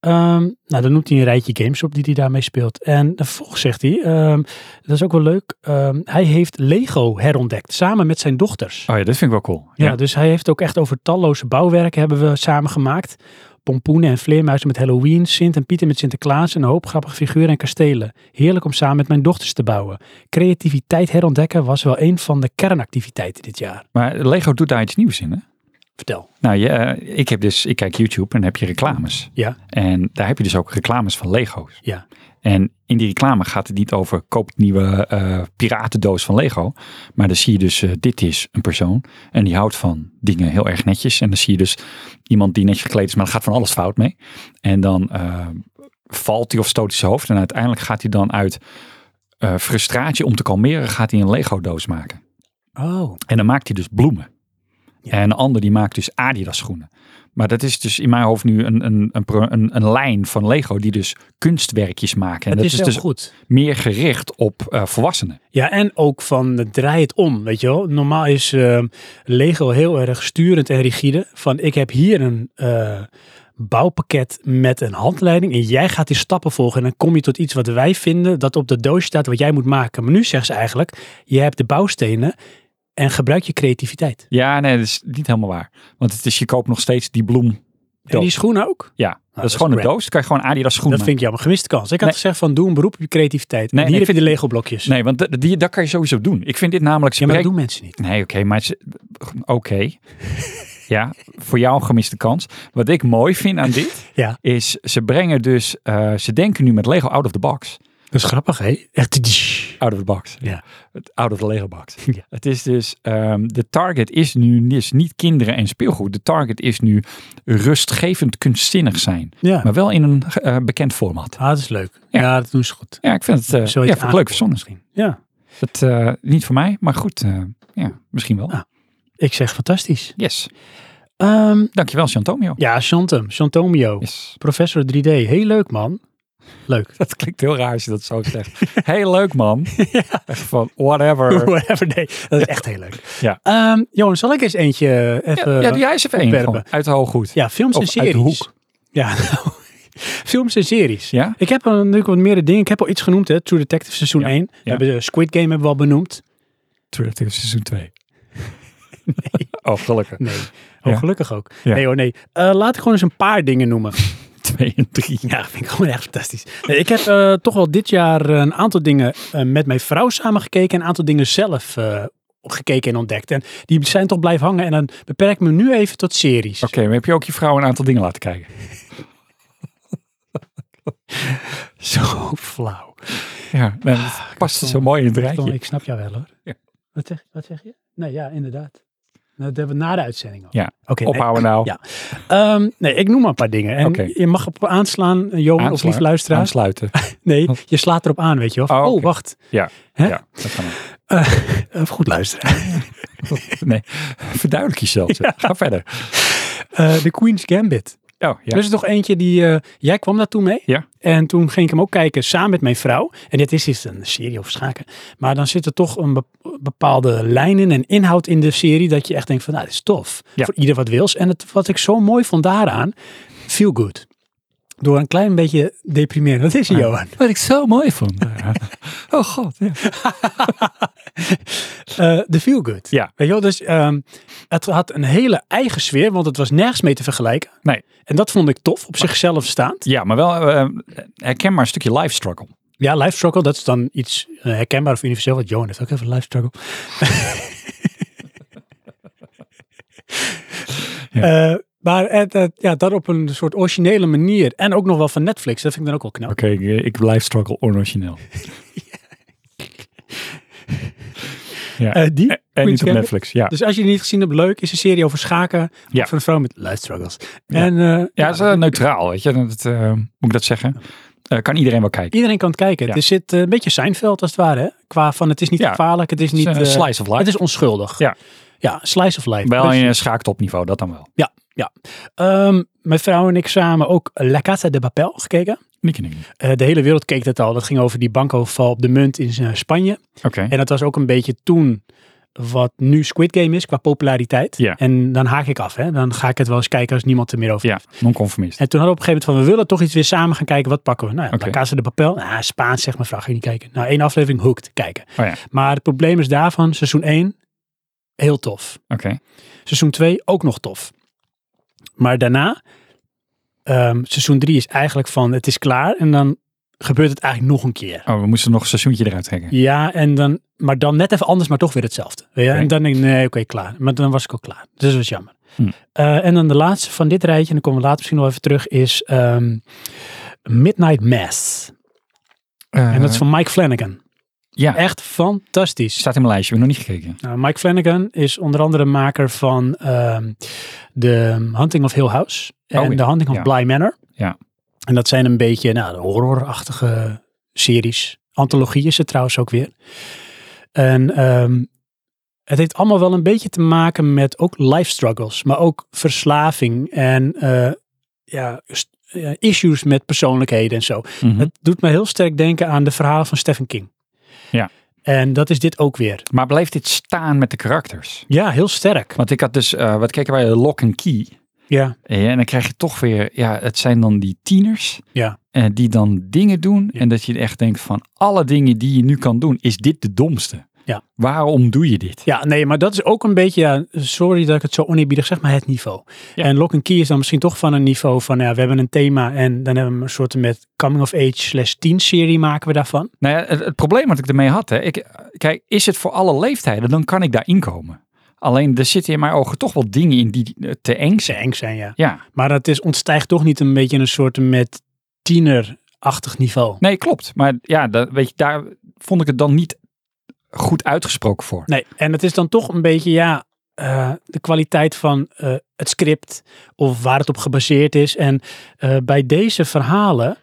Speaker 1: Ehm, nou, dan noemt hij een rijtje games op die hij daarmee speelt. En vervolgens zegt hij, ehm, dat is ook wel leuk, ehm, hij heeft Lego herontdekt samen met zijn dochters.
Speaker 2: Oh ja, dit vind ik wel cool.
Speaker 1: Ja, dus hij heeft ook echt over talloze bouwwerken hebben we samen gemaakt. Pompoenen en vleermuizen met Halloween, Sint en Pieter met Sinterklaas en een hoop grappige figuren en kastelen. Heerlijk om samen met mijn dochters te bouwen. Creativiteit herontdekken was wel een van de kernactiviteiten dit jaar.
Speaker 2: Maar Lego doet daar iets nieuws in, hè?
Speaker 1: Vertel.
Speaker 2: Nou ja, ik heb dus, ik kijk YouTube en dan heb je reclames.
Speaker 1: Ja,
Speaker 2: En daar heb je dus ook reclames van Lego's.
Speaker 1: ja.
Speaker 2: En in die reclame gaat het niet over koop de nieuwe eh, piratendoos van Lego. Maar dan zie je dus, eh, dit is een persoon en die houdt van dingen heel erg netjes. En dan zie je dus iemand die netjes gekleed is, maar er gaat van alles fout mee. En dan eh, valt hij of stoot hij zijn hoofd. En uiteindelijk gaat hij dan uit eh, frustratie om te kalmeren, gaat hij een Lego doos maken.
Speaker 1: Oh,
Speaker 2: En dan maakt hij dus bloemen.
Speaker 1: Ja.
Speaker 2: En een ander die maakt dus Adidas schoenen. Maar dat is dus in mijn hoofd nu een, een, een, pro- een, een lijn van Lego die dus kunstwerkjes maken. En
Speaker 1: het
Speaker 2: dat
Speaker 1: is,
Speaker 2: is
Speaker 1: heel
Speaker 2: dus
Speaker 1: goed.
Speaker 2: meer gericht op eh, volwassenen.
Speaker 1: Ja, en ook van eh, draai het om, weet je wel. Normaal is ehm, Lego heel erg sturend en rigide. Van ik heb hier een eh, bouwpakket met een handleiding en jij gaat die stappen volgen. En dan kom je tot iets wat wij vinden dat op de doos staat wat jij moet maken. Maar nu zegt ze eigenlijk, je hebt de bouwstenen en gebruik je creativiteit.
Speaker 2: Ja, nee, dat is niet helemaal waar. Want het is, je koopt nog steeds die bloem.
Speaker 1: En die schoen ook?
Speaker 2: Ja, dat
Speaker 1: Nou, dat
Speaker 2: is
Speaker 1: is
Speaker 2: gewoon een
Speaker 1: crap.
Speaker 2: doos. Dan kan je gewoon Adidas schoenen
Speaker 1: Dat vind ik jammer. Gemiste kans. Ik had
Speaker 2: Nee.
Speaker 1: gezegd van doe een beroep op je creativiteit.
Speaker 2: Nee,
Speaker 1: en hier
Speaker 2: nee,
Speaker 1: heb
Speaker 2: ik
Speaker 1: je de
Speaker 2: vind-
Speaker 1: Lego blokjes.
Speaker 2: Nee, want dat, die, dat kan je sowieso doen. Ik vind dit namelijk...
Speaker 1: ja, maar dat
Speaker 2: spreekt-
Speaker 1: doen mensen niet.
Speaker 2: Nee, oké, maar... ze- Oké. ja, voor jou een gemiste kans. Wat ik mooi vind aan dit...
Speaker 1: Ja,
Speaker 2: is ze brengen dus, eh, ze denken nu met Lego out of the box.
Speaker 1: dat is grappig hè. Echt.
Speaker 2: Out of the box.
Speaker 1: Ja.
Speaker 2: Het Out of the Lego box.
Speaker 1: Ja.
Speaker 2: Het is dus, ehm, de target is nu dus niet kinderen en speelgoed. De target is nu rustgevend kunstzinnig zijn.
Speaker 1: Ja.
Speaker 2: Maar wel in een eh, bekend format.
Speaker 1: Ah, dat is leuk.
Speaker 2: Ja.
Speaker 1: Ja, dat doen ze goed.
Speaker 2: Ja, ik vind het eh,
Speaker 1: Zo
Speaker 2: ja,
Speaker 1: iets
Speaker 2: vind ik leuk
Speaker 1: aangeboren
Speaker 2: verzonnen.
Speaker 1: misschien. Ja,
Speaker 2: Het, eh, niet voor mij, maar goed. eh, ja, misschien wel.
Speaker 1: Ah. ik zeg fantastisch.
Speaker 2: Yes.
Speaker 1: Ehm,
Speaker 2: Dankjewel, Chantomio.
Speaker 1: ja, Chantem, Chantomio.
Speaker 2: Yes.
Speaker 1: Professor 3D. Heel leuk, man. Leuk.
Speaker 2: Dat klinkt heel raar als je dat zo zegt. Heel leuk, man. Echt Van whatever.
Speaker 1: Whatever, nee. Dat is echt heel leuk.
Speaker 2: Ja.
Speaker 1: Ehm, Johan, zal ik eens eentje even...
Speaker 2: Ja, ja, die is even één.
Speaker 1: opwerpen.
Speaker 2: gewoon. eh, Uit de hooghoed.
Speaker 1: Ja, films en
Speaker 2: Of uit
Speaker 1: series.
Speaker 2: de hoek.
Speaker 1: Ja, nou, films en series.
Speaker 2: Ja?
Speaker 1: Ik heb eh, natuurlijk wat meer dingen. Ik heb al iets genoemd, hè. True Detective seizoen
Speaker 2: Ja,
Speaker 1: 1. We
Speaker 2: ja.
Speaker 1: hebben eh, Squid Game hebben we al benoemd.
Speaker 2: True Detective seizoen 2. Oh, gelukkig.
Speaker 1: Nee. Oh,
Speaker 2: Ja.
Speaker 1: gelukkig ook.
Speaker 2: Ja.
Speaker 1: Nee hoor, nee. Eh, laat ik gewoon eens een paar dingen noemen.
Speaker 2: 2 en 3.
Speaker 1: Ja, vind ik gewoon echt fantastisch. Nee, ik heb eh, toch wel dit jaar een aantal dingen eh, met mijn vrouw samen gekeken en een aantal dingen zelf eh, gekeken en ontdekt. En die zijn toch blijven hangen en dan beperk ik me nu even tot series.
Speaker 2: Oké, maar heb je ook je vrouw een aantal dingen laten kijken?
Speaker 1: Zo flauw.
Speaker 2: Ja, Ah, nee, dat past zo mooi in het
Speaker 1: Tom,
Speaker 2: rijtje.
Speaker 1: ik snap jou wel hoor.
Speaker 2: Ja.
Speaker 1: Wat, zeg, wat zeg je? Nee, ja, inderdaad. Nou, dat hebben we na de uitzending al.
Speaker 2: Ja,
Speaker 1: Oké, nee.
Speaker 2: ophouden nou.
Speaker 1: Ja. Ehm, nee, ik noem maar een paar dingen. En
Speaker 2: Oké.
Speaker 1: je mag op aanslaan, eh, Johan, of
Speaker 2: Aansla-
Speaker 1: lieve luisteraar.
Speaker 2: Aansluiten.
Speaker 1: Nee, je slaat erop aan, weet je wel.
Speaker 2: Oh,
Speaker 1: Oh,
Speaker 2: oké. Eh,
Speaker 1: wacht.
Speaker 2: Ja,
Speaker 1: Hè?
Speaker 2: ja dat kan ook.
Speaker 1: Even goed luisteren.
Speaker 2: Nee, verduidelijk jezelf. zeg. Ga verder.
Speaker 1: Eh, De Queen's Gambit.
Speaker 2: Oh, ja.
Speaker 1: Er is er toch eentje die... eh, jij kwam daartoe mee.
Speaker 2: Ja.
Speaker 1: En toen ging ik hem ook kijken samen met mijn vrouw. En dit is iets, een serie over schaken. Maar dan zit er toch een be- bepaalde lijn in en inhoud in de serie. Dat je echt denkt van, nou, dit is tof.
Speaker 2: Ja.
Speaker 1: Voor ieder wat wils. En het, wat ik zo mooi vond daaraan, feel good. Door een klein beetje deprimeren. Dat
Speaker 2: Ah,
Speaker 1: is hij, Johan.
Speaker 2: Wat ik zo mooi vond. Oh god, ja.
Speaker 1: Eh, de feel good.
Speaker 2: Ja.
Speaker 1: Weet je wel, dus ehm, het had een hele eigen sfeer. Want het was nergens mee te vergelijken.
Speaker 2: Nee.
Speaker 1: En dat vond ik tof, op zichzelf staand.
Speaker 2: Ja, maar wel eh, herken maar een stukje life struggle.
Speaker 1: Ja, life struggle, dat is dan iets eh, herkenbaar of universeel. Want Johan heeft ook even een life struggle. Eh, maar het, het- ja, dat op een soort originele manier. En ook nog wel van Netflix. Dat vind ik dan ook wel knap.
Speaker 2: Oké, ik, eh, ik blijf struggle origineel. ja.
Speaker 1: Eh, die?
Speaker 2: en
Speaker 1: Queen's
Speaker 2: niet op
Speaker 1: Gambit.
Speaker 2: Netflix, ja.
Speaker 1: Dus als je die niet gezien hebt, leuk. Is een serie over schaken.
Speaker 2: Ja.
Speaker 1: Voor een vrouw met life struggles. En, eh,
Speaker 2: Ja, het is eh, neutraal, weet je. Dat, eh, moet ik dat zeggen? Eh, kan iedereen wel kijken.
Speaker 1: Iedereen kan het kijken.
Speaker 2: Ja.
Speaker 1: Er zit eh, een beetje Seinfeld als het ware. Hè? Qua van het is niet
Speaker 2: Ja.
Speaker 1: gevaarlijk, het is niet...
Speaker 2: Het is, eh,
Speaker 1: eh,
Speaker 2: slice of life.
Speaker 1: Het is onschuldig.
Speaker 2: Ja.
Speaker 1: Ja, slice of life. Dus-
Speaker 2: Wel
Speaker 1: Precies.
Speaker 2: in een schaaktopniveau, dat dan wel.
Speaker 1: Ja, ja. Ehm, mijn vrouw en ik samen ook La Casa de Papel gekeken.
Speaker 2: Nikke, nikke, nikke.
Speaker 1: Eh, de hele wereld keek dat al. Dat ging over die bankoverval op de munt in eh, Spanje.
Speaker 2: Oké.
Speaker 1: En dat was ook een beetje toen wat nu Squid Game is qua populariteit.
Speaker 2: Ja.
Speaker 1: En dan haak ik af. Hè? Dan ga ik het wel eens kijken als niemand er meer over
Speaker 2: Ja, non-conformist.
Speaker 1: en toen hadden we op een gegeven moment van, we willen toch iets weer samen gaan kijken. Wat pakken we? Nou ja,
Speaker 2: Oké.
Speaker 1: La Casa de Papel. Nou, Spaans zeg maar, vraag je niet kijken. Nou, één aflevering hooked kijken.
Speaker 2: Oh ja, oké.
Speaker 1: Maar het probleem is daarvan, seizoen 1, heel tof. Seizoen 2, ook nog tof. Maar daarna, ehm, seizoen 3 is eigenlijk van, het is klaar. En dan gebeurt het eigenlijk nog een keer.
Speaker 2: Oh, we moesten nog een seizoentje eruit trekken.
Speaker 1: Ja, en dan, maar dan net even anders, maar toch weer hetzelfde. Weet je?
Speaker 2: Oké.
Speaker 1: En dan denk ik, nee, oké, klaar. Maar dan was ik ook klaar. Dus dat was jammer.
Speaker 2: Hm.
Speaker 1: Eh, en dan de laatste van dit rijtje, en dan komen we later misschien nog even terug, is ehm, Midnight Mass.
Speaker 2: Eh,
Speaker 1: En dat is van Mike Flanagan.
Speaker 2: Ja,
Speaker 1: Echt fantastisch.
Speaker 2: staat in mijn lijstje. We hebben nog niet gekeken.
Speaker 1: Nou, Mike Flanagan is onder andere maker van ehm, de Hunting of Hill House en
Speaker 2: Oh, ja.
Speaker 1: de Hunting of
Speaker 2: Ja.
Speaker 1: Bly Manor.
Speaker 2: Ja.
Speaker 1: En dat zijn een beetje nou, de horrorachtige series. Antologie is het trouwens ook weer. En ehm, het heeft allemaal wel een beetje te maken met ook life struggles, maar ook verslaving en eh, ja, st- ja, issues met persoonlijkheden en zo.
Speaker 2: Mhm.
Speaker 1: Het doet me heel sterk denken aan de verhalen van Stephen King.
Speaker 2: Ja.
Speaker 1: En dat is dit ook weer.
Speaker 2: Maar blijft dit staan met de karakters?
Speaker 1: Ja, heel sterk.
Speaker 2: Want ik had dus, eh, wat keken wij, Lock and Key.
Speaker 1: Ja,
Speaker 2: Ja, Eh, en dan krijg je toch weer, ja, het zijn dan die tieners
Speaker 1: ja,
Speaker 2: eh, die dan dingen doen.
Speaker 1: Ja.
Speaker 2: En dat je echt denkt van alle dingen die je nu kan doen, is dit de domste?
Speaker 1: Ja.
Speaker 2: Waarom doe je dit?
Speaker 1: ja, nee, maar dat is ook een beetje, ja, sorry dat ik het zo oneerbiedig zeg, maar het niveau.
Speaker 2: Ja.
Speaker 1: En Lock and Key is dan misschien toch van een niveau van, ja, we hebben een thema en dan hebben we een soort met coming of age slash teen serie maken we daarvan.
Speaker 2: Nou ja, het, het probleem wat ik ermee had, hè, ik, kijk, is het voor alle leeftijden, dan kan ik daarin komen. Alleen er zitten in mijn ogen toch wel dingen in die eh, te eng
Speaker 1: Ze
Speaker 2: zijn.
Speaker 1: eng zijn, ja.
Speaker 2: Ja,
Speaker 1: Maar dat is, ontstijgt toch niet een beetje een soort met tienerachtig niveau.
Speaker 2: nee, klopt. Maar ja, dat, weet je, daar vond ik het dan niet goed uitgesproken voor.
Speaker 1: Nee, en het is dan toch een beetje, ja, eh, de kwaliteit van eh, het script of waar het op gebaseerd is. En eh, bij deze verhalen,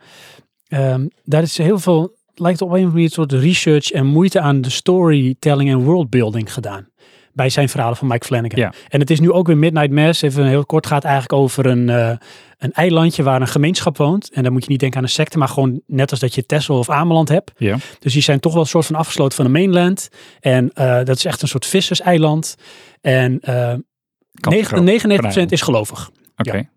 Speaker 1: ehm, daar is heel veel, lijkt op een of andere manier een soort research en moeite aan de storytelling en worldbuilding gedaan. Bij zijn verhalen van Mike Flanagan.
Speaker 2: Ja.
Speaker 1: En het is nu ook weer Midnight Mass. Even heel kort gaat eigenlijk over een, eh, een eilandje waar een gemeenschap woont. En dan moet je niet denken aan een secte, maar gewoon net als dat je Texel of Ameland hebt.
Speaker 2: Ja.
Speaker 1: Dus die zijn toch wel een soort van afgesloten van de mainland. En eh, dat is echt een soort visserseiland. En eh
Speaker 2: Kans groot.
Speaker 1: 99% is gelovig.
Speaker 2: Oké,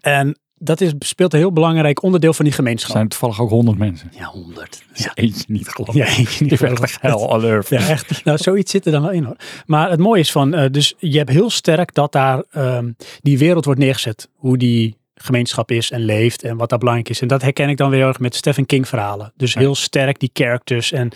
Speaker 1: En dat is, speelt een heel belangrijk onderdeel van die gemeenschap.
Speaker 2: zijn er toevallig ook honderd mensen.
Speaker 1: Ja, 100. Ja,
Speaker 2: Eentje niet geloof
Speaker 1: ja, ik
Speaker 2: Ik ben echt hell on earth.
Speaker 1: Ja, echt. Nou, zoiets zit er dan wel in hoor. Maar het mooie is van, eh, dus je hebt heel sterk dat daar ehm, die wereld wordt neergezet. Hoe die gemeenschap is en leeft en wat daar belangrijk is. En dat herken ik dan weer heel erg met Stephen King verhalen. Dus heel sterk die characters en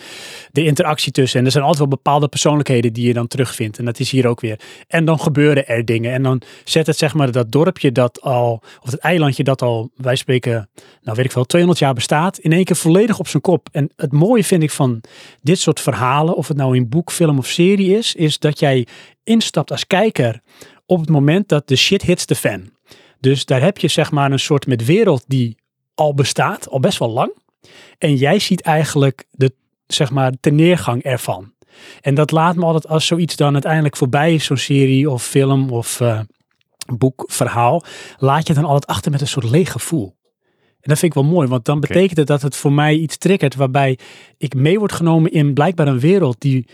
Speaker 1: de interactie tussen. En er zijn altijd wel bepaalde persoonlijkheden die je dan terugvindt. En dat is hier ook weer. En dan gebeuren er dingen. En dan zet het zeg maar dat dorpje dat al, of het eilandje dat al, wij spreken, nou weet ik veel, 200 jaar bestaat, in één keer volledig op zijn kop. En het mooie vind ik van dit soort verhalen, of het nou in boek, film of serie is, is dat jij instapt als kijker op het moment dat de shit hits de fan. Dus daar heb je zeg maar een soort met wereld die al bestaat, al best wel lang. En jij ziet eigenlijk de, zeg maar, de neergang ervan. En dat laat me altijd als zoiets dan uiteindelijk voorbij is, zo'n serie of film of eh, boek, verhaal, laat je dan altijd achter met een soort leeg gevoel. En dat vind ik wel mooi, want dan betekent het dat het voor mij iets triggert waarbij ik mee word genomen in blijkbaar een wereld die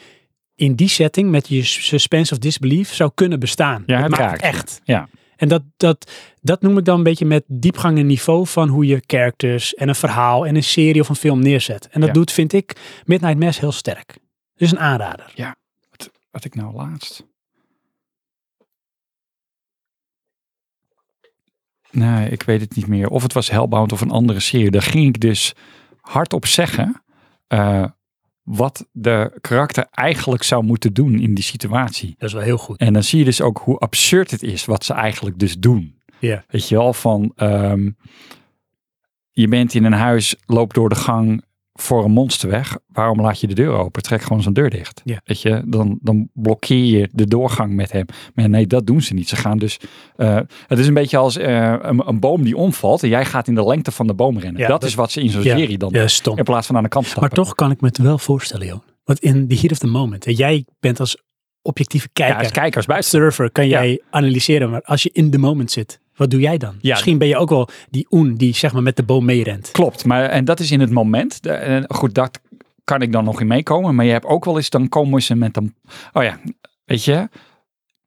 Speaker 1: in die setting met je suspense of disbelief zou kunnen bestaan.
Speaker 2: Ja, het
Speaker 1: maakt
Speaker 2: raakt je.
Speaker 1: echt.
Speaker 2: Ja,
Speaker 1: En dat, dat, dat noem ik dan een beetje met diepgang en niveau van hoe je characters en een verhaal en een serie of een film neerzet. En dat
Speaker 2: Ja.
Speaker 1: doet, vind ik, Midnight Mass heel sterk. Dus een aanrader.
Speaker 2: wat ik nou laatst. Nee, ik weet het niet meer. Of het was Hellbound of een andere serie. Daar ging ik dus hardop zeggen eh, wat de karakter eigenlijk zou moeten doen in die situatie.
Speaker 1: Dat is wel heel goed.
Speaker 2: En dan zie je dus ook hoe absurd het is wat ze eigenlijk dus doen.
Speaker 1: Ja.
Speaker 2: Weet je wel, van ehm, je bent in een huis, loopt door de gang, voor een monster weg, waarom laat je de deur open? Trek gewoon zijn deur dicht.
Speaker 1: Ja.
Speaker 2: Weet je, dan, dan blokkeer je de doorgang met hem. Maar nee, dat doen ze niet. Ze gaan dus. eh, het is een beetje als eh, een, een boom die omvalt en jij gaat in de lengte van de boom rennen.
Speaker 1: Ja,
Speaker 2: dat,
Speaker 1: dat-
Speaker 2: is wat ze in zo'n
Speaker 1: Ja,
Speaker 2: serie dan
Speaker 1: ja,
Speaker 2: doen.
Speaker 1: stom.
Speaker 2: In plaats van aan de kant stappen.
Speaker 1: Maar toch kan ik me het wel voorstellen, joh. Want in the heat of the moment, hè, jij bent als objectieve
Speaker 2: Ja,
Speaker 1: kijker,
Speaker 2: als kijkers buiten.
Speaker 1: surfer, kan
Speaker 2: Ja.
Speaker 1: jij analyseren. Maar als je in the moment zit, wat doe jij dan?
Speaker 2: Ja.
Speaker 1: Misschien ben je ook wel die oen die zeg maar met de boom meerent.
Speaker 2: Klopt, maar en dat is in het moment. De- en Goed, dat kan ik dan nog in meekomen. Maar je hebt ook wel eens, dan komen ze met een... Oh ja, weet je,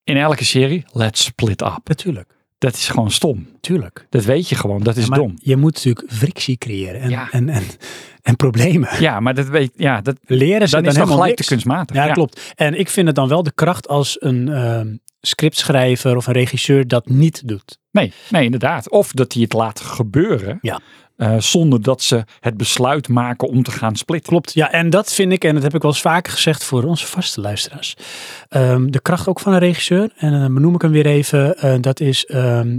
Speaker 2: in elke serie, let's split up.
Speaker 1: Natuurlijk,
Speaker 2: Dat is gewoon stom.
Speaker 1: tuurlijk.
Speaker 2: Dat weet je gewoon, dat is
Speaker 1: Ja, maar
Speaker 2: dom.
Speaker 1: Je moet natuurlijk frictie creëren en,
Speaker 2: Ja.
Speaker 1: en, en, en problemen.
Speaker 2: Ja, maar dat weet ja, dat,
Speaker 1: Leren ze
Speaker 2: dan is dat
Speaker 1: helemaal
Speaker 2: gelijk
Speaker 1: niks.
Speaker 2: te kunstmatig.
Speaker 1: Ja, klopt. En ik vind het dan wel de kracht als een ehm, scriptschrijver of een regisseur dat niet doet.
Speaker 2: Nee, nee, inderdaad. Of dat hij het laat gebeuren
Speaker 1: Ja.
Speaker 2: eh, zonder dat ze het besluit maken om te gaan splitten.
Speaker 1: Klopt, ja. En dat vind ik, en dat heb ik wel eens vaker gezegd voor onze vaste luisteraars, ehm, de kracht ook van een regisseur. En dan benoem ik hem weer even. eh, dat is ehm,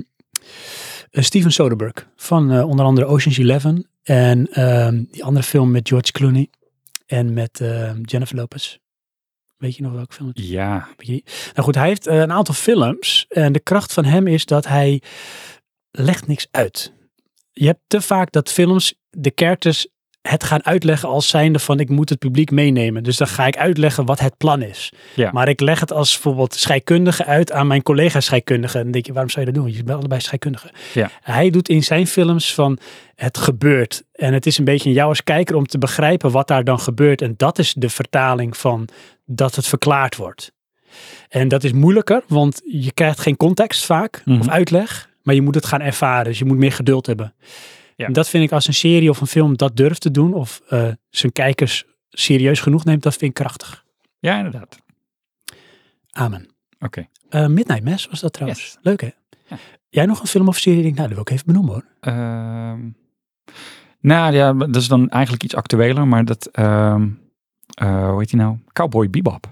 Speaker 1: eh, Steven Soderbergh van eh, onder andere Ocean's Eleven en ehm, die andere film met George Clooney en met ehm, Jennifer Lopez. Weet je nog welke film? het
Speaker 2: Ja,
Speaker 1: Weet je niet. Nou goed, hij heeft eh, een aantal films. En de kracht van hem is dat hij legt niks uit. Je hebt te vaak dat films de characters het gaan uitleggen als zijnde van ik moet het publiek meenemen. Dus dan ga ik uitleggen wat het plan is.
Speaker 2: Ja.
Speaker 1: Maar ik leg het als bijvoorbeeld scheikundige uit aan mijn collega scheikundige. En dan denk je, waarom zou je dat doen? Je bent allebei scheikundigen.
Speaker 2: Ja.
Speaker 1: Hij doet in zijn films van het gebeurt. En het is een beetje aan jou als kijker om te begrijpen wat daar dan gebeurt. En dat is de vertaling van dat het verklaard wordt. En dat is moeilijker, want je krijgt geen context vaak
Speaker 2: Mhm.
Speaker 1: of uitleg, maar je moet het gaan ervaren. Dus je moet meer geduld hebben.
Speaker 2: Ja.
Speaker 1: En dat vind ik als een serie of een film dat durft te doen of eh, zijn kijkers serieus genoeg neemt, dat vind ik krachtig.
Speaker 2: ja inderdaad.
Speaker 1: Amen.
Speaker 2: Oké.
Speaker 1: Eh, Midnight Mass was dat trouwens.
Speaker 2: Yes.
Speaker 1: Leuk hè?
Speaker 2: Ja.
Speaker 1: Jij nog een film of serie? Ik Denk, nou, dat wil ik even benoemen hoor.
Speaker 2: Ehm, nou ja, dat is dan eigenlijk iets actueler, maar dat, ehm, eh, hoe heet die nou? Cowboy Bebop.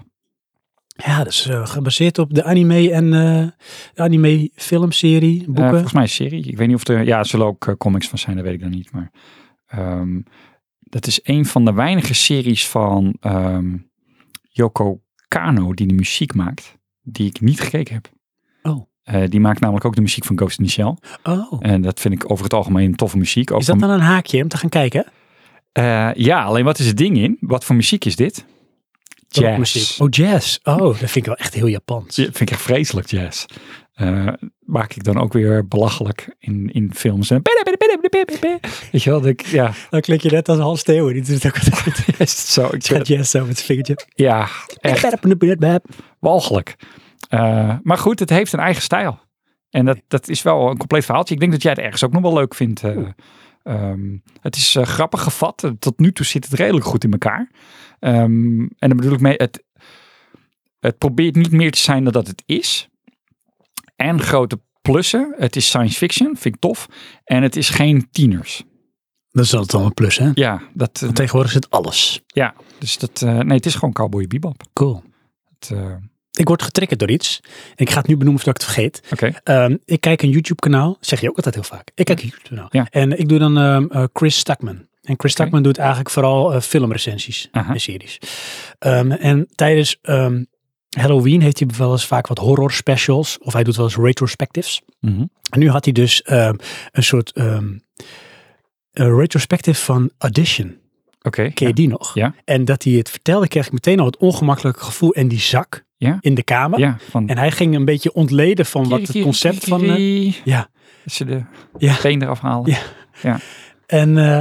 Speaker 1: Ja, dat is eh, gebaseerd op de anime en eh, de anime filmserie,
Speaker 2: Eh,
Speaker 1: boeken.
Speaker 2: volgens mij een serie. Ik weet niet of er, ja, er zullen ook eh, comics van zijn, dat weet ik dan niet. Maar ehm, dat is een van de weinige series van ehm Yoko Kano die de muziek maakt, die ik niet gekeken heb.
Speaker 1: Oh.
Speaker 2: Eh, die maakt namelijk ook de muziek van Ghost in the Shell.
Speaker 1: oh.
Speaker 2: En dat vind ik over het algemeen toffe muziek. Ook
Speaker 1: Is dat
Speaker 2: van-
Speaker 1: dan een haakje om te gaan kijken?
Speaker 2: Eh, ja, alleen wat is het ding in? Wat voor muziek is dit? Jazz.
Speaker 1: Muziek. Oh, jazz. Oh, dat vind ik wel echt heel Japans.
Speaker 2: Ja, vind ik echt vreselijk, jazz. Eh, maak ik dan ook weer belachelijk in, in films. En Weet je wel, dat ik, ja,
Speaker 1: Dan klik je net als Hans Theeuwen. Die doet het ook altijd.
Speaker 2: is het zo. Ik vind
Speaker 1: Gaat
Speaker 2: het-
Speaker 1: jazz zo met zijn vingertje.
Speaker 2: ja, echt
Speaker 1: Echt.
Speaker 2: walgelijk. Eh, maar goed, het heeft een eigen stijl. En dat, dat is wel een compleet verhaaltje. Ik denk dat jij het ergens ook nog wel leuk vindt. eh. Ehm, het is eh, grappig gevat. Eh, Tot nu toe zit het redelijk goed in elkaar. Ehm, en dan bedoel ik mee, het, het probeert niet meer te zijn dan dat het is. En grote plussen. Het is science fiction, vind ik tof. En het is geen tieners.
Speaker 1: Dat is altijd wel een plus, hè?
Speaker 2: Ja, dat, eh,
Speaker 1: Want tegenwoordig zit alles.
Speaker 2: ja. Dus dat, eh, nee, het is gewoon Cowboy Bebop.
Speaker 1: Cool.
Speaker 2: Het, eh, Oké.
Speaker 1: Ik word getriggerd door iets. En ik ga het nu benoemen voordat ik het vergeet. Ehm, ik kijk een YouTube-kanaal. Zeg je ook altijd heel vaak. Ik kijk een YouTube-kanaal.
Speaker 2: Ja.
Speaker 1: En ik doe dan ehm, eh, Chris Stakman. En Chris Stakman doet eigenlijk vooral eh, filmrecensies
Speaker 2: Aha.
Speaker 1: en series. Ehm, en tijdens ehm, Halloween heeft hij wel eens vaak wat horror specials. Of hij doet wel eens retrospectives.
Speaker 2: Mhm.
Speaker 1: En nu had hij dus ehm, een soort ehm een retrospective van Audition.
Speaker 2: Oké.
Speaker 1: Ken je die nog?
Speaker 2: Ja.
Speaker 1: En dat hij het vertelde, kreeg ik meteen al het ongemakkelijke gevoel en die zak
Speaker 2: Ja.
Speaker 1: in de kamer.
Speaker 2: Ja, van
Speaker 1: En hij ging een beetje ontleden van wat het concept van... eh, ja,
Speaker 2: Als ze de
Speaker 1: Ja.
Speaker 2: been eraf halen.
Speaker 1: Ja. en eh,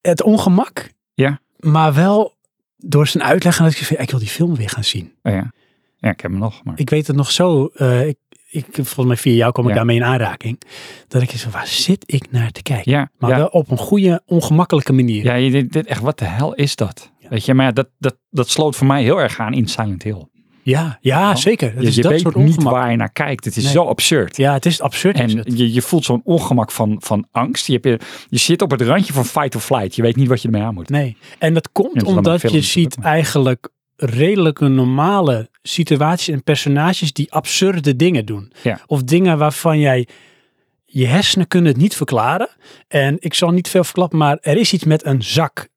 Speaker 1: het ongemak,
Speaker 2: Ja.
Speaker 1: maar wel door zijn uitleg en dat ik zei, ik wil die film weer gaan zien.
Speaker 2: Oh ja. ja, ik heb hem nog. Maar...
Speaker 1: Ik weet het nog zo, eh, ik, ik, volgens mij via jou kwam ik
Speaker 2: Ja.
Speaker 1: daarmee in aanraking, dat ik zo, waar zit ik naar te kijken?
Speaker 2: Ja,
Speaker 1: Maar
Speaker 2: ja.
Speaker 1: wel op een goede, ongemakkelijke manier.
Speaker 2: ja je, dit, dit echt, wat de hel is dat?
Speaker 1: Ja.
Speaker 2: Weet je, maar ja, dat, dat, dat sloot voor mij heel erg aan in Silent Hill.
Speaker 1: ja, ja, zeker. Het
Speaker 2: je
Speaker 1: is
Speaker 2: je
Speaker 1: dat
Speaker 2: weet
Speaker 1: soort
Speaker 2: niet
Speaker 1: ongemak.
Speaker 2: waar je naar kijkt. Het is
Speaker 1: Nee.
Speaker 2: zo absurd.
Speaker 1: Ja, het is absurd. is
Speaker 2: En
Speaker 1: het.
Speaker 2: je, je voelt zo'n ongemak van, van angst. Je, hebt je, je zit op het randje van fight or flight. Je weet niet wat je ermee aan moet.
Speaker 1: Nee, en dat
Speaker 2: Ja, dus
Speaker 1: komt
Speaker 2: dat is dan
Speaker 1: omdat je
Speaker 2: een film
Speaker 1: ziet
Speaker 2: natuurlijk, maar-
Speaker 1: eigenlijk redelijke normale situaties en personages die absurde dingen doen.
Speaker 2: Ja.
Speaker 1: Of dingen waarvan jij je hersenen kunnen het niet verklaren. En ik zal niet veel verklappen, maar er is iets met een zak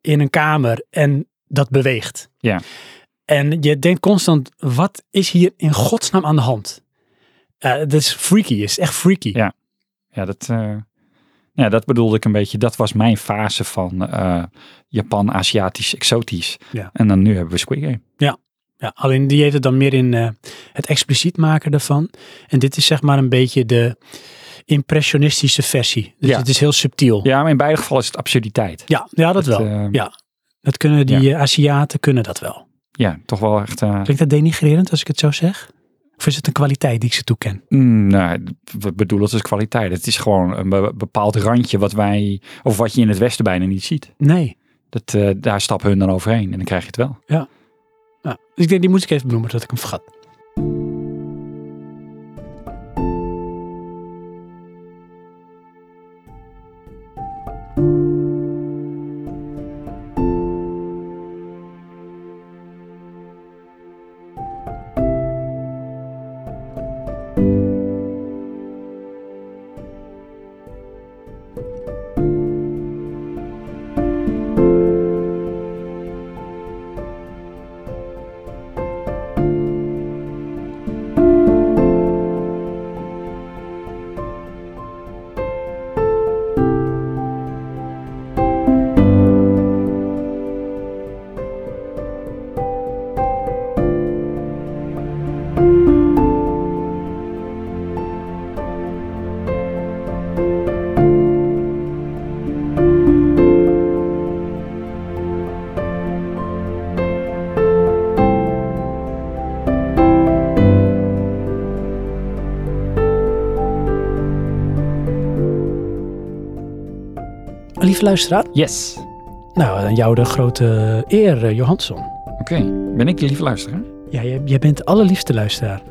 Speaker 1: in een kamer en dat beweegt.
Speaker 2: Ja.
Speaker 1: En je denkt constant, wat is hier in godsnaam aan de hand? Eh dat is freaky, is echt freaky.
Speaker 2: Ja. Ja, dat, eh, ja, dat bedoelde ik een beetje. Dat was mijn fase van eh, Japan, Aziatisch, exotisch.
Speaker 1: Ja.
Speaker 2: En dan nu hebben we Squid Game.
Speaker 1: Ja, alleen die heeft het dan meer in eh, het expliciet maken daarvan. En dit is zeg maar een beetje de impressionistische versie. Dus
Speaker 2: Ja.
Speaker 1: het is heel subtiel.
Speaker 2: Ja, maar in beide gevallen is het absurditeit.
Speaker 1: Ja, ja dat
Speaker 2: Het,
Speaker 1: wel.
Speaker 2: eh,
Speaker 1: ja. Dat kunnen die eh, Aziaten kunnen dat wel.
Speaker 2: Ja, toch wel echt... eh,
Speaker 1: Klinkt dat denigrerend als ik het zo zeg? Of is het een kwaliteit die ik ze toeken?
Speaker 2: Mm, nou, we bedoelen het als kwaliteit. Het is gewoon een be- bepaald randje wat wij, of wat je in het Westen bijna niet ziet.
Speaker 1: Nee.
Speaker 2: Dat, eh, daar stappen hun dan overheen en dan krijg je het wel.
Speaker 1: Ja. Dus ik denk, die moet ik even benoemen dat ik hem vergat. Lieve luisteraar,
Speaker 2: Yes.
Speaker 1: nou, aan jou de grote eer, eh, Johansson.
Speaker 2: Oké, ben ik de lieve luisteraar?
Speaker 1: Ja, jij, jij bent de allerliefste luisteraar.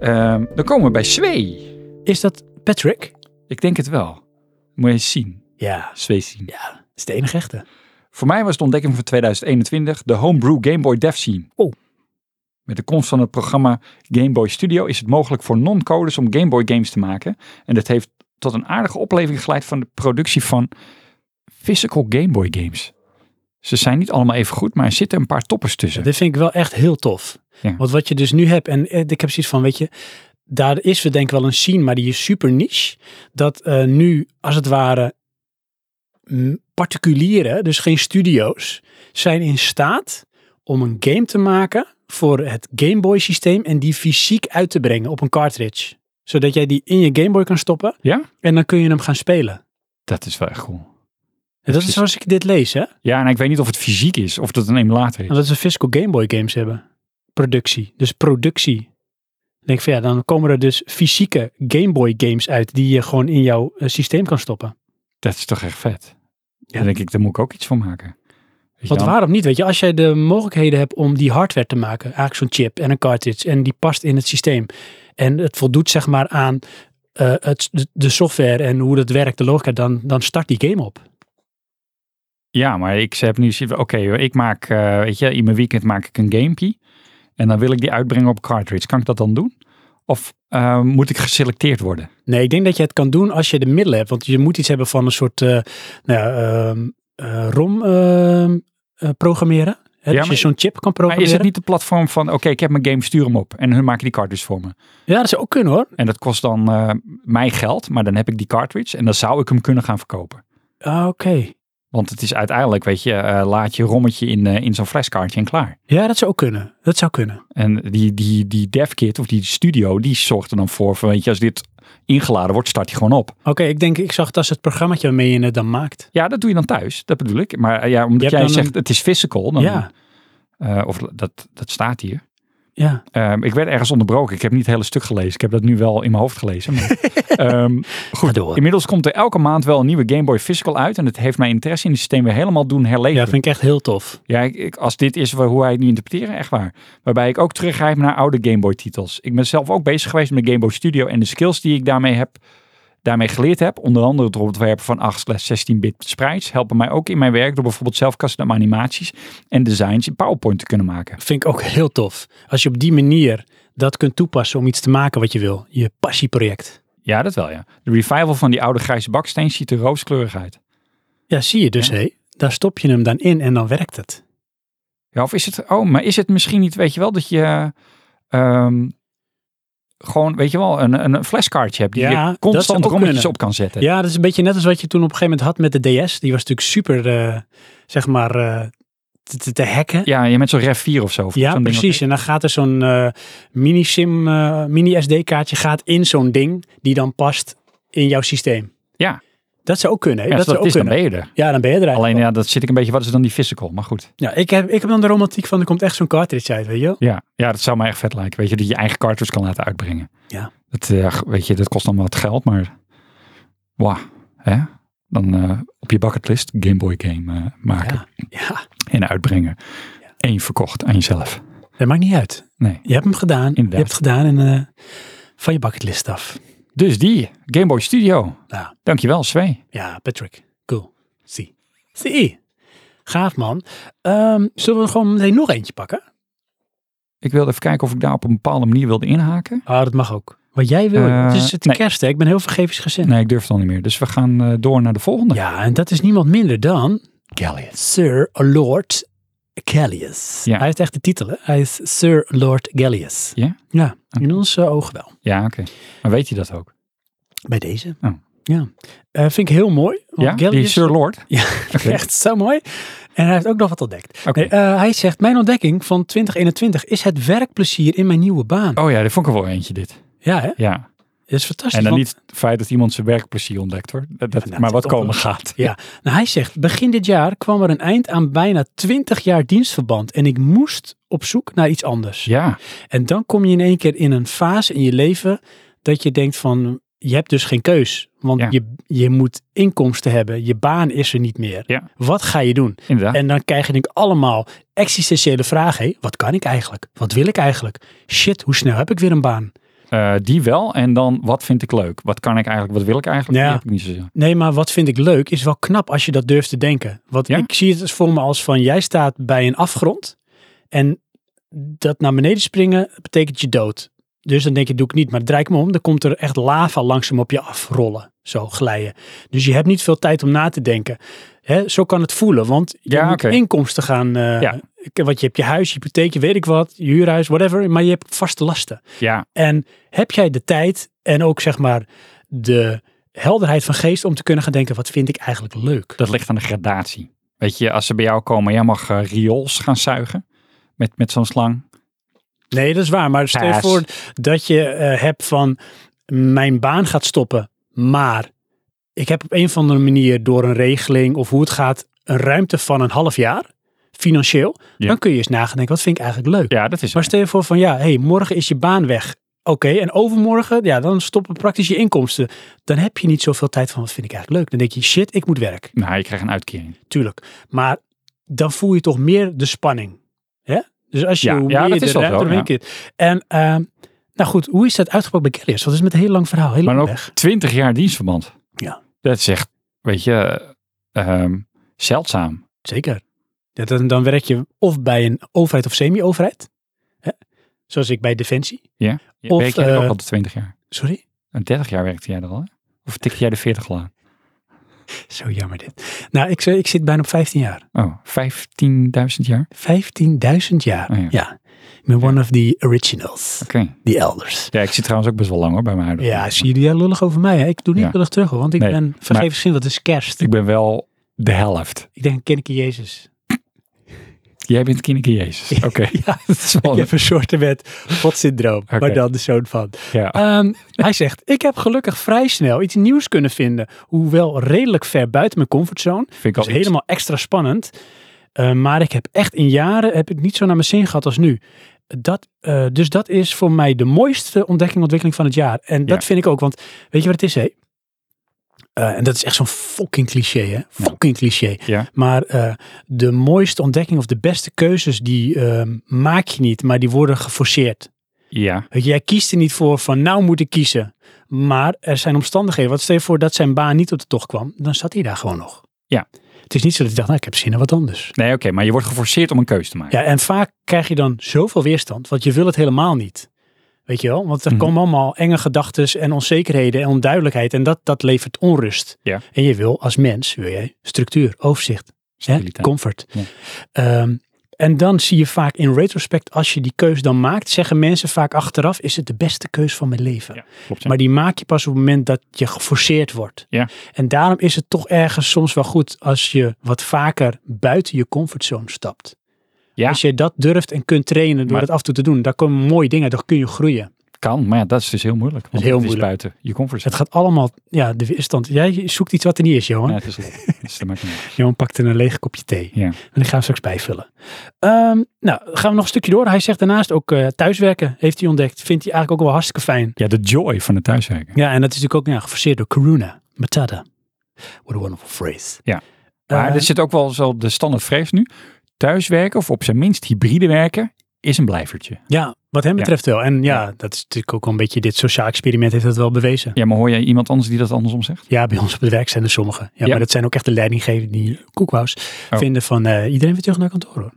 Speaker 2: Ehm, dan komen we bij Swee.
Speaker 1: Is dat Patrick?
Speaker 2: Ik denk het wel. Moet je eens zien.
Speaker 1: Ja,
Speaker 2: Swee zien.
Speaker 1: ja. Dat is de enige echte.
Speaker 2: Voor mij was de ontdekking van 2021 de homebrew Game Boy Dev scene.
Speaker 1: Oh.
Speaker 2: Met de komst van het programma Game Boy Studio is het mogelijk voor non-coders om Game Boy games te maken. En dat heeft tot een aardige opleving geleid van de productie van physical Game Boy games. Ze zijn niet allemaal even goed, maar er zitten een paar toppers tussen.
Speaker 1: Dit vind ik wel echt heel tof.
Speaker 2: Ja.
Speaker 1: Want wat je dus nu hebt, en eh, ik heb zoiets van, weet je, daar is we denk ik wel een scene, maar die is super niche. Dat eh, nu, als het ware, m, particulieren, dus geen studio's, zijn in staat om een game te maken voor het Game Boy systeem en die fysiek uit te brengen op een cartridge. Zodat jij die in je Game Boy kan stoppen
Speaker 2: Ja?
Speaker 1: en dan kun je hem gaan spelen.
Speaker 2: Dat is wel echt cool.
Speaker 1: En dat is
Speaker 2: Precies.
Speaker 1: zoals ik dit lees, hè?
Speaker 2: Ja, en ik weet niet of het fysiek is of dat een emulator is.
Speaker 1: Omdat ze physical Game Boy games hebben. Productie. Dus productie. Dan denk ik van ja, dan komen er dus fysieke Game Boy games uit die je gewoon in jouw eh, systeem kan stoppen.
Speaker 2: Dat is toch echt vet. Dan denk ik, daar moet ik ook iets van maken. Weet je
Speaker 1: Want
Speaker 2: wel?
Speaker 1: waarom niet? Weet je, als jij de mogelijkheden hebt om die hardware te maken, eigenlijk zo'n chip en een cartridge, en die past in het systeem. En het voldoet zeg maar aan eh, het, de- de software en hoe dat werkt, de logica, dan, dan start die game op.
Speaker 2: Ja, maar ik heb nu zoiets van, oké, ik maak, eh, weet je, in mijn weekend maak ik een gamepje. En dan wil ik die uitbrengen op cartridge. Kan ik dat dan doen? Of eh, moet ik geselecteerd worden?
Speaker 1: Nee, ik denk dat je het kan doen als je de middelen hebt. Want je moet iets hebben van een soort eh, nou, ja, ehm, eh, ROM ehm, eh, programmeren. Hè,
Speaker 2: Ja,
Speaker 1: dus je
Speaker 2: maar-
Speaker 1: zo'n chip kan
Speaker 2: Maar
Speaker 1: programmeren.
Speaker 2: is het niet de platform van, oké, ik heb mijn game, stuur hem op. En hun maken die cartridge voor me.
Speaker 1: Ja, dat zou ook kunnen hoor.
Speaker 2: En dat kost dan eh, mij geld, maar dan heb ik die cartridge. En dan zou ik hem kunnen gaan verkopen.
Speaker 1: Ah, Oké.
Speaker 2: Want het is uiteindelijk, weet je, eh, laat je rommetje in, eh, in zo'n fleskaartje en klaar.
Speaker 1: Ja, dat zou ook kunnen. Dat zou kunnen.
Speaker 2: En die, die, die devkit of die studio, die zorgt er dan voor van, weet je, als dit ingeladen wordt, start hij gewoon op.
Speaker 1: Oké, ik denk, ik zag dat is het programmaatje waarmee je het dan maakt.
Speaker 2: Ja, dat doe je dan thuis, dat bedoel ik. Maar eh, ja,
Speaker 1: Je
Speaker 2: omdat
Speaker 1: hebt
Speaker 2: jij
Speaker 1: dan
Speaker 2: zegt
Speaker 1: een-
Speaker 2: het is physical, dan,
Speaker 1: Ja,
Speaker 2: eh, of dat, dat staat hier.
Speaker 1: ja.
Speaker 2: Ehm, ik werd ergens onderbroken, ik heb niet het hele stuk gelezen. Ik heb dat nu wel in mijn hoofd gelezen. Maar, ehm,
Speaker 1: Goed door.
Speaker 2: inmiddels komt er elke maand wel een nieuwe Game Boy Physical uit. En dat heeft mijn interesse in het systeem weer helemaal doen herleven.
Speaker 1: Ja, vind ik echt heel tof.
Speaker 2: Ja, ik, ik- als dit is wa- hoe wij het nu interpreteren, echt waar. Waarbij ik ook teruggrijp naar oude Game Boy titels. Ik ben zelf ook bezig geweest met Game Boy Studio en de skills die ik daarmee heb daarmee geleerd heb, onder andere het ontwerpen van 8/16-bit sprites, helpen mij ook in mijn werk door bijvoorbeeld zelf custom animaties en designs in PowerPoint te kunnen maken.
Speaker 1: Vind ik ook heel tof. Als je op die manier dat kunt toepassen om iets te maken wat je wil. Je passieproject.
Speaker 2: Ja, dat wel, ja. De revival van die oude grijze baksteen ziet er rooskleurig uit.
Speaker 1: Ja, zie je dus,
Speaker 2: Ja.
Speaker 1: hé. Daar stop je hem dan in en dan werkt het.
Speaker 2: Ja, of is het, oh, maar is het misschien niet, weet je wel, dat je ehm, gewoon, weet je wel, een, een flashkaartje hebt die
Speaker 1: Ja, dat
Speaker 2: je
Speaker 1: zou
Speaker 2: constant
Speaker 1: ook
Speaker 2: rommetjes
Speaker 1: kunnen.
Speaker 2: op kan zetten.
Speaker 1: Ja, dat is een beetje net als wat je toen op een gegeven moment had met de DS. Die was natuurlijk super, eh, zeg maar, eh, te, te- te hacken.
Speaker 2: Ja, je met zo'n Rev 4 of zo. of
Speaker 1: Ja,
Speaker 2: zo'n ding.
Speaker 1: precies. En dan gaat er zo'n eh, mini-SIM, eh, mini-SD-kaartje gaat in zo'n ding die dan past in jouw systeem.
Speaker 2: Ja.
Speaker 1: Dat zou ook kunnen. hè?
Speaker 2: Ja, als
Speaker 1: dat
Speaker 2: dat,
Speaker 1: zou ook
Speaker 2: is, dan
Speaker 1: kunnen.
Speaker 2: ben je er.
Speaker 1: Ja, dan ben je er eigenlijk.
Speaker 2: Alleen ja, dat zit ik een beetje, wat is dan die physical? Maar goed.
Speaker 1: wel. Ja, ik, heb, ik heb dan de romantiek van, er komt echt zo'n cartridge uit, weet je wel?
Speaker 2: Ja, ja, dat zou mij echt vet lijken. Weet je, dat je je eigen cartridge kan laten uitbrengen.
Speaker 1: Ja.
Speaker 2: Dat, eh, g- weet je, dat kost dan wat geld, maar wauw. Hè? Dan eh, op je bucketlist Game Boy game eh, maken
Speaker 1: Ja. ja,
Speaker 2: en uitbrengen.
Speaker 1: Ja.
Speaker 2: Eén verkocht aan jezelf.
Speaker 1: dat maakt niet uit.
Speaker 2: Nee.
Speaker 1: Je hebt hem gedaan. Je
Speaker 2: Inderdaad.
Speaker 1: hebt het gedaan en eh, van je bucketlist af.
Speaker 2: Dus die, Game Boy Studio.
Speaker 1: Ja.
Speaker 2: Dankjewel, Swee.
Speaker 1: Ja, Patrick. Cool. Zie. Zie. Gaaf, man. Ehm, zullen we er gewoon meteen nog eentje pakken?
Speaker 2: Ik wilde even kijken of ik daar op een bepaalde manier wilde inhaken.
Speaker 1: Ah, dat mag ook. Wat jij wil.
Speaker 2: Eh,
Speaker 1: het is het
Speaker 2: nee.
Speaker 1: kerst, hè? Ik ben heel vergevingsgezind.
Speaker 2: Nee, ik durf het al niet meer. Dus we gaan eh, door naar de volgende.
Speaker 1: Ja, en dat is niemand minder dan
Speaker 2: Galliot.
Speaker 1: Sir Lord Gallius.
Speaker 2: Ja.
Speaker 1: Hij heeft echt de titel, hè? Hij is Sir Lord Gallius.
Speaker 2: Ja?
Speaker 1: Ja, in onze ogen wel.
Speaker 2: Ja, oké. Maar weet je dat ook?
Speaker 1: Bij deze.
Speaker 2: Oh.
Speaker 1: Ja. Eh, vind ik heel mooi. Want
Speaker 2: Ja, die
Speaker 1: Gallius,
Speaker 2: Sir Lord.
Speaker 1: Ja,
Speaker 2: Oké.
Speaker 1: echt zo mooi. En hij heeft ook nog wat ontdekt.
Speaker 2: Oké.
Speaker 1: Nee, eh, hij zegt, mijn ontdekking van 2021 is het werkplezier in mijn nieuwe baan.
Speaker 2: Oh ja, daar vond ik er wel eentje dit.
Speaker 1: Ja, hè? Dat
Speaker 2: Ja.
Speaker 1: is fantastisch.
Speaker 2: En dan
Speaker 1: want-
Speaker 2: niet het feit dat iemand zijn werkplezier ontdekt hoor. Dat, dat-
Speaker 1: Ja, nou,
Speaker 2: maar wat
Speaker 1: dat is
Speaker 2: komen
Speaker 1: ook
Speaker 2: gaat.
Speaker 1: Ja, nou, hij zegt, begin dit jaar kwam er een eind aan bijna 20 jaar dienstverband en ik moest op zoek naar iets anders.
Speaker 2: Ja,
Speaker 1: En dan kom je in één keer in een fase in je leven dat je denkt van, je hebt dus geen keus. Want
Speaker 2: Ja.
Speaker 1: je, je moet inkomsten hebben, je baan is er niet meer.
Speaker 2: Ja.
Speaker 1: Wat ga je doen?
Speaker 2: inderdaad.
Speaker 1: En dan krijg je denk ik allemaal existentiële vragen. Hé, wat kan ik eigenlijk? Wat wil ik eigenlijk? Shit, hoe snel heb ik weer een baan?
Speaker 2: Eh, die wel. En dan, wat vind ik leuk? Wat kan ik eigenlijk? Wat wil ik eigenlijk?
Speaker 1: Ja.
Speaker 2: Die heb ik niet zozeer.
Speaker 1: Nee, maar wat vind ik leuk is wel knap als je dat durft te denken. Want
Speaker 2: Ja?
Speaker 1: ik zie het voor me als van jij staat bij een afgrond en dat naar beneden springen betekent je dood. Dus dan denk je, doe ik niet, maar draai ik me om, dan komt er echt lava langzaam op je afrollen, zo glijden. Dus je hebt niet veel tijd om na te denken. Hè, zo kan het voelen, want je
Speaker 2: Ja,
Speaker 1: moet
Speaker 2: oké.
Speaker 1: inkomsten gaan, eh
Speaker 2: Ja.
Speaker 1: want je hebt je huis, je hypotheek, je weet ik wat, je huurhuis, whatever, maar je hebt vaste lasten.
Speaker 2: Ja,
Speaker 1: En heb jij de tijd en ook zeg maar de helderheid van geest om te kunnen gaan denken, wat vind ik eigenlijk leuk?
Speaker 2: dat ligt aan de gradatie. Weet je, als ze bij jou komen, jij mag eh, riols gaan zuigen. Met, met zo'n slang.
Speaker 1: Nee, dat is waar. Maar stel je
Speaker 2: Paas.
Speaker 1: voor dat je eh, hebt van mijn baan gaat stoppen, maar ik heb op een of andere manier door een regeling of hoe het gaat een ruimte van een half jaar, financieel,
Speaker 2: Ja.
Speaker 1: dan kun je eens nagedenken, wat vind ik eigenlijk leuk?
Speaker 2: Ja, dat is
Speaker 1: Maar stel je voor van ja, hey, morgen is je baan weg. Oké, en overmorgen, ja, dan stoppen praktisch je inkomsten. Dan heb je niet zoveel tijd van wat vind ik eigenlijk leuk. Dan denk je, shit, ik moet werk.
Speaker 2: Nou, je krijgt een uitkering.
Speaker 1: Tuurlijk. Maar dan voel je toch meer de spanning. Hè? Dus als je
Speaker 2: Ja,
Speaker 1: hoe
Speaker 2: ja,
Speaker 1: meer
Speaker 2: dat
Speaker 1: je
Speaker 2: is
Speaker 1: de
Speaker 2: wel zo,
Speaker 1: ruimte eromheen keert. En ehm, nou goed, hoe is dat uitgepakt bij Gallius? Dat is met een heel lang verhaal, heel
Speaker 2: Maar
Speaker 1: lang
Speaker 2: ook
Speaker 1: weg.
Speaker 2: 20 jaar dienstverband.
Speaker 1: Ja.
Speaker 2: Dat is echt, weet je, ehm, zeldzaam.
Speaker 1: Zeker. Ja, dan, dan werk je of bij een overheid of semi-overheid. Hè? Zoals ik bij Defensie.
Speaker 2: Ja. ja
Speaker 1: Of,
Speaker 2: werk jij er ook
Speaker 1: eh,
Speaker 2: al de 20 jaar?
Speaker 1: Sorry?
Speaker 2: En 30 Nou, jaar werkte jij er al, hè? Of tikte jij de 40 al aan?
Speaker 1: Zo jammer dit. Nou, ik, ik zit bijna op 15 jaar.
Speaker 2: Oh, 15.000 jaar?
Speaker 1: 15.000 jaar.
Speaker 2: Oh ja.
Speaker 1: ja. Ik ben one of the originals.
Speaker 2: Oké.
Speaker 1: The elders.
Speaker 2: Ja, ik zit trouwens ook best wel lang hoor bij mijn huidige.
Speaker 1: Ja, zie jullie daar lullig over mij? Hè? Ik doe niet
Speaker 2: Ja.
Speaker 1: lullig terug hoor, want ik
Speaker 2: Nee,
Speaker 1: ben, vergeef
Speaker 2: maar-
Speaker 1: misschien, wat is kerst.
Speaker 2: Ik ben wel de helft.
Speaker 1: Ik denk, ken ik je Jezus?
Speaker 2: Jij bent kindje Jezus. Oké.
Speaker 1: Ja,
Speaker 2: Dat is wel
Speaker 1: ik heb een soort met God-syndroom,
Speaker 2: Oké.
Speaker 1: maar dan de zoon van.
Speaker 2: ja.
Speaker 1: Ehm, hij zegt, ik heb gelukkig vrij snel iets nieuws kunnen vinden. Hoewel redelijk ver buiten mijn comfortzone.
Speaker 2: Vind ik al
Speaker 1: Dat is
Speaker 2: iets.
Speaker 1: helemaal extra spannend. Eh, maar ik heb echt in jaren heb ik niet zo naar mijn zin gehad als nu. Dat, eh, dus dat is voor mij de mooiste ontdekking ontwikkeling van het jaar. En dat
Speaker 2: Ja.
Speaker 1: vind ik ook, want weet je wat het is, hé? Eh, en dat is echt zo'n fucking cliché, hè? Fucking cliché.
Speaker 2: Ja.
Speaker 1: Maar eh, de mooiste ontdekking of de beste keuzes, die ehm, maak je niet, maar die worden geforceerd.
Speaker 2: Ja.
Speaker 1: Weet je, jij kiest er niet voor van nou moet ik kiezen. Maar er zijn omstandigheden. Want stel je voor dat zijn baan niet op de tocht kwam. Dan zat hij daar gewoon nog.
Speaker 2: Ja.
Speaker 1: Het is niet zo dat hij dacht, nou ik heb zin in wat anders.
Speaker 2: Nee, oké. maar je wordt geforceerd om een keuze te maken.
Speaker 1: Ja, en vaak krijg je dan zoveel weerstand. Want je wil het helemaal niet. Weet je wel? Want er
Speaker 2: Mhm.
Speaker 1: komen allemaal enge gedachten en onzekerheden en onduidelijkheid. En dat, dat levert onrust.
Speaker 2: Ja.
Speaker 1: En je wil als mens, wil jij structuur, overzicht, hè,
Speaker 2: Stabiliteit.
Speaker 1: comfort.
Speaker 2: Ja.
Speaker 1: Ehm, en dan zie je vaak in retrospect, als je die keus dan maakt, zeggen mensen vaak achteraf, is het de beste keus van mijn leven.
Speaker 2: Ja, klopt. Ja.
Speaker 1: Maar die maak je pas op het moment dat je geforceerd wordt.
Speaker 2: Ja.
Speaker 1: En daarom is het toch ergens soms wel goed als je wat vaker buiten je comfortzone stapt.
Speaker 2: Ja.
Speaker 1: Als je dat durft en kunt trainen door
Speaker 2: Maar-
Speaker 1: dat af en toe te doen, daar komen mooie dingen, daar kun je groeien.
Speaker 2: kan, maar ja, dat is dus heel moeilijk. Want
Speaker 1: heel
Speaker 2: het is
Speaker 1: moeilijk.
Speaker 2: buiten je comfortzone.
Speaker 1: Het gaat allemaal, ja, de weerstand. Jij zoekt iets wat er niet is, Johan.
Speaker 2: Ja, het is, het is, dat maakt niet uit.
Speaker 1: Johan pakte een leeg kopje thee.
Speaker 2: Ja.
Speaker 1: En ik ga hem straks bijvullen. Ehm, nou, gaan we nog een stukje door. Hij zegt daarnaast ook eh, thuiswerken, heeft hij ontdekt. Vindt hij eigenlijk ook wel hartstikke fijn.
Speaker 2: ja, de joy van het thuiswerken.
Speaker 1: Ja, en dat is natuurlijk ook ja, geforceerd door Corona. Matata. What a wonderful phrase.
Speaker 2: Ja.
Speaker 1: Eh,
Speaker 2: Maar dus- er zit ook wel zo de standaard vrees nu. Thuiswerken of op zijn minst hybride werken is een blijvertje.
Speaker 1: ja, wat hem betreft wel. En ja, dat is natuurlijk ook wel een beetje, dit sociaal experiment heeft dat wel bewezen.
Speaker 2: Ja, maar hoor jij iemand anders die dat andersom zegt?
Speaker 1: Ja, bij ons op het werk zijn er sommigen. Ja,
Speaker 2: Ja.
Speaker 1: maar dat zijn ook echt de leidinggevenden die koekwous
Speaker 2: Oh.
Speaker 1: vinden van eh, iedereen weer terug naar kantoor. Hoor.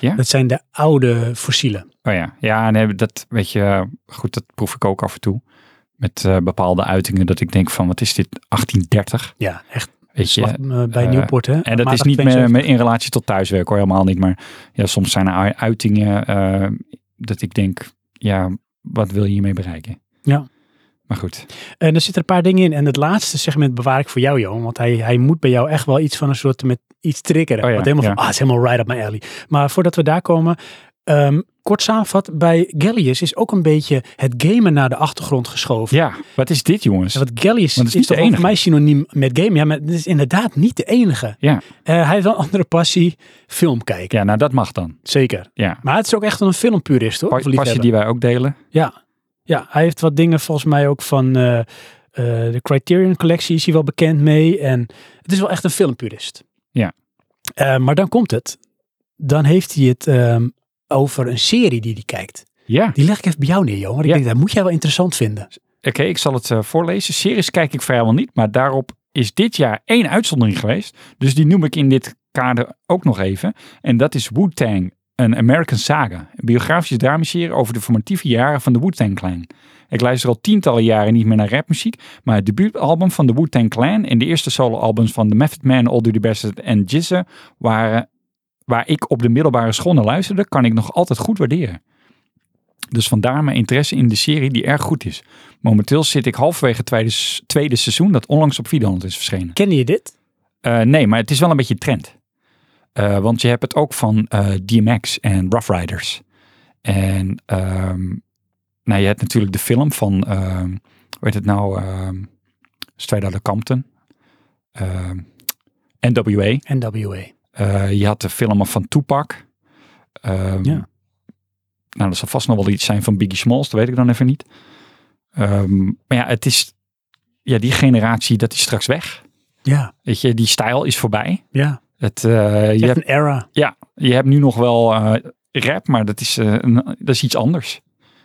Speaker 2: Ja?
Speaker 1: Dat zijn de oude fossielen.
Speaker 2: Oh ja, ja nee, dat weet je, goed, dat proef ik ook af en toe. Met eh, bepaalde uitingen dat ik denk van, wat is dit, 1830?
Speaker 1: Ja, echt.
Speaker 2: Weet je,
Speaker 1: Slag, eh, bij
Speaker 2: eh,
Speaker 1: Nieuwpoort, hè?
Speaker 2: En dat is
Speaker 1: Maandag
Speaker 2: niet meer
Speaker 1: 72.
Speaker 2: meer in relatie tot thuiswerk hoor, helemaal niet. Maar ja, soms zijn er ui- uitingen eh, dat ik denk, ja, wat wil je hiermee bereiken?
Speaker 1: Ja.
Speaker 2: Maar goed,
Speaker 1: En er zitten een paar dingen in. En het laatste segment bewaar ik voor jou, Johan. Want hij, hij moet bij jou echt wel iets van een soort met iets triggeren.
Speaker 2: Oh ja,
Speaker 1: Wat helemaal
Speaker 2: ja.
Speaker 1: van, ah, het is helemaal right up my alley. Maar voordat we daar komen, ehm, kort samenvat, bij Gallius is ook een beetje het gamen naar de achtergrond geschoven.
Speaker 2: ja, wat is dit jongens?
Speaker 1: En Wat Gallius
Speaker 2: Want
Speaker 1: is,
Speaker 2: het is niet de
Speaker 1: toch wel voor
Speaker 2: enige.
Speaker 1: mij synoniem met gamen. Ja, maar het is inderdaad niet de enige.
Speaker 2: Ja.
Speaker 1: Eh, hij heeft wel een andere passie, film kijken.
Speaker 2: Ja, nou dat mag dan.
Speaker 1: Zeker.
Speaker 2: Ja,
Speaker 1: Maar het is ook echt wel een filmpurist, hoor.
Speaker 2: Pa-
Speaker 1: of liefhebber.
Speaker 2: passie die wij ook delen.
Speaker 1: Ja. ja, hij heeft wat dingen volgens mij ook van eh, eh, de Criterion Collectie is hij wel bekend mee. En het is wel echt een filmpurist.
Speaker 2: Ja.
Speaker 1: Eh, maar dan komt het. Dan heeft hij het ehm, over een serie die hij kijkt.
Speaker 2: Ja, oké,
Speaker 1: Die leg ik even bij jou neer, jongen. Ik
Speaker 2: Ja.
Speaker 1: denk, dat moet jij wel interessant vinden.
Speaker 2: ik zal het eh, voorlezen. Series kijk ik vrijwel niet, maar daarop is dit jaar één uitzondering geweest. Dus die noem ik in dit kader ook nog even. En dat is Wu-Tang, een American Saga. Een biografische dramaserie over de formatieve jaren van de Wu-Tang Clan. Ik luister al tientallen jaren niet meer naar rapmuziek, maar het debuutalbum van de Wu-Tang Clan en de eerste soloalbums van The Method Man, All Duty Bastard en Jizza waren waar ik op de middelbare school naar luisterde, kan ik nog altijd goed waarderen. Dus vandaar mijn interesse in de serie die erg goed is. Momenteel zit ik halverwege het tweede, s- tweede seizoen dat onlangs op Videoland is verschenen.
Speaker 1: Ken je dit?
Speaker 2: Eh, nee, maar het is wel een beetje trend. Eh, want je hebt het ook van eh, DMX en Rough Riders. En ehm, nou, je hebt natuurlijk de film van, ehm hoe heet het nou, ehm Straight Outta Compton. Ehm, NWA.
Speaker 1: NWA.
Speaker 2: Eh, je had de filmen van Tupac. Ehm,
Speaker 1: Ja.
Speaker 2: Nou, dat zal vast nog wel iets zijn van Biggie Smalls. Dat weet ik dan even niet. Ehm, maar ja, het is... Ja, die generatie, dat is straks weg.
Speaker 1: Ja,
Speaker 2: Weet je, die stijl is voorbij.
Speaker 1: ja.
Speaker 2: Het, eh,
Speaker 1: Echt
Speaker 2: je, hebt,
Speaker 1: een era.
Speaker 2: ja, je hebt nu nog wel eh, rap, maar dat is, eh, een- dat is iets anders.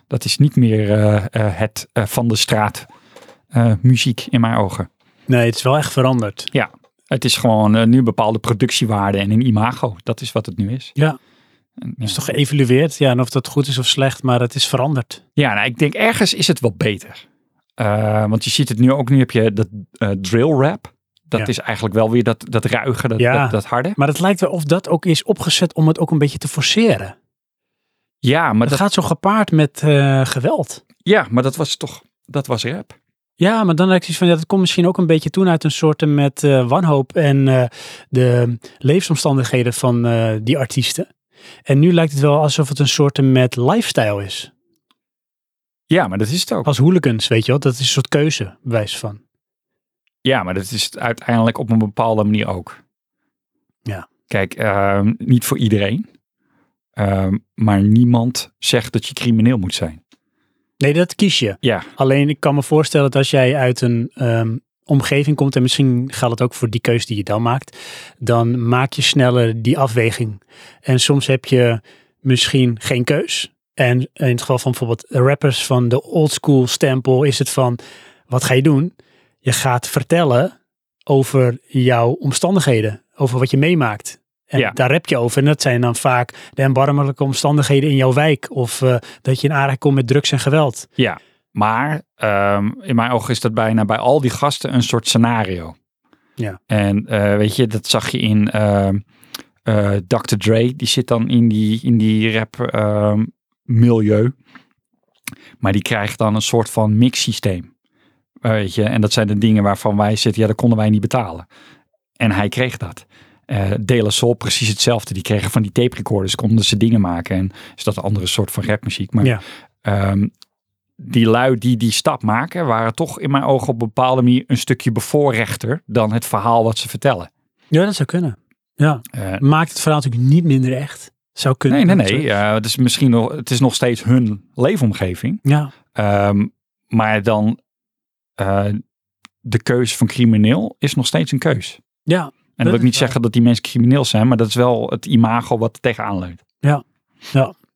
Speaker 2: Dat is niet meer eh, eh, het eh, van de straat eh, muziek in mijn ogen.
Speaker 1: Nee, het is wel echt veranderd.
Speaker 2: Ja, het is gewoon eh, nu een bepaalde productiewaarde en een imago. Dat is wat het nu is.
Speaker 1: Ja,
Speaker 2: En,
Speaker 1: het
Speaker 2: ja.
Speaker 1: is toch geëvalueerd. Ja, en of dat goed is of slecht, maar het is veranderd.
Speaker 2: Ja, nou, ik denk ergens is het wel beter. Eh, want je ziet het nu ook, nu heb je dat eh, drill rap. Dat
Speaker 1: Ja.
Speaker 2: is eigenlijk wel weer dat, dat ruige, dat,
Speaker 1: Ja.
Speaker 2: dat, dat harde.
Speaker 1: Maar het lijkt wel of dat ook is opgezet om het ook een beetje te forceren.
Speaker 2: Ja maar
Speaker 1: Het
Speaker 2: dat,
Speaker 1: gaat zo gepaard met eh, geweld.
Speaker 2: ja, maar dat was toch, dat was rap.
Speaker 1: Ja, maar dan lijkt het iets van, ja, dat komt misschien ook een beetje toen uit een soort met eh, wanhoop en eh, de levensomstandigheden van eh, die artiesten. En nu lijkt het wel alsof het een soort eh, met lifestyle is.
Speaker 2: Ja, maar dat is het ook.
Speaker 1: Als hooligans, weet je wel. Dat is een soort keuze, bij wijze van.
Speaker 2: Ja, maar dat is het uiteindelijk op een bepaalde manier ook.
Speaker 1: Ja.
Speaker 2: Kijk, ehm, niet voor iedereen. Ehm, maar niemand zegt dat je crimineel moet zijn.
Speaker 1: Nee, dat kies je.
Speaker 2: Ja,
Speaker 1: Alleen ik kan me voorstellen dat als jij uit een ehm, omgeving komt, en misschien geldt het ook voor die keuze die je dan maakt, dan maak je sneller die afweging. En soms heb je misschien geen keus. En in het geval van bijvoorbeeld rappers van de old school stempel is het van, wat ga je doen? Je gaat vertellen over jouw omstandigheden, over wat je meemaakt. En
Speaker 2: Ja.
Speaker 1: daar heb je over. En dat zijn dan vaak de erbarmelijke omstandigheden in jouw wijk. Of eh, dat je in aanraking komt met drugs en geweld.
Speaker 2: Ja, maar ehm, in mijn ogen is dat bijna bij al die gasten een soort scenario.
Speaker 1: Ja.
Speaker 2: En eh, weet je, dat zag je in ehm, eh, Dr. Dre. Die zit dan in die, in die rap ehm, milieu. Maar die krijgt dan een soort van mixsysteem. Eh, weet je, en dat zijn de dingen waarvan wij zitten, ja, dat konden wij niet betalen. En hij kreeg dat. Eh De La Soul precies hetzelfde. Die kregen van die tape recorders, konden ze dingen maken. En is dat een andere soort van rapmuziek. Maar
Speaker 1: Ja.
Speaker 2: ehm, die lui die die stap maken, waren toch in mijn ogen op een bepaalde manier een stukje bevoorrechter dan het verhaal wat ze vertellen.
Speaker 1: Ja, dat zou kunnen. Ja.
Speaker 2: Eh,
Speaker 1: Maakt het verhaal natuurlijk niet minder echt. Zou kunnen.
Speaker 2: nee, nee, nee. eh, het, is misschien nog, het is nog steeds hun leefomgeving.
Speaker 1: Ja,
Speaker 2: Ehm, maar dan eh, de keuze van crimineel is nog steeds een keus.
Speaker 1: ja.
Speaker 2: En
Speaker 1: Dat
Speaker 2: dat wil
Speaker 1: is
Speaker 2: ik niet
Speaker 1: waar.
Speaker 2: zeggen dat die mensen crimineel zijn, maar dat is wel het imago wat er tegenaan leunt.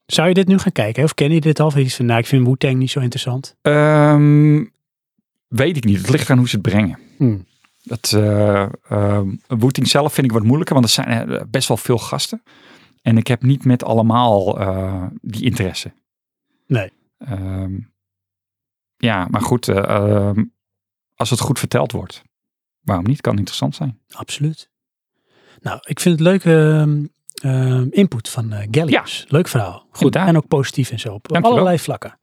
Speaker 1: Zou je dit nu gaan kijken? hè? Of ken je dit al? Of is het van, nou, ik vind Wu-Tang niet zo interessant.
Speaker 2: Ehm, weet ik niet. Het ligt aan hoe ze het brengen.
Speaker 1: Hmm.
Speaker 2: Dat, eh, ehm, Woeting zelf vind ik wat moeilijker, want er zijn eh, best wel veel gasten. En ik heb niet met allemaal eh, die interesse.
Speaker 1: Nee.
Speaker 2: Ehm, ja, maar goed. eh, ehm, als het goed verteld wordt, waarom niet? Kan interessant zijn.
Speaker 1: Absoluut. Nou, ik vind het leuke ehm, ehm, input van eh Gallius. Leuk verhaal. Goed.
Speaker 2: Inderdaad.
Speaker 1: En ook positief en zo. Op
Speaker 2: Dankjewel.
Speaker 1: allerlei vlakken.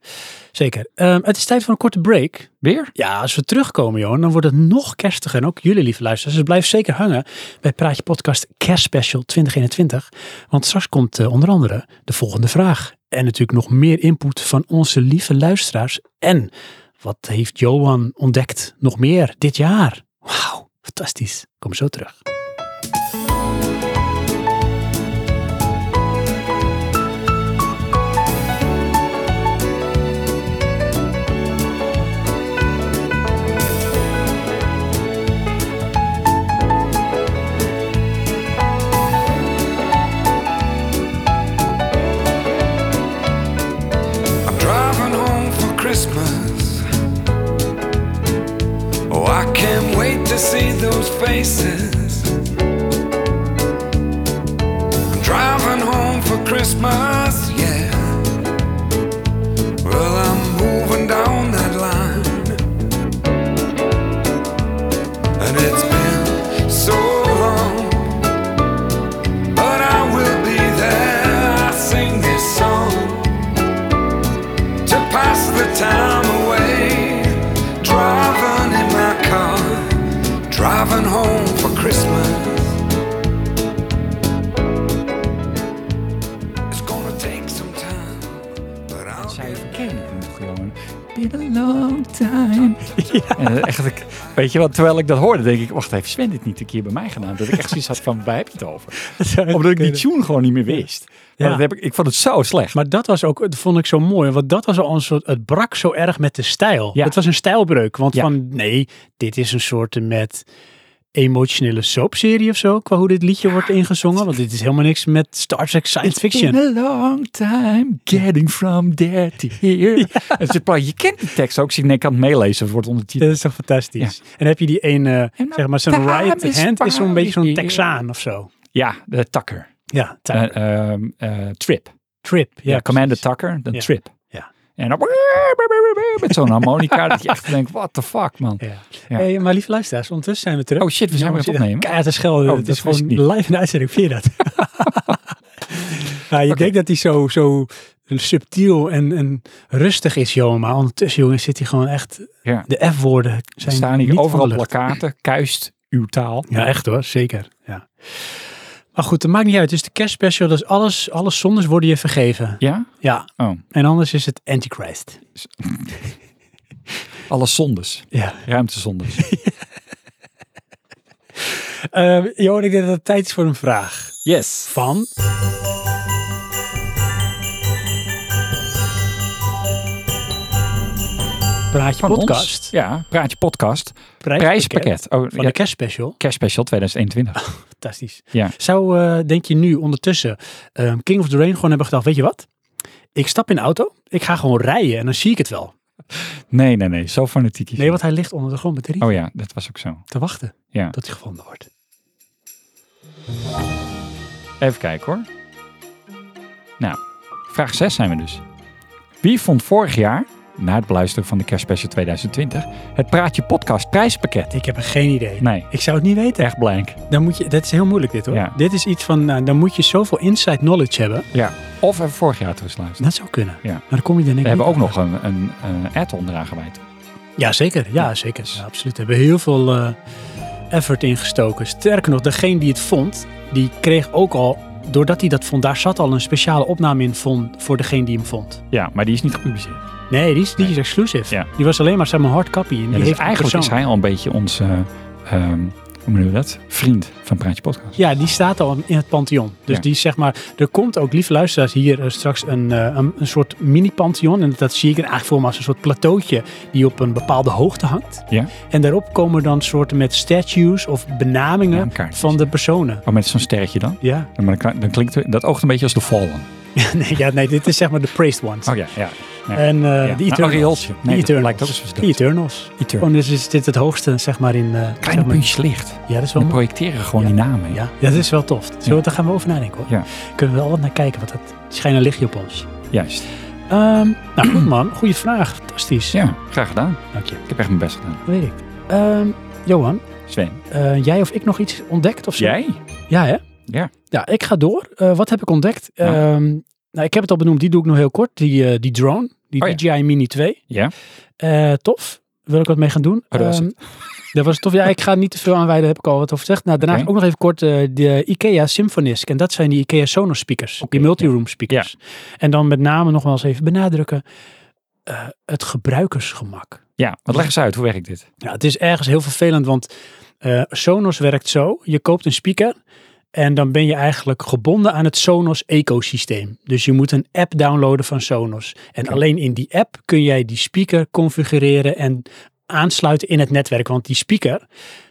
Speaker 1: Zeker. Ehm, het is tijd voor een korte break.
Speaker 2: Weer?
Speaker 1: Ja, als we terugkomen, Johan, dan wordt het nog kerstiger. En ook jullie, lieve luisteraars. Dus blijf zeker hangen bij Praatje Podcast Kerstspecial 2021. Want straks komt eh, onder andere de volgende vraag. En natuurlijk nog meer input van onze lieve luisteraars. En wat heeft Johan ontdekt nog meer dit jaar? Wauw, fantastisch. Kom zo terug.
Speaker 6: I'm driving home for Christmas. Oh, I can't wait to see those faces. I'm driving home for Christmas, yeah. Well, I'm moving down that line. And it's been so long. But I will be there. I sing this song to pass the time away. Driving in my car, driving home for Christmas. It's gonna take some time, but I'll
Speaker 2: Zij
Speaker 6: get
Speaker 2: verkennen het nog gewoon. Been a long time. En dat echt, ik- weet je wat, terwijl ik dat hoorde, denk ik, wacht even, Sven dit niet een keer bij mij gedaan. Dat ik echt zoiets had van, waar heb je het over? Omdat ik die tune gewoon niet meer wist. Maar
Speaker 1: Ja.
Speaker 2: dat heb ik, ik vond het zo slecht.
Speaker 1: Maar dat was ook, dat vond ik zo mooi. Want dat was al een soort, het brak zo erg met de stijl.
Speaker 2: Ja.
Speaker 1: Het was een stijlbreuk. Want
Speaker 2: Ja.
Speaker 1: van, nee, dit is een soort met emotionele soapserie of zo. Qua hoe dit liedje wordt ingezongen. Want dit is helemaal niks met Star Trek science
Speaker 2: Been
Speaker 1: fiction.
Speaker 2: a long time getting from there to here. En ze praat- je kent die tekst ook. Ik zeg, nee, ik kan het meelezen. Het wordt
Speaker 1: Dat
Speaker 2: ondertiteld.
Speaker 1: is toch fantastisch. En heb je die ene,
Speaker 2: En
Speaker 1: zeg maar, zijn
Speaker 2: time
Speaker 1: right
Speaker 2: is
Speaker 1: hand is zo'n beetje zo'n
Speaker 2: fine.
Speaker 1: Texaan of zo.
Speaker 2: Ja, de Tucker.
Speaker 1: Ja, Tucker.
Speaker 2: Eh, ehm, eh, trip.
Speaker 1: Trip. Ja,
Speaker 2: Ja, Commander
Speaker 1: precies.
Speaker 2: Tucker. De
Speaker 1: Ja.
Speaker 2: Trip.
Speaker 1: Ja.
Speaker 2: En dan met zo'n harmonica dat je echt denkt, what the fuck man.
Speaker 1: Ja.
Speaker 2: Ja.
Speaker 1: Hey, maar lieve luisteraars, ondertussen zijn we terug.
Speaker 2: Oh shit, we zijn weer aan het
Speaker 1: zitten
Speaker 2: opnemen.
Speaker 1: Keihard te schelden.
Speaker 2: Oh,
Speaker 1: dat
Speaker 2: dit
Speaker 1: is
Speaker 2: wist
Speaker 1: gewoon
Speaker 2: ik niet.
Speaker 1: live in de uitzending. Vind je dat? nou, je denkt dat hij zo, zo subtiel en, en rustig is, Johan. Maar ondertussen, jongens, zit hij gewoon echt...
Speaker 2: Ja.
Speaker 1: De F-woorden
Speaker 2: Er
Speaker 1: zijn
Speaker 2: staan
Speaker 1: niet
Speaker 2: hier
Speaker 1: van
Speaker 2: overal
Speaker 1: de lucht.
Speaker 2: plakaten. Kuist uw taal.
Speaker 1: Ja, echt hoor. Zeker. Ja. Maar goed, dat maakt niet uit. Dus de kerstspecial, dus alles, alle zondes worden je vergeven.
Speaker 2: Ja?
Speaker 1: Ja.
Speaker 2: Oh,
Speaker 1: En anders is het Antichrist.
Speaker 2: alle zondes.
Speaker 1: Ja.
Speaker 2: Ruimtezondes.
Speaker 1: Eh Johan, ik denk dat het tijd is voor een vraag.
Speaker 2: Yes.
Speaker 1: Van... Praatje
Speaker 2: Van
Speaker 1: podcast.
Speaker 2: ons. Ja, praatje podcast. Prijspakket. Oh,
Speaker 1: Van
Speaker 2: ja.
Speaker 1: de kerstspecial.
Speaker 2: Cash Special 2021.
Speaker 1: Fantastisch.
Speaker 2: Ja.
Speaker 1: Zou, eh, denk je nu ondertussen, eh, King of the Rain gewoon hebben gedacht, weet je wat? Ik stap in de auto, ik ga gewoon rijden en dan zie ik het wel.
Speaker 2: Nee, nee, nee. Zo fanatiek is
Speaker 1: Nee,
Speaker 2: het.
Speaker 1: want hij ligt onder de grond met de riet
Speaker 2: Oh ja, dat was ook zo.
Speaker 1: te wachten
Speaker 2: Ja.
Speaker 1: tot hij gevonden wordt.
Speaker 2: Even kijken hoor. Nou, vraag 6 zijn we dus. Wie vond vorig jaar, na het beluisteren van de kerstspecial 2020, het Praatje Podcast prijspakket?
Speaker 1: Ik heb er geen idee.
Speaker 2: Nee,
Speaker 1: Ik zou het niet weten.
Speaker 2: echt blank.
Speaker 1: Dan moet je, dat is heel moeilijk dit hoor.
Speaker 2: Ja.
Speaker 1: Dit is iets van, nou, dan moet je zoveel inside knowledge hebben.
Speaker 2: Ja, of even vorig jaar terug luisteren.
Speaker 1: Dat zou kunnen.
Speaker 2: Ja.
Speaker 1: Maar dan kom je dan
Speaker 2: We hebben ook nog een, een, eh, add-on eraan gewijd.
Speaker 1: Ja, zeker. Ja, zeker. Ja, absoluut. We hebben heel veel eh, effort ingestoken. Sterker nog, degene die het vond, die kreeg ook al, doordat hij dat vond, daar zat al een speciale opname in vond, voor degene die hem vond.
Speaker 2: Ja, maar die is niet gepubliceerd.
Speaker 1: Nee, die is, die is exclusief.
Speaker 2: Ja.
Speaker 1: Die was alleen maar zeg maar hard copy. En
Speaker 2: Ja,
Speaker 1: die
Speaker 2: dus
Speaker 1: heeft
Speaker 2: eigenlijk
Speaker 1: persoon.
Speaker 2: is hij al een beetje onze, ehm, hoe noemen we dat? Vriend van Praatje Podcast.
Speaker 1: Ja, die staat al in het Pantheon. Dus
Speaker 2: Ja.
Speaker 1: die is zeg maar, er komt ook, lieve luisteraars, hier eh, straks een, eh, een, een soort mini-Pantheon. En dat zie ik er eigenlijk voor me als een soort plateautje die op een bepaalde hoogte hangt.
Speaker 2: Ja.
Speaker 1: En daarop komen dan soorten met statues of
Speaker 2: Ja,
Speaker 1: benamingen
Speaker 2: een kaartjes,
Speaker 1: van de personen.
Speaker 2: Maar Oh, met zo'n sterretje dan?
Speaker 1: Ja,
Speaker 2: Ja, Maar dan, dan klinkt dat oogt een beetje als de Fallen.
Speaker 1: nee, ja, nee, dit is zeg maar de praised ones.
Speaker 2: Oh ja, ja. ja.
Speaker 1: En eh,
Speaker 2: Ja.
Speaker 1: de
Speaker 2: Nou, een
Speaker 1: Eternals.
Speaker 2: riooltje. Nee, dat
Speaker 1: de Eternals.
Speaker 2: lijkt ook eens verstopt.
Speaker 1: de Eternals.
Speaker 2: Eternal.
Speaker 1: Oh, dus is dit het hoogste, zeg maar, in... eh,
Speaker 2: Kleine
Speaker 1: zeg maar-
Speaker 2: puntjes licht.
Speaker 1: Ja, dat is wel
Speaker 2: We
Speaker 1: mooi.
Speaker 2: projecteren gewoon die namen. in.
Speaker 1: Ja, ja, dat is wel tof. Zullen we,
Speaker 2: Ja.
Speaker 1: daar gaan we over nadenken, hoor.
Speaker 2: Ja.
Speaker 1: Kunnen we wel wat naar kijken, want dat schijnt een lichtje op ons.
Speaker 2: Juist. Dus
Speaker 1: Ehm, nou, goed man. Goeie vraag. Fantastisch.
Speaker 2: Ja, graag gedaan.
Speaker 1: Dank je.
Speaker 2: Ik heb echt mijn best gedaan.
Speaker 1: Dat weet ik. Ehm, Johan,
Speaker 2: Sven.
Speaker 1: eh, jij of ik nog iets ontdekt of zo?
Speaker 2: Jij?
Speaker 1: Ja, hè?
Speaker 2: Ja.
Speaker 1: Ja, ik ga door. Eh, wat heb ik ontdekt?
Speaker 2: Ja.
Speaker 1: Ehm, nou, ik heb het al benoemd. Die doe ik nog heel kort. Die, eh, die drone. Die
Speaker 2: Oh, ja.
Speaker 1: DJI Mini 2.
Speaker 2: Ja.
Speaker 1: Eh, tof. Wil ik wat mee gaan doen.
Speaker 2: Oh, dat was
Speaker 1: Ehm, dat was tof. Ja, ik ga niet te veel aanwijden. Heb ik al wat over gezegd. Nou, daarna
Speaker 2: Oké.
Speaker 1: ook nog even kort eh, de IKEA Symfonisk. En dat zijn die IKEA Sonos speakers. die multiroom speakers. En dan met name nog wel eens even benadrukken. eh, het gebruikersgemak.
Speaker 2: Ja, wat leg eens uit. Hoe werkt dit?
Speaker 1: Ja, het is ergens heel vervelend, want eh, Sonos werkt zo. Je koopt een speaker en dan ben je eigenlijk gebonden aan het Sonos-ecosysteem. Dus je moet een app downloaden van Sonos. En alleen in die app kun jij die speaker configureren en aansluiten in het netwerk. Want die speaker,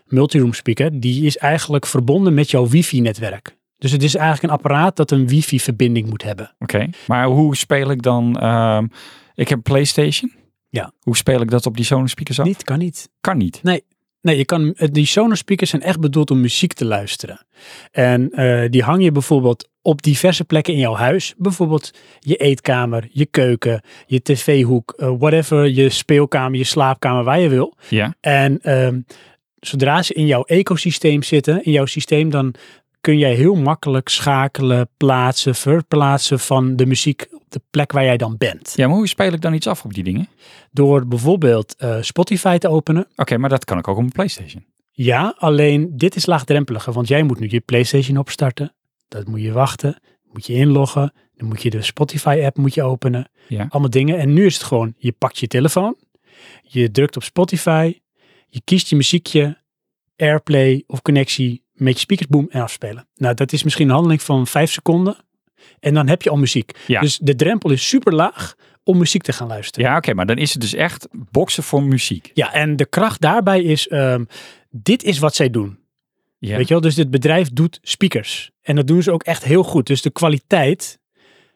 Speaker 1: multiroom speaker, die is eigenlijk verbonden met jouw wifi-netwerk. Dus het is eigenlijk een apparaat dat een wifi-verbinding moet hebben.
Speaker 2: Oké. Maar hoe speel ik dan... ehm, ik heb een Playstation.
Speaker 1: Ja.
Speaker 2: Hoe speel ik dat op die Sonos speakers af?
Speaker 1: Niet, kan niet.
Speaker 2: Kan niet.
Speaker 1: Nee, je kan, eh, die Sonos speakers zijn echt bedoeld om muziek te luisteren. En eh, die hang je bijvoorbeeld op diverse plekken in jouw huis. Bijvoorbeeld je eetkamer, je keuken, je tv-hoek, eh, whatever, je speelkamer, je slaapkamer, waar je wil.
Speaker 2: Ja.
Speaker 1: En ehm, zodra ze in jouw ecosysteem zitten, in jouw systeem, dan kun jij heel makkelijk schakelen, plaatsen, verplaatsen van de muziek op de plek waar jij dan bent.
Speaker 2: Ja, maar hoe speel ik dan iets af op die dingen? Oké,
Speaker 1: Door bijvoorbeeld eh, Spotify te openen.
Speaker 2: maar dat kan ik ook op mijn Playstation.
Speaker 1: Ja, alleen dit is laagdrempeliger, want jij moet nu je PlayStation opstarten. Dat moet je wachten, moet je inloggen, dan moet je de Spotify-app moet je openen.
Speaker 2: Ja.
Speaker 1: Allemaal dingen. En nu is het gewoon, je pakt je telefoon, je drukt op Spotify, je kiest je muziekje, Airplay of connectie met je speakers, boom, en afspelen. Nou, dat is misschien een handeling van vijf seconden en dan heb je al muziek.
Speaker 2: Ja.
Speaker 1: Dus de drempel is super laag om muziek te gaan luisteren.
Speaker 2: Ja, oké, maar dan is het dus echt boksen voor muziek.
Speaker 1: Ja, en de kracht daarbij is, ehm, dit is wat zij doen.
Speaker 2: Ja.
Speaker 1: Weet je wel, dus dit bedrijf doet speakers. En dat doen ze ook echt heel goed. Dus de kwaliteit,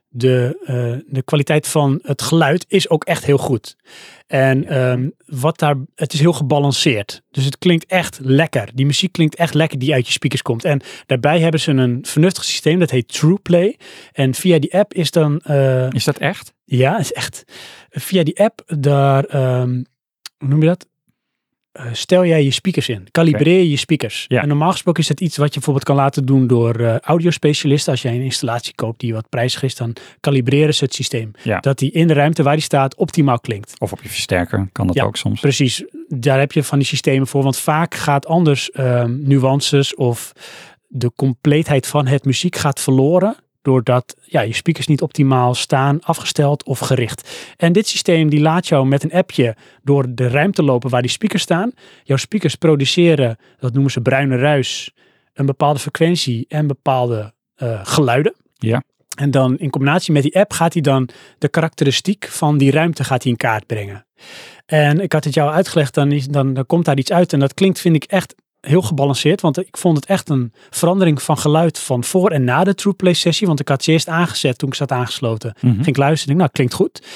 Speaker 1: de, eh, de kwaliteit van het geluid is ook echt heel goed. En ehm, wat daar, het is heel gebalanceerd. Dus het klinkt echt lekker. Die muziek klinkt echt lekker die uit je speakers komt. En daarbij hebben ze een vernuftig systeem, dat heet TruePlay. En via die app is dan... eh,
Speaker 2: Is dat echt?
Speaker 1: ja, is echt. Via die app, daar, ehm, hoe noem je dat? Eh, stel jij je speakers in. Calibreer je je speakers.
Speaker 2: Ja.
Speaker 1: En normaal gesproken is dat iets wat je bijvoorbeeld kan laten doen door eh, audiospecialisten. Als jij een installatie koopt die wat prijzig is, dan kalibreren ze het systeem.
Speaker 2: Ja.
Speaker 1: Dat die in de ruimte waar die staat optimaal klinkt.
Speaker 2: Of op je versterker kan dat
Speaker 1: Ja,
Speaker 2: ook soms.
Speaker 1: Precies, daar heb je van die systemen voor. Want vaak gaat anders ehm, nuances of de compleetheid van het muziek gaat verloren. Doordat ja, je speakers niet optimaal staan, afgesteld of gericht. En dit systeem die laat jou met een appje door de ruimte lopen waar die speakers staan. Jouw speakers produceren, dat noemen ze bruine ruis, een bepaalde frequentie en bepaalde eh, geluiden.
Speaker 2: Ja.
Speaker 1: En dan in combinatie met die app gaat hij dan de karakteristiek van die ruimte gaat hij in kaart brengen. En ik had het jou uitgelegd, dan, is, dan, dan komt daar iets uit. En dat klinkt, vind ik, echt heel gebalanceerd. Want ik vond het echt een verandering van geluid van voor en na de True Play sessie. Want ik had ze eerst aangezet toen ik zat aangesloten.
Speaker 2: Mhm.
Speaker 1: Ging ik luisteren, ik, nou klinkt goed.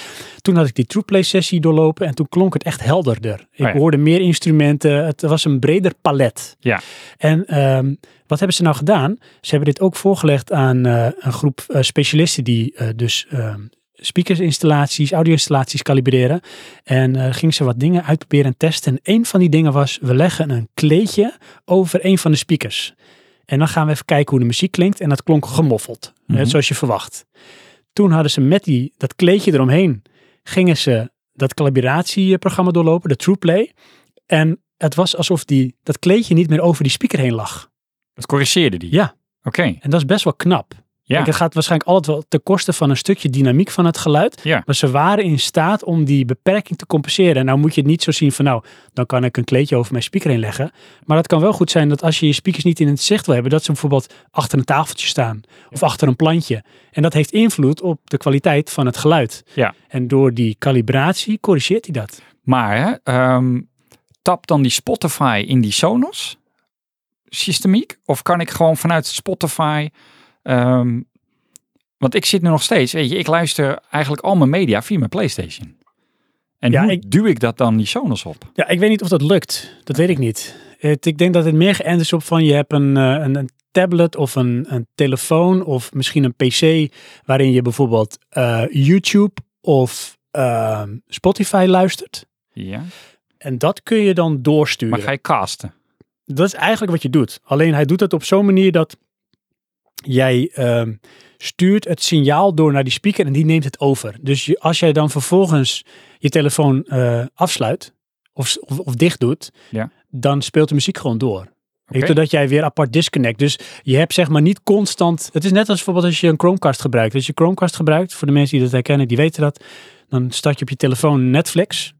Speaker 1: Toen had ik die True Play sessie doorlopen en toen klonk het echt helderder. Ik
Speaker 2: Oh ja.
Speaker 1: hoorde meer instrumenten, het was een breder palet.
Speaker 2: Ja.
Speaker 1: En ehm, wat hebben ze nou gedaan? Ze hebben dit ook voorgelegd aan eh, een groep eh, specialisten die eh, dus ehm, speakersinstallaties, audio-installaties kalibreren. En eh gingen ze wat dingen uitproberen en testen. En een van die dingen was, we leggen een kleedje over een van de speakers. En dan gaan we even kijken hoe de muziek klinkt. En dat klonk gemoffeld,
Speaker 2: Mhm.
Speaker 1: net zoals je verwacht. Toen hadden ze met die, dat kleedje eromheen, gingen ze dat calibratieprogramma doorlopen, de TruePlay. En het was alsof die, dat kleedje niet meer over die speaker heen lag.
Speaker 2: Dat corrigeerde die?
Speaker 1: Ja.
Speaker 2: Oké,
Speaker 1: En dat is best wel knap.
Speaker 2: ja.
Speaker 1: Kijk, het gaat waarschijnlijk altijd wel ten koste van een stukje dynamiek van het geluid.
Speaker 2: Ja.
Speaker 1: Maar ze waren in staat om die beperking te compenseren. En nou moet je het niet zo zien van nou, dan kan ik een kleedje over mijn speaker heen leggen. Maar het kan wel goed zijn dat als je je speakers niet in het zicht wil hebben, dat ze bijvoorbeeld achter een tafeltje staan of achter een plantje. En dat heeft invloed op de kwaliteit van het geluid.
Speaker 2: Ja.
Speaker 1: En door die kalibratie corrigeert hij dat.
Speaker 2: Maar hè, ehm, tap dan die Spotify in die Sonos systemiek? Of kan ik gewoon vanuit Spotify... ehm, want ik zit nu nog steeds, weet je, ik luister eigenlijk al mijn media via mijn Playstation. En
Speaker 1: Ja,
Speaker 2: hoe
Speaker 1: ik-
Speaker 2: duw ik dat dan die Sonos op?
Speaker 1: Ja, ik weet niet of dat lukt. Dat weet ik niet. Het, ik denk dat het meer geënt is op van je hebt een, eh, een, een tablet of een, een telefoon of misschien een pc waarin je bijvoorbeeld eh, YouTube of ehm, Spotify luistert.
Speaker 2: Ja.
Speaker 1: En dat kun je dan doorsturen.
Speaker 2: Maar ga je casten?
Speaker 1: Dat is eigenlijk wat je doet. Alleen hij doet het op zo'n manier dat jij ehm, stuurt het signaal door naar die speaker en die neemt het over. Dus je, als jij dan vervolgens je telefoon eh, afsluit of, s- of, of dicht doet,
Speaker 2: Ja.
Speaker 1: dan speelt de muziek gewoon door.
Speaker 2: Oké.
Speaker 1: Doordat jij weer apart disconnect. Dus je hebt zeg maar niet constant. Het is net als bijvoorbeeld als je een Chromecast gebruikt. Als je Chromecast gebruikt, voor de mensen die dat herkennen, die weten dat. Dan start je op je telefoon Netflix.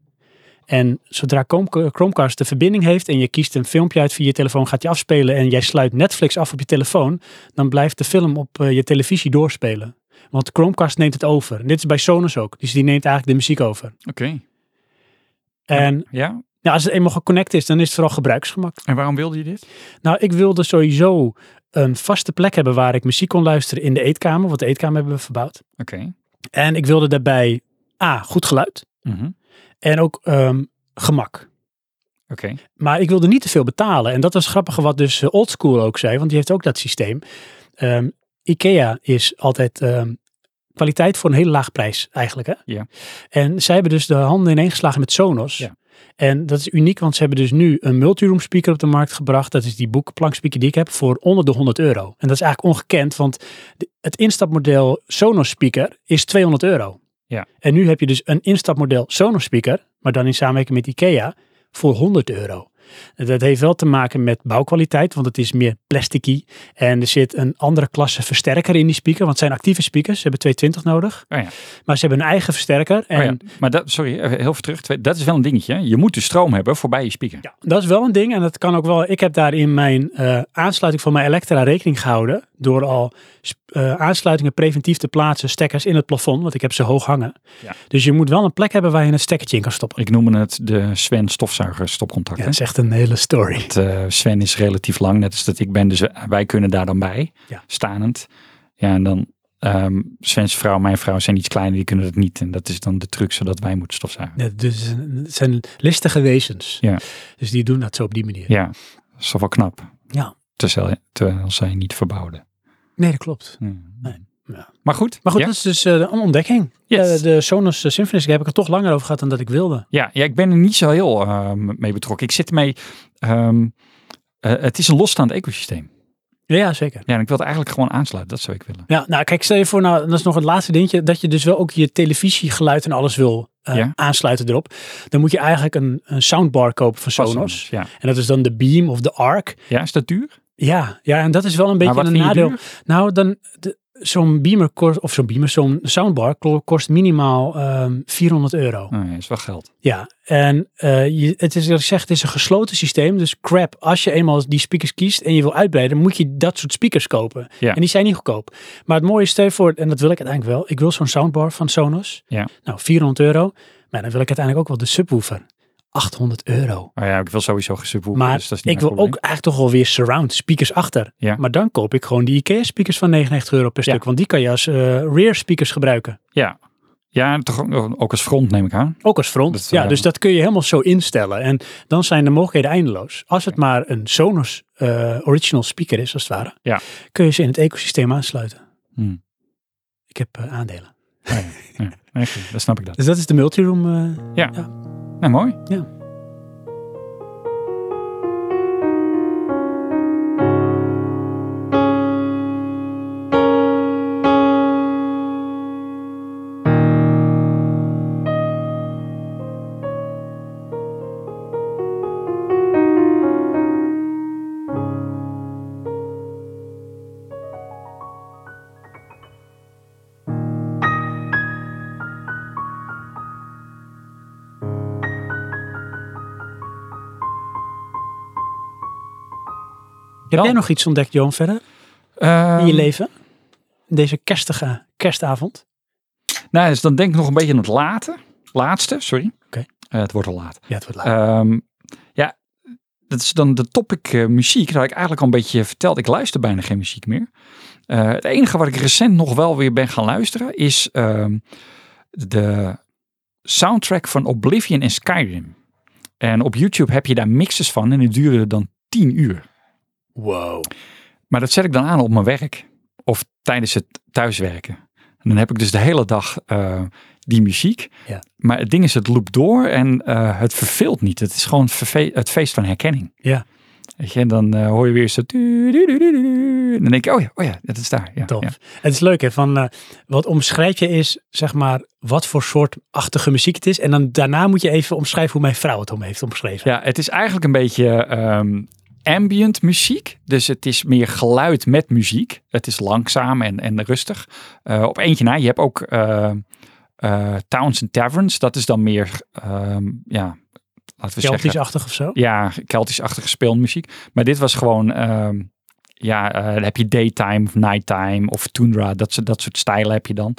Speaker 1: En zodra Chrome- Chromecast de verbinding heeft en je kiest een filmpje uit via je telefoon, gaat je afspelen en jij sluit Netflix af op je telefoon, dan blijft de film op eh, je televisie doorspelen. Want Chromecast neemt het over. En dit is bij Sonos ook. Dus die neemt eigenlijk de muziek over.
Speaker 2: Oké.
Speaker 1: En
Speaker 2: Ja?
Speaker 1: nou, als het eenmaal geconnect is, dan is het vooral gebruiksgemak.
Speaker 2: En waarom wilde je dit?
Speaker 1: Nou, ik wilde sowieso een vaste plek hebben waar ik muziek kon luisteren in de eetkamer. Want de eetkamer hebben we verbouwd.
Speaker 2: Oké.
Speaker 1: En ik wilde daarbij A, goed geluid.
Speaker 2: Mhm.
Speaker 1: En ook ehm, gemak.
Speaker 2: Oké. Oh
Speaker 1: Maar ik wilde niet te veel betalen. En dat was grappiger wat dus eh, Oldschool ook zei, want die heeft ook dat systeem. Ehm, IKEA is altijd ehm, kwaliteit voor een hele laag prijs eigenlijk. Hè?
Speaker 2: Ja.
Speaker 1: En zij hebben dus de handen ineengeslagen met Sonos.
Speaker 2: Ja.
Speaker 1: En dat is uniek, want ze hebben dus nu een multiroom speaker op de markt gebracht. Dat is die boekenplankspeaker die ik heb voor onder de 100 euro. En dat is eigenlijk ongekend, want de- het instapmodel Sonos speaker is 200 euro.
Speaker 2: Ja.
Speaker 1: En nu heb je dus een instapmodel Sonos speaker, maar dan in samenwerking met IKEA voor 100 euro. Dat heeft wel te maken met bouwkwaliteit, want het is meer plasticky. En er zit een andere klasse versterker in die speaker, want het zijn actieve speakers. Ze hebben 220 nodig,
Speaker 2: Oh ja.
Speaker 1: maar ze hebben een eigen versterker. En
Speaker 2: Oh ja. Maar dat, sorry, even heel even terug. Twee- Dat is wel een dingetje. hè? Je moet de stroom hebben voorbij je speaker.
Speaker 1: Ja, dat is wel een ding. En dat kan ook wel. Ik heb daar in mijn eh, aansluiting van mijn Elektra rekening gehouden. Door al sp- eh, aansluitingen preventief te plaatsen, stekkers in het plafond. Want ik heb ze hoog hangen.
Speaker 2: Ja.
Speaker 1: Dus je moet wel een plek hebben waar je een stekkertje in kan stoppen.
Speaker 2: Ik noem het de Sven stofzuiger stopcontact.
Speaker 1: Ja,
Speaker 2: hè?
Speaker 1: dat is echt een hele story.
Speaker 2: Want, eh, Sven is relatief lang, net als dat ik ben. Dus wij kunnen daar dan bij,
Speaker 1: Ja.
Speaker 2: stanend. Ja, en dan ehm Sven's vrouw, mijn vrouw zijn iets kleiner, die kunnen dat niet. En dat is dan de truc, zodat wij moeten stofzuigen.
Speaker 1: Ja, dus het zijn listige wezens.
Speaker 2: Ja.
Speaker 1: Dus die doen dat zo op die manier.
Speaker 2: Ja, dat is toch wel knap.
Speaker 1: Ja.
Speaker 2: Terwijl, terwijl zij niet verbouwden.
Speaker 1: Nee, dat klopt.
Speaker 2: Ja.
Speaker 1: Nee, ja.
Speaker 2: Maar goed.
Speaker 1: Maar goed,
Speaker 2: ja?
Speaker 1: dat is dus eh, een ontdekking.
Speaker 2: Yes.
Speaker 1: Eh, de Sonos eh, Symphonies, daar heb ik er toch langer over gehad dan dat ik wilde.
Speaker 2: Ja, ja, ik ben er niet zo heel ehm, mee betrokken. Ik zit mee. ehm, eh, het is een losstaand ecosysteem.
Speaker 1: Ja, ja zeker.
Speaker 2: Ja, en ik wil het eigenlijk gewoon aansluiten. Dat zou ik willen.
Speaker 1: Ja, nou kijk, stel je voor, nou, dat is nog het laatste dingetje, dat je dus wel ook je televisiegeluid en alles wil eh,
Speaker 2: Ja.
Speaker 1: aansluiten erop. Dan moet je eigenlijk een, een soundbar kopen van Sonos.
Speaker 2: Ja.
Speaker 1: En dat is dan de Beam of de Arc.
Speaker 2: ja, is dat duur?
Speaker 1: Ja, ja, en dat is wel een
Speaker 2: maar
Speaker 1: beetje
Speaker 2: wat
Speaker 1: een
Speaker 2: vind je
Speaker 1: nadeel.
Speaker 2: duur?
Speaker 1: Nou, dan de- zo'n beamer kost, of zo'n beamer, zo'n soundbar ko- kost minimaal ehm, 400 euro.
Speaker 2: Oh, ja, is wel geld.
Speaker 1: Ja, en eh, je, het is, zoals ik zeg, het is een gesloten systeem. Dus crap, als je eenmaal die speakers kiest en je wil uitbreiden, moet je dat soort speakers kopen.
Speaker 2: Ja.
Speaker 1: En die zijn niet goedkoop. Maar het mooie is, stel je voor, en dat wil ik uiteindelijk wel, ik wil zo'n soundbar van Sonos.
Speaker 2: Ja.
Speaker 1: Nou, 400 euro. Maar dan wil ik uiteindelijk ook wel de subwoofer. 800 euro.
Speaker 2: Maar ja, ik wil sowieso gesubwoeken,
Speaker 1: Maar
Speaker 2: dus dat is niet
Speaker 1: ik
Speaker 2: mijn
Speaker 1: wil ook
Speaker 2: probleem.
Speaker 1: eigenlijk toch wel weer surround speakers achter.
Speaker 2: Ja.
Speaker 1: Maar dan koop ik gewoon die IKEA speakers van 99 euro per
Speaker 2: Ja.
Speaker 1: stuk. Want die kan je als eh, rear speakers gebruiken.
Speaker 2: Ja, ja en toch ook- ook als front neem ik aan.
Speaker 1: Ook als front.
Speaker 2: Dat,
Speaker 1: ja,
Speaker 2: eh,
Speaker 1: dus dat kun je helemaal zo instellen. En dan zijn de mogelijkheden eindeloos. Als het maar een Sonos eh, original speaker is, als het ware.
Speaker 2: Ja.
Speaker 1: Kun je ze in het ecosysteem aansluiten.
Speaker 2: Hmm.
Speaker 1: Ik heb eh, aandelen.
Speaker 2: Ah, ja. ja. Nee, goed, dan snap ik dat.
Speaker 1: Dus dat is de multiroom. eh,
Speaker 2: Ja.
Speaker 1: Ja.
Speaker 2: Nou, mooi.
Speaker 1: Ja. Heb
Speaker 2: Ja.
Speaker 1: jij nog iets ontdekt, Johan, verder in je
Speaker 2: Ehm,
Speaker 1: leven? Deze kerstige kerstavond.
Speaker 2: Nou, dus dan denk ik nog een beetje aan het late. Laatste, sorry.
Speaker 1: Oké.
Speaker 2: Eh, het wordt al laat.
Speaker 1: Ja, het wordt laat.
Speaker 2: Ehm, ja, dat is dan de topic eh, muziek. Dat had ik eigenlijk al een beetje verteld. Ik luister bijna geen muziek meer. Eh, het enige wat ik recent nog wel weer ben gaan luisteren is ehm, de soundtrack van Oblivion en Skyrim. En op YouTube heb je daar mixes van en die duren dan 10 uur.
Speaker 1: wow.
Speaker 2: Maar dat zet ik dan aan op mijn werk of tijdens het thuiswerken. En dan heb ik dus de hele dag eh, die muziek.
Speaker 1: Ja.
Speaker 2: Maar het ding is, het loopt door en eh, het verveelt niet. Het is gewoon verve- het feest van herkenning.
Speaker 1: Ja.
Speaker 2: Weet je, en dan eh, hoor je weer zo... du- du- du- du- du- du. En dan denk ik, oh ja, oh ja, dat is daar. Ja,
Speaker 1: Tof.
Speaker 2: ja.
Speaker 1: Het is leuk hè, van eh, wat omschrijf je is, zeg maar, wat voor soort achtige muziek het is. En dan daarna moet je even omschrijven hoe mijn vrouw het om heeft omschreven.
Speaker 2: Ja, het is eigenlijk een beetje ehm, ambient muziek. Dus het is meer geluid met muziek. Het is langzaam en, en rustig. Eh, op eentje na, je hebt ook eh, eh, Towns and Taverns. Dat is dan meer, ehm, ja, laten we zeggen...
Speaker 1: Celtisch-achtig of zo.
Speaker 2: Ja, Keltisch-achtige speelmuziek. Maar dit was gewoon, ehm, ja, eh, dan heb je daytime of nighttime of tundra. Dat, soort- dat soort stijlen heb je dan.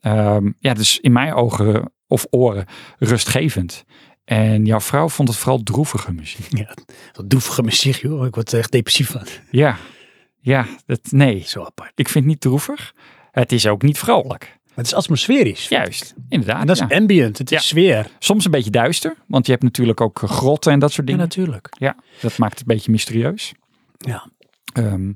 Speaker 2: Ehm, ja, dus in mijn ogen of oren rustgevend. En jouw vrouw vond het vooral droevige muziek.
Speaker 1: Ja, dat doevige muziek joh, ik word er echt depressief van.
Speaker 2: Ja, ja, dat, nee.
Speaker 1: Zo apart.
Speaker 2: Ik vind het niet droevig. Het is ook niet vrolijk.
Speaker 1: Maar het is atmosferisch.
Speaker 2: Juist,
Speaker 1: En
Speaker 2: inderdaad.
Speaker 1: dat is
Speaker 2: ja.
Speaker 1: ambient, het is
Speaker 2: Ja.
Speaker 1: sfeer.
Speaker 2: Soms een beetje duister, want je hebt natuurlijk ook grotten en dat soort
Speaker 1: Ja,
Speaker 2: dingen.
Speaker 1: natuurlijk.
Speaker 2: Ja, dat maakt het een beetje mysterieus.
Speaker 1: Ja.
Speaker 2: Ehm,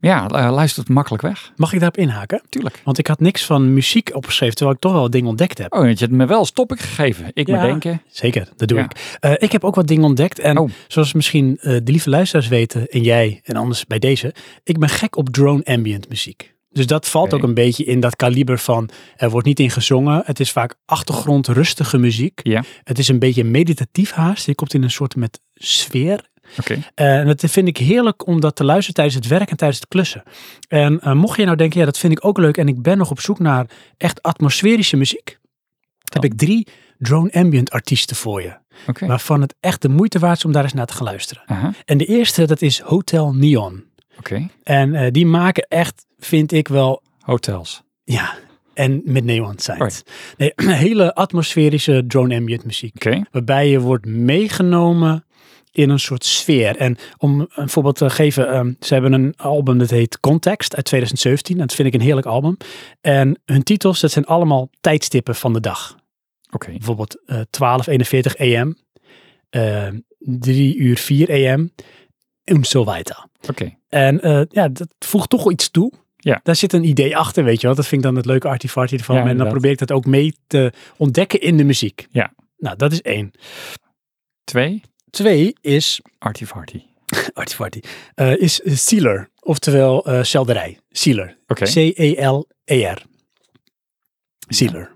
Speaker 2: ja, eh, luistert makkelijk weg.
Speaker 1: Mag ik daarop inhaken?
Speaker 2: Tuurlijk.
Speaker 1: Want ik had niks van muziek opgeschreven, terwijl ik toch wel dingen ontdekt heb.
Speaker 2: Oh, want je hebt me wel als topic gegeven. Ik moet
Speaker 1: Ja.
Speaker 2: denken.
Speaker 1: Zeker, dat doe
Speaker 2: Ja.
Speaker 1: ik. Eh, ik heb ook wat dingen ontdekt. En
Speaker 2: Oh.
Speaker 1: zoals misschien eh, de lieve luisteraars weten, en jij en anders bij deze, ik ben gek op drone ambient muziek. Dus dat valt
Speaker 2: Oké.
Speaker 1: ook een beetje in dat kaliber van, er wordt niet in gezongen. Het is vaak achtergrond rustige muziek.
Speaker 2: Ja,
Speaker 1: Het is een beetje meditatief haast. Je komt in een soort met sfeer.
Speaker 2: oké.
Speaker 1: Eh, en dat vind ik heerlijk om dat te luisteren tijdens het werk en tijdens het klussen. En eh, mocht je nou denken, ja, dat vind ik ook leuk en ik ben nog op zoek naar echt atmosferische muziek, heb ik drie drone ambient artiesten voor je.
Speaker 2: Oh. oké.
Speaker 1: Waarvan het echt de moeite waard is om daar eens naar te gaan luisteren.
Speaker 2: Aha,
Speaker 1: En de eerste, dat is Hotel Neon.
Speaker 2: oké.
Speaker 1: En eh, die maken echt, vind ik wel,
Speaker 2: Hotels.
Speaker 1: ja, en met neon signs.
Speaker 2: Alright.
Speaker 1: Nee, hele atmosferische drone ambient muziek
Speaker 2: Oké.
Speaker 1: waarbij je wordt meegenomen in een soort sfeer. En om een voorbeeld te geven, ehm, ze hebben een album dat heet Context uit 2017. Dat vind ik een heerlijk album. En hun titels, dat zijn allemaal tijdstippen van de dag.
Speaker 2: Oké.
Speaker 1: Bijvoorbeeld eh 12.41 am, eh, 3 uur 4 am en zo weiter.
Speaker 2: Oké.
Speaker 1: En eh, ja, dat voegt toch wel iets toe.
Speaker 2: Ja.
Speaker 1: Daar zit een idee achter, weet je wel. Dat vind ik dan het leuke artifarty ervan.
Speaker 2: Ja,
Speaker 1: en dan
Speaker 2: inderdaad.
Speaker 1: probeer ik dat ook mee te ontdekken in de muziek.
Speaker 2: Ja.
Speaker 1: Nou, dat is één.
Speaker 2: Twee.
Speaker 1: Twee is,
Speaker 2: Artifarty.
Speaker 1: artifarty, eh, is sealer, oftewel eh selderij. Sealer. E
Speaker 2: Oké.
Speaker 1: C-E-L-E-R. Sealer.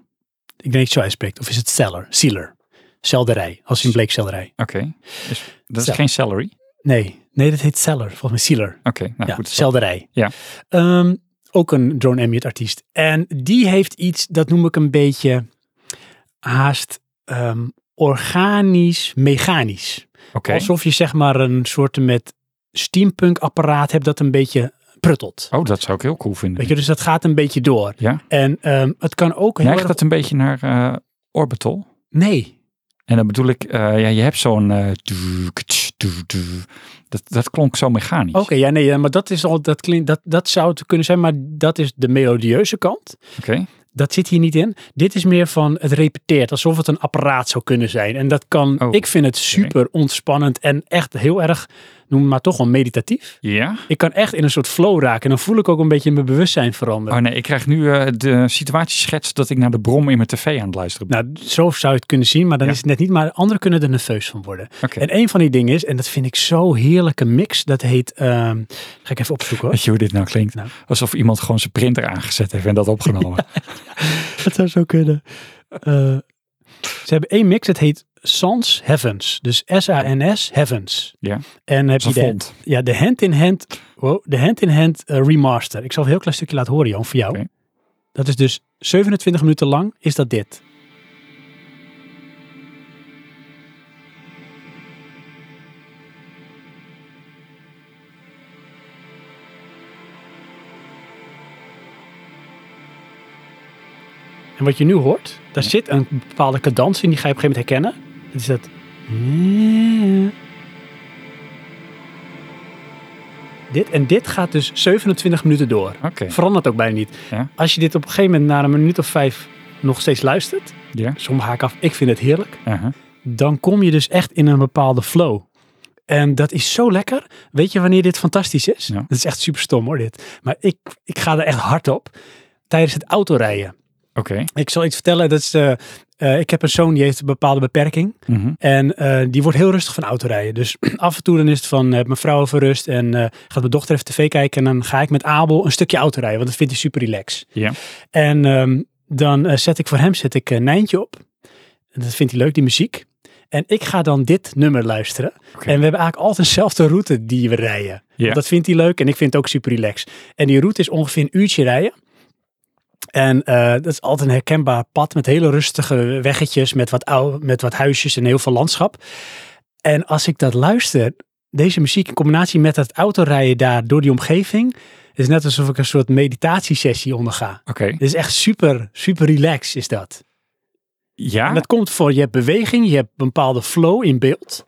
Speaker 1: Ik denk dat je het zo uitspreekt. Of is het seller? Sealer. Selderij, als in bleekselderij.
Speaker 2: Oké. Dus dat
Speaker 1: Zo.
Speaker 2: is geen salary.
Speaker 1: Nee, nee, dat heet seller. Volgens mij sealer.
Speaker 2: Oké, nou
Speaker 1: ja,
Speaker 2: goed. stop.
Speaker 1: selderij.
Speaker 2: Ja.
Speaker 1: Ehm, ook een drone ambient artiest. En die heeft iets, dat noem ik een beetje haast ehm, organisch, mechanisch.
Speaker 2: Oké.
Speaker 1: Alsof je zeg maar een soort met steampunk apparaat hebt dat een beetje pruttelt.
Speaker 2: Oh, dat zou ik heel cool vinden.
Speaker 1: Weet je, dus dat gaat een beetje door.
Speaker 2: Ja.
Speaker 1: En ehm, het kan ook heel
Speaker 2: Neigt
Speaker 1: erg...
Speaker 2: dat een beetje naar eh, Orbital?
Speaker 1: Nee,
Speaker 2: En dan bedoel ik, eh, ja, je hebt zo'n... eh, doe, ktsch, doe, doe. dat, dat klonk zo mechanisch.
Speaker 1: Oké, ja, nee, ja, maar dat, is al, dat, klinkt, dat, dat zou het kunnen zijn, maar dat is de melodieuze kant.
Speaker 2: Oké.
Speaker 1: Dat zit hier niet in. Dit is meer van het repeteert, alsof het een apparaat zou kunnen zijn. En dat kan,
Speaker 2: Oh,
Speaker 1: ik vind het super ontspannend en echt heel erg, noem het maar toch wel meditatief.
Speaker 2: Ja?
Speaker 1: Ik kan echt in een soort flow raken en dan voel ik ook een beetje mijn bewustzijn veranderen.
Speaker 2: Oh nee, ik krijg nu eh, de situatieschets dat ik naar de brom in mijn tv aan het luisteren ben.
Speaker 1: Nou, zo zou je het kunnen zien, maar dan
Speaker 2: Ja.
Speaker 1: is het net niet. Maar anderen kunnen er nerveus van worden.
Speaker 2: Oké.
Speaker 1: Nou, En een van die dingen is, en dat vind ik zo heerlijke mix, dat heet, ehm, ga ik even opzoeken hoor.
Speaker 2: Weet je hoe dit nou klinkt?
Speaker 1: Nou.
Speaker 2: Alsof iemand gewoon zijn printer aangezet heeft en dat opgenomen.
Speaker 1: Dat zou zo kunnen. Eh, ze hebben één mix, het heet Sans Heavens. Dus S-A-N-S Heavens.
Speaker 2: ja.
Speaker 1: En dan heb
Speaker 2: Dat
Speaker 1: je
Speaker 2: is een
Speaker 1: de,
Speaker 2: font.
Speaker 1: ja, de hand-in-hand wow, de hand -in -hand, eh, remaster. Ik zal een heel klein stukje laten horen, Jan, voor jou.
Speaker 2: Oké.
Speaker 1: Dat is dus 27 minuten lang, is dat dit. En wat je nu hoort, daar zit een bepaalde cadans in, die ga je op een gegeven moment herkennen. Dat is dat... "Eh." Dit, en dit gaat dus 27 minuten door.
Speaker 2: Oké.
Speaker 1: Verandert ook bijna niet.
Speaker 2: Ja.
Speaker 1: Als je dit op een gegeven moment na een minuut of vijf nog steeds luistert,
Speaker 2: Ja. Uh-huh.
Speaker 1: soms haak ik af, ik vind het heerlijk,
Speaker 2: Aha.
Speaker 1: dan kom je dus echt in een bepaalde flow. En dat is zo lekker. Weet je wanneer dit fantastisch is?
Speaker 2: Ja.
Speaker 1: Dat is echt super stom hoor dit. Maar ik, ik ga er echt hard op tijdens het autorijden.
Speaker 2: Oké.
Speaker 1: Ik zal iets vertellen. Dat is, eh, eh, ik heb een zoon die heeft een bepaalde beperking.
Speaker 2: Mhm.
Speaker 1: En eh, die wordt heel rustig van autorijden. Dus af en toe dan is het van, heb mijn vrouw even rust en eh, gaat mijn dochter even tv kijken. En dan ga ik met Abel een stukje autorijden, want dat vindt hij super relax.
Speaker 2: Ja.
Speaker 1: En ehm, dan eh, zet ik voor hem zet ik een Nijntje op. En dat vindt hij leuk, die muziek. En ik ga dan dit nummer luisteren.
Speaker 2: Oké.
Speaker 1: En we hebben eigenlijk altijd dezelfde route die we rijden.
Speaker 2: Ja.
Speaker 1: Want Dat vindt hij leuk en ik vind het ook super relax. En die route is ongeveer een uurtje rijden. En eh, dat is altijd een herkenbaar pad met hele rustige weggetjes, met wat, oude, met wat huisjes en heel veel landschap. En als ik dat luister, deze muziek in combinatie met dat autorijden daar door die omgeving, het is net alsof ik een soort meditatiesessie onderga.
Speaker 2: Oké.
Speaker 1: Het is echt super, super relaxed is dat.
Speaker 2: Ja.
Speaker 1: En dat komt voor, je hebt beweging, je hebt een bepaalde flow in beeld.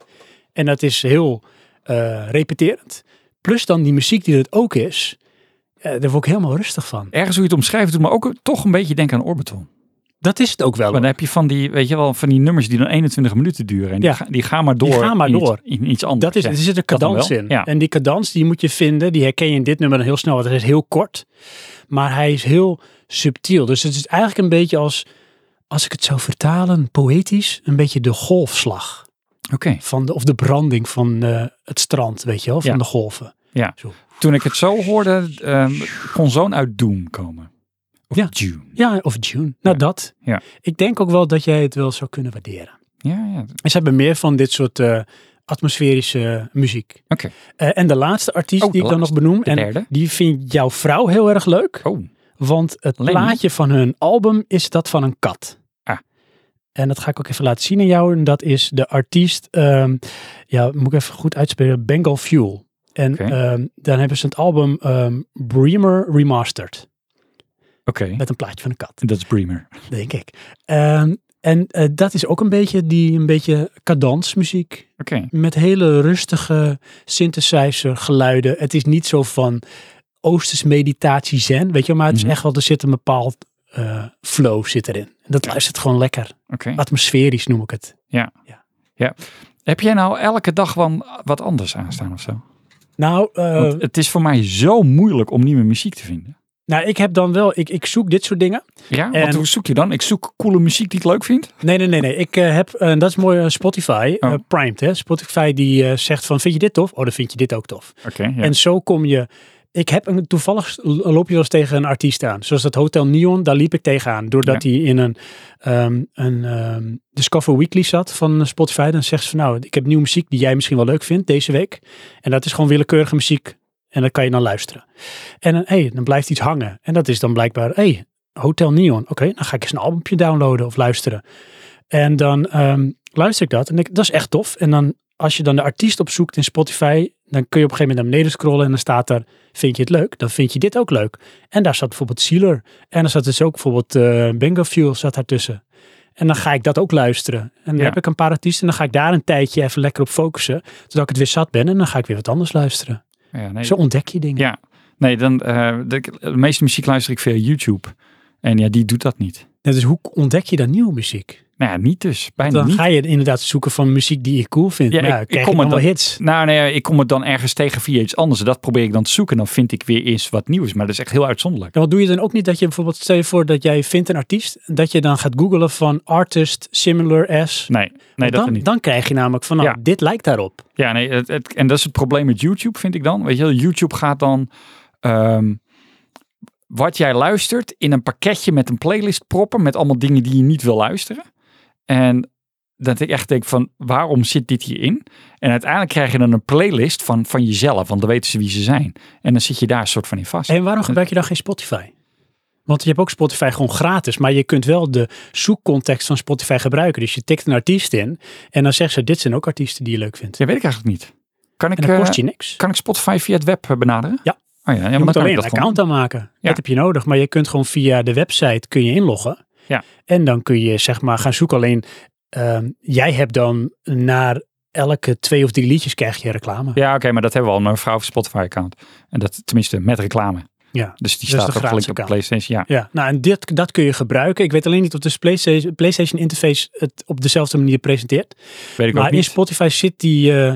Speaker 1: En dat is heel eh, repeterend. Plus dan die muziek die het ook is, eh, daar word ik helemaal rustig van.
Speaker 2: Ergens hoe je het omschrijft doet me ook toch een beetje denken aan Orbital.
Speaker 1: Oh. Dat is het ook wel.
Speaker 2: Maar dan heb je van die, weet je wel, van die nummers die dan 21 minuten duren.
Speaker 1: Ja.
Speaker 2: En die, ga- die gaan maar door.
Speaker 1: Die gaan maar
Speaker 2: in
Speaker 1: door.
Speaker 2: Iets, in iets anders.
Speaker 1: Dat is,
Speaker 2: Ja.
Speaker 1: er zit een
Speaker 2: dat dan
Speaker 1: cadans
Speaker 2: wel.
Speaker 1: in.
Speaker 2: Ja.
Speaker 1: En die cadans die moet je vinden. Die herken je in dit nummer dan heel snel. Want het is heel kort. Maar hij is heel subtiel. Dus het is eigenlijk een beetje als, als ik het zou vertalen, poëtisch. Een beetje de golfslag.
Speaker 2: Oké.
Speaker 1: Van de, of de branding van eh, het strand, weet je wel. Van
Speaker 2: Ja.
Speaker 1: de golven.
Speaker 2: Ja.
Speaker 1: Zo.
Speaker 2: Toen ik het zo hoorde, ehm, kon zo'n uit Doom komen. Of
Speaker 1: Ja.
Speaker 2: June.
Speaker 1: Ja, of June. Nou, dat.
Speaker 2: Ja.
Speaker 1: Ik denk ook wel dat jij het wel zou kunnen waarderen.
Speaker 2: Ja, ja. Oké.
Speaker 1: En ze hebben meer van dit soort eh, atmosferische muziek. Eh, en de laatste artiest
Speaker 2: Oh,
Speaker 1: die
Speaker 2: de
Speaker 1: ik dan nog
Speaker 2: laatste.
Speaker 1: benoem.
Speaker 2: De
Speaker 1: en
Speaker 2: derde.
Speaker 1: die vindt jouw vrouw heel erg leuk.
Speaker 2: Oh,
Speaker 1: Want het
Speaker 2: Lenny?
Speaker 1: plaatje van hun album is dat van een kat.
Speaker 2: Ah.
Speaker 1: En dat ga ik ook even laten zien aan jou. En dat is de artiest, ehm, ja, moet ik even goed uitspelen, Bengal Fuel. En
Speaker 2: Oké.
Speaker 1: ehm, dan hebben ze het album ehm Bremer Remastered.
Speaker 2: oké.
Speaker 1: Met een plaatje van een kat,
Speaker 2: Dat is Bremer.
Speaker 1: denk ik. Ehm, en eh, dat is ook een beetje die een beetje kadansmuziek.
Speaker 2: Oké.
Speaker 1: Met hele rustige synthesizer geluiden. Het is niet zo van oosters meditatie zen, weet je wel, maar het is
Speaker 2: Mhm.
Speaker 1: echt wel, er zit een bepaald eh, flow zit erin. En dat luistert gewoon lekker.
Speaker 2: Oké.
Speaker 1: Atmosferisch noem ik het.
Speaker 2: Heb jij nou elke dag wel wat anders aanstaan of zo?
Speaker 1: Nou, eh,
Speaker 2: Want het is voor mij zo moeilijk om nieuwe muziek te vinden.
Speaker 1: nou ik heb dan wel, ik, ik zoek dit soort dingen.
Speaker 2: Ja,
Speaker 1: En-
Speaker 2: wat hoe zoek je dan? Ik zoek coole muziek die ik leuk vind.
Speaker 1: Nee, nee, nee, nee. Ik eh, heb, en dat is mooi, eh, Spotify,
Speaker 2: Oh.
Speaker 1: eh, Primed, hè. Spotify die eh, zegt van, vind je dit tof? Oh, dan vind je dit ook tof.
Speaker 2: Oké, ja.
Speaker 1: En zo kom je. Ik heb een, toevallig loop je wel eens tegen een artiest aan. Zoals dat Hotel Neon, daar liep ik tegenaan. Doordat hij in een, ehm, een ehm, Discover Weekly zat van Spotify. Dan zegt ze van nou, ik heb nieuwe muziek die jij misschien wel leuk vindt deze week. En dat is gewoon willekeurige muziek. En dat kan je dan luisteren. En dan, hey, dan blijft iets hangen. En dat is dan blijkbaar, hey, Hotel Neon. Oké, dan ga ik eens een albumpje downloaden of luisteren. En dan ehm, luister ik dat en denk, ik, dat is echt tof. En dan als je dan de artiest opzoekt in Spotify, dan kun je op een gegeven moment naar beneden scrollen en dan staat er, vind je het leuk? Dan vind je dit ook leuk. En daar zat bijvoorbeeld Sealer. En daar zat dus ook bijvoorbeeld eh Bingo Fuel zat daartussen. En dan ga ik dat ook luisteren. En dan
Speaker 2: Ja.
Speaker 1: heb ik een paar artiesten en dan ga ik daar een tijdje even lekker op focussen. Zodat ik het weer zat ben en dan ga ik weer wat anders luisteren.
Speaker 2: Ja, nee.
Speaker 1: Zo ontdek je dingen.
Speaker 2: Ja, nee, dan, eh, de, de meeste muziek luister ik via YouTube. En ja, die doet dat niet.
Speaker 1: Ja, dus hoe ontdek je dan nieuwe muziek?
Speaker 2: Nou ja, niet dus. Bijna
Speaker 1: Dan
Speaker 2: niet.
Speaker 1: ga je inderdaad zoeken van muziek die ik cool vind.
Speaker 2: Ja,
Speaker 1: Ja, maar ja,
Speaker 2: ik- ik
Speaker 1: krijg
Speaker 2: kom
Speaker 1: je dan
Speaker 2: er
Speaker 1: wel
Speaker 2: dan-
Speaker 1: hits.
Speaker 2: Nou nee, ik kom het dan ergens tegen via iets anders. En dat probeer ik dan te zoeken. Dan vind ik weer eens wat nieuws. Maar dat is echt heel uitzonderlijk.
Speaker 1: En wat doe je dan ook niet dat je bijvoorbeeld, stel je voor dat jij vindt een artiest, en dat je dan gaat googelen van artist similar as.
Speaker 2: Nee, nee
Speaker 1: Want
Speaker 2: dat
Speaker 1: dan,
Speaker 2: niet.
Speaker 1: dan krijg je namelijk van, nou,
Speaker 2: Ja.
Speaker 1: dit lijkt daarop.
Speaker 2: Ja, nee, het, het- en dat is het probleem met YouTube, vind ik dan. Weet je, wel, YouTube gaat dan ehm, wat jij luistert in een pakketje met een playlist proppen met allemaal dingen die je niet wil luisteren. En dat ik echt denk van, waarom zit dit hierin? En uiteindelijk krijg je dan een playlist van, van jezelf, want dan weten ze wie ze zijn. En dan zit je daar een soort van in vast.
Speaker 1: En waarom gebruik je dan geen Spotify? Want je hebt ook Spotify gewoon gratis, maar je kunt wel de zoekcontext van Spotify gebruiken. Dus je tikt een artiest in en dan zeggen ze, dit zijn ook artiesten die je leuk vindt.
Speaker 2: Ja, weet ik eigenlijk niet. Kan ik,
Speaker 1: En dan
Speaker 2: eh,
Speaker 1: kost je niks.
Speaker 2: kan ik Spotify via het web eh, benaderen?
Speaker 1: Ja.
Speaker 2: Oh ja, ja
Speaker 1: je moet
Speaker 2: maar dan kan ik
Speaker 1: alleen een
Speaker 2: dat gewoon.
Speaker 1: account aanmaken.
Speaker 2: Ja.
Speaker 1: Dat heb je nodig. Maar je kunt gewoon via de website kun je inloggen.
Speaker 2: Ja.
Speaker 1: En dan kun je zeg maar gaan zoeken. Alleen ehm, jij hebt dan naar elke twee of drie liedjes krijg je reclame.
Speaker 2: Ja, oké, maar dat hebben we al. Mijn vrouw heeft een Spotify-account. En dat tenminste met reclame.
Speaker 1: Ja.
Speaker 2: Dus die
Speaker 1: Dat is
Speaker 2: staat
Speaker 1: de
Speaker 2: ook gelinkt op de
Speaker 1: gratis
Speaker 2: PlayStation. Ja.
Speaker 1: Ja, nou en dit, dat kun je gebruiken. Ik weet alleen niet of de PlayStation, PlayStation interface het op dezelfde manier presenteert.
Speaker 2: weet ik ook
Speaker 1: maar in
Speaker 2: niet.
Speaker 1: Spotify zit die, eh,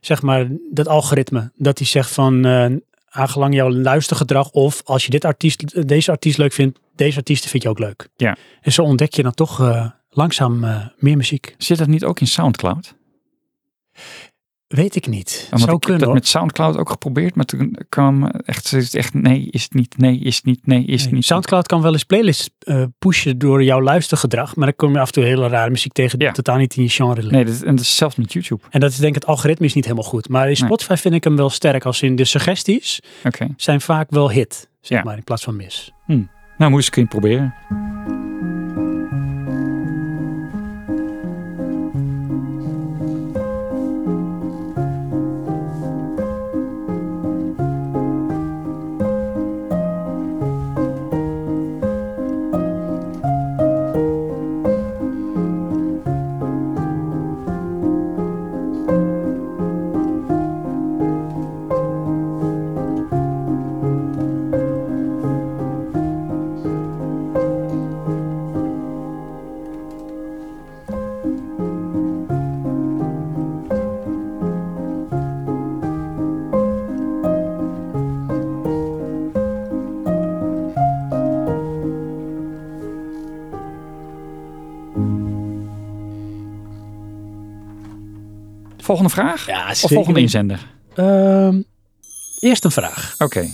Speaker 1: zeg maar, dat algoritme. Dat die zegt van, eh aangelang jouw luistergedrag of als je dit artiest, deze artiest leuk vindt, deze artiesten vind je ook leuk.
Speaker 2: Ja.
Speaker 1: En zo ontdek je dan toch eh, langzaam eh, meer muziek.
Speaker 2: Zit dat niet ook in SoundCloud?
Speaker 1: Weet ik niet. Zou
Speaker 2: Want ik heb
Speaker 1: kunnen
Speaker 2: dat
Speaker 1: hoor.
Speaker 2: met SoundCloud ook geprobeerd, maar toen kwam echt, ze is echt nee, is het niet, nee, is het niet, nee, is het
Speaker 1: Nee,
Speaker 2: niet.
Speaker 1: Soundcloud kan wel eens playlists eh, pushen door jouw luistergedrag, maar dan kom je af en toe hele rare muziek tegen die
Speaker 2: Ja.
Speaker 1: totaal niet in je genre ligt.
Speaker 2: Nee, dat, en dat is zelfs met YouTube.
Speaker 1: En dat is denk ik, het algoritme is niet helemaal goed. Maar in Spotify vind ik hem wel sterk, als in de suggesties
Speaker 2: Oké.
Speaker 1: zijn vaak wel hit, zeg
Speaker 2: Ja.
Speaker 1: maar, in plaats van mis.
Speaker 2: Nou, moest ik het proberen. Volgende vraag?
Speaker 1: Ja,
Speaker 2: of volgende
Speaker 1: niet.
Speaker 2: inzender?
Speaker 1: Ehm, eerst een vraag.
Speaker 2: Oké.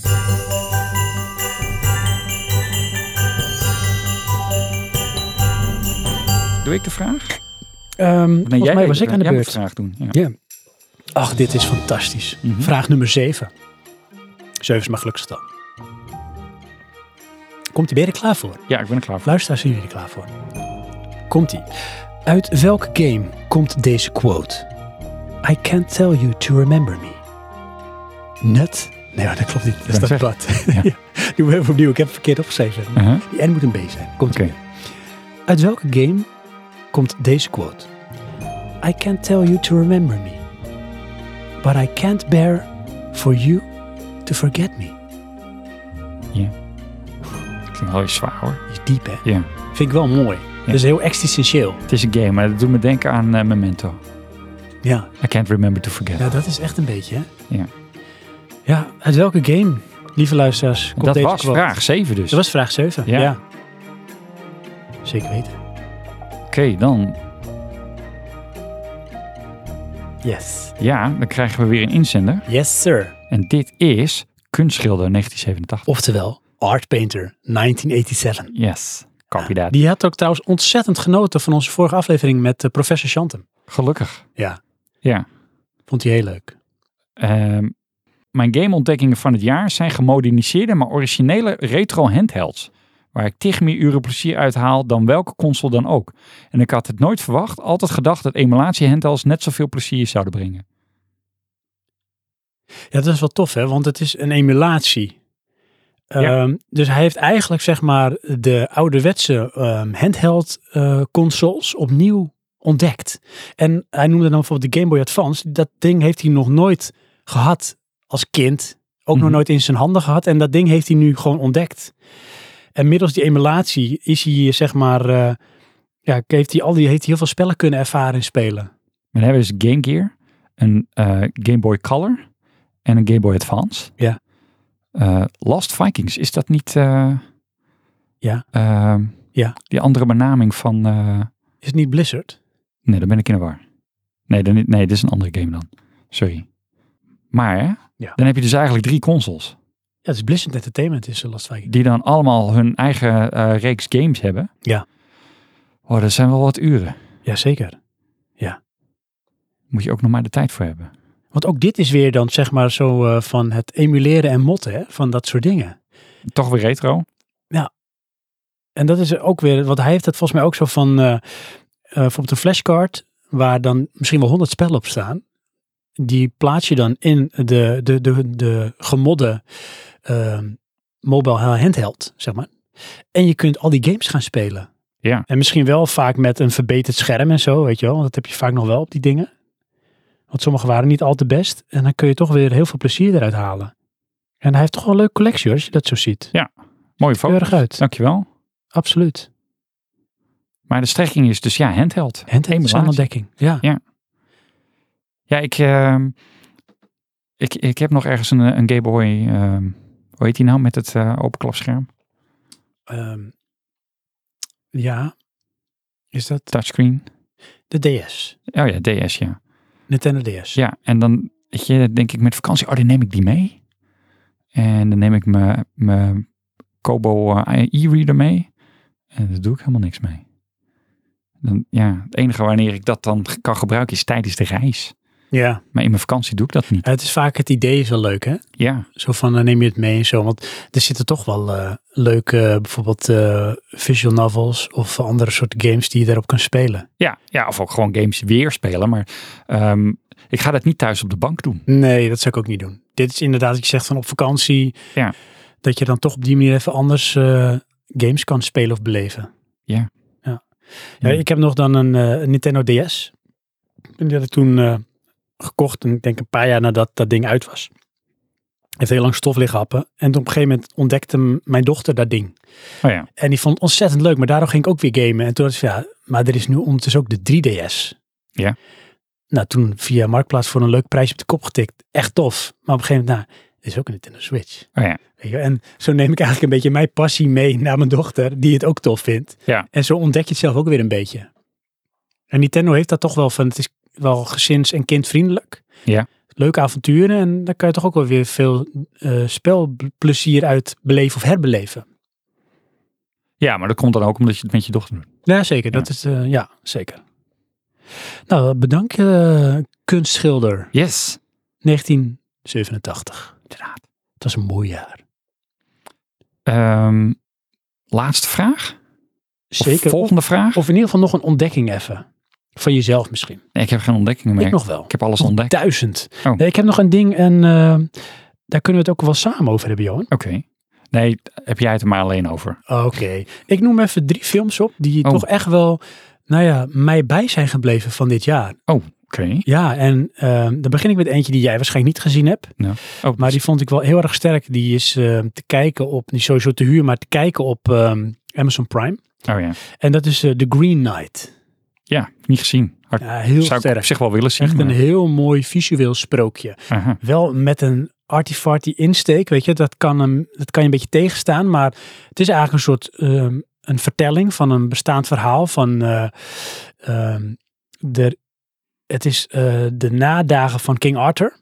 Speaker 2: Doe ik de vraag? Nee,
Speaker 1: Ehm volgens mij
Speaker 2: deed
Speaker 1: was ik aan de
Speaker 2: vraag. Jij moet
Speaker 1: beurt.
Speaker 2: vraag Mhm. doen. Ja.
Speaker 1: Ach, dit is fantastisch. Vraag nummer 7. 7 is mijn geluksgetal. Komt u weer er klaar voor?
Speaker 2: ja, ik ben er klaar voor.
Speaker 1: Luisteraars zijn jullie er klaar voor. Komt ie. Uit welk game komt deze quote? I can't tell you to remember me. Nut? Nee, dat klopt niet. Dat is dat
Speaker 2: het
Speaker 1: pad. Ja. Doe we even opnieuw. Ik heb het verkeerd opgeschreven.
Speaker 2: Uh-huh.
Speaker 1: Die N moet een B zijn. Komt ie.
Speaker 2: Oké.
Speaker 1: Uit welke game komt deze quote? I can't tell you to remember me. But I can't bear for you to forget me.
Speaker 2: Ja. Dat klinkt wel eens zwaar hoor.
Speaker 1: Die is diep, hè?
Speaker 2: Ja.
Speaker 1: Vind ik wel mooi. Dat is heel existentieel.
Speaker 2: Het is een game, maar dat doet me denken aan eh, Memento.
Speaker 1: Ja.
Speaker 2: I can't remember to forget.
Speaker 1: ja, dat is echt een beetje, hè?
Speaker 2: Ja.
Speaker 1: Ja, uit welke game, lieve luisteraars, komt
Speaker 2: Dat
Speaker 1: deze
Speaker 2: was
Speaker 1: quote?
Speaker 2: vraag 7 dus.
Speaker 1: Dat was vraag 7,
Speaker 2: Ja.
Speaker 1: ja. Zeker weten.
Speaker 2: Oké, dan.
Speaker 1: Yes.
Speaker 2: Ja, dan krijgen we weer een inzender.
Speaker 1: Yes, sir.
Speaker 2: En dit is kunstschilder 1987.
Speaker 1: Oftewel, Art Painter 1987.
Speaker 2: Yes, kandidaat.
Speaker 1: Die had ook trouwens ontzettend genoten van onze vorige aflevering met eh, professor Chantem.
Speaker 2: Gelukkig.
Speaker 1: Ja,
Speaker 2: Ja.
Speaker 1: vond hij heel leuk.
Speaker 2: Ehm, mijn gameontdekkingen van het jaar zijn gemoderniseerde, maar originele retro handhelds. Waar ik tig meer uren plezier uit haal dan welke console dan ook. En ik had het nooit verwacht, altijd gedacht dat emulatie handhelds net zoveel plezier zouden brengen.
Speaker 1: Ja, dat is wel tof hè, want het is een emulatie.
Speaker 2: Ja.
Speaker 1: Ehm, dus hij heeft eigenlijk zeg maar de ouderwetse ehm, handheld eh, consoles opnieuw ontdekt. En hij noemde dan bijvoorbeeld de Game Boy Advance. Dat ding heeft hij nog nooit gehad als kind. Ook nog
Speaker 2: Mhm.
Speaker 1: nooit in zijn handen gehad. En dat ding heeft hij nu gewoon ontdekt. En middels die emulatie is hij zeg maar... eh, ja, heeft hij, al die, heeft hij heel veel spellen kunnen ervaren en spelen.
Speaker 2: Maar dan hebben we dus Game Gear, een eh, Game Boy Color en een Game Boy Advance.
Speaker 1: Ja.
Speaker 2: Eh, Last Vikings, is dat niet... eh,
Speaker 1: Ja.
Speaker 2: ehm,
Speaker 1: Ja.
Speaker 2: Die andere benaming van... eh,
Speaker 1: Is het niet Blizzard?
Speaker 2: nee, dan ben ik in de war. Nee, dan, nee, dit is een andere game dan. Sorry. Maar
Speaker 1: Ja.
Speaker 2: dan heb je dus eigenlijk drie consoles.
Speaker 1: Ja, het is Blizzard Entertainment is de Last Viking.
Speaker 2: Die dan allemaal hun eigen eh, reeks games hebben.
Speaker 1: Ja.
Speaker 2: Oh, dat zijn wel wat uren.
Speaker 1: Jazeker.
Speaker 2: Moet je ook nog maar de tijd voor hebben.
Speaker 1: Want ook dit is weer dan zeg maar zo eh, van het emuleren en motten hè, van dat soort dingen.
Speaker 2: Toch weer retro.
Speaker 1: En dat is ook weer, want hij heeft het volgens mij ook zo van eh, eh, bijvoorbeeld een flashcard waar dan misschien wel honderd spellen op staan. Die plaats je dan in de, de, de, de gemodde ehm, mobile handheld, zeg maar. En je kunt al die games gaan spelen.
Speaker 2: Ja.
Speaker 1: En misschien wel vaak met een verbeterd scherm en zo, weet je wel. Want dat heb je vaak nog wel op die dingen. Want sommige waren niet al te best. En dan kun je toch weer heel veel plezier eruit halen. En hij heeft toch wel een leuke collectie hoor, als je dat zo ziet.
Speaker 2: Mooie
Speaker 1: Heel
Speaker 2: foto.
Speaker 1: erg uit.
Speaker 2: Dankjewel.
Speaker 1: Absoluut.
Speaker 2: Maar de strekking is dus ja, handheld.
Speaker 1: Handheld is aan
Speaker 2: Emulatie.
Speaker 1: ontdekking. Ja.
Speaker 2: Ja, ik, ehm, ik, ik heb nog ergens een, een Game Boy, ehm, hoe heet die nou, met het eh openklapscherm?
Speaker 1: Ehm, ja. Is dat
Speaker 2: Touchscreen.
Speaker 1: de DS?
Speaker 2: Oh ja, DS, ja.
Speaker 1: Nintendo DS.
Speaker 2: Ja, en dan weet je, denk ik met vakantie, oh, dan neem ik die mee. En dan neem ik mijn- mijn Kobo eh, e-reader mee. En daar doe ik helemaal niks mee. Dan, ja, het enige wanneer ik dat dan ge- kan gebruiken is tijdens de reis.
Speaker 1: Ja.
Speaker 2: Maar in mijn vakantie doe ik dat niet.
Speaker 1: Het is vaak het idee is wel leuk, hè?
Speaker 2: Ja,
Speaker 1: Zo van, dan neem je het mee en zo. Want er zitten toch wel eh, leuke, bijvoorbeeld eh, visual novels of andere soort games die je daarop kan spelen.
Speaker 2: ja, ja of ook gewoon games weer spelen. Maar ehm, ik ga dat niet thuis op de bank doen.
Speaker 1: Nee, dat zou ik ook niet doen. Dit is inderdaad wat je zegt van op vakantie.
Speaker 2: Ja.
Speaker 1: Dat je dan toch op die manier even anders eh, games kan spelen of beleven.
Speaker 2: Ja.
Speaker 1: ja. Ja, ik heb nog dan een eh, Nintendo DS. En die had ik toen eh, gekocht. En ik denk een paar jaar nadat dat ding uit was. Heeft heel lang stof liggen happen. En op een gegeven moment ontdekte m- mijn dochter dat ding.
Speaker 2: Oh ja.
Speaker 1: En die vond het ontzettend leuk. Maar daardoor ging ik ook weer gamen. En toen dacht ik, van, ja, maar er is nu ondertussen ook de 3DS.
Speaker 2: Ja.
Speaker 1: Nou, toen via Marktplaats voor een leuk prijsje op de kop getikt. Echt tof. Maar op een gegeven moment, nou, dit is ook een Nintendo Switch.
Speaker 2: Oh ja.
Speaker 1: Weet je, en zo neem ik eigenlijk een beetje mijn passie mee naar mijn dochter, die het ook tof vindt.
Speaker 2: Ja.
Speaker 1: En zo ontdek je het zelf ook weer een beetje. En Nintendo heeft dat toch wel van, het is wel gezins- en kindvriendelijk.
Speaker 2: Ja.
Speaker 1: Leuke avonturen en daar kan je toch ook wel weer veel eh, spelplezier uit beleven of herbeleven.
Speaker 2: ja, maar dat komt dan ook omdat je het met je dochter doet.
Speaker 1: Ja, zeker. Dat is, eh, ja, zeker. Nou, bedankt eh, kunstschilder
Speaker 2: Yes.
Speaker 1: 1987.
Speaker 2: Inderdaad.
Speaker 1: Het was een mooi jaar.
Speaker 2: Ehm, laatste vraag? Of
Speaker 1: Zeker. Of,
Speaker 2: Volgende vraag?
Speaker 1: of in ieder geval nog een ontdekking even. Van jezelf misschien.
Speaker 2: Nee, ik heb geen ontdekkingen meer.
Speaker 1: Ik nog wel.
Speaker 2: Ik heb alles
Speaker 1: Nog
Speaker 2: ontdekt.
Speaker 1: Duizend.
Speaker 2: Oh.
Speaker 1: Nee, ik heb nog een ding en eh, daar kunnen we het ook wel samen over hebben, Johan.
Speaker 2: Oké. Nee, heb jij het er maar alleen over.
Speaker 1: Oké. Ik noem even drie films op die
Speaker 2: Oh.
Speaker 1: toch echt wel, nou ja, mij bij zijn gebleven van dit jaar.
Speaker 2: Oh, oké.
Speaker 1: Ja, en eh, dan begin ik met eentje die jij waarschijnlijk niet gezien hebt.
Speaker 2: Oh,
Speaker 1: Maar die vond ik wel heel erg sterk. Die is eh, te kijken op, niet sowieso te huur, maar te kijken op ehm, Amazon Prime.
Speaker 2: oh ja.
Speaker 1: En dat is eh, The Green Knight.
Speaker 2: Ja, niet gezien. Hard.
Speaker 1: Ja, heel
Speaker 2: Zou ik op
Speaker 1: sterk.
Speaker 2: zich wel willen zien.
Speaker 1: Echt een
Speaker 2: maar-
Speaker 1: heel mooi visueel sprookje.
Speaker 2: Aha.
Speaker 1: wel met een artifarty insteek, weet je, dat kan, hem, dat kan je een beetje tegenstaan, maar het is eigenlijk een soort ehm, een vertelling van een bestaand verhaal van eh, ehm, de, het is eh, de nadagen van King Arthur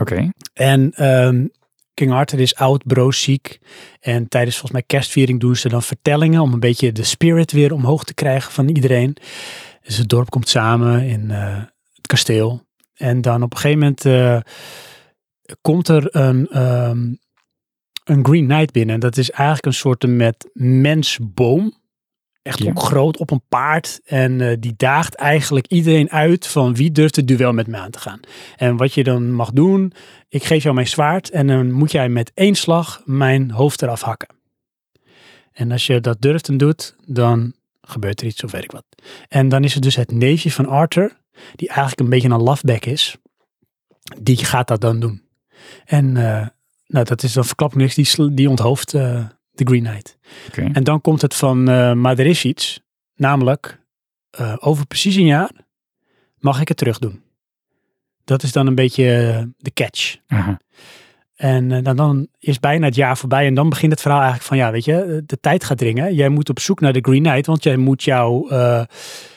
Speaker 2: Oké.
Speaker 1: en ehm, King Arthur is oud, broos, ziek en tijdens volgens mij kerstviering doen ze dan vertellingen om een beetje de spirit weer omhoog te krijgen van iedereen. Dus het dorp komt samen in eh, het kasteel en dan op een gegeven moment eh, komt er een, ehm, een Green Knight binnen. Dat is eigenlijk een soort met mensboom. Echt
Speaker 2: Ja.
Speaker 1: ook groot op een paard. En eh, die daagt eigenlijk iedereen uit van wie durft het duel met me aan te gaan. En wat je dan mag doen, ik geef jou mijn zwaard en dan moet jij met één slag mijn hoofd eraf hakken. En als je dat durft en doet, dan gebeurt er iets of weet ik wat. En dan is het dus het neefje van Arthur, die eigenlijk een beetje een lafbek is, die gaat dat dan doen. En eh, nou, dat is dan verklapt niks, die, sl- die onthoofd eh, de Green Knight.
Speaker 2: Oké.
Speaker 1: En dan komt het van eh maar er is iets, namelijk eh, over precies een jaar mag ik het terug doen. Dat is dan een beetje eh, de catch.
Speaker 2: Aha.
Speaker 1: En eh, dan, dan is bijna het jaar voorbij en dan begint het verhaal eigenlijk van, ja, weet je, eh, de tijd gaat dringen. Jij moet op zoek naar de Green Knight, want jij moet jouw, eh,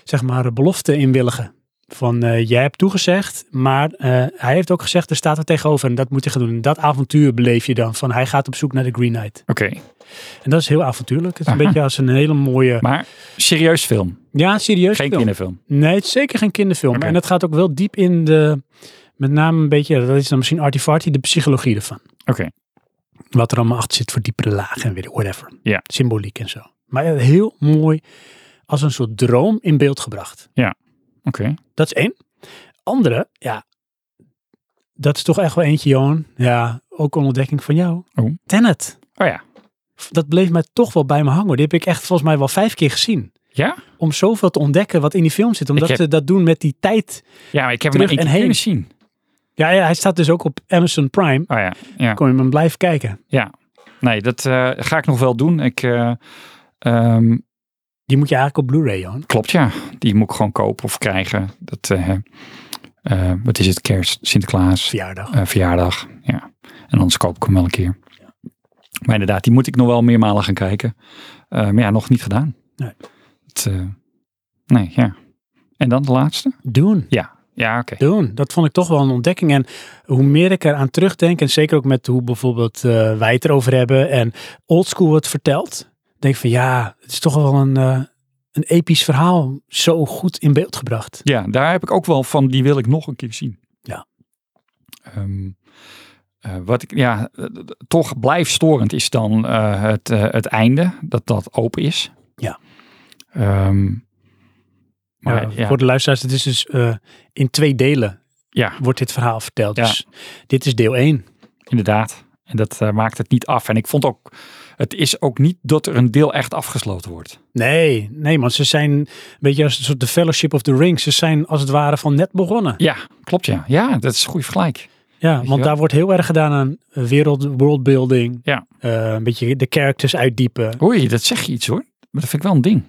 Speaker 1: zeg maar, belofte inwilligen. Van, eh, jij hebt toegezegd, maar eh, hij heeft ook gezegd, er staat er tegenover en dat moet je gaan doen. En dat avontuur beleef je dan, van hij gaat op zoek naar de Green Knight.
Speaker 2: Oké,
Speaker 1: En dat is heel avontuurlijk. Het is een
Speaker 2: Aha.
Speaker 1: beetje als een hele mooie,
Speaker 2: maar serieus film.
Speaker 1: ja, serieus
Speaker 2: Geen
Speaker 1: film.
Speaker 2: kinderfilm.
Speaker 1: Nee, het is zeker geen kinderfilm.
Speaker 2: Oké.
Speaker 1: En dat gaat ook wel diep in de, met name een beetje, dat is dan misschien artifarty, de psychologie ervan.
Speaker 2: Oké,
Speaker 1: wat er allemaal achter zit voor diepere lagen en weer whatever.
Speaker 2: Ja.
Speaker 1: Symboliek en zo. Maar heel mooi als een soort droom in beeld gebracht.
Speaker 2: oké.
Speaker 1: Dat is één. Andere, ja, dat is toch echt wel eentje, Johan. Ja, ook een ontdekking van jou.
Speaker 2: Oh.
Speaker 1: Tenet.
Speaker 2: Oh ja.
Speaker 1: Dat bleef mij toch wel bij me hangen. hoor. Die heb ik echt volgens mij wel vijf keer gezien.
Speaker 2: Ja?
Speaker 1: Om zoveel te ontdekken wat in die film zit. Omdat
Speaker 2: heb-
Speaker 1: ze dat doen met die tijd.
Speaker 2: Ja, maar ik heb
Speaker 1: Terug
Speaker 2: hem
Speaker 1: en
Speaker 2: een keer
Speaker 1: heen.
Speaker 2: kunnen zien.
Speaker 1: Ja, ja, hij staat dus ook op Amazon Prime.
Speaker 2: Oh ja, ja.
Speaker 1: Kon je hem blijven kijken.
Speaker 2: ja. Nee, dat eh, ga ik nog wel doen. Ik, eh, ehm,
Speaker 1: Die moet je eigenlijk op Blu-ray, Johan.
Speaker 2: klopt, ja. Die moet ik gewoon kopen of krijgen. Dat, eh, eh, wat is het? Kerst, Sinterklaas,
Speaker 1: Verjaardag.
Speaker 2: eh, verjaardag. Ja. En anders koop ik hem wel een keer. Maar inderdaad, die moet ik nog wel meermalen gaan kijken. Eh, maar ja, nog niet gedaan.
Speaker 1: Nee.
Speaker 2: Het, eh, nee, ja. En dan de laatste?
Speaker 1: Doen.
Speaker 2: Ja. Ja, oké.
Speaker 1: doen. Dat vond ik toch wel een ontdekking. En hoe meer ik eraan terugdenk, en zeker ook met hoe bijvoorbeeld eh, wij het erover hebben en oldschool het vertelt, denk ik van ja, het is toch wel een, eh, een episch verhaal zo goed in beeld gebracht.
Speaker 2: Ja, daar heb ik ook wel van. Die wil ik nog een keer zien.
Speaker 1: Ja.
Speaker 2: Ehm, eh, wat ik, ja, eh, eh, toch blijfstorend is dan eh, het, eh, het einde. Dat dat open is.
Speaker 1: Ja.
Speaker 2: Ehm, maar
Speaker 1: Ja,
Speaker 2: ja, ja,
Speaker 1: Voor de luisteraars, het is dus eh, in twee delen wordt dit verhaal verteld.
Speaker 2: Ja.
Speaker 1: Dus dit is deel 1.
Speaker 2: inderdaad. En dat eh, maakt het niet af. En ik vond ook, het is ook niet dat er een deel echt afgesloten wordt.
Speaker 1: Nee, nee, want ze zijn een beetje als een soort de Fellowship of the Ring. Ze zijn als het ware van net begonnen.
Speaker 2: Ja, klopt ja. Ja, dat is een goede vergelijk.
Speaker 1: Ja,
Speaker 2: je
Speaker 1: want
Speaker 2: wel?
Speaker 1: daar wordt heel erg gedaan aan eh, wereld, worldbuilding.
Speaker 2: Ja.
Speaker 1: Eh, een beetje de characters uitdiepen.
Speaker 2: Oei, dat zeg je iets hoor. Maar dat vind ik wel een ding.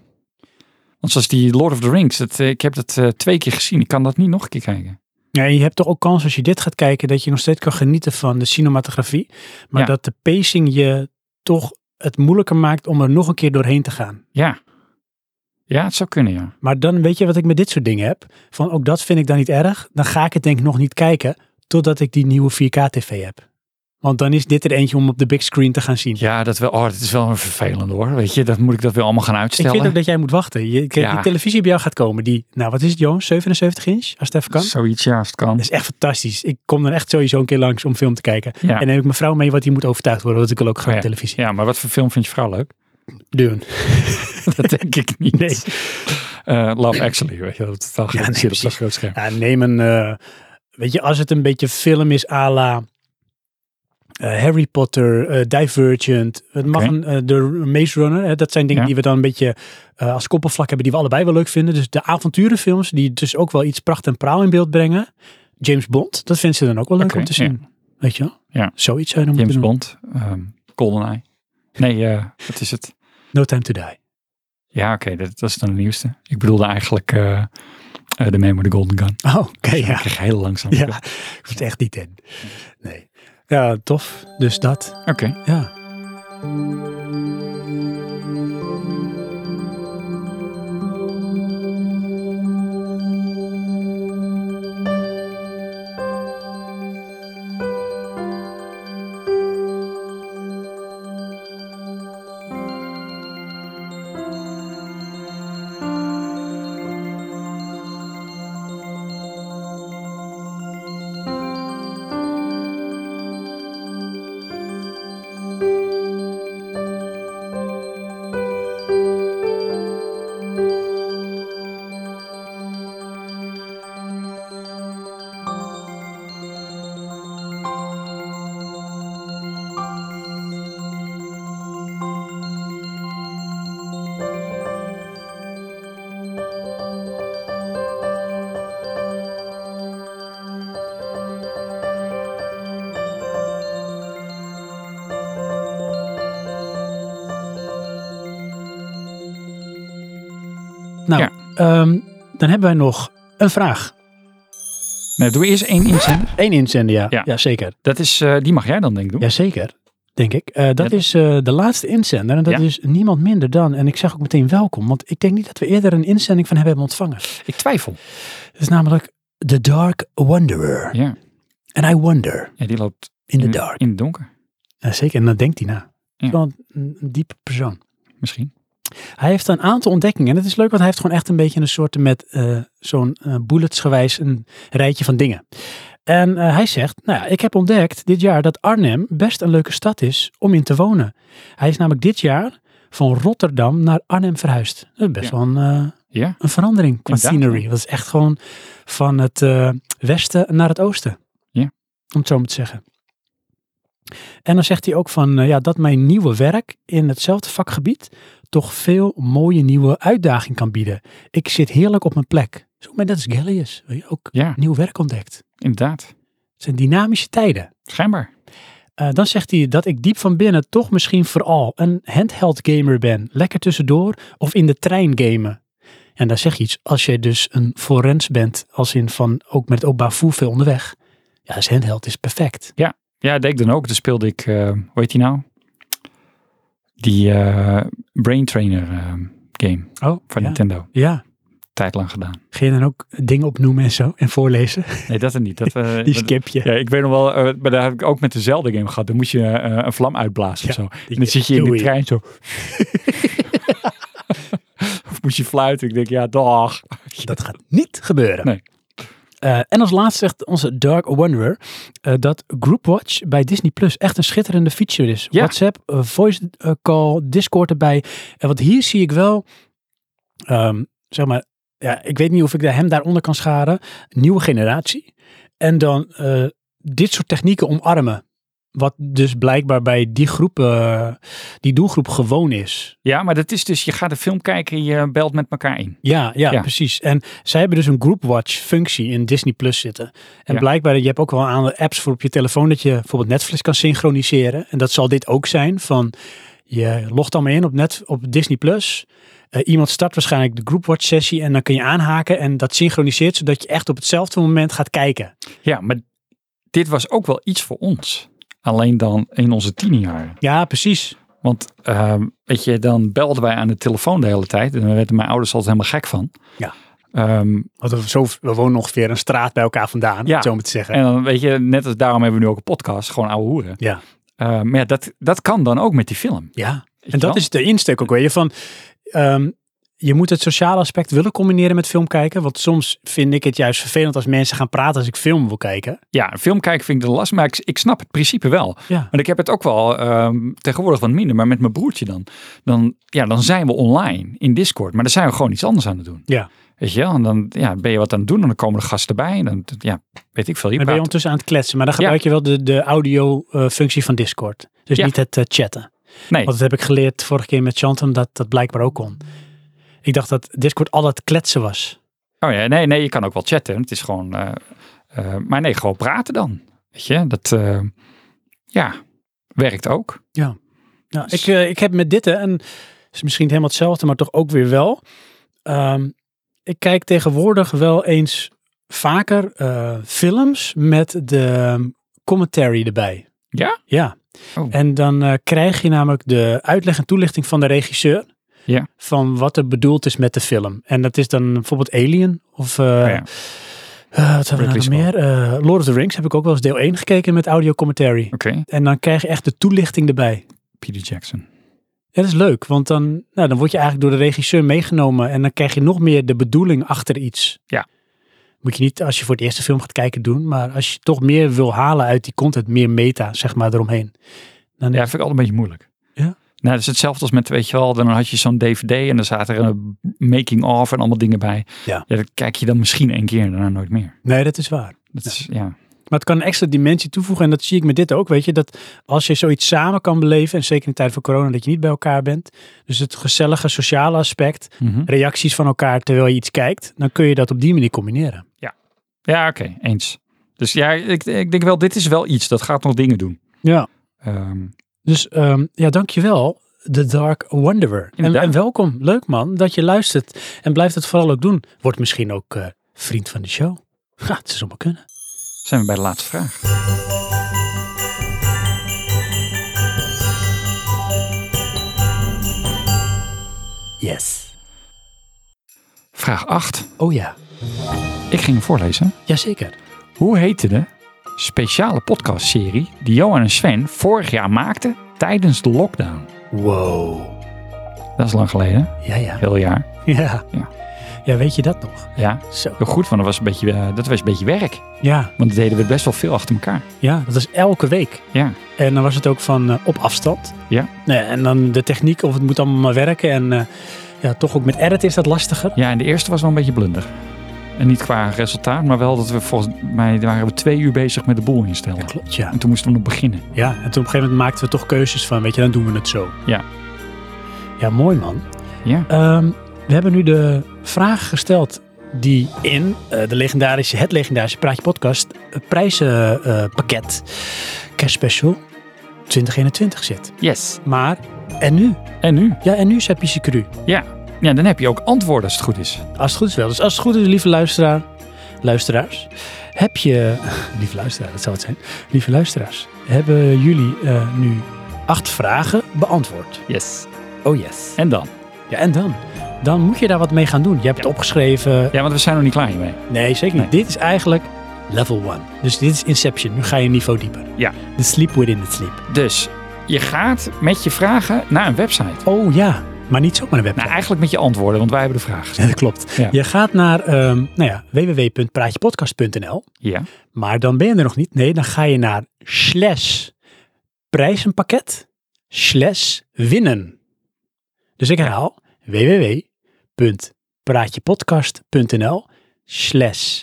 Speaker 2: Want zoals die Lord of the Rings, dat, eh, ik heb dat eh, twee keer gezien. Ik kan dat niet nog een keer kijken.
Speaker 1: Ja, je hebt toch ook kans als je dit gaat kijken dat je nog steeds kan genieten van de cinematografie. Maar
Speaker 2: Ja.
Speaker 1: dat de pacing je toch het moeilijker maakt om er nog een keer doorheen te gaan.
Speaker 2: Ja. Ja, het zou kunnen, ja.
Speaker 1: Maar dan weet je wat ik met dit soort dingen heb. Van ook dat vind ik dan niet erg. Dan ga ik het denk ik nog niet kijken totdat ik die nieuwe 4K tv heb. Want dan is dit er eentje om op de big screen te gaan zien.
Speaker 2: Ja, dat wel. Oh, dat is wel een vervelende hoor. Weet je, dat moet ik dat weer allemaal gaan
Speaker 1: ik
Speaker 2: uitstellen.
Speaker 1: vind ook dat jij moet wachten. Je, kijk,
Speaker 2: Ja.
Speaker 1: Die televisie bij jou gaat komen. Die, nou wat is het Johan? 77 inch? Als het even kan. Dus-
Speaker 2: Zoiets, ja, als het kan.
Speaker 1: Dat is echt fantastisch. Ik kom dan echt sowieso een keer langs om film te kijken.
Speaker 2: Ja.
Speaker 1: En dan heb ik mijn vrouw mee wat die moet overtuigd worden. Want ik wil ook graag
Speaker 2: Oh ja.
Speaker 1: televisie
Speaker 2: Ja, maar wat voor film vind je vrouw leuk?
Speaker 1: doen.
Speaker 2: dat denk ik niet.
Speaker 1: Nee.
Speaker 2: Eh, Love Actually, weet je. Dat is wel
Speaker 1: Ja, nee,
Speaker 2: ja, op zo'n
Speaker 1: precies.
Speaker 2: groot scherm.
Speaker 1: Ja, neem een. eh, weet je, als het een beetje film is à la. eh, Harry Potter, eh, Divergent, het mag
Speaker 2: Oké.
Speaker 1: een, eh, de Maze Runner. Hè, dat zijn dingen
Speaker 2: Ja.
Speaker 1: die we dan een beetje eh, als koppelvlak hebben, die we allebei wel leuk vinden. Dus de avonturenfilms, die dus ook wel iets pracht en praal in beeld brengen. James Bond, dat vinden ze dan ook wel leuk
Speaker 2: Oké,
Speaker 1: om te
Speaker 2: ja.
Speaker 1: zien. Weet je wel?
Speaker 2: Ja.
Speaker 1: Zoiets zou je dan
Speaker 2: James
Speaker 1: moeten
Speaker 2: Bond, ehm GoldenEye. Nee, eh, wat is het?
Speaker 1: doen. No Time to Die.
Speaker 2: Ja, oké, dat, dat is dan de nieuwste. Ik bedoelde eigenlijk eh, eh, The Man with the Golden Gun.
Speaker 1: Oh, oké,
Speaker 2: Ik
Speaker 1: ja.
Speaker 2: kreeg heel langzaam.
Speaker 1: Ja, ik zit echt niet in. Nee. Ja, tof. Dus dat,
Speaker 2: Oké.
Speaker 1: ja. Nou,
Speaker 2: Ja.
Speaker 1: ehm, dan hebben wij nog een vraag.
Speaker 2: Nee, Nou, doe eerst één inzender.
Speaker 1: Eén inzender, ja.
Speaker 2: Ja.
Speaker 1: Jazeker.
Speaker 2: Dat is, eh, die mag jij dan denk ik doen.
Speaker 1: Jazeker, denk ik. Eh, dat
Speaker 2: Ja.
Speaker 1: is eh, de laatste inzender. En dat
Speaker 2: Ja.
Speaker 1: is niemand minder dan. En ik zeg ook meteen welkom. Want ik denk niet dat we eerder een inzending van hem hebben ontvangen.
Speaker 2: Ik twijfel.
Speaker 1: Het is namelijk The Dark Wanderer.
Speaker 2: Ja,
Speaker 1: En I wonder
Speaker 2: ja die loopt
Speaker 1: in the dark.
Speaker 2: in het donker.
Speaker 1: Ja, zeker, en dan denkt hij na.
Speaker 2: Ja.
Speaker 1: Wel een, een diepe persoon.
Speaker 2: Misschien.
Speaker 1: Hij heeft een aantal ontdekkingen. En dat is leuk, want hij heeft gewoon echt een beetje een soort met eh, zo'n eh, bulletsgewijs een rijtje van dingen. En eh, hij zegt, nou ja, ik heb ontdekt dit jaar dat Arnhem best een leuke stad is om in te wonen. Hij is namelijk dit jaar van Rotterdam naar Arnhem verhuisd. Dat is best
Speaker 2: Ja.
Speaker 1: wel een, eh,
Speaker 2: Ja,
Speaker 1: een verandering qua
Speaker 2: Inderdaad,
Speaker 1: scenery. Dat is echt gewoon van het eh, westen naar het oosten.
Speaker 2: Ja.
Speaker 1: Om het zo maar te zeggen. En dan zegt hij ook van eh, ja, dat mijn nieuwe werk in hetzelfde vakgebied toch veel mooie nieuwe uitdaging kan bieden. Ik zit heerlijk op mijn plek. Zo, maar dat is Gallius. weet je, Ook
Speaker 2: ja
Speaker 1: nieuw werk ontdekt.
Speaker 2: inderdaad.
Speaker 1: Het zijn dynamische tijden.
Speaker 2: Schijnbaar.
Speaker 1: Eh, dan zegt hij dat ik diep van binnen toch misschien vooral een handheld gamer ben. Lekker tussendoor of in de trein gamen. En daar zeg je iets. Als jij dus een forens bent, als in van ook met openbaar voer veel onderweg. Ja, dus handheld is perfect.
Speaker 2: Ja, dat deed ik dan ook. Dan speelde ik, eh, hoe heet die nou? Die eh, Brain Trainer eh, game
Speaker 1: Oh, ja.
Speaker 2: van Nintendo.
Speaker 1: Ja,
Speaker 2: Tijd lang gedaan.
Speaker 1: ga je dan ook dingen opnoemen en zo en voorlezen?
Speaker 2: Nee, dat er niet. Dat, eh,
Speaker 1: Die
Speaker 2: dat-
Speaker 1: skip je.
Speaker 2: Ja, ik weet nog wel, eh, maar daar heb ik ook met dezelfde game gehad. Dan moest je eh, een vlam
Speaker 1: Ja,
Speaker 2: uitblazen of zo. En dan zit je in de
Speaker 1: doei.
Speaker 2: trein zo. of moest je fluiten. Ik denk, ja, dag.
Speaker 1: Dat gaat niet gebeuren.
Speaker 2: Nee.
Speaker 1: Eh, en als laatste zegt onze Dark Wanderer eh, dat Groupwatch bij Disney Plus echt een schitterende feature is.
Speaker 2: Ja.
Speaker 1: WhatsApp, eh, voice eh, call, Discord erbij. En want hier zie ik wel, ehm, zeg maar, ja, ik weet niet of ik daar hem daaronder kan scharen. Nieuwe generatie. En dan eh, dit soort technieken omarmen. Wat dus blijkbaar bij die groep, eh, die doelgroep gewoon is.
Speaker 2: Ja, maar dat is dus, je gaat een film kijken en je belt met elkaar in.
Speaker 1: Ja, ja,
Speaker 2: Ja.
Speaker 1: precies. En zij hebben dus een groupwatch functie in Disney Plus zitten. En
Speaker 2: Ja.
Speaker 1: blijkbaar, je hebt ook wel een aantal apps voor op je telefoon dat je bijvoorbeeld Netflix kan synchroniseren. En dat zal dit ook zijn van, je logt dan maar in op, net, op Disney Plus. Eh, iemand start waarschijnlijk de groupwatch sessie en dan kun je aanhaken. En dat synchroniseert zodat je echt op hetzelfde moment gaat kijken.
Speaker 2: Ja, maar dit was ook wel iets voor ons. Alleen dan in onze tienerjaren.
Speaker 1: Ja, precies.
Speaker 2: Want ehm, weet je, dan belden wij aan de telefoon de hele tijd. En daar werden mijn ouders altijd helemaal gek van.
Speaker 1: Ja.
Speaker 2: Ehm,
Speaker 1: Want we, zo, we wonen ongeveer een straat bij elkaar vandaan, om
Speaker 2: Ja.
Speaker 1: het zo maar te zeggen.
Speaker 2: en dan weet je, net als daarom hebben we nu ook een podcast. Gewoon ouwe hoeren.
Speaker 1: Ja.
Speaker 2: Ehm, maar ja, dat, dat kan dan ook met die film.
Speaker 1: Ja, en
Speaker 2: je
Speaker 1: dat
Speaker 2: wel?
Speaker 1: is de insteek ook, weet je, van... ehm, je moet het sociale aspect willen combineren met film kijken. Want soms vind ik het juist vervelend als mensen gaan praten als ik film wil kijken.
Speaker 2: Ja, een film kijken vind ik de last. Maar ik, ik snap het principe wel.
Speaker 1: Ja.
Speaker 2: Want ik heb het ook wel ehm, tegenwoordig wat minder. Maar met mijn broertje dan. Dan, ja, dan zijn we online in Discord. Maar dan zijn we gewoon iets anders aan het doen.
Speaker 1: Ja.
Speaker 2: Weet je wel? En dan ja, ben je wat aan het doen. En dan komen de gasten bij. En dan ja, weet ik veel. Je
Speaker 1: Dan ben je
Speaker 2: praat
Speaker 1: ondertussen aan het kletsen. Maar dan
Speaker 2: Ja.
Speaker 1: gebruik je wel de, de audio-functie van Discord. Dus
Speaker 2: Ja.
Speaker 1: niet het eh, chatten.
Speaker 2: Nee.
Speaker 1: Want dat heb ik geleerd vorige keer met Chantum dat dat blijkbaar ook kon. Ik dacht dat Discord al dat kletsen was.
Speaker 2: Oh ja, nee, nee, je kan ook wel chatten. Het is gewoon. eh, eh, maar nee, gewoon praten dan. Weet je, dat. eh, ja, werkt ook.
Speaker 1: Nou,
Speaker 2: Dus-
Speaker 1: ik, eh, ik heb met dit, hè, en het is misschien niet helemaal hetzelfde, maar toch ook weer wel. Ehm, ik kijk tegenwoordig wel eens vaker eh, films met de ehm, commentary erbij.
Speaker 2: Ja?
Speaker 1: Ja.
Speaker 2: Oh.
Speaker 1: En dan eh, krijg je namelijk de uitleg en toelichting van de regisseur.
Speaker 2: Ja.
Speaker 1: Van wat er bedoeld is met de film. En dat is dan bijvoorbeeld Alien of... eh,
Speaker 2: Oh ja.
Speaker 1: eh, wat hebben we
Speaker 2: Ridley
Speaker 1: nou nog meer? Eh, Lord of the Rings heb ik ook wel eens deel 1 gekeken met audio commentary.
Speaker 2: Oké,
Speaker 1: En dan krijg je echt de toelichting erbij.
Speaker 2: Peter Jackson.
Speaker 1: Ja, dat is leuk, want dan, nou, dan word je eigenlijk door de regisseur meegenomen en dan krijg je nog meer de bedoeling achter iets.
Speaker 2: Ja.
Speaker 1: Moet je niet als je voor het eerste film gaat kijken doen, maar als je toch meer wil halen uit die content, meer meta, zeg maar, eromheen. Dan
Speaker 2: Ja, vind ik altijd een beetje moeilijk.
Speaker 1: Ja?
Speaker 2: Nou, dat is hetzelfde als met, weet je wel, dan had je zo'n DVD en dan zaten er een making of en allemaal dingen bij.
Speaker 1: Ja.
Speaker 2: dat kijk je dan misschien één keer en daarna nooit meer.
Speaker 1: Nee, dat is waar.
Speaker 2: Dat is, ja.
Speaker 1: Maar het kan een extra dimensie toevoegen en dat zie ik met dit ook, weet je. Dat als je zoiets samen kan beleven, en zeker in de tijd van corona, dat je niet bij elkaar bent. Dus het gezellige sociale aspect,
Speaker 2: Mhm.
Speaker 1: reacties van elkaar terwijl je iets kijkt, dan kun je dat op die manier combineren.
Speaker 2: Ja, oké, eens. Dus ja, ik, ik denk wel, dit is wel iets. Dat gaat nog dingen doen.
Speaker 1: Ja.
Speaker 2: Ehm,
Speaker 1: Dus ehm ja, dankjewel. The Dark Wanderer. En,
Speaker 2: Inderdaad.
Speaker 1: en welkom, leuk man, dat je luistert. En blijf dat vooral ook doen. Word misschien ook eh, vriend van de show. Ja, het is allemaal kunnen.
Speaker 2: Zijn we bij de laatste vraag.
Speaker 1: Yes.
Speaker 2: Vraag 8.
Speaker 1: Oh ja,
Speaker 2: Ik ging hem voorlezen.
Speaker 1: jazeker.
Speaker 2: Hoe heette de speciale podcastserie die Johan en Sven vorig jaar maakten tijdens de lockdown?
Speaker 1: Wow.
Speaker 2: Dat is lang geleden.
Speaker 1: Ja, ja.
Speaker 2: Heel jaar.
Speaker 1: Ja.
Speaker 2: Ja.
Speaker 1: Ja, weet je dat nog?
Speaker 2: Ja.
Speaker 1: Zo.
Speaker 2: Heel goed, want dat was een beetje, eh, dat was een beetje werk.
Speaker 1: Ja,
Speaker 2: Want dat deden we best wel veel achter elkaar.
Speaker 1: ja, dat is elke week.
Speaker 2: Ja.
Speaker 1: En dan was het ook van eh, op afstand.
Speaker 2: Ja.
Speaker 1: Nee, en dan de techniek, of het moet allemaal maar werken. En eh, ja, toch ook met edit is dat lastiger.
Speaker 2: Ja, en de eerste was wel een beetje blunder. En niet qua resultaat, maar wel dat we volgens mij waren we twee uur bezig met de boel instellen.
Speaker 1: Klopt, ja.
Speaker 2: En toen moesten we nog beginnen.
Speaker 1: Ja, en toen op een gegeven moment maakten we toch keuzes van, weet je, dan doen we het zo.
Speaker 2: Ja.
Speaker 1: Ja, mooi man.
Speaker 2: Ja.
Speaker 1: Ehm, we hebben nu de vraag gesteld die in eh, de legendarische, het legendarische Praatje Podcast eh, prijzenpakket eh, Cash Special 2021 zit.
Speaker 2: Yes.
Speaker 1: Maar, en nu?
Speaker 2: En nu?
Speaker 1: Ja, en nu is Happy Cru.
Speaker 2: Ja. Ja, dan heb je ook antwoorden als het goed is.
Speaker 1: Als het goed is wel. Dus als het goed is, lieve luisteraar, luisteraars, heb je... Lieve luisteraar, dat zal het zijn. Lieve luisteraars, hebben jullie eh, nu acht vragen beantwoord?
Speaker 2: Yes.
Speaker 1: Oh yes.
Speaker 2: En dan?
Speaker 1: Ja, en dan? Dan moet je daar wat mee gaan doen. Je hebt het opgeschreven.
Speaker 2: Ja, want we zijn nog niet klaar hiermee.
Speaker 1: Nee, zeker niet. Dit is eigenlijk level 1. Dus dit is Inception. Nu ga je een niveau dieper.
Speaker 2: Ja.
Speaker 1: The sleep within the sleep.
Speaker 2: Dus je gaat met je vragen naar een website.
Speaker 1: Oh ja, maar niet zomaar een website.
Speaker 2: Nou, eigenlijk met je antwoorden, want wij hebben de vraag
Speaker 1: Ja,
Speaker 2: gesteld.
Speaker 1: dat klopt.
Speaker 2: Ja.
Speaker 1: Je gaat naar ehm nou ja, www.praatjepodcast.nl.
Speaker 2: Ja.
Speaker 1: Maar dan ben je er nog niet. Nee, dan ga je naar slash prijzenpakket slash winnen. Dus ik herhaal www.praatjepodcast.nl slash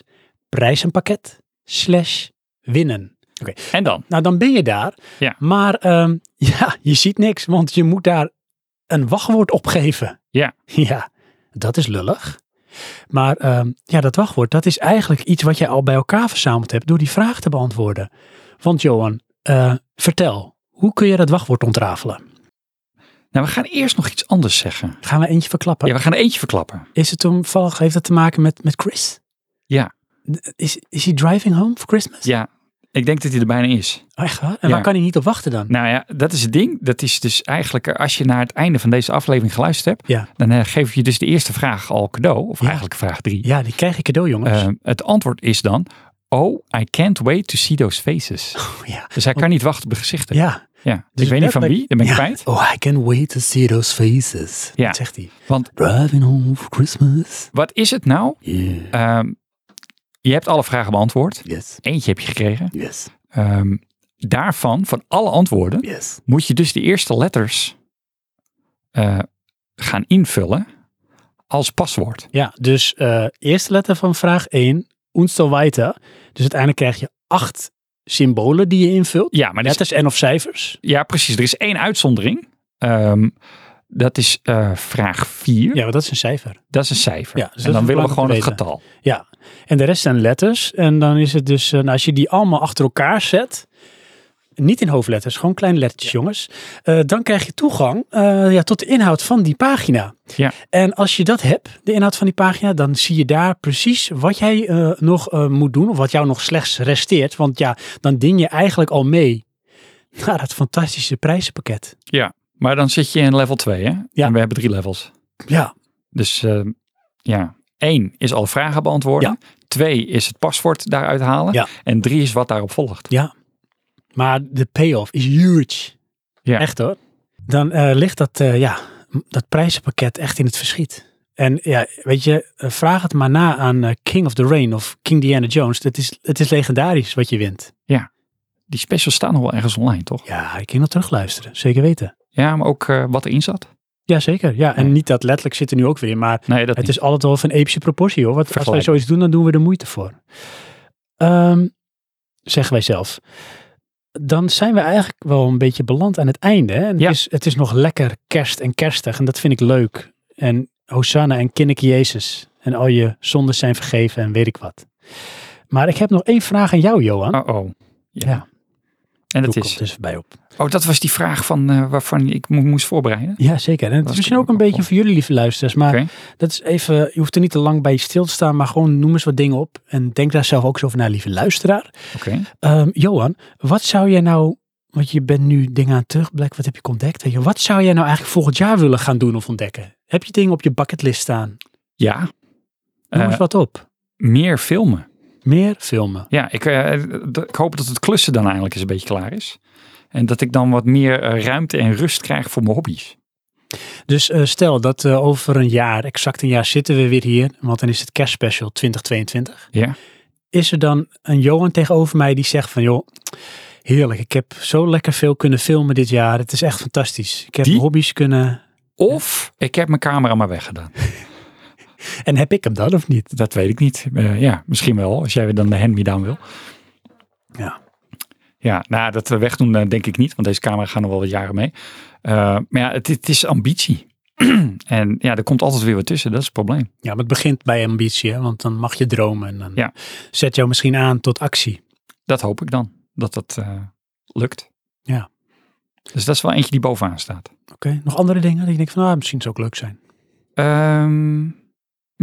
Speaker 1: prijzenpakket slash winnen. Oké,
Speaker 2: En dan?
Speaker 1: nou dan ben je daar.
Speaker 2: Ja.
Speaker 1: Maar ehm, ja, je ziet niks, want je moet daar een wachtwoord opgeven.
Speaker 2: Ja.
Speaker 1: Ja, dat is lullig. Maar ehm, ja, dat wachtwoord, dat is eigenlijk iets wat je al bij elkaar verzameld hebt door die vraag te beantwoorden. Want Johan, eh, vertel, hoe kun je dat wachtwoord ontrafelen?
Speaker 2: Nou, we gaan eerst nog iets anders zeggen.
Speaker 1: Gaan we eentje verklappen?
Speaker 2: Ja, we gaan er eentje verklappen.
Speaker 1: Is het toevallig, heeft dat te maken met, met Chris?
Speaker 2: Ja.
Speaker 1: Is, is hij driving home for Christmas?
Speaker 2: Ja. Ik denk dat hij er bijna is.
Speaker 1: Oh, echt waar? En
Speaker 2: Ja.
Speaker 1: waar kan hij niet op wachten dan?
Speaker 2: Nou ja, dat is het ding. Dat is dus eigenlijk, eh, als je naar het einde van deze aflevering geluisterd hebt,
Speaker 1: Ja.
Speaker 2: dan eh, geef je dus de eerste vraag al cadeau. Of
Speaker 1: Ja.
Speaker 2: eigenlijk vraag drie.
Speaker 1: Ja, die krijg ik cadeau, jongens.
Speaker 2: Eh, het antwoord is dan, oh, I can't wait to see those faces.
Speaker 1: ja.
Speaker 2: Dus hij kan niet wachten op de gezichten.
Speaker 1: ja.
Speaker 2: Ja.
Speaker 1: Dus
Speaker 2: ik weet niet van wie,
Speaker 1: letterlijk-
Speaker 2: dan ben ik
Speaker 1: Ja.
Speaker 2: kwijt.
Speaker 1: Oh, I can wait to see those faces.
Speaker 2: Ja.
Speaker 1: Dat zegt hij.
Speaker 2: Want
Speaker 1: Driving home for Christmas.
Speaker 2: wat is het nou?
Speaker 1: Yeah.
Speaker 2: Ehm, je hebt alle vragen beantwoord.
Speaker 1: Yes.
Speaker 2: Eentje heb je gekregen.
Speaker 1: Yes.
Speaker 2: Ehm, daarvan, van alle antwoorden,
Speaker 1: Yes.
Speaker 2: moet je dus de eerste letters eh, gaan invullen als paswoord.
Speaker 1: Ja, dus eh, eerste letter van vraag 1, Oenstel weiter. Dus uiteindelijk krijg je acht symbolen die je invult.
Speaker 2: Ja, dus- maar er is-
Speaker 1: Letters en of cijfers.
Speaker 2: ja precies. Er is één uitzondering. Ehm, dat is eh, vraag 4.
Speaker 1: Ja, want dat is een cijfer.
Speaker 2: Dat is een cijfer.
Speaker 1: Ja, dus dat
Speaker 2: en
Speaker 1: is
Speaker 2: dan willen we
Speaker 1: belangrijk om
Speaker 2: gewoon
Speaker 1: te
Speaker 2: het
Speaker 1: weten.
Speaker 2: getal.
Speaker 1: Ja, en de rest zijn letters. En dan is het dus, eh, nou, als je die allemaal achter elkaar zet, niet in hoofdletters, gewoon kleine lettertjes, jongens, eh, dan krijg je toegang eh, ja, tot de inhoud van die pagina.
Speaker 2: Ja.
Speaker 1: En als je dat hebt, de inhoud van die pagina, dan zie je daar precies wat jij eh, nog eh, moet doen, of wat jou nog slechts resteert. Want ja, dan ding je eigenlijk al mee naar dat fantastische prijzenpakket.
Speaker 2: ja, maar dan zit je in level 2, hè?
Speaker 1: Ja.
Speaker 2: En we hebben drie levels.
Speaker 1: Ja,
Speaker 2: Dus ehm, ja, één is alle vragen beantwoorden. Twee is het paswoord daaruit halen.
Speaker 1: Ja.
Speaker 2: En drie is wat daarop volgt.
Speaker 1: ja. Maar de payoff is huge.
Speaker 2: Ja.
Speaker 1: Echt hoor. Dan eh, ligt dat, eh, ja, m- dat prijzenpakket echt in het verschiet. En ja, weet je, eh, vraag het maar na aan eh, King of the Rain of King Diana Jones. Het is, het is legendarisch wat je wint.
Speaker 2: Die specials staan nog wel ergens online, toch?
Speaker 1: Ja, ik kan dat terugluisteren. Zeker weten.
Speaker 2: Ja, maar ook eh, wat erin zat.
Speaker 1: Jazeker, ja. En
Speaker 2: Ja.
Speaker 1: niet dat letterlijk zit er nu ook weer in, maar
Speaker 2: Nee, dat
Speaker 1: het
Speaker 2: niet.
Speaker 1: is altijd wel van epische proportie hoor. Want als wij
Speaker 2: Vergelijk.
Speaker 1: zoiets doen, dan doen we er moeite voor. Ehm, zeggen wij zelf. Dan zijn we eigenlijk wel een beetje beland aan het einde. Hè? En
Speaker 2: Ja.
Speaker 1: het, is, het is nog lekker kerst en kerstig. En dat vind ik leuk. En Hosanna en Kinneke Jezus. En al je zonden zijn vergeven en weet ik wat. Maar ik heb nog één vraag aan jou, Johan.
Speaker 2: Oh, oh. Ja.
Speaker 1: Ja.
Speaker 2: En Oh, dat
Speaker 1: Hoe
Speaker 2: is.
Speaker 1: komt dus voorbij op.
Speaker 2: Oh, dat was die vraag van, eh, waarvan ik mo- moest voorbereiden.
Speaker 1: Ja, zeker. En het
Speaker 2: Was
Speaker 1: is misschien
Speaker 2: ik
Speaker 1: ook een
Speaker 2: ook
Speaker 1: beetje
Speaker 2: wel.
Speaker 1: voor jullie, lieve luisteraars. Maar
Speaker 2: Oké.
Speaker 1: dat is even, je hoeft er niet te lang bij stil te staan, maar gewoon noem eens wat dingen op. En denk daar zelf ook zo over na, lieve luisteraar.
Speaker 2: Oké.
Speaker 1: Ehm, Johan, wat zou jij nou, want je bent nu dingen aan het terugblik, wat heb je ontdekt? Weet je, wat zou jij nou eigenlijk volgend jaar willen gaan doen of ontdekken? Heb je dingen op je bucketlist staan?
Speaker 2: Ja.
Speaker 1: Noem
Speaker 2: Eh,
Speaker 1: eens wat op.
Speaker 2: meer filmen.
Speaker 1: Meer filmen.
Speaker 2: Ja, ik, eh, d- ik hoop dat het klussen dan eindelijk eens een beetje klaar is. En dat ik dan wat meer eh, ruimte en rust krijg voor mijn hobby's.
Speaker 1: Dus eh, stel dat eh, over een jaar, exact een jaar zitten we weer hier, want dan is het kerstspecial 2022.
Speaker 2: Ja.
Speaker 1: Is er dan een Johan tegenover mij die zegt van joh, heerlijk, ik heb zo lekker veel kunnen filmen dit jaar. Het is echt fantastisch. Ik heb
Speaker 2: Die?
Speaker 1: hobby's kunnen...
Speaker 2: Of ik heb mijn camera maar weggedaan.
Speaker 1: En heb ik hem dan of niet?
Speaker 2: Dat weet ik niet. Eh, ja, misschien wel. Als jij dan de hand-me-down wil.
Speaker 1: Ja.
Speaker 2: Ja, nou, dat we wegdoen eh, denk ik niet. Want deze camera gaan nog wel wat jaren mee. Eh, maar ja, het, het is ambitie. en ja, er komt altijd weer wat tussen. Dat is het probleem.
Speaker 1: Ja, maar het begint bij ambitie, hè? want dan mag je dromen. En dan
Speaker 2: Ja.
Speaker 1: zet jou misschien aan tot actie.
Speaker 2: Dat hoop ik dan. Dat dat eh, lukt.
Speaker 1: Ja.
Speaker 2: Dus dat is wel eentje die bovenaan staat.
Speaker 1: Oké, nog andere dingen dat je denkt van ah, misschien zou het ook leuk zijn.
Speaker 2: Ehm,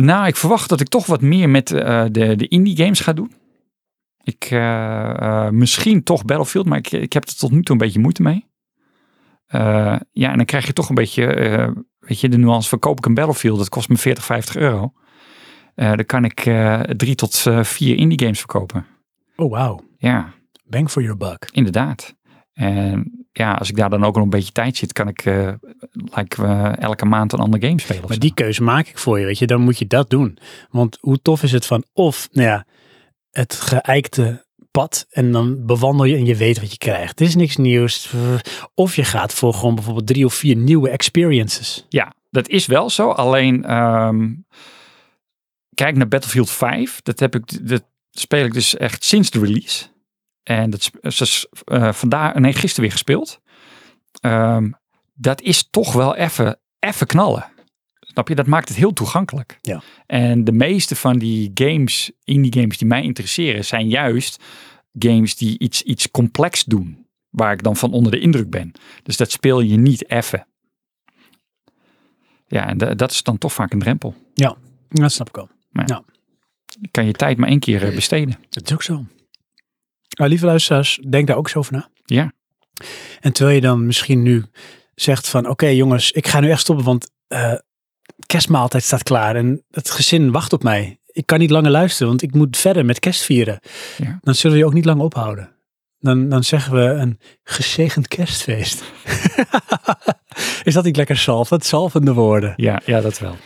Speaker 2: nou, ik verwacht dat ik toch wat meer met eh, de, de indie games ga doen. Ik, eh, eh, misschien toch Battlefield, maar ik, ik heb er tot nu toe een beetje moeite mee. Eh, ja, en dan krijg je toch een beetje, eh, weet je, de nuance van koop ik een Battlefield, dat kost me 40, 50 euro. Eh, dan kan ik eh, drie tot eh, vier indie games verkopen.
Speaker 1: Oh wauw,
Speaker 2: Ja,
Speaker 1: bang for your buck.
Speaker 2: inderdaad. En ja, als ik daar dan ook nog een beetje tijd zit, kan ik eh, like, eh, elke maand een ander game spelen. of
Speaker 1: Maar
Speaker 2: zo.
Speaker 1: die keuze maak ik voor je, weet je. Dan moet je dat doen. Want hoe tof is het van of, nou ja, het geëikte pad en dan bewandel je en je weet wat je krijgt. Het is niks nieuws. Of je gaat voor gewoon bijvoorbeeld drie of vier nieuwe experiences.
Speaker 2: Ja, dat is wel zo. Alleen ehm, kijk naar Battlefield 5. Dat, heb ik, dat speel ik dus echt sinds de release. En dat is vandaag, eh, nee, gisteren weer gespeeld. Ehm, dat is toch wel even even knallen. Snap je? Dat maakt het heel toegankelijk.
Speaker 1: Ja.
Speaker 2: En de meeste van die games, indie games die mij interesseren, zijn juist games die iets, iets complex doen. Waar ik dan van onder de indruk ben. Dus dat speel je niet even. Ja, en da- dat is dan toch vaak een drempel.
Speaker 1: Ja, dat snap ik al.
Speaker 2: Je kan je tijd maar één keer eh, besteden.
Speaker 1: Dat is ook zo. Nou, lieve luisteraars, denk daar ook zo over na.
Speaker 2: Ja.
Speaker 1: En terwijl je dan misschien nu zegt van... Oké jongens, ik ga nu echt stoppen, want eh, kerstmaaltijd staat klaar. En het gezin wacht op mij. Ik kan niet langer luisteren, want ik moet verder met kerst vieren.
Speaker 2: Ja.
Speaker 1: Dan zullen we je ook niet lang ophouden. Dan, dan zeggen we een gezegend kerstfeest. is dat niet lekker zalf? Dat zalvende woorden.
Speaker 2: Ja, ja dat wel.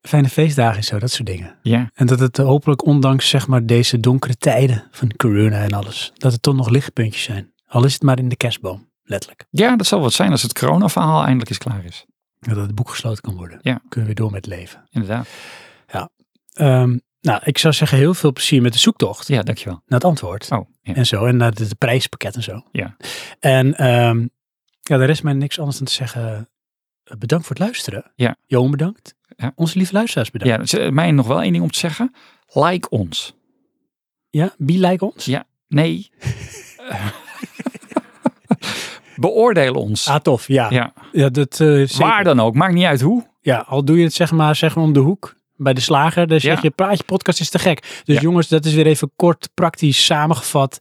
Speaker 1: Fijne feestdagen en zo, dat soort dingen.
Speaker 2: Ja,
Speaker 1: En dat het eh, hopelijk ondanks zeg maar, deze donkere tijden van corona en alles, dat er toch nog lichtpuntjes zijn. Al is het maar in de kerstboom, letterlijk.
Speaker 2: ja dat zal wat zijn als het corona-verhaal eindelijk eens klaar is.
Speaker 1: Dat het boek gesloten kan worden.
Speaker 2: Ja.
Speaker 1: Kunnen we weer door met leven.
Speaker 2: Inderdaad.
Speaker 1: Ehm, nou, ik zou zeggen heel veel plezier met de zoektocht
Speaker 2: Ja, dankjewel.
Speaker 1: naar het antwoord.
Speaker 2: Oh, ja.
Speaker 1: En zo, en naar het prijspakket en zo.
Speaker 2: Ja.
Speaker 1: En ehm, ja, daar is mij niks anders dan te zeggen, eh, bedankt voor het luisteren.
Speaker 2: Ja.
Speaker 1: Johan bedankt.
Speaker 2: Ja.
Speaker 1: Onze lieve luisteraars bedankt.
Speaker 2: Ja, dus, eh, mij nog wel één ding om te zeggen. Like ons.
Speaker 1: Ja, be like ons.
Speaker 2: Ja, nee. Beoordeel ons.
Speaker 1: Ah, tof, ja.
Speaker 2: ja,
Speaker 1: ja dat, eh, zeker.
Speaker 2: waar dan ook. Maakt niet uit hoe.
Speaker 1: Ja, al doe je het zeg maar, zeg maar om de hoek bij de slager, dan zeg
Speaker 2: Ja.
Speaker 1: je praatje podcast is te gek. Dus
Speaker 2: Ja.
Speaker 1: jongens, dat is weer even kort praktisch samengevat.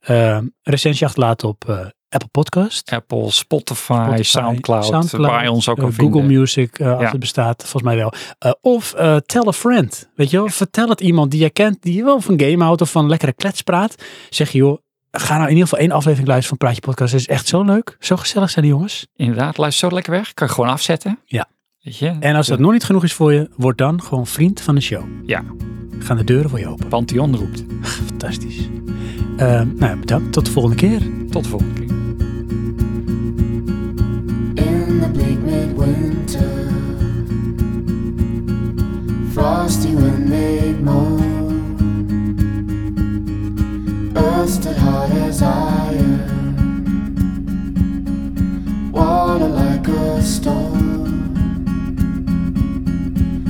Speaker 1: Ehm recensie achterlaten op eh, Apple Podcast.
Speaker 2: Apple, Spotify,
Speaker 1: Spotify,
Speaker 2: Soundcloud,
Speaker 1: Soundcloud,
Speaker 2: Waar je ons ook
Speaker 1: eh,
Speaker 2: kan
Speaker 1: Google
Speaker 2: vinden.
Speaker 1: Music, eh, als
Speaker 2: Ja.
Speaker 1: het bestaat, volgens mij wel. Eh, of eh, tell a friend, weet je wel. Vertel het iemand die je kent, die wel van game houdt of van lekkere klets praat. Zeg je, joh, ga nou in ieder geval één aflevering luisteren van Praatje Podcast. Het is echt zo leuk. Zo gezellig zijn die jongens.
Speaker 2: Inderdaad, luister zo lekker weg. Kan je gewoon afzetten.
Speaker 1: Ja.
Speaker 2: Weet je?
Speaker 1: En als dat nog niet genoeg is voor je, word dan gewoon vriend van de show.
Speaker 2: Ja.
Speaker 1: Gaan de deuren voor je open.
Speaker 2: Pantheon roept.
Speaker 1: Fantastisch. Ehm, nou ja, bedankt. Tot de volgende keer.
Speaker 2: Tot de volgende keer.
Speaker 7: in the bleak midwinter. Frosty wind made moan. Earth stood hard as iron. Water like a stone.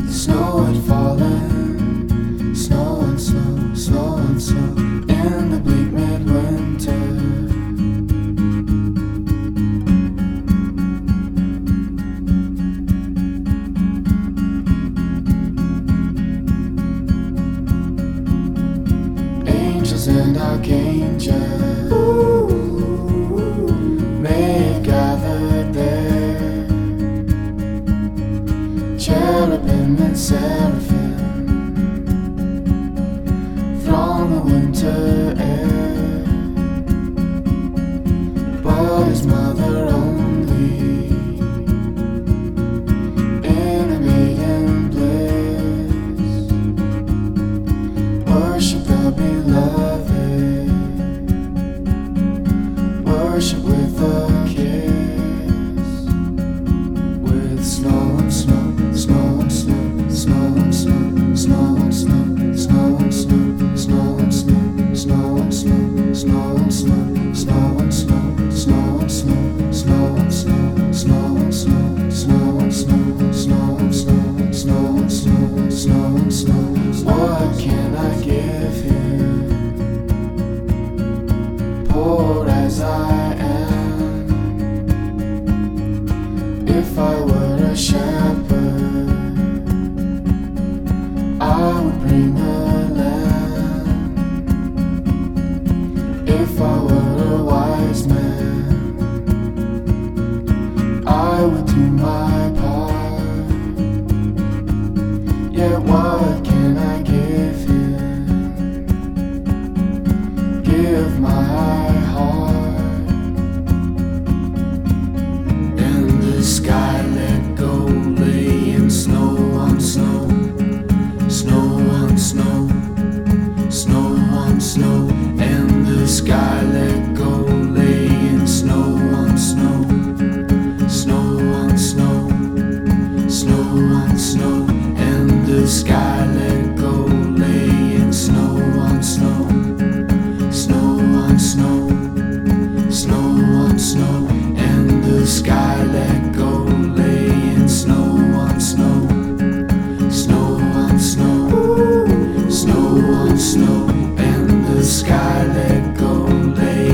Speaker 7: The snow had fallen. Snow and snow, snow and snow. In the bleak midwinter. angels may have gathered there. Cherubim and seraphim throng the winter air. But his mother only in a maiden bliss Worship the beloved. Worship with a kiss. With snow and snow, snow and snow, snow and snow, snow and snow, snow and snow, snow and snow, snow and snow, snow and snow, snow and snow, snow and snow, snow and snow, snow and snow, snow and snow, snow and snow, snow and snow, snow and snow. What can I give him? Poor as I am. If I were a shepherd, I would bring a lamb. If I were a wise man, I would do my part. Yet what can I give him? Give my heart. In the sky, let go, lay in snow on snow, snow on snow, snow on snow. In the sky, let go, lay in snow on snow, snow on snow, snow on snow. In the sky, let go, lay in snow on snow, snow on snow snow on snow and the sky let go lay in snow on snow snow on snow snow on snow and the sky let go lay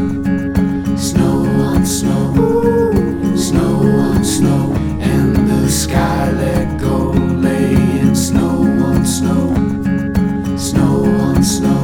Speaker 7: in snow on snow snow on snow snow on snow and the sky let go lay in snow on snow snow on snow